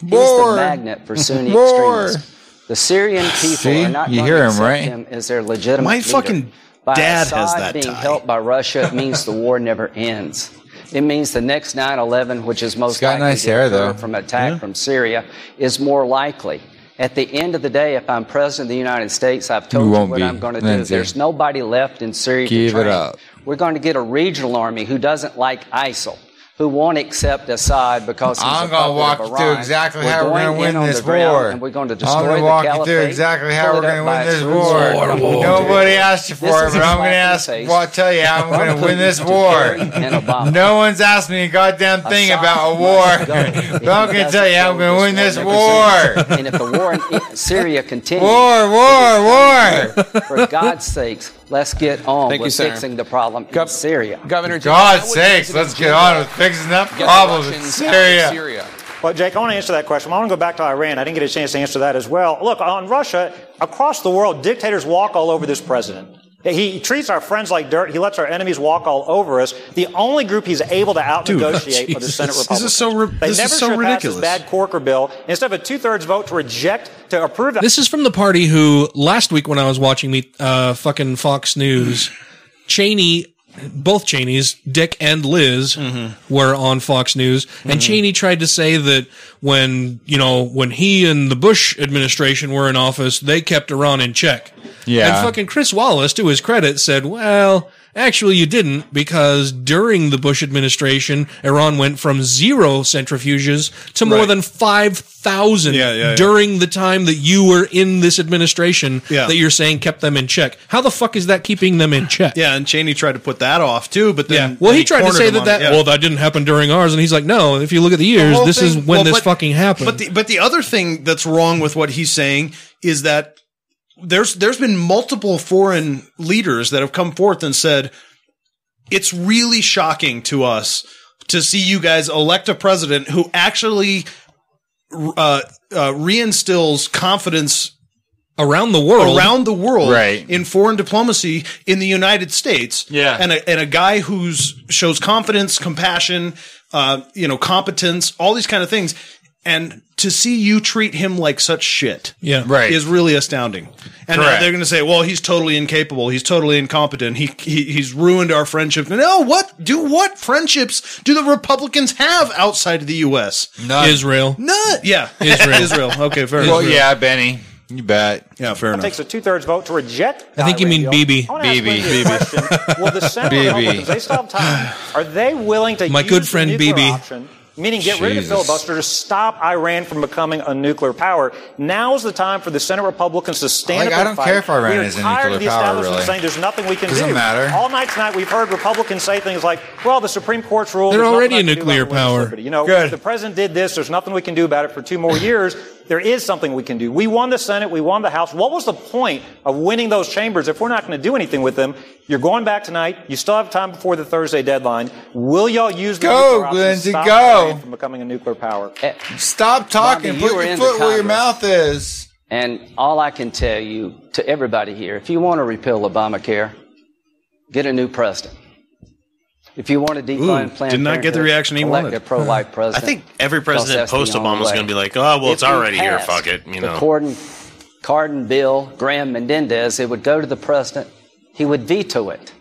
[SPEAKER 15] He's
[SPEAKER 18] More.
[SPEAKER 15] the magnet for Sunni
[SPEAKER 18] More.
[SPEAKER 15] extremists. The Syrian people
[SPEAKER 18] See?
[SPEAKER 15] are not
[SPEAKER 18] You
[SPEAKER 15] going
[SPEAKER 18] hear
[SPEAKER 15] to
[SPEAKER 18] him,
[SPEAKER 15] accept
[SPEAKER 18] right?
[SPEAKER 15] him as their legitimate
[SPEAKER 4] My
[SPEAKER 15] leader.
[SPEAKER 4] fucking
[SPEAKER 15] by
[SPEAKER 4] dad has
[SPEAKER 15] Assad
[SPEAKER 4] that
[SPEAKER 15] being
[SPEAKER 4] tie.
[SPEAKER 15] helped by Russia it means the war never ends. It means the next 9/11, which is most
[SPEAKER 18] got
[SPEAKER 15] likely
[SPEAKER 18] nice
[SPEAKER 15] to
[SPEAKER 18] hair,
[SPEAKER 15] occur
[SPEAKER 18] though.
[SPEAKER 15] from attack from Syria, is more likely. At the end of the day, if I'm president of the United States, I've told
[SPEAKER 18] You
[SPEAKER 15] you,
[SPEAKER 18] won't
[SPEAKER 15] what
[SPEAKER 18] be,
[SPEAKER 15] I'm going to do.
[SPEAKER 18] Lindsay.
[SPEAKER 15] There's nobody left in Syria. to
[SPEAKER 18] Give it
[SPEAKER 15] train.
[SPEAKER 18] up.
[SPEAKER 15] We're going to get a regional army who doesn't like ISIL. who won't accept Assad because he's
[SPEAKER 18] I'm
[SPEAKER 15] a
[SPEAKER 18] gonna
[SPEAKER 15] puppet
[SPEAKER 18] walk
[SPEAKER 15] of
[SPEAKER 18] you
[SPEAKER 15] Iran.
[SPEAKER 18] through exactly
[SPEAKER 15] We're
[SPEAKER 18] how we're
[SPEAKER 15] going
[SPEAKER 18] gonna win
[SPEAKER 15] in on
[SPEAKER 18] this
[SPEAKER 15] the ground
[SPEAKER 18] war.
[SPEAKER 15] and we're going to
[SPEAKER 18] I'm
[SPEAKER 15] destroy
[SPEAKER 18] gonna walk
[SPEAKER 15] the
[SPEAKER 18] you through
[SPEAKER 15] caliphate.
[SPEAKER 18] exactly how
[SPEAKER 15] pull
[SPEAKER 18] we're
[SPEAKER 15] it up
[SPEAKER 18] gonna win
[SPEAKER 15] by its
[SPEAKER 18] this
[SPEAKER 15] roots,
[SPEAKER 18] war.
[SPEAKER 15] and
[SPEAKER 18] Nobody
[SPEAKER 15] pull it down.
[SPEAKER 18] asked you
[SPEAKER 15] This
[SPEAKER 18] for it,
[SPEAKER 15] is
[SPEAKER 18] but
[SPEAKER 15] a slap
[SPEAKER 18] I'm gonna
[SPEAKER 15] in the
[SPEAKER 18] ask-
[SPEAKER 15] face
[SPEAKER 18] well, I'll tell you how I'm
[SPEAKER 15] from
[SPEAKER 18] gonna win this
[SPEAKER 15] Putin to
[SPEAKER 18] war.
[SPEAKER 15] Kerry and Obama.
[SPEAKER 18] No one's asked me a goddamn thing about a war, but I'm gonna tell you how I'm gonna win this war.
[SPEAKER 15] and if the war in I- Syria continues,
[SPEAKER 18] War, war, war.
[SPEAKER 15] For God's sakes, let's get on
[SPEAKER 18] Thank you,
[SPEAKER 15] with
[SPEAKER 18] sir.
[SPEAKER 15] fixing the problem in Syria.
[SPEAKER 10] Governor,
[SPEAKER 18] God's sakes, let's get on with fixing that
[SPEAKER 15] the
[SPEAKER 18] problem in
[SPEAKER 15] Russians out of
[SPEAKER 18] Syria.
[SPEAKER 16] Well, Jake, I want to answer that question. I want to go back to Iran. I didn't get a chance to answer that as well. Look, on Russia, across the world, dictators walk all over this president. He treats our friends like dirt. He lets our enemies walk all over us. The only group he's able to out-negotiate
[SPEAKER 4] Dude,
[SPEAKER 16] are the Senate
[SPEAKER 4] Jesus.
[SPEAKER 16] Republicans.
[SPEAKER 4] This is so ri-
[SPEAKER 16] they
[SPEAKER 4] this is
[SPEAKER 16] never
[SPEAKER 4] so
[SPEAKER 16] should have passed
[SPEAKER 4] ridiculous.
[SPEAKER 16] This bad Corker bill. Instead of a two-thirds vote to reject, to approve.
[SPEAKER 3] This is from the party who last week when I was watching me uh, fucking Fox News, Cheney, both Cheneys, Dick and Liz,
[SPEAKER 4] Mm-hmm.
[SPEAKER 3] were on Fox News, and Cheney tried to say that when you know when he and the Bush administration were in office, they kept Iran in check.
[SPEAKER 18] Yeah.
[SPEAKER 3] and fucking Chris Wallace, to his credit, said, "Well." Actually, you didn't because during the Bush administration, Iran went from zero centrifuges to more
[SPEAKER 4] Right.
[SPEAKER 3] than 5,000
[SPEAKER 4] Yeah, yeah, yeah.
[SPEAKER 3] during the time that you were in this administration
[SPEAKER 4] Yeah.
[SPEAKER 3] that you're saying kept them in check. How the fuck is that keeping them in check?
[SPEAKER 4] Yeah, and Cheney tried to put that off too, but then
[SPEAKER 3] Well,
[SPEAKER 4] then
[SPEAKER 3] he tried to
[SPEAKER 4] cornered
[SPEAKER 3] say
[SPEAKER 4] him
[SPEAKER 3] that
[SPEAKER 4] on it,
[SPEAKER 3] that
[SPEAKER 4] yeah.
[SPEAKER 3] well that didn't happen during ours, and he's like, no. If you look at the
[SPEAKER 4] The
[SPEAKER 3] years,
[SPEAKER 4] whole
[SPEAKER 3] this is
[SPEAKER 4] thing-
[SPEAKER 3] when
[SPEAKER 4] well,
[SPEAKER 3] this
[SPEAKER 4] but-
[SPEAKER 3] fucking happened.
[SPEAKER 4] But the, but the other thing that's wrong with what he's saying is that there's there's been multiple foreign leaders that have come forth and said it's really shocking to us to see you guys elect a president who actually uh, uh, reinstills confidence
[SPEAKER 3] around the world,
[SPEAKER 4] around the world,
[SPEAKER 18] Right.
[SPEAKER 4] in foreign diplomacy in the United States,
[SPEAKER 18] Yeah.
[SPEAKER 4] and a, and a guy who's shows confidence, compassion, uh, you know, competence, all these kind of things, and to see you treat him like such shit,
[SPEAKER 3] Yeah.
[SPEAKER 18] Right.
[SPEAKER 4] is really astounding. And
[SPEAKER 18] Correct.
[SPEAKER 4] they're going to say, "Well, he's totally incapable. He's totally incompetent. He, he he's ruined our friendship." No, what do what friendships do the Republicans have outside of the U.S.?
[SPEAKER 18] None.
[SPEAKER 3] Israel.
[SPEAKER 4] None. Yeah,
[SPEAKER 3] Israel.
[SPEAKER 4] Israel. Okay, fair.
[SPEAKER 18] Well,
[SPEAKER 4] enough.
[SPEAKER 18] yeah, Benny, you bet.
[SPEAKER 4] Yeah, fair
[SPEAKER 16] It takes a two-thirds vote to reject.
[SPEAKER 18] I think you
[SPEAKER 16] Iran
[SPEAKER 18] mean
[SPEAKER 16] deal.
[SPEAKER 18] BB.
[SPEAKER 16] I wanna ask
[SPEAKER 18] BB.
[SPEAKER 16] Lindsay a
[SPEAKER 18] BB.
[SPEAKER 16] question. Will the Senate
[SPEAKER 18] BB.
[SPEAKER 16] Republicans, they still have time, are they willing to
[SPEAKER 3] My
[SPEAKER 16] use
[SPEAKER 3] good
[SPEAKER 16] the
[SPEAKER 3] friend
[SPEAKER 16] nuclear
[SPEAKER 3] BB.
[SPEAKER 16] option, meaning get rid of the
[SPEAKER 3] Jesus.
[SPEAKER 16] filibuster to stop Iran from becoming a nuclear power? Now's the time for the Senate Republicans to stand up
[SPEAKER 18] Like, I
[SPEAKER 16] and
[SPEAKER 18] don't
[SPEAKER 16] fight.
[SPEAKER 18] care if Iran
[SPEAKER 16] we are
[SPEAKER 18] is a
[SPEAKER 16] tired
[SPEAKER 18] nuclear
[SPEAKER 16] of the
[SPEAKER 18] power,
[SPEAKER 16] establishment
[SPEAKER 18] really.
[SPEAKER 16] saying there's nothing we can
[SPEAKER 18] Doesn't
[SPEAKER 16] do.
[SPEAKER 18] matter.
[SPEAKER 16] All night tonight we've heard Republicans say things like, well, the Supreme Court's rule
[SPEAKER 3] They're
[SPEAKER 16] there's nothing
[SPEAKER 3] already
[SPEAKER 16] I
[SPEAKER 3] a
[SPEAKER 16] can do about
[SPEAKER 3] nuclear
[SPEAKER 16] women's
[SPEAKER 3] power.
[SPEAKER 16] liberty. You know,
[SPEAKER 3] Good.
[SPEAKER 16] the president did this. There's nothing we can do about it for two more years. There is something we can do. We won the Senate. We won the House. What was the point of winning those chambers if we're not going to do anything with them? You're going back tonight. You still have time before the Thursday deadline. Will y'all use the
[SPEAKER 18] Go,
[SPEAKER 16] nuclear option to
[SPEAKER 18] Lindsey,
[SPEAKER 16] stop
[SPEAKER 18] go.
[SPEAKER 16] Iran from becoming a nuclear power?
[SPEAKER 18] Stop talking.
[SPEAKER 15] Eh, Bobby, you
[SPEAKER 18] Put
[SPEAKER 15] were
[SPEAKER 18] your
[SPEAKER 15] in
[SPEAKER 18] foot
[SPEAKER 15] the
[SPEAKER 18] where your
[SPEAKER 15] Congress.
[SPEAKER 18] mouth is.
[SPEAKER 15] And all I can tell you to everybody here, if you want to repeal Obamacare, get a new president. If you want to defund
[SPEAKER 4] Ooh,
[SPEAKER 15] Planned
[SPEAKER 4] did not get the
[SPEAKER 15] Parenthood,
[SPEAKER 4] reaction he
[SPEAKER 15] elect
[SPEAKER 4] wanted.
[SPEAKER 15] a pro-life president.
[SPEAKER 4] I think
[SPEAKER 8] every
[SPEAKER 15] because
[SPEAKER 8] president
[SPEAKER 15] that's the
[SPEAKER 8] post Obama
[SPEAKER 15] only
[SPEAKER 8] is
[SPEAKER 15] way.
[SPEAKER 8] going to be like, oh, well,
[SPEAKER 15] If
[SPEAKER 8] it's
[SPEAKER 15] we
[SPEAKER 8] already here.
[SPEAKER 15] passed
[SPEAKER 8] Fuck it. You
[SPEAKER 15] the
[SPEAKER 8] know.
[SPEAKER 15] Corden, Cardin bill, Graham Menendez, it would go to the president. He would veto it.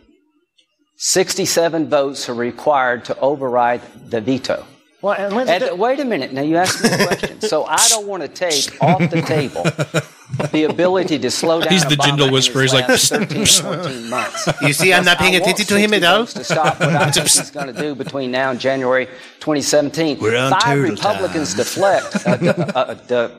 [SPEAKER 15] 67 votes are required to override the veto.
[SPEAKER 16] Well, and Lindsey,
[SPEAKER 15] And- wait a minute. Now you asked me a question, so I don't want to take off the table the ability to slow down.
[SPEAKER 3] He's the
[SPEAKER 15] Obama
[SPEAKER 3] Jindal
[SPEAKER 15] in his
[SPEAKER 3] whisperer. He's like,
[SPEAKER 15] last 13, 14 months.
[SPEAKER 8] You see, I'm not
[SPEAKER 15] Because I
[SPEAKER 8] paying
[SPEAKER 15] want
[SPEAKER 8] attention to him
[SPEAKER 15] 60
[SPEAKER 8] at all.
[SPEAKER 15] votes To stop what I think he's going to do between now and January 2017.
[SPEAKER 8] We're on
[SPEAKER 15] Five
[SPEAKER 8] turtle
[SPEAKER 15] Republicans deflect, uh, d- uh, d- uh,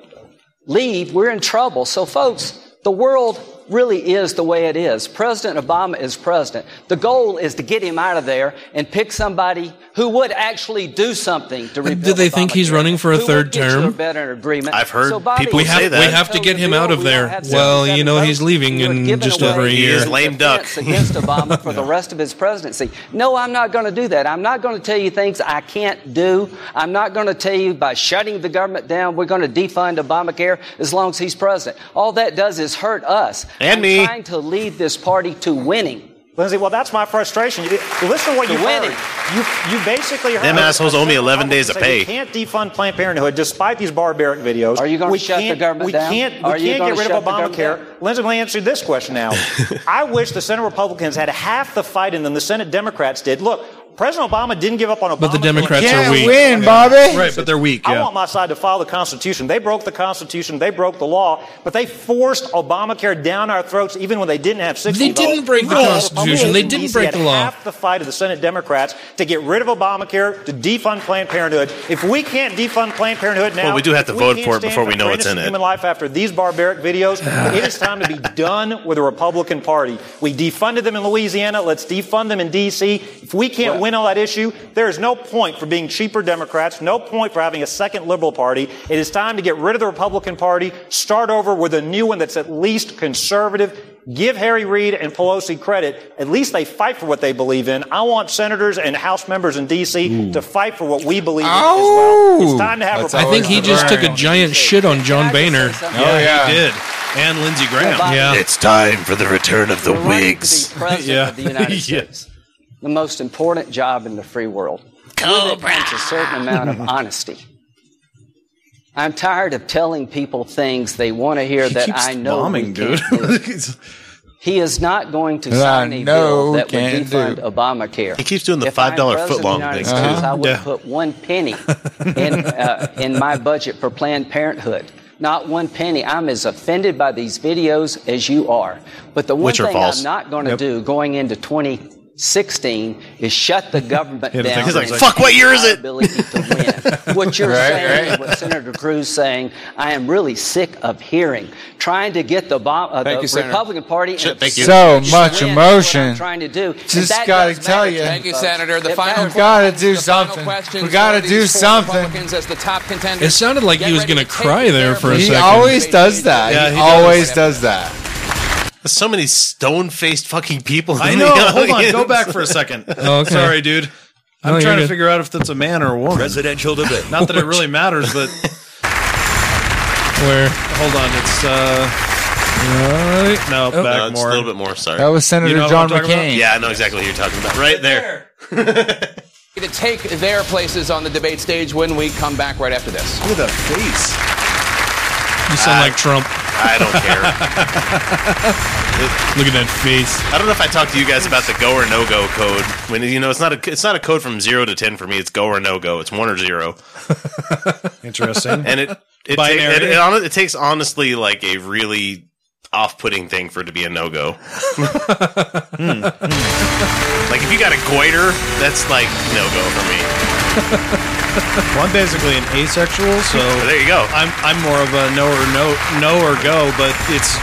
[SPEAKER 15] leave. We're in trouble. So, folks, the world really is the way it is. President Obama is president. The goal is to get him out of there and pick somebody who would actually do something to rebuild.
[SPEAKER 3] Uh, do they think he's running for a third
[SPEAKER 15] Or
[SPEAKER 3] term?
[SPEAKER 15] better agreement.
[SPEAKER 8] I've heard
[SPEAKER 15] So, Bobby,
[SPEAKER 8] people
[SPEAKER 3] We have
[SPEAKER 8] say that.
[SPEAKER 3] we have to get him out of there. Well, you know he's leaving in just over a
[SPEAKER 8] He
[SPEAKER 3] year.
[SPEAKER 8] is lame duck.
[SPEAKER 15] defense against Obama for the rest of his presidency. No, I'm not going to do that. I'm not going to tell you things I can't do. I'm not going to tell you by shutting the government down, we're going to defund Obamacare as long as he's president. All that does is hurt us.
[SPEAKER 8] And
[SPEAKER 15] I'm
[SPEAKER 8] me.
[SPEAKER 15] trying to lead this party to winning.
[SPEAKER 16] Lindsey, well, that's my frustration. You- Listen to what
[SPEAKER 15] To
[SPEAKER 16] you
[SPEAKER 15] winning.
[SPEAKER 16] heard. You, you basically heard
[SPEAKER 8] Them assholes owe me 11 days
[SPEAKER 16] Republicans
[SPEAKER 8] of
[SPEAKER 16] say
[SPEAKER 8] pay.
[SPEAKER 16] We can't defund Planned Parenthood despite these barbaric videos. Are you
[SPEAKER 15] gonna
[SPEAKER 16] to
[SPEAKER 15] shut the government
[SPEAKER 16] we
[SPEAKER 15] down?
[SPEAKER 16] Can't, we
[SPEAKER 15] Are you
[SPEAKER 16] can't
[SPEAKER 15] gonna
[SPEAKER 16] get rid
[SPEAKER 15] shut
[SPEAKER 16] of
[SPEAKER 15] the government
[SPEAKER 16] Obamacare. Lindsey, let me answer this question now. I wish the Senate Republicans had half the fight in them the Senate Democrats did. Look, President Obama didn't give up on Obama.
[SPEAKER 3] But the Democrats
[SPEAKER 18] Can't
[SPEAKER 3] are weak.
[SPEAKER 18] win, Bobby.
[SPEAKER 4] Right, but they're weak.
[SPEAKER 16] I want my side to follow the Constitution. They broke the Constitution. They broke the law, but they forced Obamacare down our throats, even when they didn't have 60
[SPEAKER 3] They didn't
[SPEAKER 16] votes.
[SPEAKER 3] break the
[SPEAKER 16] No,
[SPEAKER 3] Constitution. They
[SPEAKER 16] Washington,
[SPEAKER 3] didn't
[SPEAKER 16] D.C.
[SPEAKER 3] break
[SPEAKER 16] had
[SPEAKER 3] the law.
[SPEAKER 16] Half the fight of the Senate Democrats to get rid of Obamacare, to defund Planned Parenthood. If we can't defund Planned Parenthood now,
[SPEAKER 8] Well, we do have to
[SPEAKER 16] if
[SPEAKER 8] vote
[SPEAKER 16] can't
[SPEAKER 8] for it
[SPEAKER 16] stand
[SPEAKER 8] before we know what's
[SPEAKER 16] fairness
[SPEAKER 8] in
[SPEAKER 16] and
[SPEAKER 8] it.
[SPEAKER 16] Human life after these barbaric videos. it is time to be done with the Republican Party. We defunded them in Louisiana. Let's defund them in D.C. If we can't win on that issue, there is no point for being cheaper Democrats, no point for having a second liberal party. It is time to get rid of the Republican Party, start over with a new one that's at least conservative. Give Harry Reid and Pelosi credit. At least they fight for what they believe in. I want senators and House members in D.C. to fight for what we believe in as well. It's time to have
[SPEAKER 3] I
[SPEAKER 16] Republicans.
[SPEAKER 3] think he just took a giant shit on John Boehner.
[SPEAKER 4] Yeah, he did. And Lindsey Graham.
[SPEAKER 8] It's time for the return of the Whigs.
[SPEAKER 15] President of the United States. The most important job in the free world. Cobra. comes a certain amount of honesty. I'm tired of telling people things they want to hear
[SPEAKER 18] He
[SPEAKER 15] that
[SPEAKER 18] keeps
[SPEAKER 15] I know
[SPEAKER 18] bombing,
[SPEAKER 15] we can't
[SPEAKER 18] dude.
[SPEAKER 15] do. he is not going to
[SPEAKER 18] That I
[SPEAKER 15] sign a bill
[SPEAKER 18] know
[SPEAKER 15] that would
[SPEAKER 18] can't
[SPEAKER 15] defund
[SPEAKER 18] do.
[SPEAKER 15] Obamacare.
[SPEAKER 8] He keeps doing the
[SPEAKER 15] If I'm
[SPEAKER 8] $5
[SPEAKER 15] president of
[SPEAKER 8] footlong
[SPEAKER 15] the United
[SPEAKER 8] thing,
[SPEAKER 15] States,
[SPEAKER 8] too.
[SPEAKER 15] I would
[SPEAKER 8] Yeah.
[SPEAKER 15] put one penny in, uh, in my budget for Planned Parenthood. Not one penny. I'm as offended by these videos as you are. But the one
[SPEAKER 8] Which are
[SPEAKER 15] thing
[SPEAKER 8] false.
[SPEAKER 15] I'm not going to do going into 2016 is shut the government
[SPEAKER 8] He had to
[SPEAKER 15] down.
[SPEAKER 8] think for a
[SPEAKER 15] and
[SPEAKER 8] second. Fuck, what year is it?
[SPEAKER 15] our ability to win. What you're
[SPEAKER 8] Right,
[SPEAKER 15] saying,
[SPEAKER 8] right.
[SPEAKER 15] what Senator Cruz saying, I am really sick of hearing. Trying to get the, bomb, uh,
[SPEAKER 18] Thank
[SPEAKER 15] the
[SPEAKER 18] you, Senator.
[SPEAKER 15] Republican Party in a
[SPEAKER 18] Thank you. So
[SPEAKER 15] position to
[SPEAKER 18] much
[SPEAKER 15] win.
[SPEAKER 18] emotion.
[SPEAKER 15] Trying to do. And
[SPEAKER 18] Just
[SPEAKER 15] that
[SPEAKER 18] gotta
[SPEAKER 15] does
[SPEAKER 18] tell
[SPEAKER 15] matter to
[SPEAKER 18] you.
[SPEAKER 15] me,
[SPEAKER 18] Thank you,
[SPEAKER 15] folks.
[SPEAKER 18] Senator. The
[SPEAKER 15] It
[SPEAKER 18] final-
[SPEAKER 15] matters.
[SPEAKER 18] We gotta do
[SPEAKER 15] The final
[SPEAKER 18] something.
[SPEAKER 15] questions
[SPEAKER 18] We gotta
[SPEAKER 15] are
[SPEAKER 18] do
[SPEAKER 15] these four
[SPEAKER 18] something.
[SPEAKER 15] Republicans as the top contenders.
[SPEAKER 3] It sounded like he was going to cry there for a
[SPEAKER 18] He
[SPEAKER 3] second.
[SPEAKER 18] always does that.
[SPEAKER 3] Yeah,
[SPEAKER 18] he,
[SPEAKER 3] he
[SPEAKER 18] always does that.
[SPEAKER 8] There's so many stone faced fucking people.
[SPEAKER 4] I
[SPEAKER 8] in
[SPEAKER 4] know.
[SPEAKER 8] the
[SPEAKER 4] Hold on.
[SPEAKER 8] audience.
[SPEAKER 4] Go back for a second.
[SPEAKER 8] Oh, okay.
[SPEAKER 4] Sorry, dude. I'm
[SPEAKER 8] No, you're
[SPEAKER 4] trying to
[SPEAKER 8] good.
[SPEAKER 4] figure out if that's a man or a woman.
[SPEAKER 20] Presidential debate.
[SPEAKER 4] Not that it really matters, but
[SPEAKER 3] where?
[SPEAKER 4] Hold on. It's uh. No,
[SPEAKER 8] Oh. No,
[SPEAKER 4] back
[SPEAKER 8] it's
[SPEAKER 4] more.
[SPEAKER 8] a little bit more. Sorry.
[SPEAKER 18] That was Senator
[SPEAKER 4] You know what
[SPEAKER 18] John
[SPEAKER 4] I'm talking about?
[SPEAKER 18] McCain.
[SPEAKER 8] Yeah, I know exactly what you're talking about. Right there.
[SPEAKER 11] to take their places on the debate stage when we come back right after this.
[SPEAKER 4] Look at the face.
[SPEAKER 3] You sound like Trump.
[SPEAKER 8] I don't care.
[SPEAKER 3] Look at that face.
[SPEAKER 8] I don't know if I talked to you guys about the go or no go code. When you know it's not a it's not a code from zero to ten for me. It's go or no go. It's one or zero.
[SPEAKER 4] Interesting.
[SPEAKER 8] And it it, ta-
[SPEAKER 4] Binary.
[SPEAKER 8] it, it, hon- it takes honestly like a really off putting thing for it to be a no go.
[SPEAKER 16] Hmm,
[SPEAKER 8] Like if you got a goiter, that's like no go for me.
[SPEAKER 4] Well, I'm basically an asexual, so
[SPEAKER 8] there you go.
[SPEAKER 4] I'm I'm more of a no or no no or go, but it's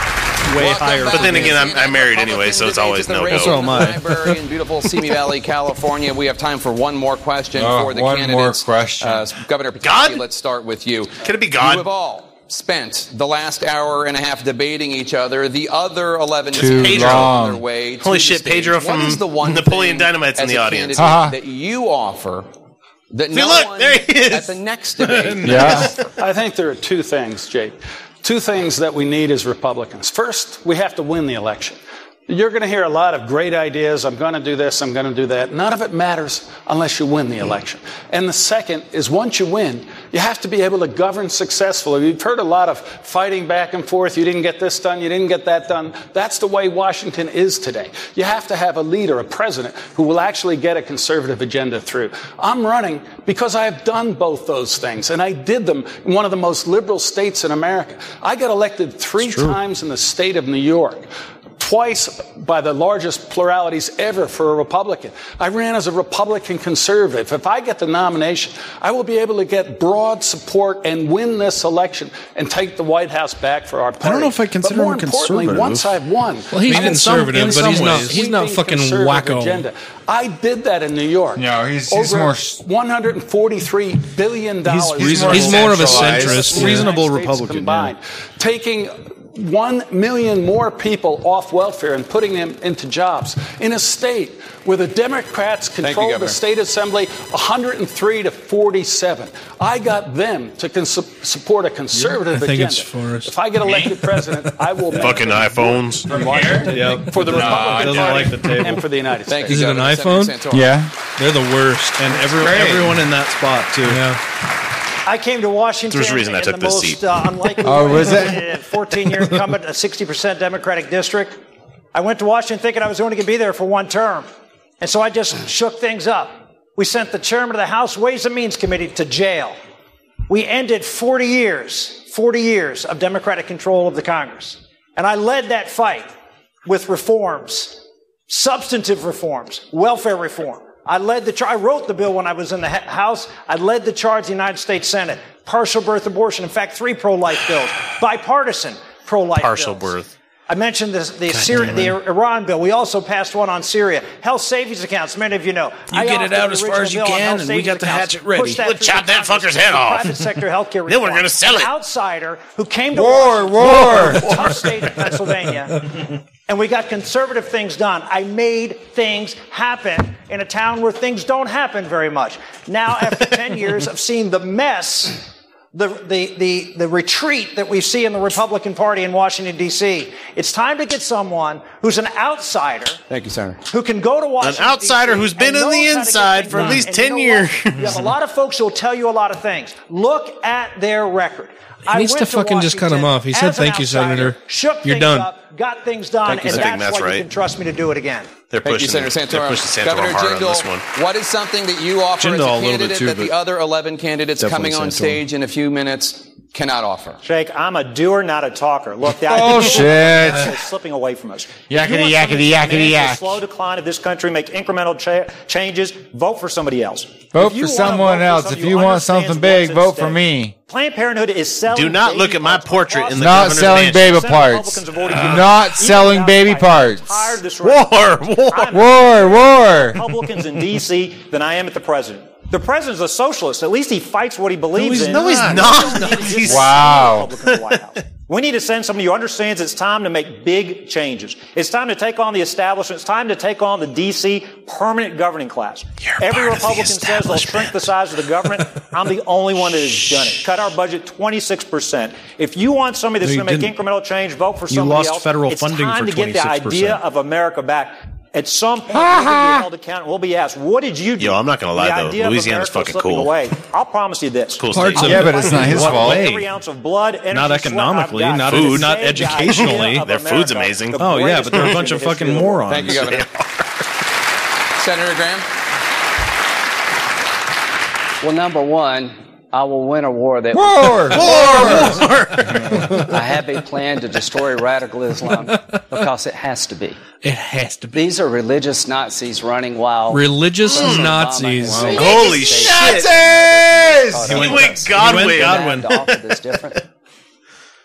[SPEAKER 4] way higher.
[SPEAKER 8] But then again, I'm, I'm married anyway, so it's always no go.
[SPEAKER 4] So am I.
[SPEAKER 11] Library in beautiful Simi Valley, California. We have time for one more question
[SPEAKER 18] Oh,
[SPEAKER 11] for the
[SPEAKER 18] one more
[SPEAKER 11] candidates.
[SPEAKER 18] question.
[SPEAKER 11] Uh, Governor Pataki, let's start with you. Can
[SPEAKER 8] it be God?
[SPEAKER 11] You have all spent the last hour and a half debating each other. The other 11
[SPEAKER 8] Too
[SPEAKER 11] candidates are on their
[SPEAKER 8] long.
[SPEAKER 11] way to
[SPEAKER 8] Holy
[SPEAKER 11] the
[SPEAKER 8] shit,
[SPEAKER 11] stage.
[SPEAKER 8] Pedro
[SPEAKER 11] What
[SPEAKER 8] from
[SPEAKER 11] is the one
[SPEAKER 8] Napoleon
[SPEAKER 11] thing
[SPEAKER 8] Dynamite's in
[SPEAKER 11] as
[SPEAKER 8] the
[SPEAKER 11] a
[SPEAKER 8] audience.
[SPEAKER 11] candidate
[SPEAKER 8] Haha.
[SPEAKER 11] That you offer that
[SPEAKER 8] See,
[SPEAKER 11] no
[SPEAKER 8] look,
[SPEAKER 11] one
[SPEAKER 8] there he is.
[SPEAKER 11] at the next debate
[SPEAKER 18] Yeah.
[SPEAKER 13] I think there are two things, Jake. Two things that we need as Republicans. First, we have to win the election. You're going to hear a lot of great ideas. I'm going to do this. I'm going to do that. None of it matters unless you win the election. And the second is once you win, you have to be able to govern successfully. You've heard a lot of fighting back and forth. You didn't get this done. You didn't get that done. That's the way Washington is today. You have to have a leader, a president, who will actually get a conservative agenda through. I'm running because I have done both those things, and I did them in one of the most liberal states in America. I got elected three times in the state of New York. Twice by the largest pluralities ever for a Republican. I ran as a Republican conservative. If I get the nomination, I will be able to get broad support and win this election and take the White House back for our party.
[SPEAKER 4] I don't know if I
[SPEAKER 13] But
[SPEAKER 4] consider
[SPEAKER 13] more
[SPEAKER 4] him
[SPEAKER 13] importantly,
[SPEAKER 4] conservative.
[SPEAKER 13] Once I've won,
[SPEAKER 3] Well, he's
[SPEAKER 13] I mean, in some-
[SPEAKER 3] conservative,
[SPEAKER 13] in
[SPEAKER 3] but
[SPEAKER 13] some
[SPEAKER 3] he's not-
[SPEAKER 13] ways.
[SPEAKER 3] he's not
[SPEAKER 13] Sweeping
[SPEAKER 3] fucking
[SPEAKER 13] conservative
[SPEAKER 3] wacko.
[SPEAKER 13] agenda. I did that in New York.
[SPEAKER 18] No, he's- he's
[SPEAKER 13] Over
[SPEAKER 18] more-
[SPEAKER 13] 143 billion
[SPEAKER 3] He's-
[SPEAKER 13] dollars.
[SPEAKER 3] he's more He's more of a centrist, yeah.
[SPEAKER 4] Reasonable
[SPEAKER 13] United States
[SPEAKER 4] Republican,
[SPEAKER 13] combined, taking. One million more people off welfare and putting them into jobs in a state where the Democrats control the
[SPEAKER 14] Governor.
[SPEAKER 13] state assembly 103 to 47. I got them to cons- support a conservative
[SPEAKER 3] I think
[SPEAKER 13] agenda.
[SPEAKER 3] it's Forrest.
[SPEAKER 13] If I get elected president, I will make
[SPEAKER 8] Fucking iPhones.
[SPEAKER 13] from Washington for the
[SPEAKER 8] Nah, I
[SPEAKER 13] Republican
[SPEAKER 8] don't
[SPEAKER 13] Party
[SPEAKER 8] like the table.
[SPEAKER 13] and for the United States.
[SPEAKER 3] Is it an iPhone?
[SPEAKER 18] Yeah.
[SPEAKER 3] They're the worst.
[SPEAKER 4] And every,
[SPEAKER 13] great.
[SPEAKER 4] everyone in that spot too.
[SPEAKER 3] Yeah.
[SPEAKER 16] I came to Washington.
[SPEAKER 4] There's a reason I
[SPEAKER 16] in
[SPEAKER 4] took
[SPEAKER 16] the
[SPEAKER 4] this
[SPEAKER 16] most,
[SPEAKER 4] seat.
[SPEAKER 16] Uh, unlikely
[SPEAKER 4] Oh,
[SPEAKER 16] way.
[SPEAKER 4] was
[SPEAKER 18] it?
[SPEAKER 16] 14 year incumbent, a 60% Democratic district. I went to Washington thinking I was only going to be there for one term. And so I just shook things up.
[SPEAKER 14] We sent the chairman of the House Ways and Means Committee to jail. We ended 40 years, 40 years of Democratic control of the Congress. And I led that fight with reforms, substantive reforms, welfare reform. I led the char- I wrote the bill when I was in the he- House. I led the charge in the United States Senate. Partial birth abortion. In fact, three pro-life bills, bipartisan pro-life
[SPEAKER 8] Partial
[SPEAKER 14] bills.
[SPEAKER 8] birth.
[SPEAKER 14] I mentioned this, the, Syri- the Iran bill. We also passed one on Syria. Health savings accounts, many of you know.
[SPEAKER 20] You get it
[SPEAKER 14] authored
[SPEAKER 20] out
[SPEAKER 14] the
[SPEAKER 20] as far
[SPEAKER 14] original
[SPEAKER 20] as you
[SPEAKER 14] bill on
[SPEAKER 20] can,
[SPEAKER 14] health
[SPEAKER 20] and we
[SPEAKER 14] savings
[SPEAKER 20] got the
[SPEAKER 14] accounts,
[SPEAKER 20] hatchet ready.
[SPEAKER 14] pushed that
[SPEAKER 20] We'll
[SPEAKER 14] through
[SPEAKER 20] chop
[SPEAKER 14] the
[SPEAKER 20] that
[SPEAKER 14] Congress,
[SPEAKER 20] fucker's head
[SPEAKER 14] the
[SPEAKER 20] off.
[SPEAKER 14] Private sector healthcare
[SPEAKER 20] Then we're
[SPEAKER 14] reform.
[SPEAKER 20] gonna sell it.
[SPEAKER 14] An outsider who came to
[SPEAKER 20] War,
[SPEAKER 14] Washington,
[SPEAKER 20] war,
[SPEAKER 14] from a tough state of Pennsylvania, and we got conservative things done. I made things happen in a town where things don't happen very much. Now, after 10 years of seeing the mess the, the, the, the retreat that we see in the Republican Party in Washington, D.C. It's time to get someone who's an outsider
[SPEAKER 20] Thank you, Senator.
[SPEAKER 14] who can go to Washington.
[SPEAKER 8] outsider
[SPEAKER 14] DC,
[SPEAKER 8] who's been
[SPEAKER 14] and
[SPEAKER 8] in
[SPEAKER 14] knows
[SPEAKER 8] the
[SPEAKER 14] how to get
[SPEAKER 8] inside
[SPEAKER 14] things
[SPEAKER 8] for at
[SPEAKER 14] done.
[SPEAKER 8] least
[SPEAKER 14] And you
[SPEAKER 8] 10
[SPEAKER 14] know what?
[SPEAKER 8] years.
[SPEAKER 14] You have a lot of folks who will tell you a lot of things. Look at their record.
[SPEAKER 3] He needs to fucking just cut him off. He said, "Thank you, Senator.
[SPEAKER 14] Shook
[SPEAKER 3] You're
[SPEAKER 14] things
[SPEAKER 3] done."
[SPEAKER 14] Up, got things done,
[SPEAKER 8] Thank you,
[SPEAKER 14] and
[SPEAKER 8] Senator. I
[SPEAKER 14] that's,
[SPEAKER 8] think that's
[SPEAKER 14] why
[SPEAKER 8] right.
[SPEAKER 14] you can trust me to do it again.
[SPEAKER 8] They're
[SPEAKER 10] Thank
[SPEAKER 8] pushing.
[SPEAKER 10] you, Senator
[SPEAKER 8] They're
[SPEAKER 10] Santorum.
[SPEAKER 8] pushing Santorum
[SPEAKER 10] Governor
[SPEAKER 8] hard on
[SPEAKER 10] Jindal,
[SPEAKER 8] this one.
[SPEAKER 10] what is something that you offer
[SPEAKER 8] Jindal a
[SPEAKER 10] as
[SPEAKER 8] little
[SPEAKER 10] a
[SPEAKER 8] bit
[SPEAKER 10] candidate
[SPEAKER 8] too,
[SPEAKER 10] that the
[SPEAKER 8] but
[SPEAKER 10] other 11 candidates
[SPEAKER 8] definitely
[SPEAKER 10] coming on
[SPEAKER 8] Santorum.
[SPEAKER 10] stage in a few minutes cannot offer?
[SPEAKER 16] Jake, I'm a doer, not a talker. Look, the
[SPEAKER 10] Oh,
[SPEAKER 16] idea
[SPEAKER 10] shit.
[SPEAKER 16] is slipping away from us. If
[SPEAKER 18] Yakety,
[SPEAKER 16] you want something to
[SPEAKER 18] yakety, yakety,
[SPEAKER 16] manage
[SPEAKER 18] yak.
[SPEAKER 16] The slow decline of this country, make incremental cha- changes. Vote for somebody else.
[SPEAKER 18] Vote
[SPEAKER 16] If you wanna
[SPEAKER 18] for
[SPEAKER 16] vote
[SPEAKER 18] someone
[SPEAKER 16] for
[SPEAKER 18] else.
[SPEAKER 16] somebody
[SPEAKER 18] If
[SPEAKER 16] who
[SPEAKER 18] you want
[SPEAKER 16] understands what's
[SPEAKER 18] something big,
[SPEAKER 16] at
[SPEAKER 18] vote for
[SPEAKER 16] stake.
[SPEAKER 18] me.
[SPEAKER 16] Planned Parenthood is selling.
[SPEAKER 8] Do not look at my portrait in the
[SPEAKER 18] Not
[SPEAKER 8] governor's
[SPEAKER 18] selling
[SPEAKER 8] mansion.
[SPEAKER 18] baby
[SPEAKER 8] Some
[SPEAKER 18] parts.
[SPEAKER 8] Republicans
[SPEAKER 18] Uh,
[SPEAKER 8] have already
[SPEAKER 4] Uh,
[SPEAKER 8] given up.
[SPEAKER 18] Not selling baby parts.
[SPEAKER 16] tired of this
[SPEAKER 18] War,
[SPEAKER 16] war,
[SPEAKER 18] war, war.
[SPEAKER 16] Republicans in D.C. than I am at the president. The president's a socialist. At least he fights what he believes
[SPEAKER 8] he's
[SPEAKER 16] in.
[SPEAKER 8] not. No, he's
[SPEAKER 16] We
[SPEAKER 8] not.
[SPEAKER 16] don't need to just
[SPEAKER 18] Wow.
[SPEAKER 16] send a Republican to the White House. We need to send somebody who understands it's time to make big changes. It's time to take on the establishment. It's time to take on the D.C. permanent governing class. Every Republican says they'll shrink the size of the government. I'm the only one that has done it. Cut our budget 26%. If you want somebody
[SPEAKER 12] No,
[SPEAKER 16] that's
[SPEAKER 12] you
[SPEAKER 16] going to make
[SPEAKER 12] didn't.
[SPEAKER 16] incremental change, vote for
[SPEAKER 12] You
[SPEAKER 16] somebody
[SPEAKER 12] lost
[SPEAKER 16] else.
[SPEAKER 12] federal
[SPEAKER 16] it's
[SPEAKER 12] funding
[SPEAKER 16] time
[SPEAKER 12] for
[SPEAKER 16] to get the
[SPEAKER 12] 26%.
[SPEAKER 16] idea of America back. At some point, we'll be held accountable. We'll be asked, "What did you do?"
[SPEAKER 8] Yo, I'm not gonna lie,
[SPEAKER 16] The
[SPEAKER 8] though.
[SPEAKER 16] idea of
[SPEAKER 8] Louisiana's
[SPEAKER 16] America
[SPEAKER 8] fucking
[SPEAKER 16] slipping
[SPEAKER 8] cool.
[SPEAKER 16] Away. I'll promise you this.
[SPEAKER 8] Cool state. Yeah,
[SPEAKER 16] I'll
[SPEAKER 8] but it's
[SPEAKER 16] fight
[SPEAKER 8] not
[SPEAKER 16] you
[SPEAKER 8] his
[SPEAKER 16] with
[SPEAKER 8] fault.
[SPEAKER 16] Every ounce of blood, energy,
[SPEAKER 4] Not
[SPEAKER 16] sweat I've
[SPEAKER 4] economically,
[SPEAKER 16] got.
[SPEAKER 4] not-
[SPEAKER 16] Food.
[SPEAKER 4] not
[SPEAKER 16] Save the idea
[SPEAKER 4] educationally.
[SPEAKER 16] of
[SPEAKER 4] Their food's
[SPEAKER 16] America,
[SPEAKER 4] amazing.
[SPEAKER 16] the
[SPEAKER 4] Oh, yeah,
[SPEAKER 16] greatest
[SPEAKER 4] but they're a bunch
[SPEAKER 16] country
[SPEAKER 4] of
[SPEAKER 16] in the
[SPEAKER 4] fucking
[SPEAKER 16] history of the world.
[SPEAKER 4] morons.
[SPEAKER 10] Thank you, Governor. Senator Graham.
[SPEAKER 15] Well, number one, I will win a war that
[SPEAKER 18] War!
[SPEAKER 15] war, war. I have a plan to destroy radical Islam because it has to be.
[SPEAKER 3] It has to be.
[SPEAKER 15] These are religious Nazis running wild. Hmm.
[SPEAKER 3] Religious
[SPEAKER 14] Mm.
[SPEAKER 15] President Obama
[SPEAKER 3] Nazis.
[SPEAKER 15] has
[SPEAKER 3] Wow.
[SPEAKER 15] made
[SPEAKER 3] Holy
[SPEAKER 15] the
[SPEAKER 3] shit.
[SPEAKER 15] statement
[SPEAKER 18] Nazis!
[SPEAKER 15] that
[SPEAKER 18] He went-
[SPEAKER 15] Obama
[SPEAKER 18] he went Godwin.
[SPEAKER 15] The offer that's different.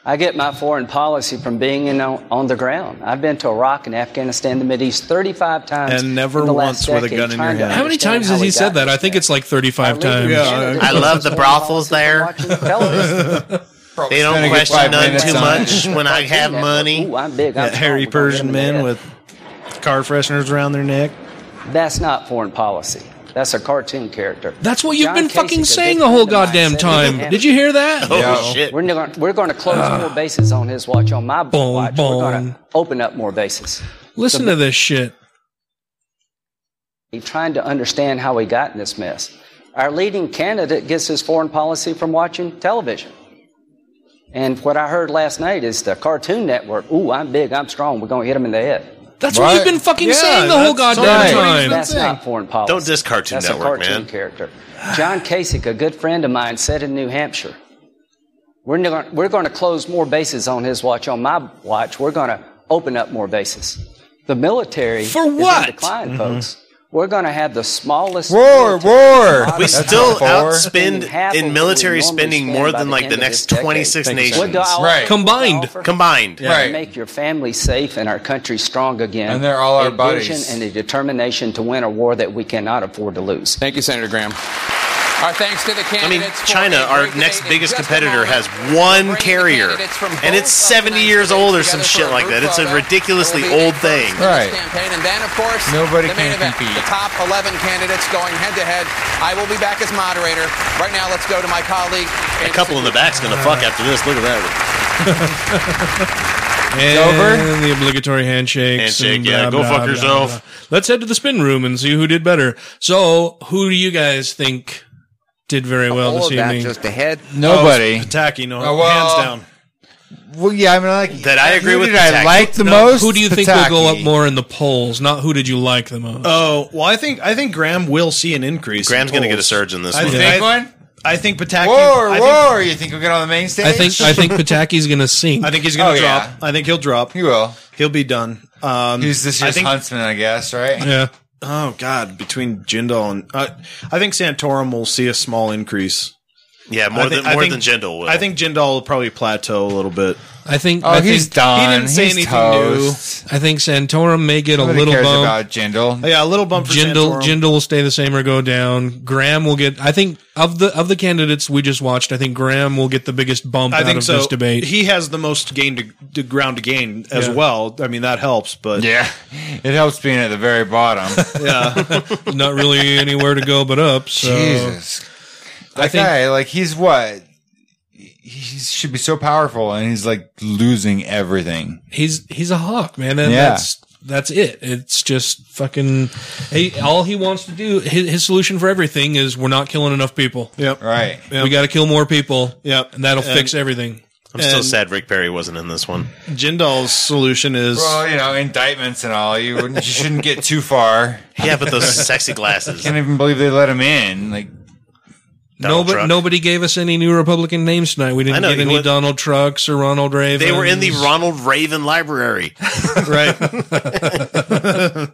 [SPEAKER 15] I get my foreign policy from being in on, on the ground. I've been to Iraq and Afghanistan, the Mideast, 35 times.
[SPEAKER 4] And never
[SPEAKER 15] in the
[SPEAKER 4] once
[SPEAKER 15] last
[SPEAKER 4] with a
[SPEAKER 15] decade
[SPEAKER 4] gun in your
[SPEAKER 15] trying to
[SPEAKER 4] hand.
[SPEAKER 3] How many
[SPEAKER 15] understand
[SPEAKER 3] times
[SPEAKER 15] how
[SPEAKER 3] has he
[SPEAKER 15] we
[SPEAKER 3] said
[SPEAKER 15] got
[SPEAKER 3] that? I think it's like 35 times.
[SPEAKER 8] I love the brothels there. They
[SPEAKER 3] Spending
[SPEAKER 8] don't
[SPEAKER 3] a
[SPEAKER 8] question
[SPEAKER 3] five
[SPEAKER 8] none
[SPEAKER 3] minutes
[SPEAKER 8] too
[SPEAKER 3] on
[SPEAKER 8] much
[SPEAKER 3] it.
[SPEAKER 8] when I have money.
[SPEAKER 4] That hairy Persian men with car fresheners around their neck.
[SPEAKER 15] That's not foreign policy. That's a cartoon character.
[SPEAKER 3] That's what you've
[SPEAKER 15] John
[SPEAKER 3] been
[SPEAKER 15] Kasich
[SPEAKER 3] fucking
[SPEAKER 15] is a
[SPEAKER 3] saying
[SPEAKER 15] big
[SPEAKER 3] the whole
[SPEAKER 15] friend of mine,
[SPEAKER 3] goddamn
[SPEAKER 15] said he
[SPEAKER 3] time.
[SPEAKER 15] didn't
[SPEAKER 3] Did you hear that?
[SPEAKER 15] have- We're going we're going to close more bases on his watch. On my watch, we're going to open up more bases.
[SPEAKER 3] Listen to this shit.
[SPEAKER 15] He's trying to understand how we got in this mess. Our leading candidate gets his foreign policy from watching television. And what I heard last night is the Cartoon Network. Ooh, I'm big, I'm strong. We're going to hit him in the head.
[SPEAKER 3] That's what you've Right. been fucking Yeah, saying the whole that's- goddamn that's what he's time. been
[SPEAKER 15] That's
[SPEAKER 3] saying.
[SPEAKER 15] not foreign policy.
[SPEAKER 8] Don't diss Cartoon
[SPEAKER 15] That's
[SPEAKER 8] Network,
[SPEAKER 15] a cartoon
[SPEAKER 8] man.
[SPEAKER 15] character. John Kasich, a good friend of mine, said in New Hampshire, "We're going we're going to close more bases on his watch. On my watch, we're going to open up more bases. The military for
[SPEAKER 3] what?
[SPEAKER 15] decline,
[SPEAKER 8] Mm-hmm.
[SPEAKER 15] folks." We're going to have the smallest
[SPEAKER 18] War, war.
[SPEAKER 8] We
[SPEAKER 15] That's
[SPEAKER 8] still
[SPEAKER 15] not four.
[SPEAKER 8] outspend
[SPEAKER 15] Half of what we
[SPEAKER 8] in military
[SPEAKER 15] normally
[SPEAKER 8] spending
[SPEAKER 15] spend
[SPEAKER 8] more
[SPEAKER 15] by
[SPEAKER 8] than like
[SPEAKER 15] end
[SPEAKER 8] the
[SPEAKER 15] of this
[SPEAKER 8] next
[SPEAKER 15] decade.
[SPEAKER 8] 26 nations.
[SPEAKER 15] What do I offer? What do I offer?
[SPEAKER 8] Combined.
[SPEAKER 15] To Make your family safe and our country strong again.
[SPEAKER 18] And they're all our
[SPEAKER 15] a vision
[SPEAKER 18] buddies.
[SPEAKER 15] And a determination to win a war that we cannot afford to lose.
[SPEAKER 10] Thank you, Senator Graham. Our thanks to the
[SPEAKER 8] I mean,
[SPEAKER 10] candidates. for
[SPEAKER 8] China,
[SPEAKER 10] a
[SPEAKER 8] our
[SPEAKER 10] great
[SPEAKER 8] next
[SPEAKER 10] debate.
[SPEAKER 8] biggest
[SPEAKER 10] In just a
[SPEAKER 8] competitor,
[SPEAKER 10] moment,
[SPEAKER 8] has one carrier,
[SPEAKER 10] candidates from
[SPEAKER 8] and it's 70 years old or some shit like that. It's a ridiculously old thing.
[SPEAKER 10] Right. Campaign. And then, of course,
[SPEAKER 8] Nobody
[SPEAKER 10] the main
[SPEAKER 8] can
[SPEAKER 10] event, the top 11 candidates going head to head. I will be back as moderator. Right now, let's go to my colleague.
[SPEAKER 8] A couple in the back's gonna fuck after this. Look at that.
[SPEAKER 3] And
[SPEAKER 8] over?
[SPEAKER 3] the obligatory handshakes.
[SPEAKER 8] Handshake,
[SPEAKER 3] and
[SPEAKER 8] yeah, go fuck yourself.
[SPEAKER 3] Let's head to the spin room and see who did better. So, who do you guys think did very well
[SPEAKER 20] All
[SPEAKER 3] this
[SPEAKER 20] of that
[SPEAKER 3] evening?
[SPEAKER 20] just ahead.
[SPEAKER 3] Nobody.
[SPEAKER 4] Pataki, no,
[SPEAKER 3] Oh, well.
[SPEAKER 4] hands down.
[SPEAKER 18] Well, yeah, I mean, I like
[SPEAKER 8] that I agree
[SPEAKER 18] who
[SPEAKER 8] with
[SPEAKER 18] Did I
[SPEAKER 8] Pataki.
[SPEAKER 18] like the
[SPEAKER 3] No,
[SPEAKER 18] most?
[SPEAKER 3] Who do you think will go
[SPEAKER 18] Pataki.
[SPEAKER 3] up more in the polls? Not who did you like the most.
[SPEAKER 4] Oh well, I think I think Graham will see an increase.
[SPEAKER 8] Graham's
[SPEAKER 4] going
[SPEAKER 8] gonna get a surge in this
[SPEAKER 4] I
[SPEAKER 8] one.
[SPEAKER 4] Think,
[SPEAKER 8] Big
[SPEAKER 4] I, I think Pataki.
[SPEAKER 18] War,
[SPEAKER 4] I
[SPEAKER 18] war. You think he'll get on the main stage?
[SPEAKER 3] I think I think Pataki's going to sink.
[SPEAKER 4] I think he's going
[SPEAKER 18] Oh,
[SPEAKER 4] to drop.
[SPEAKER 18] yeah.
[SPEAKER 4] I think he'll drop. He
[SPEAKER 18] will.
[SPEAKER 4] He'll be done. Um,
[SPEAKER 18] He's this
[SPEAKER 4] I
[SPEAKER 18] year's
[SPEAKER 4] think-
[SPEAKER 18] huntsman, I guess, right?
[SPEAKER 4] Oh God, between Jindal and uh, I think Santorum will see a small increase.
[SPEAKER 8] Yeah, more
[SPEAKER 4] I think-
[SPEAKER 8] than
[SPEAKER 4] I
[SPEAKER 8] more
[SPEAKER 4] think-
[SPEAKER 8] than Jindal will.
[SPEAKER 4] I think Jindal will probably plateau a little bit.
[SPEAKER 3] I think.
[SPEAKER 4] Oh,
[SPEAKER 3] I
[SPEAKER 4] he's
[SPEAKER 3] think,
[SPEAKER 4] done. He didn't say He's anything toast.
[SPEAKER 3] new. I think Santorum may get
[SPEAKER 4] Nobody
[SPEAKER 3] a little
[SPEAKER 4] cares
[SPEAKER 3] bump.
[SPEAKER 4] about
[SPEAKER 18] Jindal.
[SPEAKER 4] Oh, Yeah, a little bump for
[SPEAKER 3] Jindal,
[SPEAKER 4] Santorum.
[SPEAKER 3] Jindal will stay the same or go down. Graham will get. I think of the of the candidates we just watched, I think Graham will get the biggest bump
[SPEAKER 4] I
[SPEAKER 3] out
[SPEAKER 4] think
[SPEAKER 3] of
[SPEAKER 4] so.
[SPEAKER 3] this debate.
[SPEAKER 4] He has the most gain to, to ground to gain as
[SPEAKER 3] Yeah.
[SPEAKER 4] well. I mean that helps, but
[SPEAKER 18] yeah, it helps being at the very bottom.
[SPEAKER 4] yeah,
[SPEAKER 3] Not really anywhere to go but up. So.
[SPEAKER 18] Jesus. That
[SPEAKER 3] I think-
[SPEAKER 18] guy, like, he's what? He should be so powerful, and he's like losing everything.
[SPEAKER 3] he's he's a hawk, man. And
[SPEAKER 18] Yeah.
[SPEAKER 3] that's that's it. It's just fucking. He, all he wants to do, his, his solution for everything is we're not killing enough people.
[SPEAKER 4] Yep.
[SPEAKER 18] Right.
[SPEAKER 3] We got to kill more people.
[SPEAKER 4] Yep.
[SPEAKER 3] And that'll
[SPEAKER 4] And-
[SPEAKER 3] fix everything.
[SPEAKER 8] I'm still
[SPEAKER 4] and-
[SPEAKER 8] sad Rick Perry wasn't in this one.
[SPEAKER 4] Jindal's solution is
[SPEAKER 18] Well, you know, indictments and all. You wouldn't, you shouldn't get too far.
[SPEAKER 8] Yeah, but those sexy glasses.
[SPEAKER 18] Can't even believe they let him in. Like,
[SPEAKER 8] Donald
[SPEAKER 3] nobody,
[SPEAKER 8] Truck.
[SPEAKER 3] nobody gave us any new Republican names tonight. We
[SPEAKER 8] I
[SPEAKER 3] didn't
[SPEAKER 8] know,
[SPEAKER 3] get
[SPEAKER 8] you
[SPEAKER 3] any
[SPEAKER 8] would-
[SPEAKER 3] Donald Trucks or Ronald Reagan.
[SPEAKER 8] They were in the Ronald Raven Library.
[SPEAKER 3] right.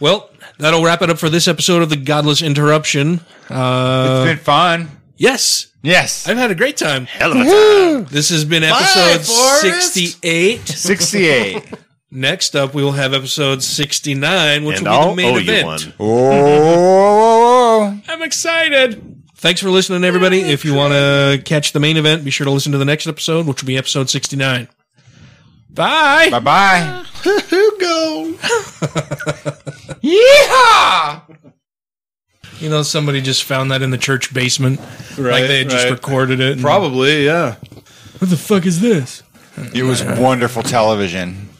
[SPEAKER 3] well, that'll wrap it up for this episode of the Godless Interruption. Uh,
[SPEAKER 18] it's been fun.
[SPEAKER 3] Yes.
[SPEAKER 18] Yes.
[SPEAKER 3] I've had a great time.
[SPEAKER 8] Hell
[SPEAKER 18] of a time.
[SPEAKER 3] This has been
[SPEAKER 18] Bye,
[SPEAKER 3] episode
[SPEAKER 18] Forrest.
[SPEAKER 3] 68.
[SPEAKER 18] 68.
[SPEAKER 3] Next up, we will have episode 69, which
[SPEAKER 8] And
[SPEAKER 3] will be
[SPEAKER 8] I'll
[SPEAKER 3] the main
[SPEAKER 8] owe you
[SPEAKER 3] event.
[SPEAKER 8] one.
[SPEAKER 18] Oh,
[SPEAKER 3] I'm excited. Thanks for listening, everybody. If you want to catch the main event, be sure to listen to the next episode, which will be episode 69. Bye.
[SPEAKER 18] Bye bye.
[SPEAKER 4] Go.
[SPEAKER 18] Yeehaw!
[SPEAKER 3] You know, somebody just found that in the church basement. like they had just
[SPEAKER 4] right.
[SPEAKER 3] recorded it. and-
[SPEAKER 4] Probably, yeah.
[SPEAKER 3] What the fuck is this?
[SPEAKER 18] It was wonderful television.